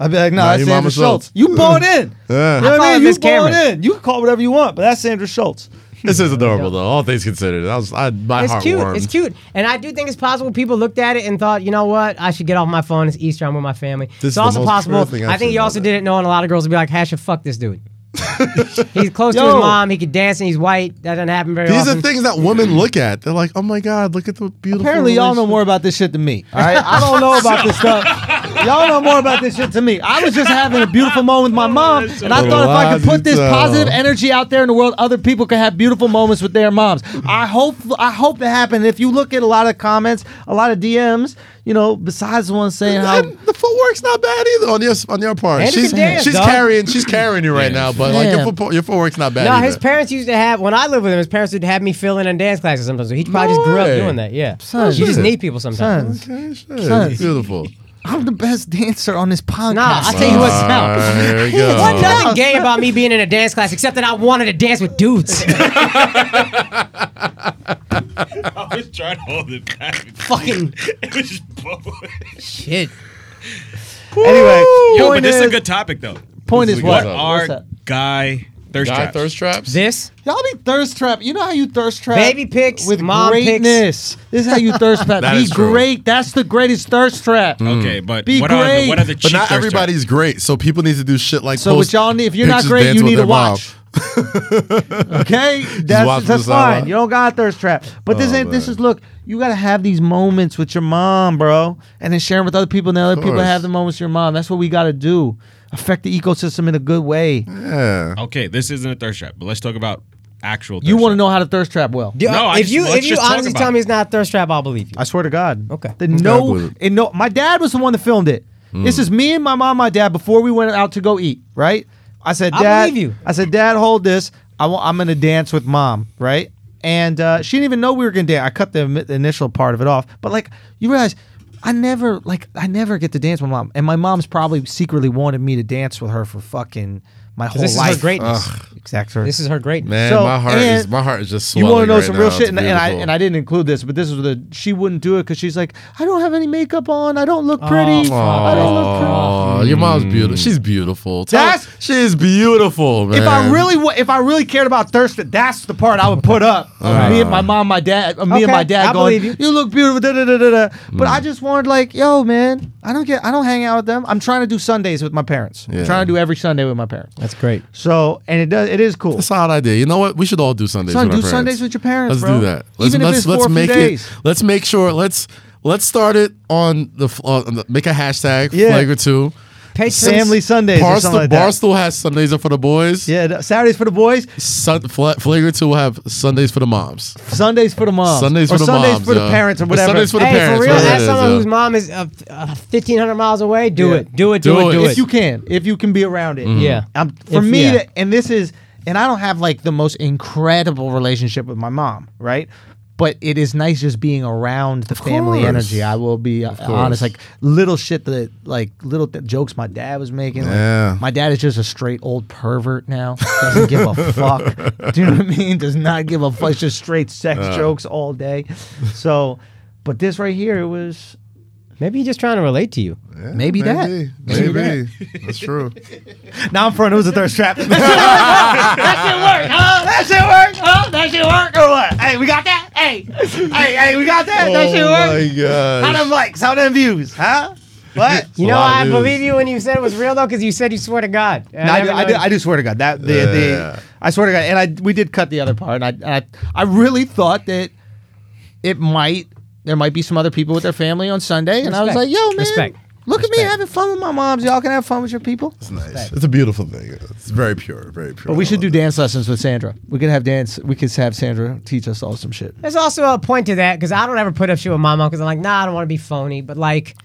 [SPEAKER 1] I'd be like, no,
[SPEAKER 2] Nah,
[SPEAKER 1] that's
[SPEAKER 2] you
[SPEAKER 1] Sandra
[SPEAKER 2] Mama
[SPEAKER 1] Schultz.
[SPEAKER 2] Schultz.
[SPEAKER 1] You bought in.
[SPEAKER 2] Yeah.
[SPEAKER 1] You know
[SPEAKER 4] I
[SPEAKER 1] what
[SPEAKER 4] call
[SPEAKER 1] I
[SPEAKER 4] her
[SPEAKER 1] mean? You
[SPEAKER 4] Miss
[SPEAKER 1] bought
[SPEAKER 4] Cameron.
[SPEAKER 1] in. You can call it whatever you want, but that's Sandra Schultz.
[SPEAKER 2] This is adorable though. All things considered, I was I, my
[SPEAKER 4] It's
[SPEAKER 2] heart
[SPEAKER 4] cute.
[SPEAKER 2] warmed.
[SPEAKER 4] It's cute. And I do think it's possible people looked at it and thought, you know what? I should get off my phone. It's Easter. I'm with my family.
[SPEAKER 2] This is
[SPEAKER 4] it's
[SPEAKER 2] the
[SPEAKER 4] also
[SPEAKER 2] most
[SPEAKER 4] possible.
[SPEAKER 2] true thing I've
[SPEAKER 4] I think
[SPEAKER 2] seen
[SPEAKER 4] you
[SPEAKER 2] about
[SPEAKER 4] also
[SPEAKER 2] that.
[SPEAKER 4] did it knowing a lot of girls would be like, Hasha, fuck this dude. he's close to
[SPEAKER 1] Yo.
[SPEAKER 4] his mom. He could dance and he's white. That doesn't happen very
[SPEAKER 2] These
[SPEAKER 4] often.
[SPEAKER 2] are things that women look at. They're like, oh my god, look at the beautiful.
[SPEAKER 1] Apparently, y'all know
[SPEAKER 2] relationship."
[SPEAKER 1] more about this shit than me. All right, I don't know about this stuff. Y'all know more about this shit than me. I was just having a beautiful moment with
[SPEAKER 2] Oh,
[SPEAKER 1] my mom, and I thought if I could put this
[SPEAKER 2] Lotito.
[SPEAKER 1] positive energy out there in the world, other people could have beautiful moments with their moms. I hope I hope it happened. If you look at a lot of comments, a lot of DMs, you know, besides the one saying how
[SPEAKER 2] And the footwork's not bad either on your on your part.
[SPEAKER 4] And he
[SPEAKER 2] she's
[SPEAKER 4] can dance,
[SPEAKER 2] she's
[SPEAKER 4] dog.
[SPEAKER 2] carrying she's carrying you right
[SPEAKER 5] Yeah.
[SPEAKER 2] now, but like
[SPEAKER 1] Yeah.
[SPEAKER 2] your, foot, your footwork's not bad.
[SPEAKER 4] No,
[SPEAKER 2] either.
[SPEAKER 4] his parents used to have when I lived with him. His parents would have me fill in in dance classes sometimes. So he probably
[SPEAKER 2] No
[SPEAKER 4] just grew
[SPEAKER 2] way.
[SPEAKER 4] up doing that. Yeah,
[SPEAKER 1] Son.
[SPEAKER 4] you just
[SPEAKER 2] Shit.
[SPEAKER 4] need people sometimes.
[SPEAKER 1] Sons,
[SPEAKER 2] Okay, shit,
[SPEAKER 1] Sons.
[SPEAKER 2] it's beautiful.
[SPEAKER 1] I'm the best dancer on this podcast.
[SPEAKER 4] Nah, I tell you what's
[SPEAKER 2] All
[SPEAKER 4] up.
[SPEAKER 2] right, there you
[SPEAKER 4] There
[SPEAKER 2] go.
[SPEAKER 4] wasn't nothing gay about me being in a dance class except that I wanted to dance with dudes.
[SPEAKER 5] I was trying to hold it back.
[SPEAKER 4] Fucking
[SPEAKER 5] It was just bubbling.
[SPEAKER 4] shit.
[SPEAKER 1] anyway,
[SPEAKER 5] Yo,
[SPEAKER 1] point
[SPEAKER 5] but this is
[SPEAKER 1] is,
[SPEAKER 5] a good topic though.
[SPEAKER 1] point
[SPEAKER 2] this
[SPEAKER 1] is
[SPEAKER 2] is a
[SPEAKER 1] what?
[SPEAKER 2] good topic.
[SPEAKER 1] What's
[SPEAKER 5] Our
[SPEAKER 1] that?
[SPEAKER 5] guy thirst
[SPEAKER 2] Guy
[SPEAKER 5] traps.
[SPEAKER 2] thirst traps.
[SPEAKER 4] This
[SPEAKER 1] Y'all be thirst trap. You know how you thirst trap?
[SPEAKER 4] Baby pics,
[SPEAKER 1] with
[SPEAKER 4] mom pics.
[SPEAKER 1] greatness. This is how you thirst trap.
[SPEAKER 2] That
[SPEAKER 1] be
[SPEAKER 2] is true.
[SPEAKER 1] great. That's the greatest thirst trap.
[SPEAKER 5] Okay, but
[SPEAKER 1] Hmm. Be
[SPEAKER 5] what are the, what are the
[SPEAKER 2] But
[SPEAKER 5] cheap
[SPEAKER 2] not
[SPEAKER 5] thirst traps?
[SPEAKER 2] everybody's great, so people need to do shit like
[SPEAKER 1] So
[SPEAKER 2] post
[SPEAKER 1] what y'all need? If you're not
[SPEAKER 2] pictures
[SPEAKER 1] great, you
[SPEAKER 2] dancing with
[SPEAKER 1] need
[SPEAKER 2] their
[SPEAKER 1] to watch. okay, that's
[SPEAKER 2] watch
[SPEAKER 1] that's
[SPEAKER 2] the sideline.
[SPEAKER 1] fine. You don't got a thirst trap. But this
[SPEAKER 2] Oh,
[SPEAKER 1] ain't. This
[SPEAKER 2] man.
[SPEAKER 1] is look. You gotta have these moments with your mom, bro, and then sharing with other people. And then other people
[SPEAKER 2] course.
[SPEAKER 1] have the moments with your mom. That's what we gotta do. Affect the ecosystem in a good way.
[SPEAKER 2] mom. Yeah.
[SPEAKER 5] Okay, this isn't a thirst trap, but let's talk about actual. Thirst
[SPEAKER 1] You want to
[SPEAKER 5] trap.
[SPEAKER 1] know how to thirst trap well.
[SPEAKER 4] Yeah,
[SPEAKER 5] No, I
[SPEAKER 4] if
[SPEAKER 5] just-
[SPEAKER 4] you
[SPEAKER 5] let's
[SPEAKER 4] if you
[SPEAKER 5] just talk
[SPEAKER 4] honestly
[SPEAKER 5] about
[SPEAKER 4] tell
[SPEAKER 5] it.
[SPEAKER 4] me it's not a thirst trap, I'll believe you.
[SPEAKER 1] I swear to God.
[SPEAKER 4] Okay.
[SPEAKER 1] The
[SPEAKER 2] I
[SPEAKER 1] no,
[SPEAKER 2] believe it.
[SPEAKER 1] and no, my dad was the one that filmed it. This is me and my mom, my dad before we went out to go eat. Right? I said,
[SPEAKER 4] I
[SPEAKER 1] Dad,
[SPEAKER 4] believe you.
[SPEAKER 1] I said, Dad, hold this. I want. I'm gonna dance with mom. Right? And uh, she didn't even know we were gonna dance. I cut the imi- the initial part of it off. But like, you realize. I never like I never get to dance with my mom, and my mom's probably secretly wanted me to dance with her for fucking my whole
[SPEAKER 4] This is
[SPEAKER 1] life.
[SPEAKER 4] her greatness.
[SPEAKER 1] Exactly.
[SPEAKER 4] This is her greatness.
[SPEAKER 2] Man,
[SPEAKER 1] So,
[SPEAKER 2] my heart is
[SPEAKER 1] and
[SPEAKER 2] my heart is just
[SPEAKER 1] you
[SPEAKER 2] swelling.
[SPEAKER 1] want to know
[SPEAKER 2] right
[SPEAKER 1] some
[SPEAKER 2] now.
[SPEAKER 1] real
[SPEAKER 2] It's
[SPEAKER 1] shit, and, and I
[SPEAKER 2] beautiful.
[SPEAKER 1] and I didn't include this, but this was the she wouldn't do it because she's like, I don't have any makeup on, I don't look
[SPEAKER 4] Oh,
[SPEAKER 1] pretty, I don't look pretty.
[SPEAKER 2] Aw, your mom's beautiful. She's beautiful.
[SPEAKER 1] Mm. That's-
[SPEAKER 2] she's beautiful, man.
[SPEAKER 1] If I really wa- if I really cared about thirst, that's the part I would put up. Me and my mom, my dad, uh, me and
[SPEAKER 4] Okay,
[SPEAKER 1] my dad
[SPEAKER 4] I
[SPEAKER 1] going,
[SPEAKER 4] believe
[SPEAKER 1] you.
[SPEAKER 4] you.
[SPEAKER 1] look beautiful." Da, da, da, da, da. But
[SPEAKER 2] Mm.
[SPEAKER 1] I just wanted like, yo, man, I don't get, I don't hang out with them. I'm trying to do Sundays with my parents.
[SPEAKER 2] Yeah.
[SPEAKER 1] I'm trying to do every Sunday with my parents.
[SPEAKER 4] That's great.
[SPEAKER 1] So and it does, it is cool.
[SPEAKER 2] That's a solid idea. You know what? We should all do Sundays.
[SPEAKER 1] Son,
[SPEAKER 2] with our
[SPEAKER 1] do
[SPEAKER 2] parents.
[SPEAKER 1] Sundays with your parents,
[SPEAKER 2] Let's
[SPEAKER 1] bro.
[SPEAKER 2] do that. Let's
[SPEAKER 1] Even if
[SPEAKER 2] let's
[SPEAKER 1] it's for
[SPEAKER 2] let's
[SPEAKER 1] a few
[SPEAKER 2] make
[SPEAKER 1] days.
[SPEAKER 2] it. Let's make sure. Let's let's start it on the f- uh, on the- make a hashtag
[SPEAKER 1] Yeah.
[SPEAKER 2] flagrant two.
[SPEAKER 1] Family Sundays or something
[SPEAKER 2] Barstool,
[SPEAKER 1] like that.
[SPEAKER 2] Barstool has Sundays for the boys.
[SPEAKER 1] Yeah, th- Saturdays for the boys,
[SPEAKER 2] Sun, fla- flagrant two will have Sundays for the moms.
[SPEAKER 1] Sundays for the moms,
[SPEAKER 2] Sundays
[SPEAKER 1] or
[SPEAKER 2] for the
[SPEAKER 1] Sundays
[SPEAKER 2] moms,
[SPEAKER 1] for the
[SPEAKER 2] yo.
[SPEAKER 1] parents or
[SPEAKER 2] Or
[SPEAKER 1] whatever.
[SPEAKER 2] Sundays for the
[SPEAKER 4] hey,
[SPEAKER 2] parents,
[SPEAKER 4] for real,
[SPEAKER 2] whatever it
[SPEAKER 4] ask
[SPEAKER 2] is,
[SPEAKER 4] someone
[SPEAKER 2] yo.
[SPEAKER 4] whose mom is uh, uh, 1,500 miles away. Do
[SPEAKER 1] Yeah.
[SPEAKER 4] it. Do it.
[SPEAKER 2] Do
[SPEAKER 4] Do, it.
[SPEAKER 2] it.
[SPEAKER 4] Do
[SPEAKER 1] if
[SPEAKER 4] it.
[SPEAKER 1] you can, if you can be around it.
[SPEAKER 4] Yeah.
[SPEAKER 1] Um, for
[SPEAKER 4] If-
[SPEAKER 1] me,
[SPEAKER 4] yeah.
[SPEAKER 1] to- and this is, and I don't have like the most incredible relationship with my mom, right? But it is nice just being around the family
[SPEAKER 2] course.
[SPEAKER 1] energy. I will be uh, honest, like little shit that, like little th- jokes my dad was making. like,
[SPEAKER 2] Yeah.
[SPEAKER 1] my dad is just a straight old pervert now. Doesn't give a fuck. Do you know what I mean? Does not give a fuck. It's just straight sex
[SPEAKER 4] Uh.
[SPEAKER 1] jokes all day. So, but this right here, it was
[SPEAKER 4] Maybe he's just trying to relate to you.
[SPEAKER 1] maybe, that.
[SPEAKER 2] Maybe. Maybe. That's true.
[SPEAKER 1] Now I'm front. It was a thirst trap.
[SPEAKER 13] that shit work? Huh? That shit work or what? Hey, we got that? Hey, hey, hey, we got that? that shit work?
[SPEAKER 2] Oh my
[SPEAKER 13] How them
[SPEAKER 2] gosh.
[SPEAKER 13] likes? How them views? Huh? What?
[SPEAKER 4] You
[SPEAKER 2] a
[SPEAKER 4] know,
[SPEAKER 2] lot of
[SPEAKER 4] I
[SPEAKER 2] dudes.
[SPEAKER 4] believe you when you said it was real, though, because you said you swear to God. And
[SPEAKER 1] No, I,
[SPEAKER 4] never
[SPEAKER 1] do, I,
[SPEAKER 4] know
[SPEAKER 1] do,
[SPEAKER 4] you-
[SPEAKER 1] I do swear to God that the,
[SPEAKER 2] Yeah.
[SPEAKER 1] the I swear to God, and I we did cut the other part, and I, I I really thought that it might there might be some other people with their family on Sunday, and I was
[SPEAKER 4] Respect.
[SPEAKER 1] like, yo man,
[SPEAKER 4] Respect.
[SPEAKER 1] look at me having fun with my moms. Y'all can have fun with your people.
[SPEAKER 2] It's nice. It's a beautiful thing. It's very pure. Very pure.
[SPEAKER 1] But we
[SPEAKER 2] I
[SPEAKER 1] should do
[SPEAKER 2] love
[SPEAKER 1] dance lessons with Sandra. We could have dance. We could have Sandra teach us all some shit.
[SPEAKER 4] There's also a point to that because I don't ever put up shit with my mom because I'm like, nah, I don't want to be phony. But like,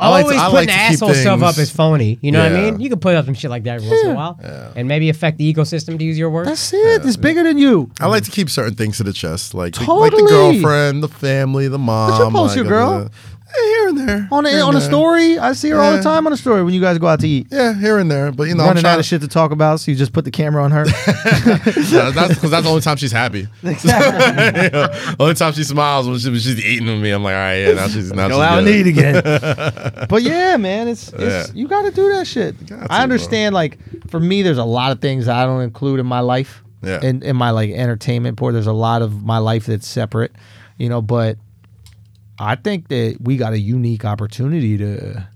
[SPEAKER 2] I like to-
[SPEAKER 4] always
[SPEAKER 2] I
[SPEAKER 4] putting
[SPEAKER 2] like to keep
[SPEAKER 4] asshole stuff
[SPEAKER 2] things-
[SPEAKER 4] up is phony. You know what
[SPEAKER 2] Yeah.
[SPEAKER 4] I mean? You can put up some shit like that every once in a while and maybe affect the ecosystem to use your words.
[SPEAKER 1] That's it. It's bigger than you.
[SPEAKER 2] I like to keep certain things to the chest, like the, like the
[SPEAKER 1] Totally.
[SPEAKER 2] girlfriend, the family, the mom.
[SPEAKER 1] you post
[SPEAKER 2] like,
[SPEAKER 1] your girl?
[SPEAKER 2] uh, eh, here and there.
[SPEAKER 1] On a,
[SPEAKER 2] here
[SPEAKER 1] on
[SPEAKER 2] and
[SPEAKER 1] a
[SPEAKER 2] there.
[SPEAKER 1] story, I see her all the
[SPEAKER 2] Yeah.
[SPEAKER 1] time on a story when you guys go out to eat.
[SPEAKER 2] Yeah, here and there. But you know, I'm
[SPEAKER 1] Running
[SPEAKER 2] trying
[SPEAKER 1] out of shit to talk about, so you just put the camera on her.
[SPEAKER 2] Yeah, that's because that's the only time she's happy. Yeah. Only time she smiles when, she, when she's eating with me. I'm like, all right, yeah, now she's now she's good.
[SPEAKER 1] again. but yeah, man, it's, it's
[SPEAKER 2] Yeah.
[SPEAKER 1] you got to do that shit.
[SPEAKER 2] got to,
[SPEAKER 1] I understand. Like for me, there's a lot of things I don't include in my life.
[SPEAKER 2] Yeah.
[SPEAKER 1] in, in my like entertainment part. There's a lot of my life that's separate, you know, but I think that we got a unique opportunity to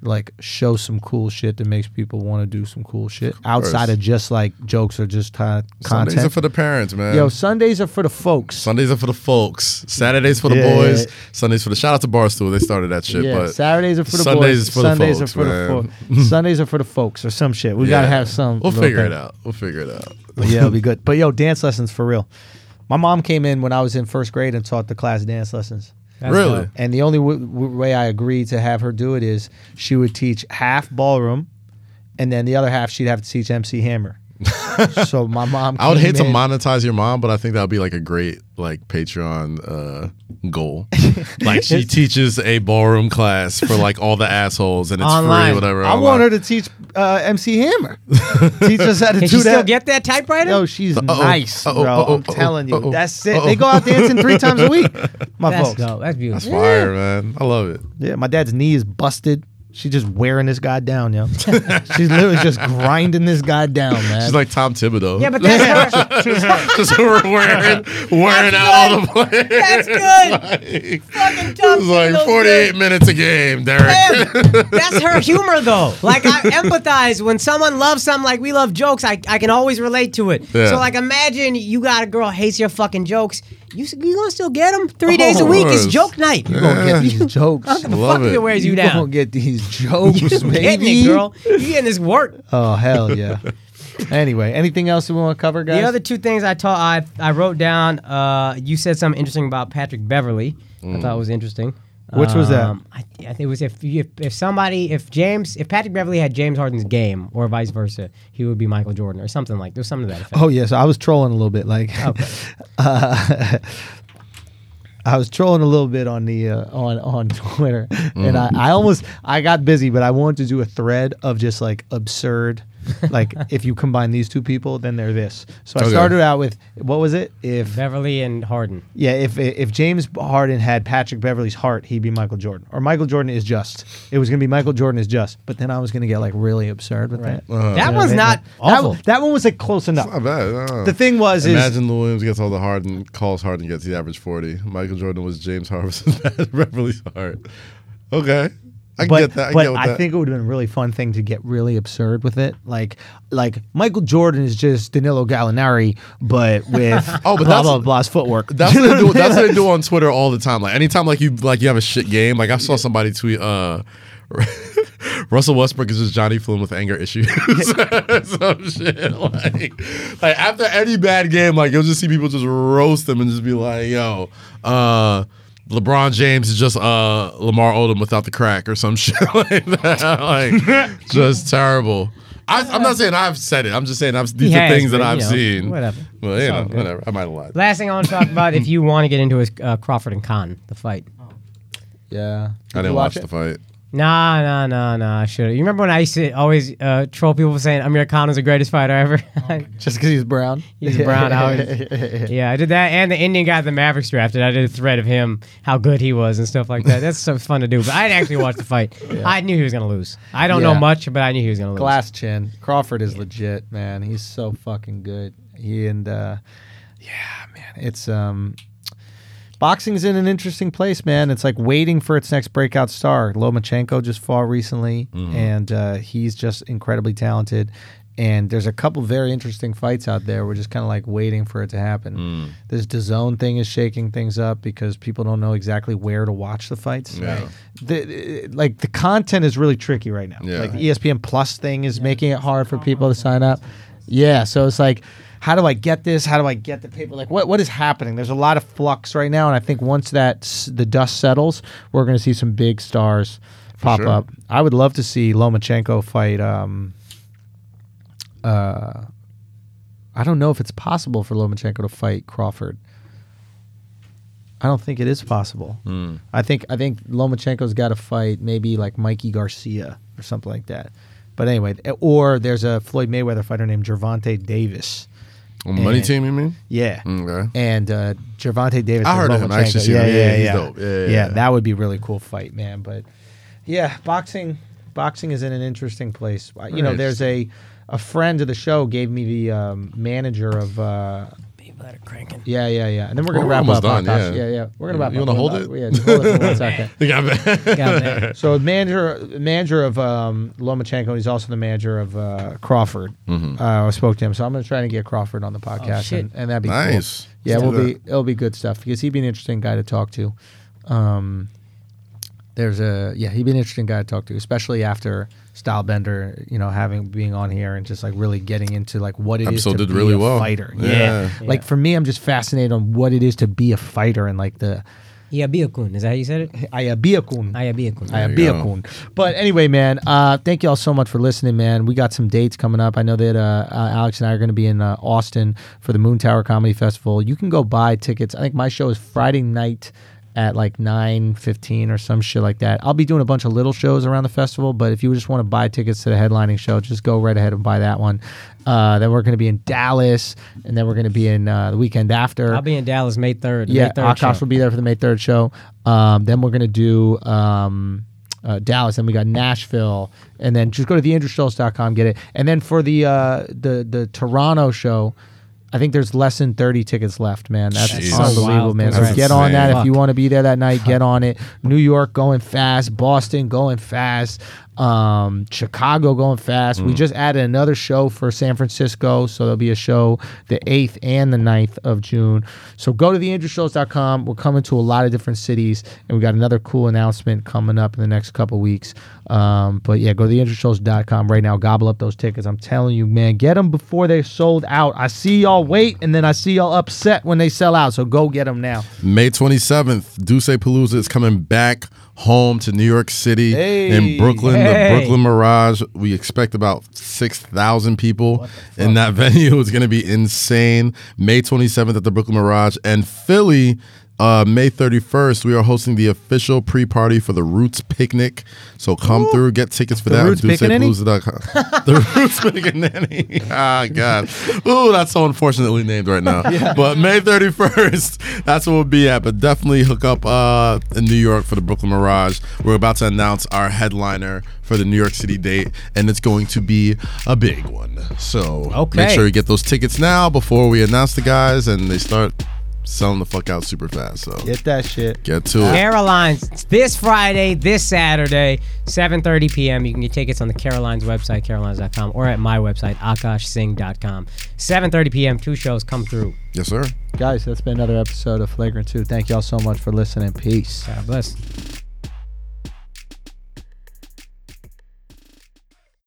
[SPEAKER 1] like show some cool shit that makes people want to do some cool shit outside of just like jokes or just kind of
[SPEAKER 2] Sundays
[SPEAKER 1] content.
[SPEAKER 2] are for the parents, man.
[SPEAKER 1] Yo, Sundays are for the folks.
[SPEAKER 2] Sundays are for the folks. Saturdays for the
[SPEAKER 1] Yeah,
[SPEAKER 2] boys.
[SPEAKER 1] yeah.
[SPEAKER 2] Sundays for the shout out to Barstool. They started that shit.
[SPEAKER 1] Yeah,
[SPEAKER 2] but
[SPEAKER 1] Saturdays are for the
[SPEAKER 2] Sundays
[SPEAKER 1] boys.
[SPEAKER 2] is for
[SPEAKER 1] Sundays
[SPEAKER 2] the
[SPEAKER 1] are
[SPEAKER 2] folks,
[SPEAKER 1] for the
[SPEAKER 2] man.
[SPEAKER 1] folks. Sundays are for the folks or some shit. We gotta
[SPEAKER 2] Yeah.
[SPEAKER 1] have some.
[SPEAKER 2] We'll
[SPEAKER 1] little
[SPEAKER 2] figure
[SPEAKER 1] thing.
[SPEAKER 2] it out. We'll figure it out.
[SPEAKER 1] yeah, it'll be good. But yo, dance lessons for real. My mom came in when I was in first grade and taught the class dance lessons.
[SPEAKER 2] really?
[SPEAKER 1] And the only w- w- way I agreed to have her do it is she would teach half ballroom, and then the other half she'd have to teach MC Hammer. so my mom.
[SPEAKER 2] I would
[SPEAKER 1] came
[SPEAKER 2] hate to
[SPEAKER 1] in-
[SPEAKER 2] monetize your mom, but I think that would be like a great like Patreon uh, goal. like she teaches a ballroom class for like all the assholes, and it's free,
[SPEAKER 4] Online.
[SPEAKER 2] whatever.
[SPEAKER 1] I want her to teach uh, MC Hammer. teach us how to do
[SPEAKER 4] Can she
[SPEAKER 1] that.
[SPEAKER 4] still get that typewriter?
[SPEAKER 1] Yo, she's nice,
[SPEAKER 2] uh-oh,
[SPEAKER 1] bro.
[SPEAKER 2] uh-oh,
[SPEAKER 1] I'm
[SPEAKER 2] uh-oh,
[SPEAKER 1] telling you.
[SPEAKER 2] uh-oh,
[SPEAKER 1] That's it.
[SPEAKER 2] uh-oh.
[SPEAKER 1] They go out dancing three times a week. My
[SPEAKER 4] That's
[SPEAKER 1] folks.
[SPEAKER 4] dope. That's beautiful.
[SPEAKER 2] That's fire, man. I love it.
[SPEAKER 1] Yeah, my dad's knee is busted. She's just wearing this guy down, yo. She's literally just grinding this guy down, man.
[SPEAKER 2] She's like Tom Thibodeau.
[SPEAKER 4] Yeah, but that's her.
[SPEAKER 2] just wearing wearing out all the players.
[SPEAKER 4] That's good.
[SPEAKER 2] Like,
[SPEAKER 4] Fucking Tom
[SPEAKER 2] it's like
[SPEAKER 4] Thibodeau's
[SPEAKER 2] 48 minutes a game, Derek.
[SPEAKER 4] good. That's her humor, though. Like I empathize when someone loves something like we love jokes. I, I can always relate to it.
[SPEAKER 2] Yeah.
[SPEAKER 4] So like, imagine you got a girl hates your fucking jokes. You s- you gonna still get them three days a week? It's
[SPEAKER 2] course.
[SPEAKER 4] joke night.
[SPEAKER 1] you gonna get these jokes.
[SPEAKER 4] The
[SPEAKER 2] Love
[SPEAKER 4] fuck if
[SPEAKER 2] it.
[SPEAKER 4] it wears you,
[SPEAKER 1] you
[SPEAKER 4] down.
[SPEAKER 1] gonna get these jokes,
[SPEAKER 4] you
[SPEAKER 1] baby.
[SPEAKER 4] getting it, girl. You getting this work.
[SPEAKER 1] Oh hell yeah. anyway, anything else we want to cover, guys?
[SPEAKER 4] The other two things I taught, I I wrote down. Uh, you said something interesting about Patrick Beverly. I thought it was interesting.
[SPEAKER 1] Mm.
[SPEAKER 4] Um,
[SPEAKER 1] Which was that?
[SPEAKER 4] I, I think it was if, you- if if somebody if James if Patrick Beverly had James Harden's game or vice versa, he would be Michael Jordan or something like there's something to that effect.
[SPEAKER 1] Oh yeah, so I was trolling a little bit. Like, uh, I was trolling a little bit on the uh, on on Twitter, and
[SPEAKER 2] Mm-hmm.
[SPEAKER 1] I, I almost I got busy, but I wanted to do a thread of just like absurd, like if you combine these two people, then they're this. So I
[SPEAKER 2] Okay.
[SPEAKER 1] started out with what was it? If
[SPEAKER 4] Beverly and Harden.
[SPEAKER 1] yeah, if if James Harden had Patrick Beverly's heart, he'd be Michael Jordan, or Michael Jordan is just. It was gonna be Michael Jordan is just, but then I was gonna get like really absurd with that.
[SPEAKER 4] that
[SPEAKER 1] You know,
[SPEAKER 4] one's
[SPEAKER 1] they-
[SPEAKER 4] not
[SPEAKER 1] Oh, that,
[SPEAKER 4] awful.
[SPEAKER 1] That, one was like close enough.
[SPEAKER 2] Not bad. Uh, I don't know.
[SPEAKER 1] The thing was is
[SPEAKER 2] Imagine Lou Williams gets all the Harden calls. Harden gets the average forty. Michael Jordan was James Harden's Beverly's heart. Okay, I can
[SPEAKER 1] but,
[SPEAKER 2] get that. I can
[SPEAKER 1] but
[SPEAKER 2] get with
[SPEAKER 1] I
[SPEAKER 2] that.
[SPEAKER 1] think it would have been a really fun thing to get really absurd with it. Like like Michael Jordan is just Danilo Gallinari, but with
[SPEAKER 2] Oh,
[SPEAKER 1] blah
[SPEAKER 2] but that's-
[SPEAKER 1] blah blah's footwork.
[SPEAKER 2] That's what, they do, that's what they do on Twitter all the time. Like anytime, like you like you have a shit game. Like I saw somebody tweet, uh, Russell Westbrook is just Johnny Flynn with anger issues. Some shit. Like, like after any bad game, like you'll just see people just roast them and just be like, "Yo, uh, LeBron James is just uh Lamar Odom without the crack or some shit like that. Like just terrible." I, I'm not saying I've said it. I'm just saying I've these
[SPEAKER 4] He
[SPEAKER 2] are
[SPEAKER 4] has,
[SPEAKER 2] things that
[SPEAKER 4] but, you
[SPEAKER 2] I've
[SPEAKER 4] know,
[SPEAKER 2] seen.
[SPEAKER 4] whatever.
[SPEAKER 2] Well, you know, whatever. I might have lied.
[SPEAKER 4] Last thing I want to talk about, if you want to get into, is uh, Crawford and Khan, the fight.
[SPEAKER 1] yeah.
[SPEAKER 2] I didn't watch the fight.
[SPEAKER 4] Nah, nah, nah, nah. I should. You remember when I used to always uh, troll people for saying Amir Khan was the greatest fighter ever?
[SPEAKER 1] Oh, Just because he's brown.
[SPEAKER 4] He's brown. I always, yeah, I did that, and the Indian guy the Mavericks drafted. I did a thread of him, how good he was, and stuff like that. That's so fun to do. But I didn't actually watch the fight. I knew he was gonna lose. I don't
[SPEAKER 1] Yeah.
[SPEAKER 4] know much, but I knew he was gonna lose.
[SPEAKER 1] Glass chin. Crawford is legit, man. He's so fucking good. He and uh yeah, man. It's um boxing's in an interesting place, man. It's like waiting for its next breakout star. Lomachenko just fought recently
[SPEAKER 2] Mm-hmm.
[SPEAKER 1] and uh he's just incredibly talented. And there's a couple very interesting fights out there. We're just kind of like waiting for it to happen.
[SPEAKER 2] Mm.
[SPEAKER 1] This DAZN thing is shaking things up because people don't know exactly where to watch the fights.
[SPEAKER 2] Yeah. Right.
[SPEAKER 1] The, like the content is really tricky right now.
[SPEAKER 2] Yeah.
[SPEAKER 1] Like the E ESPN Plus thing is making it hard for people to sign up. Yeah, so it's like, how do I get this? How do I get the paper? Like, what what is happening? There's a lot of flux right now, and I think once that s- the dust settles, we're going to see some big stars pop
[SPEAKER 2] sure.
[SPEAKER 1] up. I would love to see Lomachenko fight. Um, uh, I don't know if it's possible for Lomachenko to fight Crawford. I don't think it is possible. I think I think Lomachenko's got to fight maybe like Mikey Garcia or something like that. But anyway, or there's a Floyd Mayweather fighter named Gervonta Davis.
[SPEAKER 2] On the money
[SPEAKER 1] And-
[SPEAKER 2] team, you mean?
[SPEAKER 1] Yeah.
[SPEAKER 2] Okay.
[SPEAKER 1] And uh, Gervonta Davis.
[SPEAKER 2] I
[SPEAKER 1] and
[SPEAKER 2] heard of him. I
[SPEAKER 1] Lomachenko.
[SPEAKER 2] actually seen him. Yeah, he's dope. Yeah, yeah, yeah.
[SPEAKER 1] that would be really cool fight, man. But yeah, boxing. boxing is in an interesting place. Uh, You know, there's a a friend of the show gave me the um, manager of. Uh,
[SPEAKER 3] cranking.
[SPEAKER 1] yeah, yeah, yeah. And then we're gonna
[SPEAKER 2] We're
[SPEAKER 1] wrap
[SPEAKER 2] almost
[SPEAKER 1] up. on
[SPEAKER 2] done,
[SPEAKER 1] Tasha.
[SPEAKER 2] yeah.
[SPEAKER 1] yeah, We're gonna wrap
[SPEAKER 2] You
[SPEAKER 1] up. on
[SPEAKER 2] wanna hold
[SPEAKER 1] that.
[SPEAKER 2] it?
[SPEAKER 1] Yeah, just hold it for one second.
[SPEAKER 2] They got back.
[SPEAKER 3] God, man.
[SPEAKER 1] So the manager, manager of um, Lomachenko, he's also the manager of uh, Crawford.
[SPEAKER 2] Mm-hmm.
[SPEAKER 1] Uh, I spoke to him, so I'm going to try to get Crawford on the podcast,
[SPEAKER 3] shit.
[SPEAKER 1] and, and that'd be cool.
[SPEAKER 2] Nice.
[SPEAKER 1] Yeah,
[SPEAKER 2] Let's
[SPEAKER 1] we'll
[SPEAKER 2] do
[SPEAKER 1] be it'll be good stuff because he'd be an interesting guy to talk to. Um, there's a yeah, he'd be an interesting guy to talk to, especially after Stylebender, you know, having being on here and just like really getting into like what it is
[SPEAKER 2] Episode
[SPEAKER 1] to
[SPEAKER 2] did
[SPEAKER 1] be
[SPEAKER 2] really
[SPEAKER 1] a
[SPEAKER 2] well.
[SPEAKER 1] fighter.
[SPEAKER 2] Yeah.
[SPEAKER 1] like for me, I'm just fascinated on what it is to be a fighter and like the
[SPEAKER 3] Iabiakun. Is that how you said it?
[SPEAKER 1] Ayabiakun.
[SPEAKER 3] Iabiakun.
[SPEAKER 1] I
[SPEAKER 2] you
[SPEAKER 1] be a
[SPEAKER 2] go.
[SPEAKER 1] coon. But anyway, man, uh, thank you all so much for listening, man. We got some dates coming up. I know that uh, uh, Alex and I are going to be in uh, Austin for the Moon Tower Comedy Festival. You can go buy tickets. I think my show is Friday night at like 9.15 or some shit like that. I'll be doing a bunch of little shows around the festival, but if you just want to buy tickets to the headlining show, just go right ahead and buy that one. Uh, then we're going to be in Dallas, and then we're going to be in uh, the weekend after.
[SPEAKER 3] I'll be in Dallas May 3rd. the
[SPEAKER 1] Yeah,
[SPEAKER 3] May 3rd
[SPEAKER 1] Akash
[SPEAKER 3] show.
[SPEAKER 1] will be there for the May 3rd show. Um, then we're going to do um, uh, Dallas. Then we got Nashville. And then just go to theinterstitials.com, get it. And then for the uh, the the Toronto show, I think there's less than 30 tickets left, man. That's
[SPEAKER 2] Jeez.
[SPEAKER 1] unbelievable,
[SPEAKER 3] Oh, Wow.
[SPEAKER 1] man. So
[SPEAKER 3] That's
[SPEAKER 1] get on
[SPEAKER 2] insane.
[SPEAKER 1] that if you
[SPEAKER 3] Fuck.
[SPEAKER 1] want to be there that night. Get on it. New York going fast. Boston going fast. Um, Chicago going fast. We just added another show for San Francisco. So there'll be a show the 8th and the 9th of June. So go to theinterestshows.com. We're coming to a lot of different cities. And we got another cool announcement coming up in the next couple weeks. Um, but yeah, go to theinterestshows.com right now. Gobble up those tickets. I'm telling you, man, get them before they're sold out. I see y'all wait, and then I see y'all upset when they sell out. So go get them now.
[SPEAKER 2] May 27th, Duce Palooza is coming back home to New York City in Brooklyn,
[SPEAKER 3] Hey.
[SPEAKER 2] the Brooklyn Mirage. We expect about 6,000 people in that venue. It's going to be insane. May 27th at the Brooklyn Mirage. And Philly, uh, May 31st, we are hosting the official pre party for the Roots Picnic. So come through, get tickets for that
[SPEAKER 1] Roots
[SPEAKER 2] at
[SPEAKER 1] Pickaninny?
[SPEAKER 2] DucePalooza.com. the Roots Pickaninny. ah, God. Ooh, that's so unfortunately named right now. But May 31st, that's where we'll be at. But definitely hook up uh, in New York for the Brooklyn Mirage. We're about to announce our headliner for the New York City date, and it's going to be a big one. So make
[SPEAKER 3] Okay.
[SPEAKER 2] sure you get those tickets now before we announce the guys and they start selling the fuck out super fast. So
[SPEAKER 1] Get that shit.
[SPEAKER 2] get to it.
[SPEAKER 3] Caroline's It's this Friday, this Saturday, 7:30 p.m. You can get tickets on the Caroline's website, carolines.com, or at my website, akashsing.com. 7:30 p.m. Two shows come through.
[SPEAKER 2] Yes, sir.
[SPEAKER 1] Guys, that's been another episode of Flagrant 2. Thank y'all so much for listening. Peace.
[SPEAKER 3] God bless.